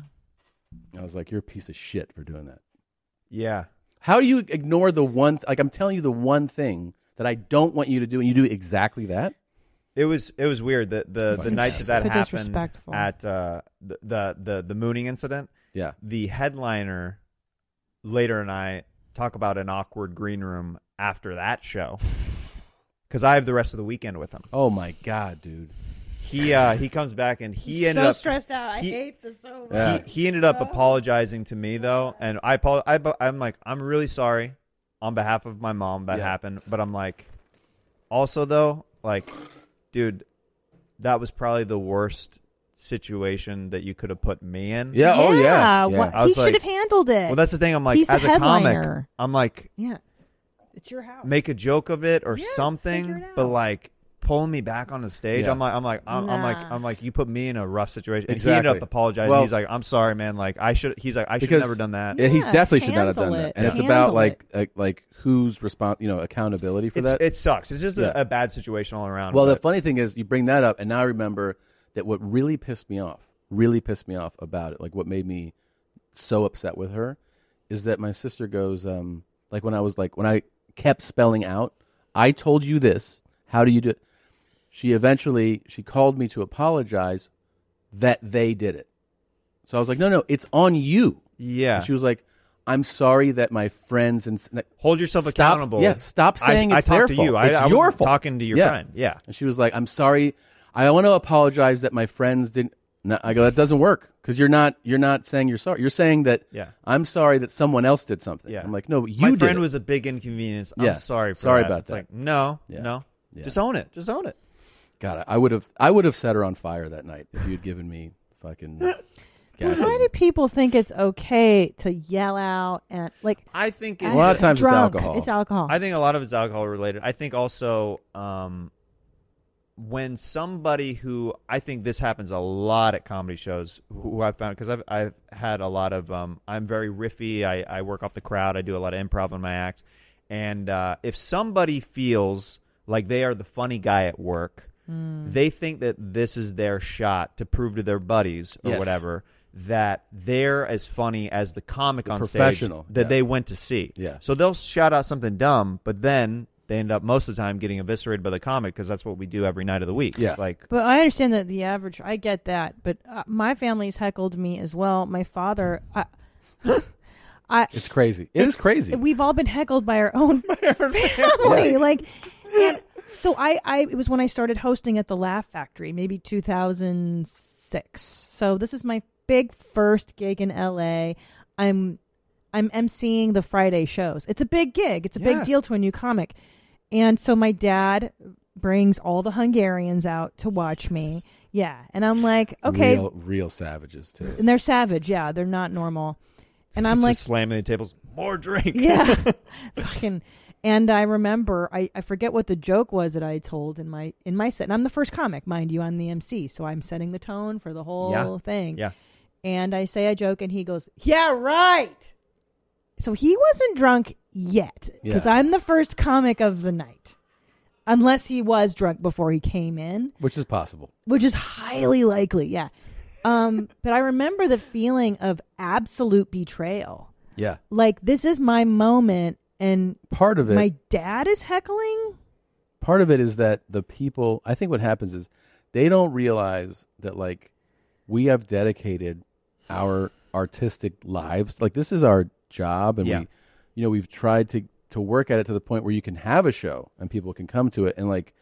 [SPEAKER 2] I was like, you're a piece of shit for doing that.
[SPEAKER 4] Yeah.
[SPEAKER 2] How do you ignore the one? Th- like I'm telling you, the one thing that I don't want you to do, and you do exactly that.
[SPEAKER 4] It was it was weird the the, the
[SPEAKER 2] Fucking
[SPEAKER 4] night that that
[SPEAKER 2] So
[SPEAKER 4] happened
[SPEAKER 2] disrespectful.
[SPEAKER 4] at uh, the, the the the mooning incident.
[SPEAKER 2] Yeah.
[SPEAKER 4] the headliner later and I talk about an awkward green room after that show because I have the rest of the weekend with him.
[SPEAKER 2] Oh my god, dude!
[SPEAKER 4] He uh, he comes back and he
[SPEAKER 1] I'm
[SPEAKER 4] ended
[SPEAKER 1] so
[SPEAKER 4] up
[SPEAKER 1] stressed out.
[SPEAKER 4] he-
[SPEAKER 1] I hate this so much.
[SPEAKER 4] He, he ended up apologizing to me though, and I, apo- I apo- I'm like, I'm really sorry on behalf of my mom that
[SPEAKER 2] Yeah.
[SPEAKER 4] happened, but I'm like, also though, like, dude, that was probably the worst situation that you could have put me in.
[SPEAKER 2] Yeah, oh, yeah, Yeah, yeah.
[SPEAKER 1] what-
[SPEAKER 4] I was
[SPEAKER 1] he should have
[SPEAKER 4] like-
[SPEAKER 1] handled it.
[SPEAKER 4] Well, that's the thing. I'm like,
[SPEAKER 1] He's the
[SPEAKER 4] as a comic,
[SPEAKER 1] headliner.
[SPEAKER 4] I'm like,
[SPEAKER 1] Yeah. It's your house.
[SPEAKER 4] make a joke of it or something, but like pulling me back on the stage.
[SPEAKER 2] Yeah.
[SPEAKER 4] I'm like, I'm like, I'm, I'm like,
[SPEAKER 2] Nah.
[SPEAKER 4] I'm like, you put me in a rough situation. And He
[SPEAKER 2] Exactly.
[SPEAKER 4] ended up apologizing.
[SPEAKER 2] Well-
[SPEAKER 4] he's like, I'm sorry, man. Like I should. He's like, I should have never done that.
[SPEAKER 2] Yeah, he definitely should not have done that. And it's about
[SPEAKER 4] Handle
[SPEAKER 2] like uh, like who's respons you know, accountability for
[SPEAKER 4] It's-
[SPEAKER 2] that.
[SPEAKER 4] it sucks. It's just a-
[SPEAKER 2] Yeah.
[SPEAKER 4] a bad situation all around,
[SPEAKER 2] Well, the
[SPEAKER 4] but-
[SPEAKER 2] funny thing is, you bring that up, and now I remember that what really pissed me off, really pissed me off about it, like what made me so upset with her, is that my sister goes, um, like when I was like when I kept spelling out, I told you this. How do you do it? She eventually she called me to apologize that they did it. So I was like, no, no, it's on you.
[SPEAKER 4] Yeah.
[SPEAKER 2] And she was like, I'm sorry that my friends and
[SPEAKER 4] hold yourself
[SPEAKER 2] stop,
[SPEAKER 4] accountable.
[SPEAKER 2] Yeah, stop
[SPEAKER 4] I-
[SPEAKER 2] saying
[SPEAKER 4] I
[SPEAKER 2] it's
[SPEAKER 4] talked
[SPEAKER 2] their
[SPEAKER 4] to
[SPEAKER 2] fault.
[SPEAKER 4] you. I-
[SPEAKER 2] it's
[SPEAKER 4] I
[SPEAKER 2] your
[SPEAKER 4] wasn't
[SPEAKER 2] fault.
[SPEAKER 4] talking to your
[SPEAKER 2] yeah.
[SPEAKER 4] friend. Yeah.
[SPEAKER 2] And she was like, I'm sorry. I want to apologize that my friends didn't. No, I go, that doesn't work because you're not you're not saying you're sorry. You're saying that
[SPEAKER 4] Yeah.
[SPEAKER 2] I'm sorry that someone else did something.
[SPEAKER 4] Yeah.
[SPEAKER 2] I'm like, no, you
[SPEAKER 4] My
[SPEAKER 2] did.
[SPEAKER 4] friend
[SPEAKER 2] it.
[SPEAKER 4] was a big inconvenience. I'm
[SPEAKER 2] Yeah.
[SPEAKER 4] sorry. For
[SPEAKER 2] Sorry
[SPEAKER 4] that.
[SPEAKER 2] about
[SPEAKER 4] it's
[SPEAKER 2] that.
[SPEAKER 4] Like no,
[SPEAKER 2] Yeah.
[SPEAKER 4] no.
[SPEAKER 2] Yeah.
[SPEAKER 4] Just own it. Just own it.
[SPEAKER 2] God, I would have I would have set her on fire that night if you'd given me fucking acid.
[SPEAKER 1] Why do people think it's okay to yell out and like?
[SPEAKER 4] I think
[SPEAKER 1] as drunk, It's alcohol.
[SPEAKER 4] I think a lot of it's alcohol related. I think also um, when somebody who I think this happens a lot at comedy shows, who who I've found because I've I've had a lot of um, I'm very riffy. I, I work off the crowd. I do a lot of improv in my act, and uh, if somebody feels like they are the funny guy at work,
[SPEAKER 1] Hmm.
[SPEAKER 5] Mm.
[SPEAKER 4] they think that this is their shot to prove to their buddies or
[SPEAKER 5] Yes.
[SPEAKER 4] whatever that they're as funny as the comic
[SPEAKER 2] The
[SPEAKER 4] on
[SPEAKER 2] professional,
[SPEAKER 4] stage that
[SPEAKER 2] yeah.
[SPEAKER 4] they went to see.
[SPEAKER 2] Yeah.
[SPEAKER 4] So they'll shout out something dumb, but then they end up most of the time getting eviscerated by the comic because that's what we do every night of the week. Yeah. Like
[SPEAKER 1] But I understand that the average, I get that. But uh, my family's heckled me as well. My father, I, I
[SPEAKER 2] It's crazy. It is
[SPEAKER 1] it's-
[SPEAKER 2] crazy.
[SPEAKER 1] We've all been heckled by our own family. Like, and so I, I, it was when I started hosting at the Laugh Factory, maybe 2006. So this is my big first gig in LA. I'm, I'm emceeing the Friday shows. It's a big gig. It's a
[SPEAKER 11] Yeah.
[SPEAKER 1] big deal to a new comic. And so my dad brings all the Hungarians out to watch me. Yeah. And I'm like, okay.
[SPEAKER 2] Real, real savages too.
[SPEAKER 1] And they're savage. Yeah. They're not normal. And I'm
[SPEAKER 4] just
[SPEAKER 1] like,
[SPEAKER 4] slamming the tables. More drink.
[SPEAKER 1] yeah. Fucking and I remember I, I forget what the joke was that I told in my in my set. And I'm the first comic, mind you, I'm the MC, so I'm setting the tone for the whole
[SPEAKER 4] Yeah.
[SPEAKER 1] thing.
[SPEAKER 4] Yeah.
[SPEAKER 1] And I say a joke and he goes, "Yeah, right." So he wasn't drunk yet cuz
[SPEAKER 2] Yeah.
[SPEAKER 1] I'm the first comic of the night. Unless he was drunk before he came in
[SPEAKER 2] Which is possible.
[SPEAKER 1] which is highly likely yeah um but i remember the feeling of absolute betrayal
[SPEAKER 2] Yeah.
[SPEAKER 1] like this is my moment and
[SPEAKER 2] Part of it-
[SPEAKER 1] my dad is heckling
[SPEAKER 2] part of it is that the people i think what happens is they don't realize that like we have dedicated our artistic lives like this is our job and
[SPEAKER 4] Yeah.
[SPEAKER 2] we you know we've tried to to work at it to the point where you can have a show and people can come to it and like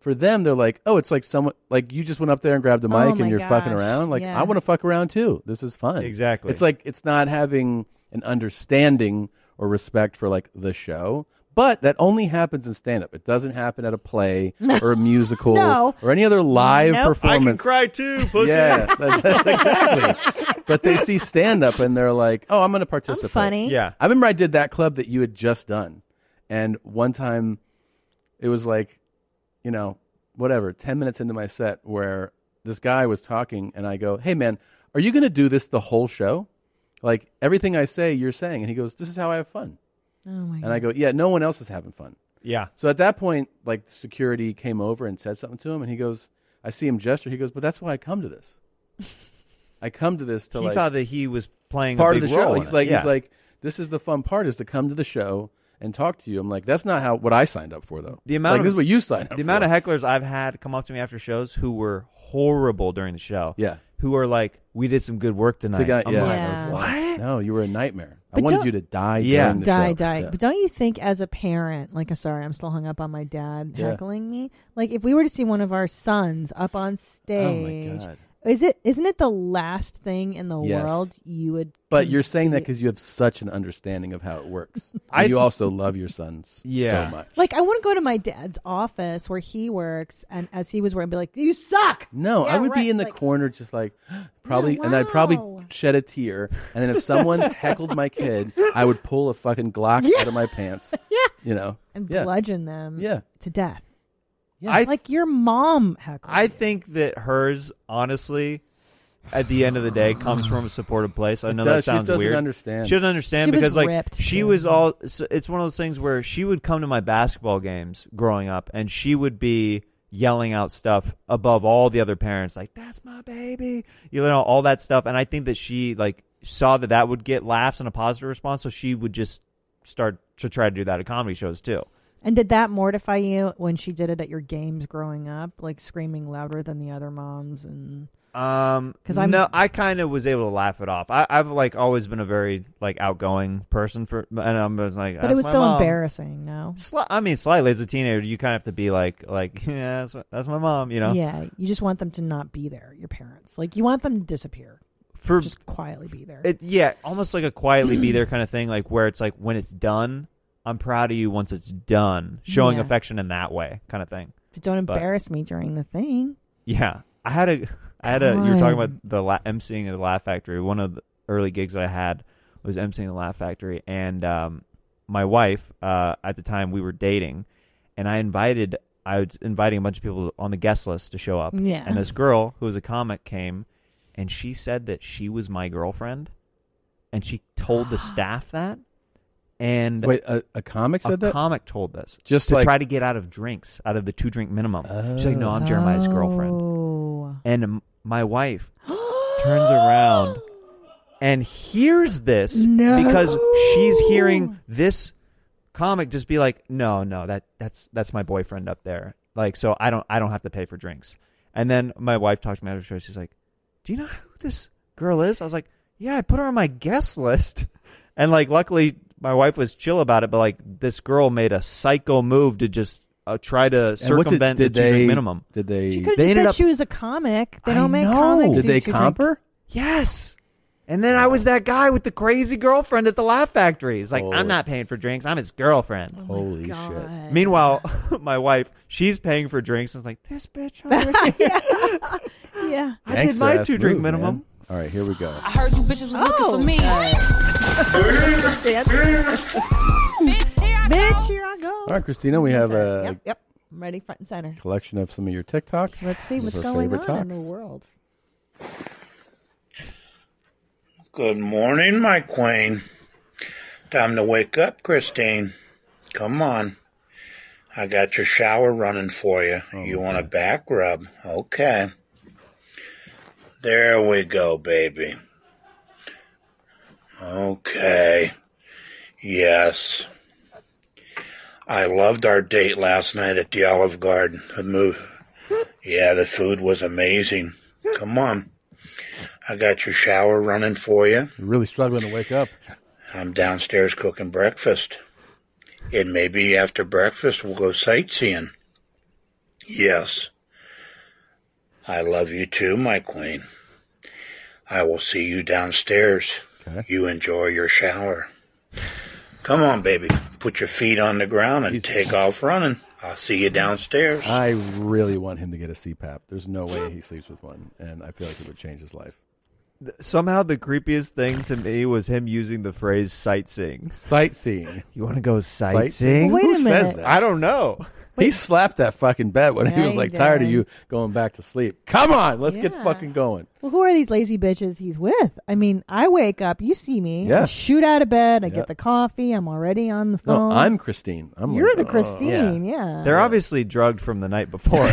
[SPEAKER 2] for them they're like oh it's like someone like you just went up there and grabbed a
[SPEAKER 4] Oh
[SPEAKER 2] mic
[SPEAKER 4] my
[SPEAKER 2] and you're fucking
[SPEAKER 4] gosh,
[SPEAKER 2] around like
[SPEAKER 4] yeah.
[SPEAKER 2] i want to fuck around too this is fun
[SPEAKER 4] Exactly.
[SPEAKER 2] it's like it's not having an understanding or respect for like the show. But that only happens in stand up. It doesn't happen at a play or a musical
[SPEAKER 4] No.
[SPEAKER 2] or any other live
[SPEAKER 4] Nope. I can
[SPEAKER 2] performance.
[SPEAKER 4] cry too, pussy.
[SPEAKER 2] Yeah, that's, that's exactly. But they see stand up and they're like, "Oh, I'm going to participate."
[SPEAKER 1] funny. Yeah.
[SPEAKER 2] I remember I did that club that you had just done, and one time it was like, you know, whatever, 10 minutes into my set where this guy was talking and I go, hey, man, are you going to do this the whole show? Like everything I say, you're saying. And he goes, this is how I have fun.
[SPEAKER 1] Oh my
[SPEAKER 2] And I go, yeah, no one else is having fun.
[SPEAKER 4] Yeah.
[SPEAKER 2] So at that point, like security came over and said something to him and he goes, I see him gesture. He goes, but that's why I come to this. I come to this to
[SPEAKER 4] He
[SPEAKER 2] like
[SPEAKER 4] thought that he was playing a
[SPEAKER 2] part
[SPEAKER 4] big
[SPEAKER 2] of the show.
[SPEAKER 4] role in
[SPEAKER 2] He's
[SPEAKER 4] it.
[SPEAKER 2] like
[SPEAKER 4] Yeah.
[SPEAKER 2] he's like this is the fun part is to come to the show and talk to you. I'm like that's not how what I signed up for though.
[SPEAKER 4] The amount
[SPEAKER 2] like,
[SPEAKER 4] of,
[SPEAKER 2] this is what you signed up
[SPEAKER 4] The
[SPEAKER 2] for.
[SPEAKER 4] amount of hecklers I've had come up to me after shows who were horrible during the show.
[SPEAKER 2] Yeah.
[SPEAKER 4] Who are like, we did some good work tonight.
[SPEAKER 2] To get-
[SPEAKER 4] I'm
[SPEAKER 2] yeah.
[SPEAKER 4] like,
[SPEAKER 1] Yeah.
[SPEAKER 4] what?
[SPEAKER 2] No, you were a nightmare.
[SPEAKER 1] But
[SPEAKER 2] I wanted
[SPEAKER 1] don't-
[SPEAKER 2] you to die.
[SPEAKER 4] Yeah.
[SPEAKER 2] during the
[SPEAKER 1] die
[SPEAKER 2] show.
[SPEAKER 1] die
[SPEAKER 2] Yeah.
[SPEAKER 1] but don't you think as a parent like i'm sorry i'm still hung up on my dad
[SPEAKER 2] Yeah.
[SPEAKER 1] heckling me like if we were to see one of our sons up on stage
[SPEAKER 2] Oh, God.
[SPEAKER 1] is it isn't it the last thing in the
[SPEAKER 2] Yes.
[SPEAKER 1] world you would
[SPEAKER 2] But you're saying that
[SPEAKER 1] conceive-
[SPEAKER 2] because you have such an understanding of how it works.
[SPEAKER 4] I
[SPEAKER 2] And you
[SPEAKER 4] th-
[SPEAKER 2] also love your sons
[SPEAKER 4] Yeah.
[SPEAKER 2] so much.
[SPEAKER 1] Like I wouldn't go to my dad's office where he works, and as he was working, be like, "You suck."
[SPEAKER 2] No,
[SPEAKER 1] Yeah,
[SPEAKER 2] I would
[SPEAKER 1] right.
[SPEAKER 2] be in the
[SPEAKER 1] Like,
[SPEAKER 2] corner just like probably, and I'd probably shed a tear. And then if someone heckled my kid, I would pull a fucking Glock out of my pants. Yeah. You know?
[SPEAKER 1] and
[SPEAKER 2] yeah.
[SPEAKER 1] bludgeon them,
[SPEAKER 2] Yeah.
[SPEAKER 1] to death.
[SPEAKER 4] Yeah. I-
[SPEAKER 1] like your mom heckled.
[SPEAKER 4] I think that hers, honestly, at the end of the day, comes from a supportive place. I
[SPEAKER 2] It
[SPEAKER 4] know
[SPEAKER 2] does. She
[SPEAKER 4] that sounds
[SPEAKER 2] doesn't
[SPEAKER 4] weird.
[SPEAKER 2] understand.
[SPEAKER 4] She doesn't understand
[SPEAKER 2] She was
[SPEAKER 4] because, like,
[SPEAKER 2] ripped,
[SPEAKER 4] she
[SPEAKER 2] too.
[SPEAKER 4] was all. So it's one of those things where she would come to my basketball games growing up, and she would be yelling out stuff above all the other parents, like "That's my baby," you know, all that stuff. And I think that she like saw that that would get laughs and a positive response, so she would just start to try to do that at comedy shows too.
[SPEAKER 1] And did that mortify you when she did it at your games growing up, like screaming louder than the other moms? And
[SPEAKER 4] Um,
[SPEAKER 1] 'Cause I'm-
[SPEAKER 4] no, I kind of was able to laugh it off. I, I've like always been a very like outgoing person for, and I'm just like,
[SPEAKER 1] but
[SPEAKER 4] "That's
[SPEAKER 1] it was
[SPEAKER 4] my
[SPEAKER 1] still
[SPEAKER 4] mom."
[SPEAKER 1] embarrassing. No,
[SPEAKER 4] Sli- I mean, slightly as a teenager, you kind of have to be like, like, yeah, that's, that's my mom, you know.
[SPEAKER 1] yeah, you just want them to not be there. Your parents, like you want them to disappear,
[SPEAKER 4] For
[SPEAKER 1] just quietly be there.
[SPEAKER 4] it, yeah, almost like a quietly be there kind of thing, like where it's like when it's done, I'm proud of you. Once it's done, showing
[SPEAKER 1] Yeah.
[SPEAKER 4] affection in that way, kind of thing.
[SPEAKER 1] Just don't
[SPEAKER 4] But-
[SPEAKER 1] embarrass me during the thing.
[SPEAKER 4] Yeah, I had a, I had a. You were
[SPEAKER 11] God.
[SPEAKER 4] talking about the la- emceeing at the Laugh Factory. One of the early gigs that I had was emceeing the Laugh Factory, and um, my wife uh, at the time we were dating, and I invited, I was inviting a bunch of people on the guest list to show up.
[SPEAKER 11] Yeah.
[SPEAKER 4] And this girl who was a comic came, and she said that she was my girlfriend, and she told the staff that. And
[SPEAKER 2] Wait, a, a comic said that?
[SPEAKER 4] comic told this
[SPEAKER 2] Just
[SPEAKER 4] to
[SPEAKER 2] like-
[SPEAKER 4] try to get out of drinks, out of the two drink minimum. She's like, no, I'm Jeremiah's girlfriend, and um, my wife turns around and hears this because she's hearing this comic just be like, no, no, that that's that's my boyfriend up there. Like, so I don't I don't have to pay for drinks. And then my wife talked to me after the show. She's like, do you know who this girl is? I was like, yeah, I put her on my guest list. And like, luckily, my wife was chill about it, but like, this girl made a psycho move to just uh, try to
[SPEAKER 2] And what did-
[SPEAKER 4] circumvent
[SPEAKER 2] did
[SPEAKER 4] the two
[SPEAKER 2] they-
[SPEAKER 4] drink minimum.
[SPEAKER 2] Did they?
[SPEAKER 1] Could have
[SPEAKER 4] ended
[SPEAKER 1] just said
[SPEAKER 4] up-
[SPEAKER 1] she was a comic. They don't make
[SPEAKER 4] know.
[SPEAKER 1] comics.
[SPEAKER 4] Did
[SPEAKER 1] do
[SPEAKER 4] they
[SPEAKER 1] you drink-
[SPEAKER 4] comp her? Yes. And then I was that guy with the crazy girlfriend at the Laugh Factory. It's like, I'm not paying for drinks. I'm his girlfriend.
[SPEAKER 1] Oh
[SPEAKER 2] Holy shit.
[SPEAKER 4] Meanwhile, my wife, she's paying for drinks. I was like, this bitch. over here.
[SPEAKER 1] yeah.
[SPEAKER 4] I did my
[SPEAKER 2] Gangster-ass
[SPEAKER 4] two drink
[SPEAKER 2] move,
[SPEAKER 4] minimum.
[SPEAKER 2] man. All right, here we go.
[SPEAKER 25] I heard you bitches was
[SPEAKER 1] Oh.
[SPEAKER 25] looking for me.
[SPEAKER 1] Bitch, here I go.
[SPEAKER 2] All right, Christina, we have
[SPEAKER 4] Uh,
[SPEAKER 2] a
[SPEAKER 1] Yep, yep. I'm ready front and center.
[SPEAKER 2] collection of some of your TikToks.
[SPEAKER 1] Let's see
[SPEAKER 2] Some of
[SPEAKER 1] what's
[SPEAKER 2] our
[SPEAKER 1] going on
[SPEAKER 2] favorite
[SPEAKER 1] in the
[SPEAKER 2] talks.
[SPEAKER 1] world.
[SPEAKER 18] Good morning, my queen. Time to wake up, Christine. Come on. I got your shower running for you. you want a back rub? Okay. There we go, baby. Okay. Yes. I loved our date last night at the Olive Garden. The move. Yeah, the food was amazing. Come on. I got your shower running for you.
[SPEAKER 2] You're really struggling to wake up.
[SPEAKER 18] I'm downstairs cooking breakfast. And maybe after breakfast we'll go sightseeing. Yes. I love you too, my queen. I will see you downstairs. You enjoy your shower. Come on, baby. Put your feet on the ground and take off running. I'll see you downstairs.
[SPEAKER 2] I really want him to get a CPAP. There's no way he sleeps with one, and I feel like it would change his life.
[SPEAKER 4] Th- Somehow, the creepiest thing to me was him using the phrase sightseeing.
[SPEAKER 2] Sightseeing.
[SPEAKER 4] You want to go sightseeing?
[SPEAKER 2] Who says that?
[SPEAKER 4] I don't know.
[SPEAKER 2] He slapped that fucking bed when he
[SPEAKER 1] Yeah,
[SPEAKER 2] was
[SPEAKER 1] he
[SPEAKER 2] like tired of
[SPEAKER 1] did.
[SPEAKER 2] you going back to sleep. Come on, let's get
[SPEAKER 1] Yeah.
[SPEAKER 2] fucking going.
[SPEAKER 1] Well, who are these lazy bitches he's with? I mean, I wake up, you see me, I
[SPEAKER 2] Yeah.
[SPEAKER 1] shoot out of bed, I
[SPEAKER 2] Yeah.
[SPEAKER 1] get the coffee, I'm already on the
[SPEAKER 2] No,
[SPEAKER 1] phone.
[SPEAKER 2] I'm Christine. I'm
[SPEAKER 1] You're
[SPEAKER 2] like,
[SPEAKER 1] the
[SPEAKER 2] "Oh."
[SPEAKER 1] Christine, yeah.
[SPEAKER 4] They're obviously drugged from the night before.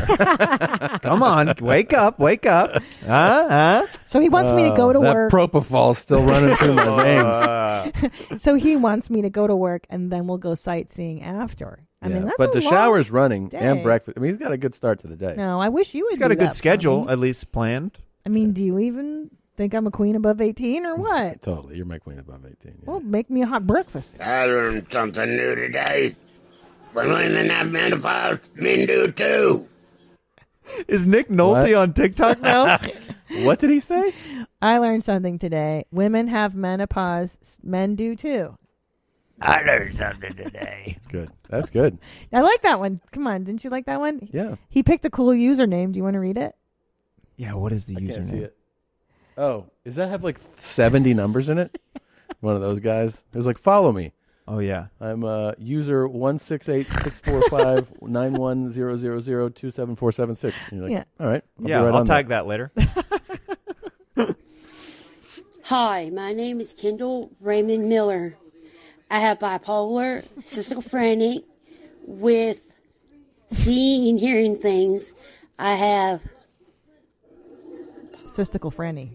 [SPEAKER 4] Come on, wake up, wake up. Uh-huh. Huh? Huh?
[SPEAKER 1] So he wants me to go to
[SPEAKER 2] Uh, that
[SPEAKER 1] work.
[SPEAKER 2] propofol's still running through my veins.
[SPEAKER 1] so he wants me to go to work, and then we'll go sightseeing after. I mean,
[SPEAKER 2] Yeah,
[SPEAKER 1] that's
[SPEAKER 2] but
[SPEAKER 1] a
[SPEAKER 2] the
[SPEAKER 1] long
[SPEAKER 2] shower's running
[SPEAKER 1] day.
[SPEAKER 2] and breakfast. I mean, he's got a good start to the day.
[SPEAKER 1] No, I wish you would.
[SPEAKER 4] He's got
[SPEAKER 1] do
[SPEAKER 4] a good
[SPEAKER 1] that for
[SPEAKER 4] schedule,
[SPEAKER 1] me.
[SPEAKER 4] at least planned.
[SPEAKER 1] I mean, do you even think I'm a queen above eighteen or what?
[SPEAKER 2] Totally, you're my queen above eighteen.
[SPEAKER 1] Well, make me a hot breakfast.
[SPEAKER 18] I learned something new today.
[SPEAKER 25] But women have menopause, men do too.
[SPEAKER 4] Is Nick Nolte on TikTok now?
[SPEAKER 2] what did he say?
[SPEAKER 1] I learned something today. Women have menopause. s- Men do too.
[SPEAKER 18] I learned something today.
[SPEAKER 2] That's good. That's good.
[SPEAKER 1] I like that one. Come on, didn't you like that one?
[SPEAKER 2] Yeah.
[SPEAKER 1] He picked a cool username. Do you want to read it?
[SPEAKER 4] Yeah, what is the
[SPEAKER 2] I can't see
[SPEAKER 4] username?
[SPEAKER 2] it. Oh, does that have like seventy numbers in it? One of those guys. It was like, follow me.
[SPEAKER 4] Oh yeah.
[SPEAKER 2] I'm uh, user one six eight six four five nine one zero zero zero two seven four seven six. You're like,
[SPEAKER 25] Yeah.
[SPEAKER 2] all right. I'll be
[SPEAKER 4] yeah,
[SPEAKER 2] right
[SPEAKER 4] I'll
[SPEAKER 2] on that."
[SPEAKER 4] tag that later.
[SPEAKER 5] Hi, my name is Kendall Raymond Miller. I have bipolar, schizophrenic, with seeing and hearing things. I have
[SPEAKER 1] Cystical Franny.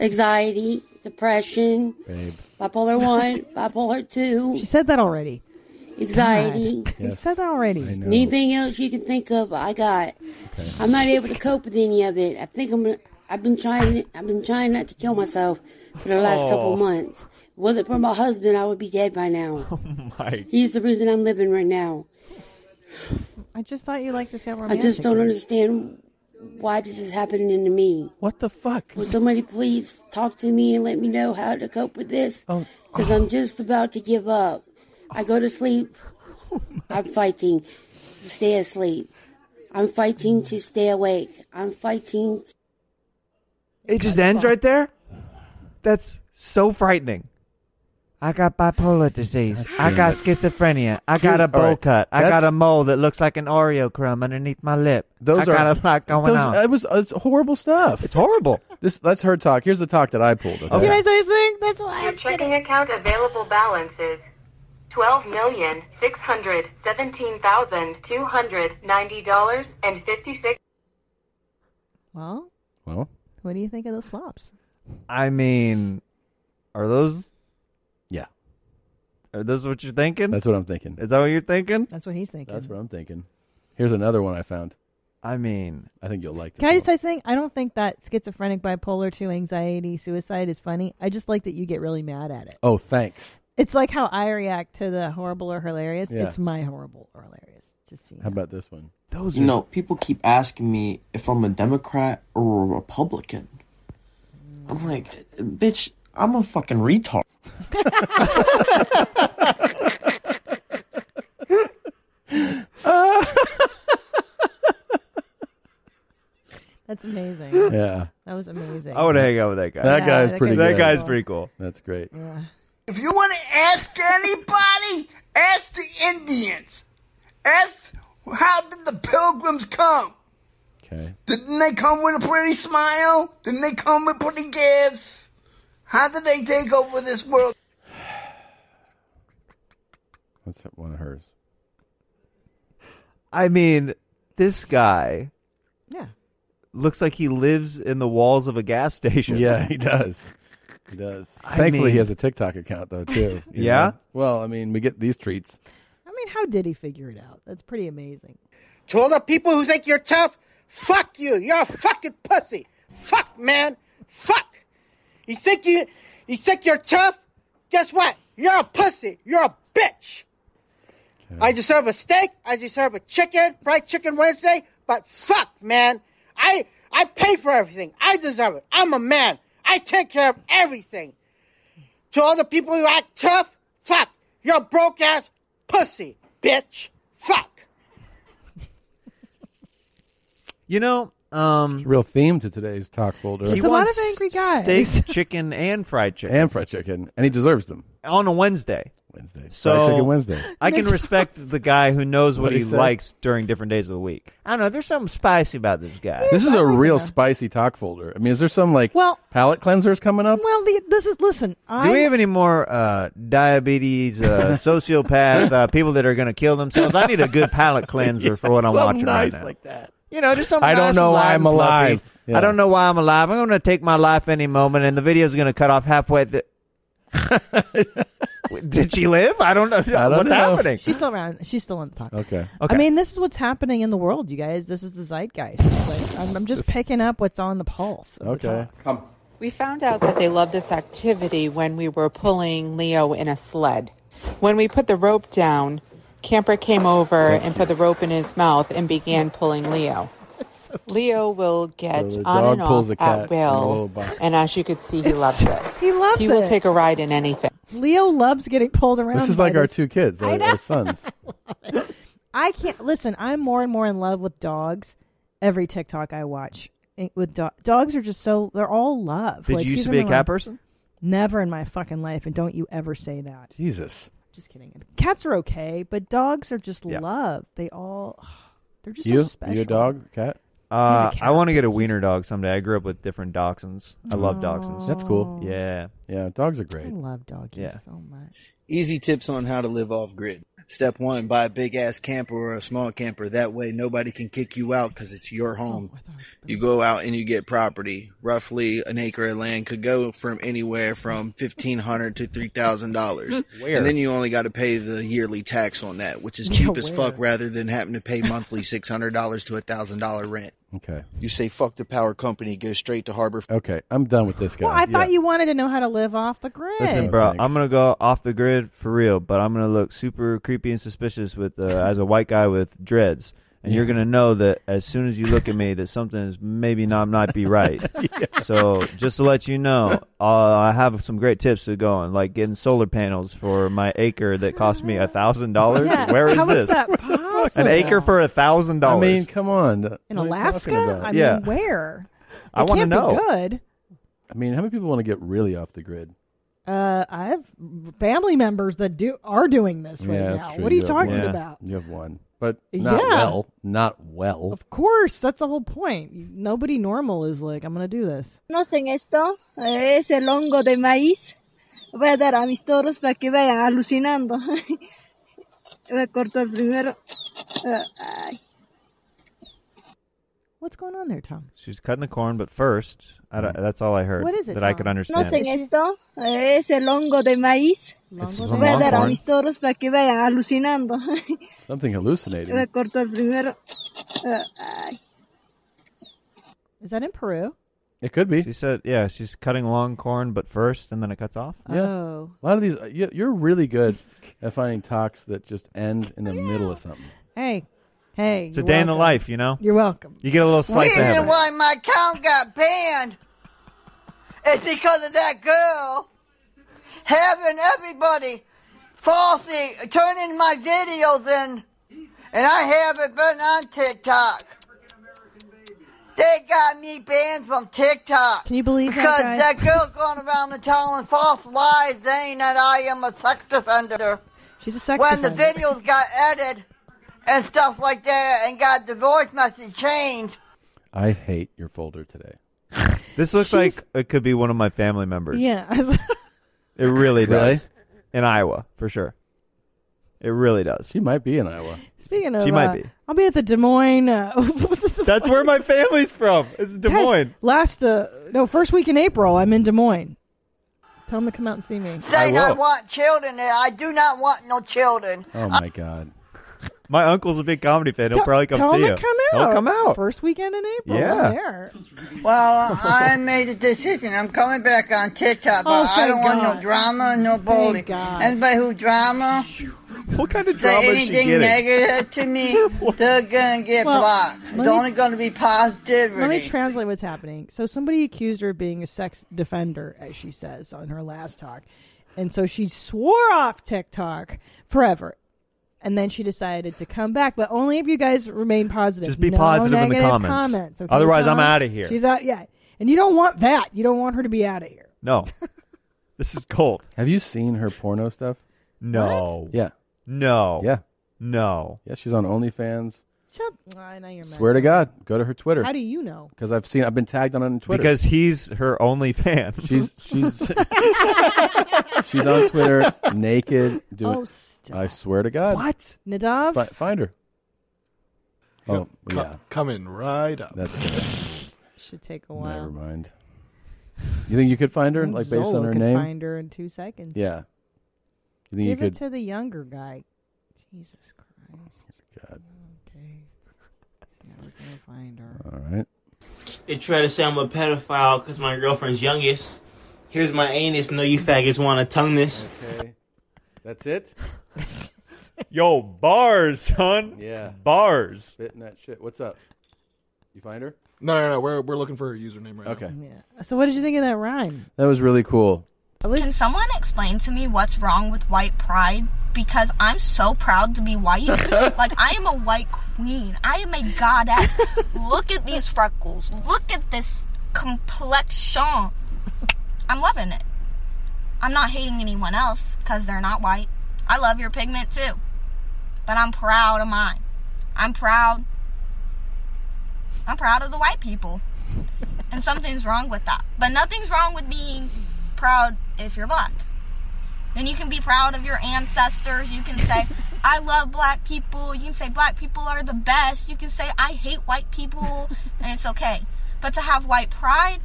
[SPEAKER 5] anxiety, depression,
[SPEAKER 2] Babe.
[SPEAKER 5] bipolar 1, bipolar 2.
[SPEAKER 1] She said that already.
[SPEAKER 5] Anxiety.
[SPEAKER 1] God. You said that already.
[SPEAKER 5] And Anything else you can think of, I got. I'm not able to cope with any of it. I think I'm. gonna- I've been trying. I've been trying not to kill myself for the last couple
[SPEAKER 15] Oh.
[SPEAKER 5] months. Was it for my husband, I would be dead by now.
[SPEAKER 1] Oh
[SPEAKER 4] Mike.
[SPEAKER 5] He's the reason I'm living right now.
[SPEAKER 1] I just thought you liked to sound
[SPEAKER 5] I
[SPEAKER 1] romantic.
[SPEAKER 5] just don't understand why this is happening to me.
[SPEAKER 2] What the fuck?
[SPEAKER 5] Will somebody please talk to me and let me know how to cope with this?
[SPEAKER 4] Oh.
[SPEAKER 5] Because I'm just about to give up. I go to sleep. I'm fighting to stay asleep. I'm fighting to stay awake. I'm fighting.
[SPEAKER 4] It just ends right there. That's so frightening.
[SPEAKER 23] I got bipolar disease. I
[SPEAKER 4] Damn
[SPEAKER 23] got
[SPEAKER 4] it.
[SPEAKER 23] schizophrenia. I got
[SPEAKER 4] Here's-
[SPEAKER 23] a bowl
[SPEAKER 4] all right,
[SPEAKER 23] cut. I got
[SPEAKER 4] that's-
[SPEAKER 23] a mole that looks like an Oreo crumb underneath my lip. I
[SPEAKER 2] Those are
[SPEAKER 23] got a lot going
[SPEAKER 2] those- uh,
[SPEAKER 23] on.
[SPEAKER 2] It was it's horrible stuff. It's horrible. this that's her talk. Here's the talk that I pulled. Okay?
[SPEAKER 15] I say something? That's why Your checking account available balance is twelve million six hundred seventeen thousand two hundred ninety dollars and fifty six.
[SPEAKER 1] Well,
[SPEAKER 2] Well,
[SPEAKER 1] what do you think of those slops?
[SPEAKER 4] I mean, are those?
[SPEAKER 2] Yeah.
[SPEAKER 4] Are those what you're thinking?
[SPEAKER 2] That's what I'm thinking.
[SPEAKER 4] Is that what you're thinking?
[SPEAKER 1] That's what he's thinking.
[SPEAKER 2] That's what I'm thinking. Here's another one I found. I mean, I think you'll like. This
[SPEAKER 1] Can I just tell you something? I don't think that schizophrenic, bipolar two, anxiety, suicide is funny. I just like that you get really mad at it.
[SPEAKER 2] Oh, thanks.
[SPEAKER 1] It's like how I react to the horrible or hilarious.
[SPEAKER 2] Yeah.
[SPEAKER 1] It's my horrible or hilarious. Just see.
[SPEAKER 2] How about this one?
[SPEAKER 24] Those you know, people keep asking me if I'm a Democrat or a Republican. I'm like, bitch, I'm a fucking retard.
[SPEAKER 1] That's amazing.
[SPEAKER 2] Yeah.
[SPEAKER 1] That was amazing.
[SPEAKER 4] I would hang out with that guy.
[SPEAKER 2] That
[SPEAKER 1] Yeah,
[SPEAKER 2] guy's
[SPEAKER 1] that
[SPEAKER 2] pretty.
[SPEAKER 1] guy's
[SPEAKER 2] good.
[SPEAKER 4] That guy's pretty cool.
[SPEAKER 2] That's great.
[SPEAKER 15] If you want to ask anybody, ask the Indians. Ask how did the pilgrims come?
[SPEAKER 2] Okay.
[SPEAKER 15] Oh. Didn't they come with a pretty smile? Didn't they come with pretty gifts? How did they take over this world?
[SPEAKER 2] That's one of hers.
[SPEAKER 4] I mean, this guy.
[SPEAKER 1] Yeah.
[SPEAKER 4] Looks like he lives in the walls of a gas station.
[SPEAKER 2] Yeah, he does. He does.
[SPEAKER 4] I
[SPEAKER 2] Thankfully,
[SPEAKER 4] mean-
[SPEAKER 2] he has a TikTok account though too. you
[SPEAKER 4] Yeah?
[SPEAKER 2] know? Well, I mean, we get these treats.
[SPEAKER 1] I mean, how did he figure it out? That's pretty amazing.
[SPEAKER 15] To all the people who think you're tough, fuck you. You're a fucking pussy. Fuck, man. Fuck. You think you you think you're tough? Guess what? You're a pussy. You're a bitch. I deserve a steak. I deserve a chicken, fried chicken Wednesday. But fuck, man. I I pay for everything. I deserve it. I'm a man. I take care of everything. To all the people who act tough, fuck. You're a broke ass pussy, bitch. Fuck.
[SPEAKER 4] You know, um,
[SPEAKER 2] real theme to today's talk folder.
[SPEAKER 4] he wants steak, chicken, and fried chicken,
[SPEAKER 2] and fried chicken, and he deserves them.
[SPEAKER 4] on a Wednesday.
[SPEAKER 2] Wednesday,
[SPEAKER 4] so
[SPEAKER 2] Fried Chicken Wednesday.
[SPEAKER 4] I can respect the guy who knows what,
[SPEAKER 2] What'd
[SPEAKER 4] he
[SPEAKER 2] he say?
[SPEAKER 4] likes during different days of the week.
[SPEAKER 23] I don't know. There's something spicy about this guy.
[SPEAKER 2] This is a real spicy talk folder. I mean, is there some like
[SPEAKER 1] well,
[SPEAKER 2] palate cleansers coming up?
[SPEAKER 1] Well, the, this is listen. I
[SPEAKER 4] Do we have any more uh, diabetes, uh, sociopath, uh, people that are going to kill themselves? I need a good palate cleanser for what I'm
[SPEAKER 23] Something
[SPEAKER 4] watching
[SPEAKER 23] nice
[SPEAKER 4] right now.
[SPEAKER 23] like
[SPEAKER 4] that. You know, just something
[SPEAKER 23] I don't
[SPEAKER 4] nice
[SPEAKER 23] know
[SPEAKER 4] and
[SPEAKER 23] why
[SPEAKER 4] light and
[SPEAKER 23] I'm
[SPEAKER 4] fluffy.
[SPEAKER 23] alive. Yeah.
[SPEAKER 4] I don't know why I'm alive. I'm going to take my life any moment, and the video's going to cut off halfway. Th- Did she live? I don't know. What's happening?
[SPEAKER 1] She's still around. She's still in the talk.
[SPEAKER 2] Okay.
[SPEAKER 1] I mean, this is what's happening in the world, you guys. This is the zeitgeist. Like, I'm, I'm just picking up what's on the pulse. of the
[SPEAKER 2] Okay.
[SPEAKER 1] talk.
[SPEAKER 26] We found out that they love this activity when we were pulling Leo in a sled. When we put the rope down, Camper came over and put the rope in his mouth and began pulling Leo. Leo will get
[SPEAKER 24] So the
[SPEAKER 26] on
[SPEAKER 24] dog
[SPEAKER 26] and
[SPEAKER 24] pulls
[SPEAKER 26] off
[SPEAKER 24] the
[SPEAKER 26] at
[SPEAKER 24] cat in a little
[SPEAKER 26] will,
[SPEAKER 24] box.
[SPEAKER 26] and as you could see, he
[SPEAKER 1] It's-
[SPEAKER 26] loves it.
[SPEAKER 1] he loves
[SPEAKER 26] He will
[SPEAKER 1] it.
[SPEAKER 26] take a ride in anything.
[SPEAKER 1] Leo loves getting pulled around.
[SPEAKER 2] This is
[SPEAKER 1] by
[SPEAKER 2] like our
[SPEAKER 1] this.
[SPEAKER 2] two kids,
[SPEAKER 1] I
[SPEAKER 2] our,
[SPEAKER 1] know.
[SPEAKER 2] our sons.
[SPEAKER 1] I can't listen. I'm more and more in love with dogs. Every TikTok I watch eh, with do- dogs are just so they're all love.
[SPEAKER 4] Did
[SPEAKER 1] Like,
[SPEAKER 4] you used
[SPEAKER 1] Caesar
[SPEAKER 4] to be a
[SPEAKER 1] Milan-
[SPEAKER 4] cat person?
[SPEAKER 1] Never in my fucking life, and don't you ever say that.
[SPEAKER 2] Jesus.
[SPEAKER 1] Just kidding. Cats are okay, but dogs are just
[SPEAKER 4] Yeah.
[SPEAKER 1] love. They all they're just
[SPEAKER 2] you,
[SPEAKER 1] so special.
[SPEAKER 2] you a dog, cat?
[SPEAKER 4] Uh,
[SPEAKER 1] He's a
[SPEAKER 4] I want to get a wiener dog someday. I grew up with different dachshunds. I love dachshunds.
[SPEAKER 2] That's cool.
[SPEAKER 4] Yeah,
[SPEAKER 2] yeah. Dogs are great.
[SPEAKER 1] I love doggies
[SPEAKER 4] Yeah.
[SPEAKER 1] so much.
[SPEAKER 21] Easy tips on how to live off grid. Step one, buy a big ass camper or a small camper. That way nobody can kick you out because it's your
[SPEAKER 1] Oh,
[SPEAKER 21] home. you go out and you get property. Roughly an acre of land could go from anywhere from fifteen hundred to three thousand dollars.
[SPEAKER 27] Where?
[SPEAKER 21] And then you only gotta pay the yearly tax on that, which is
[SPEAKER 27] Yeah,
[SPEAKER 21] cheap as
[SPEAKER 27] where?
[SPEAKER 21] fuck rather than having to pay monthly six hundred dollars to a thousand dollar rent.
[SPEAKER 2] Okay.
[SPEAKER 21] You say fuck the power company, go straight to Harbor.
[SPEAKER 2] Okay. I'm done with this guy.
[SPEAKER 1] Well, I thought you wanted to know how to live off the grid.
[SPEAKER 4] Listen, bro, I'm gonna go off the grid for real, but I'm gonna look super creepy and suspicious with uh, as a white guy with dreads, and you're gonna know that as soon as you look at me that something is maybe not might be right. So just to let you know, uh, I have some great tips to go on, like getting solar panels for my acre that cost me a thousand dollars.
[SPEAKER 28] Yeah,
[SPEAKER 4] Where is
[SPEAKER 28] how is
[SPEAKER 4] this?
[SPEAKER 28] that
[SPEAKER 4] An
[SPEAKER 28] possible?
[SPEAKER 4] acre for a thousand dollars.
[SPEAKER 2] I mean, come on.
[SPEAKER 28] in Alaska. I mean,
[SPEAKER 4] yeah.
[SPEAKER 28] where?
[SPEAKER 2] I
[SPEAKER 28] It
[SPEAKER 2] wanna
[SPEAKER 28] can't be
[SPEAKER 2] know.
[SPEAKER 28] Good.
[SPEAKER 2] I mean, how many people want to get really off the grid?
[SPEAKER 1] Uh, I have family members that do are doing this
[SPEAKER 2] yeah, that's true. have one. You have one, but not
[SPEAKER 1] Yeah.
[SPEAKER 2] well. Not well.
[SPEAKER 1] Of course, that's the whole point. Nobody normal is like, I'm gonna do this.
[SPEAKER 29] ¿Conocen esto? Eh, Es el hongo de maíz. Voy a dar a mis toros para que vayan alucinando. Voy a cortar primero. Ah, ay.
[SPEAKER 1] What's going on there, Tom?
[SPEAKER 4] She's cutting the corn, but first, I don't-
[SPEAKER 2] Mm.
[SPEAKER 4] that's all I heard
[SPEAKER 29] What is it,
[SPEAKER 4] that I
[SPEAKER 29] Tom?
[SPEAKER 4] could understand.
[SPEAKER 29] ¿Conocen esto? Eh, Es el hongo de maíz.
[SPEAKER 4] This is
[SPEAKER 29] Voy a dar a
[SPEAKER 4] longhorn.
[SPEAKER 29] mis toros para que vayan alucinando.
[SPEAKER 2] Something
[SPEAKER 29] Voy a
[SPEAKER 2] hallucinating.
[SPEAKER 29] cortar primero. Ah, ay.
[SPEAKER 1] Is that in Peru?
[SPEAKER 2] It could be.
[SPEAKER 4] She said, "Yeah, she's cutting long corn, but first, and then it cuts off."
[SPEAKER 2] Yeah.
[SPEAKER 1] Oh.
[SPEAKER 2] A lot of these, uh, you- you're really good at finding talks that just end in the middle of something.
[SPEAKER 1] Hey, hey.
[SPEAKER 4] It's a day in the life, you know.
[SPEAKER 1] You're welcome.
[SPEAKER 4] You get a little slice of
[SPEAKER 13] Reason
[SPEAKER 4] heaven.
[SPEAKER 13] why my account got banned is because of that girl having everybody falsely turning my videos in, and I haven't been on TikTok. They got me banned from TikTok.
[SPEAKER 1] Can you believe that,
[SPEAKER 13] Because
[SPEAKER 1] guys?
[SPEAKER 13] that girl going around the town false lies saying that I am a sex offender.
[SPEAKER 1] She's a sex
[SPEAKER 13] When the
[SPEAKER 1] offender.
[SPEAKER 13] videos got edited and stuff like that and got divorce message changed.
[SPEAKER 2] I hate your folder today.
[SPEAKER 4] This looks like it could be one of my family members.
[SPEAKER 1] Yeah.
[SPEAKER 4] It really
[SPEAKER 2] Really?
[SPEAKER 4] does. In Iowa, for sure. It really does. She
[SPEAKER 2] might be in Iowa.
[SPEAKER 1] Speaking of,
[SPEAKER 4] she
[SPEAKER 1] uh,
[SPEAKER 4] might be.
[SPEAKER 1] I'll be at the Des Moines. Uh, That's
[SPEAKER 4] where my family's from. It's Des Moines.
[SPEAKER 1] Last, uh, no, first week in April, I'm in Des Moines. Tell them to come out and see me.
[SPEAKER 13] saying I, want children there. I do not want no children.
[SPEAKER 2] Oh my god.
[SPEAKER 4] My uncle's a big comedy fan. He'll probably come
[SPEAKER 1] Tell
[SPEAKER 4] see
[SPEAKER 1] them
[SPEAKER 4] you.
[SPEAKER 1] to come out.
[SPEAKER 4] He'll come out.
[SPEAKER 1] First weekend in April.
[SPEAKER 4] Yeah.
[SPEAKER 1] I'm there.
[SPEAKER 13] Well, I made a decision. I'm coming back on TikTok,
[SPEAKER 1] Oh,
[SPEAKER 13] but I don't
[SPEAKER 1] thank
[SPEAKER 13] want
[SPEAKER 1] God.
[SPEAKER 13] no drama and no bullying. Anybody who drama,
[SPEAKER 4] what kind
[SPEAKER 13] say
[SPEAKER 4] of drama is she
[SPEAKER 13] anything
[SPEAKER 4] getting?
[SPEAKER 13] negative to me, they're gonna get
[SPEAKER 1] Well,
[SPEAKER 13] blocked. It's
[SPEAKER 1] let me-
[SPEAKER 13] only gonna be positive.
[SPEAKER 1] Let me translate what's happening. So somebody accused her of being a sex defender, as she says on her last talk, and so she swore off TikTok forever. And then she decided to come back, but only if you guys remain positive.
[SPEAKER 4] Just be
[SPEAKER 1] No
[SPEAKER 4] positive in the
[SPEAKER 1] negative
[SPEAKER 4] comments.
[SPEAKER 1] comments, okay,
[SPEAKER 4] Otherwise, I'm
[SPEAKER 1] Tom?
[SPEAKER 4] outta here.
[SPEAKER 1] She's out. Yeah, and you don't want that. You don't want her to be out of here.
[SPEAKER 4] No. this is cold.
[SPEAKER 2] Have you seen her porno stuff?
[SPEAKER 4] No.
[SPEAKER 2] Yeah.
[SPEAKER 4] No.
[SPEAKER 2] Yeah.
[SPEAKER 4] No.
[SPEAKER 2] Yeah, she's on OnlyFans.
[SPEAKER 1] Shut. Ah, now you're
[SPEAKER 2] Swear to
[SPEAKER 1] messing.
[SPEAKER 2] God, go to her Twitter.
[SPEAKER 1] How do you know?
[SPEAKER 2] Because I've seen, I've been tagged on it on Twitter.
[SPEAKER 4] Because he's her only fan.
[SPEAKER 2] She's she's she's on Twitter naked doing.
[SPEAKER 1] Oh, stop.
[SPEAKER 2] I swear to God.
[SPEAKER 1] What? Nadav?
[SPEAKER 2] Fi- find her. Oh yeah,
[SPEAKER 3] coming right up.
[SPEAKER 2] that's good.
[SPEAKER 1] Should take a while.
[SPEAKER 2] Never mind. You think you could find her, like based on
[SPEAKER 1] Zolo
[SPEAKER 2] her
[SPEAKER 1] could
[SPEAKER 2] name?
[SPEAKER 1] find her in two seconds.
[SPEAKER 2] Yeah. You think
[SPEAKER 1] Give
[SPEAKER 2] you
[SPEAKER 1] it
[SPEAKER 2] could?
[SPEAKER 1] to the younger guy. Jesus Christ.
[SPEAKER 2] God.
[SPEAKER 1] Okay. He's never gonna find her.
[SPEAKER 2] All right.
[SPEAKER 30] They try to say I'm a pedophile because my girlfriend's youngest. Here's my anus. No, you faggots want to tongue this.
[SPEAKER 2] Okay. That's it.
[SPEAKER 4] Yo, bars, son.
[SPEAKER 2] Yeah.
[SPEAKER 4] Bars.
[SPEAKER 2] Spitting that shit. What's up? You find her?
[SPEAKER 3] No, no, no. We're we're looking for her username right
[SPEAKER 2] Okay.
[SPEAKER 3] now.
[SPEAKER 1] So what did you think of that rhyme?
[SPEAKER 2] That was really cool.
[SPEAKER 24] Can someone explain to me what's wrong with white pride? Because I'm so proud to be white. like, I am a white queen. I am a goddess. Look at these freckles. Look at this complexion. I'm loving it. I'm not hating anyone else because they're not white. I love your pigment too. But I'm proud of mine. I'm proud. I'm proud of the white people. And something's wrong with that. But nothing's wrong with being proud if you're black. Then you can be proud of your ancestors. You can say, I love black people. You can say, black people are the best. You can say, I hate white people. And it's okay. But to have white pride,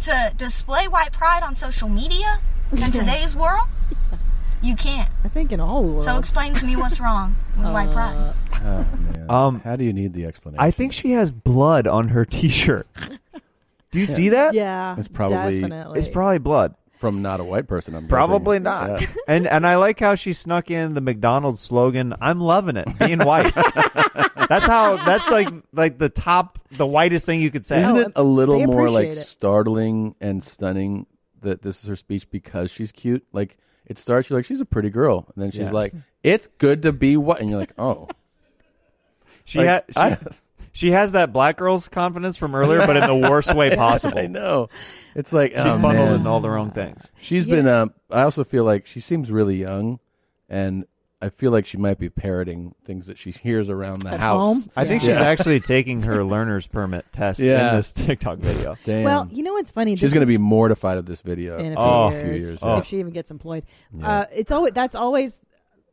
[SPEAKER 24] to display white pride on social media in today's world, you can't.
[SPEAKER 1] I think in all Uh, worlds.
[SPEAKER 24] So explain to me what's wrong with white pride.
[SPEAKER 2] Oh, man.
[SPEAKER 4] Um,
[SPEAKER 2] How do you need the explanation?
[SPEAKER 4] I think she has blood on her t-shirt. Do you see that?
[SPEAKER 1] Yeah,
[SPEAKER 2] It's probably-
[SPEAKER 1] definitely.
[SPEAKER 4] It's probably blood.
[SPEAKER 2] From not a white person, I'm guessing.
[SPEAKER 4] Probably not.
[SPEAKER 2] Yeah.
[SPEAKER 4] And and I like how she snuck in the McDonald's slogan, I'm loving it, being white. that's how that's like like the top the whitest thing you could say.
[SPEAKER 1] Oh,
[SPEAKER 2] Isn't it a little more like
[SPEAKER 4] it.
[SPEAKER 2] startling and stunning that this is her speech because she's cute? Like it starts, you're like, she's a pretty girl, and then she's
[SPEAKER 4] Yeah.
[SPEAKER 2] like, it's good to be white, and you're like, oh.
[SPEAKER 4] She
[SPEAKER 2] Like,
[SPEAKER 4] had she,
[SPEAKER 2] I-
[SPEAKER 4] she has that black girl's confidence from earlier, but in the worst way possible.
[SPEAKER 2] I know. It's like
[SPEAKER 4] she
[SPEAKER 2] oh,
[SPEAKER 4] funneled
[SPEAKER 2] man.
[SPEAKER 4] in all the wrong things.
[SPEAKER 2] She's been. Um, I also feel like she seems really young, and I feel like she might be parroting things that she hears around the house.
[SPEAKER 4] I think
[SPEAKER 2] Yeah.
[SPEAKER 4] she's actually taking her learner's permit test
[SPEAKER 2] Yeah.
[SPEAKER 4] in this TikTok video.
[SPEAKER 2] Damn.
[SPEAKER 1] Well, you know what's funny?
[SPEAKER 2] She's
[SPEAKER 1] This
[SPEAKER 2] going to be
[SPEAKER 1] is-
[SPEAKER 2] mortified of this video
[SPEAKER 1] in a few
[SPEAKER 4] Oh.
[SPEAKER 2] for
[SPEAKER 1] years,
[SPEAKER 2] a few years.
[SPEAKER 1] if she even gets employed.
[SPEAKER 2] Yeah.
[SPEAKER 1] Uh, it's always that's always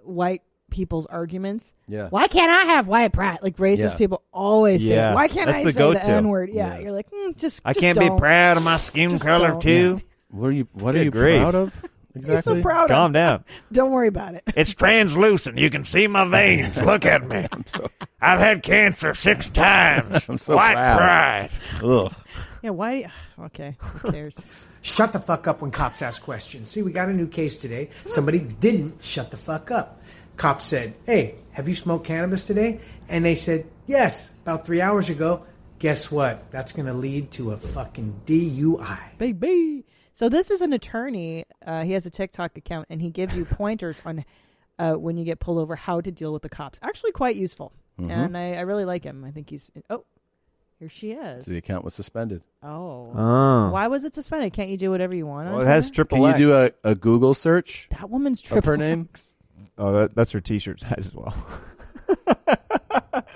[SPEAKER 1] white people's arguments.
[SPEAKER 2] Yeah.
[SPEAKER 1] Why can't I have white pride? Like racist
[SPEAKER 4] Yeah.
[SPEAKER 1] people always say,
[SPEAKER 4] Yeah.
[SPEAKER 1] "Why can't
[SPEAKER 4] That's
[SPEAKER 1] I
[SPEAKER 4] the
[SPEAKER 1] say
[SPEAKER 4] go-to.
[SPEAKER 1] the N word?" Yeah. You're like, mm, just
[SPEAKER 4] I
[SPEAKER 1] just
[SPEAKER 4] can't
[SPEAKER 1] don't.
[SPEAKER 4] be proud of my skin
[SPEAKER 1] Just
[SPEAKER 4] color
[SPEAKER 1] don't.
[SPEAKER 4] too.
[SPEAKER 2] What are you? What
[SPEAKER 4] are you
[SPEAKER 2] proud of?
[SPEAKER 1] You're so proud. of
[SPEAKER 4] Calm
[SPEAKER 1] it.
[SPEAKER 4] down.
[SPEAKER 1] Don't worry about it.
[SPEAKER 16] It's translucent. You can see my veins. Look at me. I've had cancer six times.
[SPEAKER 2] I'm so
[SPEAKER 16] White
[SPEAKER 2] proud.
[SPEAKER 16] pride. Ugh.
[SPEAKER 1] Yeah. Why? Do you, okay. Who cares?
[SPEAKER 10] Shut the fuck up when cops ask questions. See, we got a new case today. Somebody didn't shut the fuck up. Cop said, Hey, have you smoked cannabis today? And they said, Yes, about three hours ago. Guess what? That's going to lead to a fucking DUI.
[SPEAKER 1] baby. So this is an attorney. Uh, he has a TikTok account, and he gives you pointers on uh, when you get pulled over how to deal with the cops. Actually, quite useful,
[SPEAKER 4] Mm-hmm.
[SPEAKER 2] Mhm.
[SPEAKER 1] and I, I really like him. I think he's. Oh, here she is.
[SPEAKER 2] The account was suspended.
[SPEAKER 1] Oh.
[SPEAKER 2] Oh.
[SPEAKER 1] Why was it suspended? Can't you do whatever you want? on Twitter?
[SPEAKER 2] Can you do a, a Google search?
[SPEAKER 1] That woman's triple.
[SPEAKER 2] of her name.
[SPEAKER 4] Oh, that, that's her T-shirt size as well.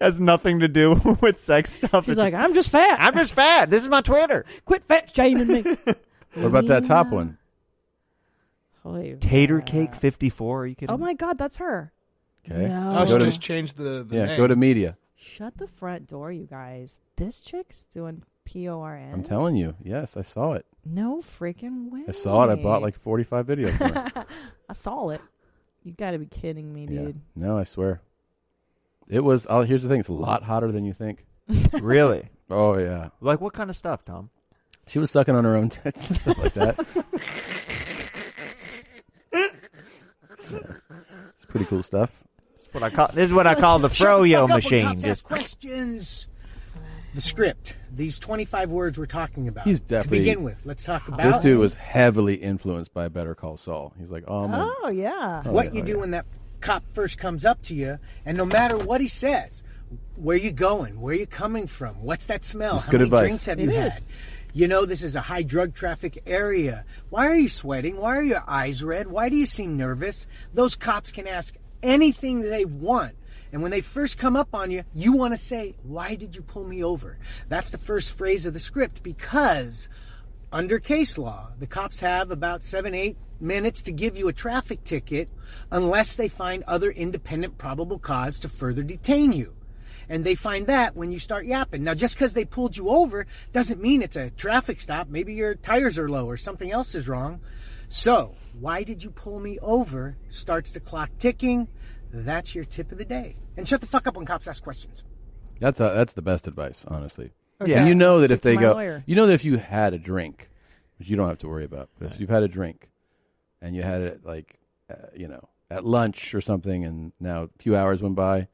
[SPEAKER 4] Has nothing to do with sex stuff.
[SPEAKER 1] She's like, I'm just fat.
[SPEAKER 4] I'm just fat. This is my Twitter.
[SPEAKER 1] Quit fat shaming me. what
[SPEAKER 4] What about that top one?
[SPEAKER 1] Holy
[SPEAKER 4] Tater Cake 54. Are you kidding?
[SPEAKER 1] Oh my God, that's her.
[SPEAKER 2] Okay.
[SPEAKER 1] No.
[SPEAKER 3] Oh, she just changed the, the
[SPEAKER 2] yeah.
[SPEAKER 3] name.
[SPEAKER 2] Go to media.
[SPEAKER 1] Shut the front door, you guys. This chick's doing P O R N.
[SPEAKER 2] I'm telling you. Yes, I saw it.
[SPEAKER 1] No freaking way.
[SPEAKER 2] I saw it. I bought like 45 videos. from it.
[SPEAKER 1] I saw it. You got to be kidding me, dude.
[SPEAKER 2] no, I swear. It was. i here's the thing. It's a lot hotter than you think.
[SPEAKER 4] really?
[SPEAKER 2] Oh yeah.
[SPEAKER 4] Like what kind of stuff, Tom?
[SPEAKER 2] She was sucking on her own tits and stuff like that. it's pretty cool stuff.
[SPEAKER 4] What I call this is what I call the
[SPEAKER 10] Shut the
[SPEAKER 4] froyo
[SPEAKER 10] fuck up when
[SPEAKER 4] machine.
[SPEAKER 10] cops ask
[SPEAKER 4] Just
[SPEAKER 10] questions. The script. These 25 words we're talking about.
[SPEAKER 2] He's definitely
[SPEAKER 10] To begin with, let's talk about
[SPEAKER 2] This dude was heavily influenced by Better Call Saul. He's like, oh, man.
[SPEAKER 10] Oh,
[SPEAKER 1] yeah.
[SPEAKER 2] Oh,
[SPEAKER 10] what
[SPEAKER 2] yeah,
[SPEAKER 10] you
[SPEAKER 2] oh,
[SPEAKER 10] do when that cop first comes up to you, and no matter what he says, where you going, where you coming from, what's that smell,
[SPEAKER 2] That's
[SPEAKER 10] how
[SPEAKER 2] good
[SPEAKER 10] many
[SPEAKER 2] advice.
[SPEAKER 10] drinks have
[SPEAKER 2] It
[SPEAKER 10] you
[SPEAKER 2] is.
[SPEAKER 10] had? You know this is a high drug traffic area. Why are you sweating? Why are your eyes red? Why do you seem nervous? Those cops can ask anything they want. And when they first come up on you, you want to say, Why did you pull me over? That's the first phrase of the script because under case law, the cops have about seven, eight minutes to give you a traffic ticket unless they find other independent probable cause to further detain you. And they find that when you start yapping. Now, just because they pulled you over doesn't mean it's a traffic stop. Maybe your tires are low or something else is wrong. So, why did you pull me over? Starts the clock ticking. That's your tip of the day. And shut the fuck up when cops ask questions.
[SPEAKER 2] That's a, that's the best advice, honestly.
[SPEAKER 10] Or
[SPEAKER 2] Yeah. And
[SPEAKER 10] so-
[SPEAKER 2] you know that if
[SPEAKER 10] speak
[SPEAKER 2] they
[SPEAKER 10] to my
[SPEAKER 2] go,
[SPEAKER 10] lawyer.
[SPEAKER 2] you know that if you had a drink, which you don't have to worry about, but if you've had a drink and you had it like, uh, you know, at lunch or something, and now a few hours went by, and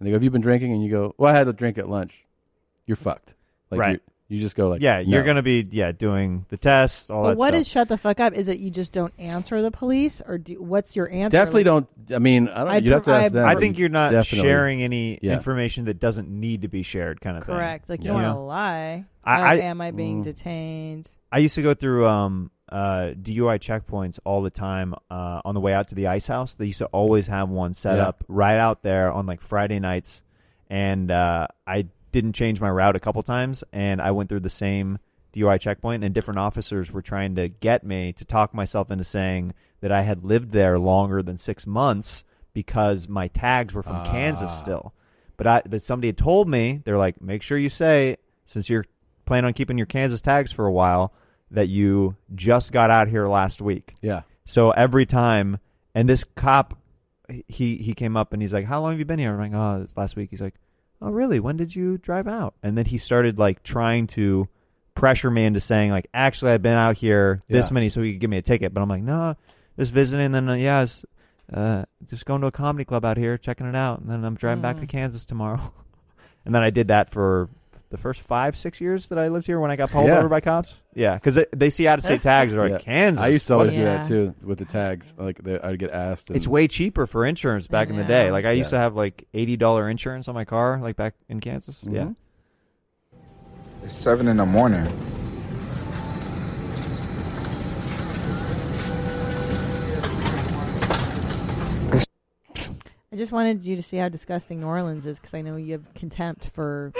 [SPEAKER 2] they go, "Have you been drinking?" and you go, "Well, I had a drink at lunch," you're fucked. Like
[SPEAKER 4] Right.
[SPEAKER 2] You, you just go like,
[SPEAKER 4] yeah, you're
[SPEAKER 2] "No."
[SPEAKER 4] gonna be yeah doing the test, all
[SPEAKER 1] But
[SPEAKER 4] that
[SPEAKER 1] what
[SPEAKER 4] stuff.
[SPEAKER 1] is shut the fuck up? Is it you just don't answer the police, or do, what's your answer?
[SPEAKER 2] Definitely
[SPEAKER 1] Like,
[SPEAKER 2] don't. I mean, I don't.
[SPEAKER 1] I'd
[SPEAKER 2] You'd have to
[SPEAKER 1] pre-
[SPEAKER 2] ask them.
[SPEAKER 4] I think you're not
[SPEAKER 2] Definitely.
[SPEAKER 4] sharing any
[SPEAKER 2] Yeah.
[SPEAKER 4] information that doesn't need to be shared, kind of thing.
[SPEAKER 1] Correct. Like you don't want to lie.
[SPEAKER 4] I-
[SPEAKER 1] Uh,
[SPEAKER 4] I-
[SPEAKER 1] am I being
[SPEAKER 4] Mm.
[SPEAKER 1] detained?
[SPEAKER 4] I used to go through um, uh, DUI checkpoints all the time uh, on the way out to the ice house. They used to always have one set
[SPEAKER 2] Yeah.
[SPEAKER 4] up right out there on like Friday nights, and uh, I didn't change my route a couple times, and I went through the same DUI checkpoint, and different officers were trying to get me to talk myself into saying that I had lived there longer than six months because my tags were from Kansas still. But I but somebody had told me they're like, make sure you say since you're planning on keeping your Kansas tags for a while that you just got out here last week.
[SPEAKER 2] Yeah.
[SPEAKER 4] So every time, and this cop, he he came up and he's like, how long have you been here? I'm like, oh, it's last week. He's like, oh really? When did you drive out? And then he started like trying to pressure me into saying like, actually, I've been out here this
[SPEAKER 2] Yeah.
[SPEAKER 4] many, so he could give me a ticket. But I'm like, no, just visiting. Then uh, yeah, I was, uh, just going to a comedy club out here, checking it out, and then I'm driving back to Kansas tomorrow. and then I did that for the first five, six years that I lived here when I got pulled
[SPEAKER 2] Yeah.
[SPEAKER 4] over by cops. Yeah, because they, they see out of state tags. They're like,
[SPEAKER 2] Yeah.
[SPEAKER 4] Kansas.
[SPEAKER 2] I used to always
[SPEAKER 4] what-
[SPEAKER 2] do that too with the tags. Like they, I'd get asked. And
[SPEAKER 4] It's way cheaper for insurance back in the day. Like I used
[SPEAKER 2] Yeah.
[SPEAKER 4] to have like eighty dollar insurance on my car, like back in Kansas. Yeah.
[SPEAKER 2] Mhm.
[SPEAKER 6] It's seven in the morning.
[SPEAKER 1] I just wanted you to see how disgusting New Orleans is because I know you have contempt for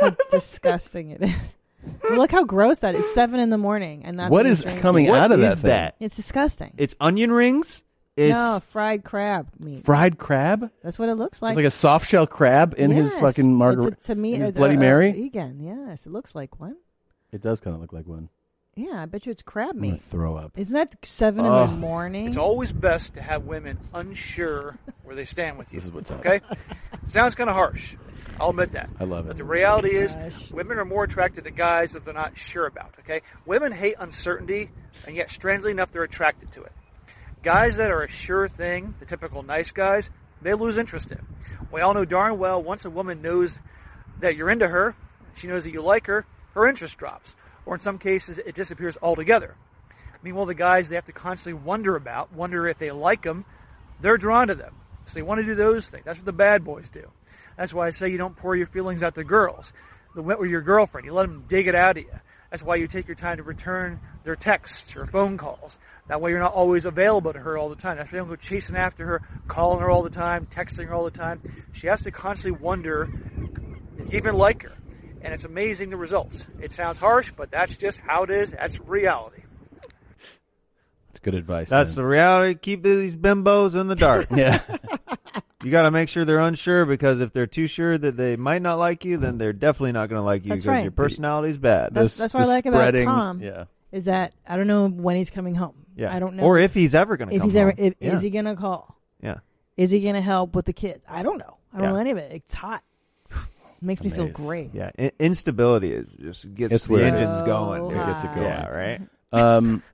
[SPEAKER 1] how disgusting it is. Look how gross that is. It's seven in the morning, and that's
[SPEAKER 4] What
[SPEAKER 1] what he's
[SPEAKER 4] is
[SPEAKER 1] drinking.
[SPEAKER 4] coming What out of that is thing? that?
[SPEAKER 1] It's disgusting.
[SPEAKER 4] It's onion rings. It's
[SPEAKER 1] no fried crab meat.
[SPEAKER 2] fried crab.
[SPEAKER 1] That's what it looks
[SPEAKER 2] It's
[SPEAKER 1] like.
[SPEAKER 2] like a soft shell crab in his
[SPEAKER 1] Yes.
[SPEAKER 2] fucking margarita.
[SPEAKER 1] It's a, to me,
[SPEAKER 2] his
[SPEAKER 1] it's a-
[SPEAKER 2] Bloody
[SPEAKER 1] a-
[SPEAKER 2] Mary.
[SPEAKER 1] A vegan. Yes, it looks like one.
[SPEAKER 2] It does kind of look like one.
[SPEAKER 1] Yeah, I bet you it's crab
[SPEAKER 2] I'm gonna
[SPEAKER 1] meat.
[SPEAKER 2] throw up.
[SPEAKER 1] Isn't that seven in the
[SPEAKER 2] Ugh.
[SPEAKER 1] morning?
[SPEAKER 12] It's always best to have women unsure where they stand with you.
[SPEAKER 2] This is what's up.
[SPEAKER 12] okay. Sounds kind of harsh. I'll admit that.
[SPEAKER 2] I love it.
[SPEAKER 12] But the reality is, women are more attracted to guys that they're not sure about. Okay, women hate uncertainty, and yet strangely enough, they're attracted to it. Guys that are a sure thing, the typical nice guys, they lose interest in. We all know darn well once a woman knows that you're into her, she knows that you like her, her interest drops, or in some cases, it disappears altogether. Meanwhile, the guys they have to constantly wonder about, wonder if they like them, they're drawn to them. So they want to do those things. That's what the bad boys do. That's why I say you don't pour your feelings out to girls. The went with your girlfriend, you let them dig it out of you. That's why you take your time to return their texts or phone calls. That way you're not always available to her all the time. That's why you don't go chasing after her, calling her all the time, texting her all the time. She has to constantly wonder if you even like her. And it's amazing the results. It sounds harsh, but that's just how it is. That's reality.
[SPEAKER 2] It's good advice.
[SPEAKER 4] That's
[SPEAKER 2] man.
[SPEAKER 4] the reality. Keep these bimbos in the dark.
[SPEAKER 2] yeah.
[SPEAKER 4] You got to make sure they're unsure because if they're too sure that they might not like you, then they're definitely not going to like you
[SPEAKER 1] That's
[SPEAKER 4] because
[SPEAKER 1] right.
[SPEAKER 4] your personality's bad.
[SPEAKER 1] That's, that's what I like about Tom. Is that I don't know when he's coming home.
[SPEAKER 4] Yeah.
[SPEAKER 1] I don't know
[SPEAKER 4] Or if he's ever gonna
[SPEAKER 1] If
[SPEAKER 4] come
[SPEAKER 1] he's ever,
[SPEAKER 4] home.
[SPEAKER 1] if-
[SPEAKER 4] Yeah.
[SPEAKER 1] is he gonna call?
[SPEAKER 4] Yeah.
[SPEAKER 1] Is he gonna help with the kids? I don't know. I don't
[SPEAKER 4] Yeah.
[SPEAKER 1] know any of it. It's hot. It makes me feel
[SPEAKER 4] Amazed.
[SPEAKER 1] great.
[SPEAKER 4] Yeah, in- instability is just gets
[SPEAKER 2] It's
[SPEAKER 4] the
[SPEAKER 2] weird.
[SPEAKER 4] engines going. dude.
[SPEAKER 2] It gets it going.
[SPEAKER 4] Yeah, right.
[SPEAKER 2] Um,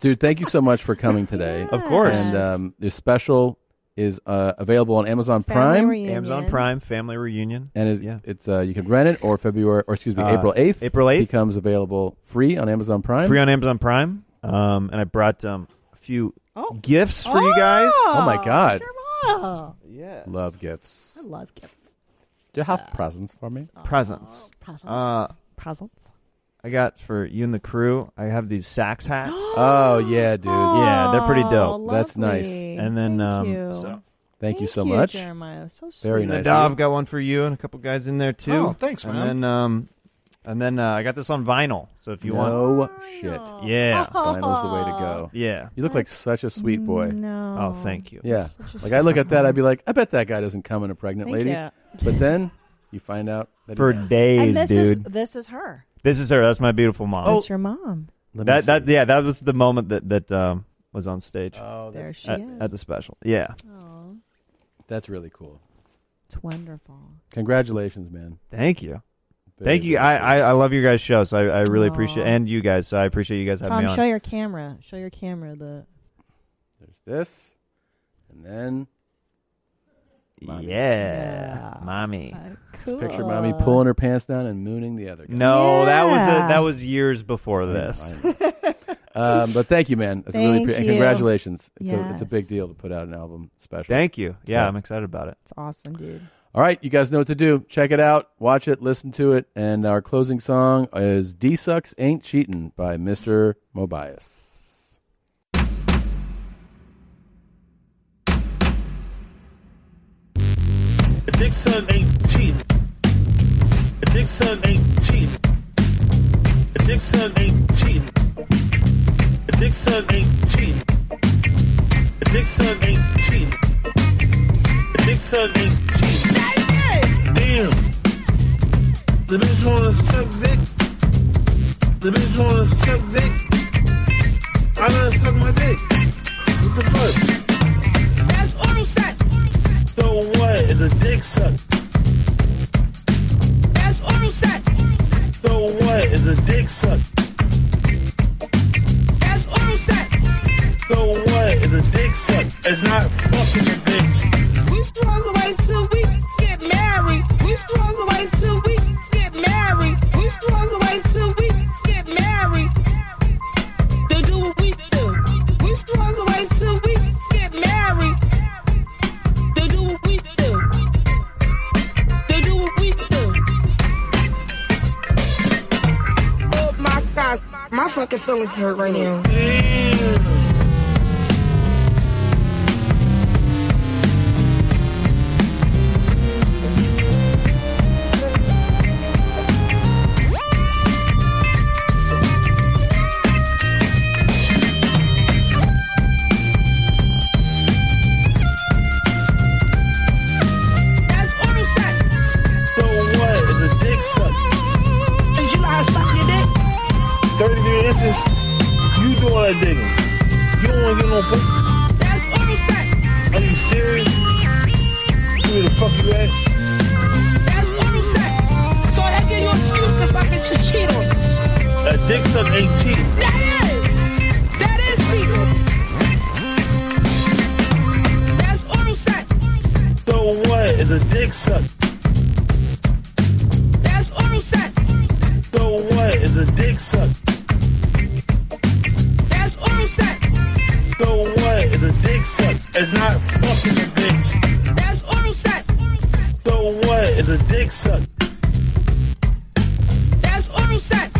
[SPEAKER 2] dude, thank you so much for coming today.
[SPEAKER 4] Of course.
[SPEAKER 2] And um, the special is uh, available on Amazon Prime.
[SPEAKER 4] Amazon Prime Family Reunion.
[SPEAKER 2] and it's, it's uh, you can rent it or February or excuse me
[SPEAKER 4] Uh,
[SPEAKER 2] April eighth.
[SPEAKER 4] April 8th.
[SPEAKER 2] becomes available free on Amazon Prime.
[SPEAKER 4] Free on Amazon Prime. Um, and I brought um, a few gifts for you guys.
[SPEAKER 2] Oh my god,
[SPEAKER 1] Oh,
[SPEAKER 4] yeah.
[SPEAKER 2] love gifts.
[SPEAKER 1] I love gifts.
[SPEAKER 2] Do you have presents for me?
[SPEAKER 4] Presents.
[SPEAKER 1] Uh, presents.
[SPEAKER 4] Uh,
[SPEAKER 1] Presents.
[SPEAKER 4] I got for you and the crew. I have these sax hats.
[SPEAKER 2] oh yeah, dude.
[SPEAKER 4] yeah, they're pretty dope.
[SPEAKER 2] That's nice.
[SPEAKER 4] And then um,
[SPEAKER 1] you.
[SPEAKER 4] so-
[SPEAKER 2] Thank you so
[SPEAKER 1] you,
[SPEAKER 2] much,
[SPEAKER 1] Jeremiah. So
[SPEAKER 2] Very
[SPEAKER 4] And
[SPEAKER 2] nice.
[SPEAKER 4] Nadav got one for you, and a couple guys in there too.
[SPEAKER 2] Oh, thanks, man.
[SPEAKER 4] And then, um, and then uh, I got this on vinyl. So if you
[SPEAKER 2] no
[SPEAKER 4] want,
[SPEAKER 2] shit.
[SPEAKER 4] Yeah.
[SPEAKER 2] Vinyl's the way to go.
[SPEAKER 4] Yeah.
[SPEAKER 2] You look like such a sweet boy.
[SPEAKER 1] No.
[SPEAKER 4] Oh, thank you.
[SPEAKER 2] Yeah.
[SPEAKER 4] Such a
[SPEAKER 2] Like I look
[SPEAKER 4] sweet
[SPEAKER 2] at that, I'd be like, I bet that guy doesn't come in a pregnant
[SPEAKER 1] Thank
[SPEAKER 2] lady.
[SPEAKER 1] ya.
[SPEAKER 2] But then you find out that he
[SPEAKER 4] for
[SPEAKER 2] does.
[SPEAKER 4] days,
[SPEAKER 1] and this
[SPEAKER 4] dude.
[SPEAKER 1] is this is her.
[SPEAKER 4] This is her. That's my beautiful mom. Oh.
[SPEAKER 1] That's your mom.
[SPEAKER 2] Let me
[SPEAKER 4] That that yeah, that was the moment that that um, was on stage.
[SPEAKER 2] Oh,
[SPEAKER 1] There that's- she
[SPEAKER 4] at,
[SPEAKER 1] is.
[SPEAKER 4] at the special. Yeah.
[SPEAKER 2] That's really cool.
[SPEAKER 1] It's wonderful.
[SPEAKER 2] Congratulations, man.
[SPEAKER 4] Thank you.
[SPEAKER 2] Very
[SPEAKER 4] Thank you. I, I I love your guys' show, so I, I really appreciate and you guys. So I appreciate you guys having
[SPEAKER 1] Tom,
[SPEAKER 4] me on.
[SPEAKER 1] show your camera. Show your camera. The
[SPEAKER 2] This and then
[SPEAKER 4] Yeah. Mommy.
[SPEAKER 1] Uh,
[SPEAKER 2] Just picture mommy pulling her pants down and mooning the other guy.
[SPEAKER 4] No, that was a, that was years before
[SPEAKER 2] I know,
[SPEAKER 4] this.
[SPEAKER 2] um, but thank you, man. It's a
[SPEAKER 1] Thank
[SPEAKER 2] really pre- and
[SPEAKER 1] you.
[SPEAKER 2] congratulations. It's a it's a
[SPEAKER 1] Yes.
[SPEAKER 2] big deal to put out an album special.
[SPEAKER 4] Thank you. Yeah, I'm excited about it.
[SPEAKER 1] It's awesome, dude.
[SPEAKER 2] All right, you guys know what to do. Check it out, watch it, listen to it, and our closing song is "D Sucks Ain't Cheatin'" by Mr. Mobius.
[SPEAKER 19] A dick son ain't cheating. A dick son ain't cheating. A dick son ain't cheating. A dick son ain't cheating. A dick son ain't cheating. A dick son ain't cheating. Damn. The bitch wanna suck dick. The bitch wanna suck dick. I let her suck my dick. What the fuck? That's oral sex. So what is a dick suck? That's oral sex. So what is a dick suck. That's oral sex. So what is a dick suck? It's not fucking a bitch.
[SPEAKER 17] We struggle away till we get married. We struggle away till we get married. We struggle away till we get married. They do what we do. We struggle away till we get married. They do what we do. They do what we do. Oh my gosh, my fucking feelings hurt right now. That's oral sex.
[SPEAKER 19] So what is a dick suck?
[SPEAKER 17] Did you know how to suck your dick?
[SPEAKER 19] 33 inches. You doing that digging. You don't want to get no pussy.
[SPEAKER 17] That's oral sex.
[SPEAKER 19] Are you serious? Who the fuck you at?
[SPEAKER 17] That's oral sex. So that gives you an excuse to fucking just cheat on. you.
[SPEAKER 19] A dick suck ain't cheating.
[SPEAKER 17] That is. That is cheating. That's oral sex.
[SPEAKER 19] So what is a dick suck?
[SPEAKER 17] That's oral sex.
[SPEAKER 19] So what is a dick suck?
[SPEAKER 17] That's oral sex.
[SPEAKER 19] So what is a dick suck? It's not fucking a bitch.
[SPEAKER 17] That's oral sex.
[SPEAKER 19] So what is a dick suck?
[SPEAKER 17] That's oral sex.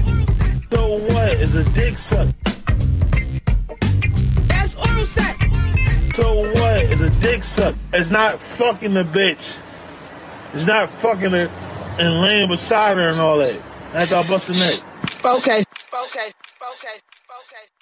[SPEAKER 19] So what is a dick suck?
[SPEAKER 17] That's oral sex.
[SPEAKER 19] So what is a dick suck? It's not fucking a bitch. It's not fucking her and laying beside her and all that. After I bust her neck.
[SPEAKER 17] Focus. Focus. Focus. Focus.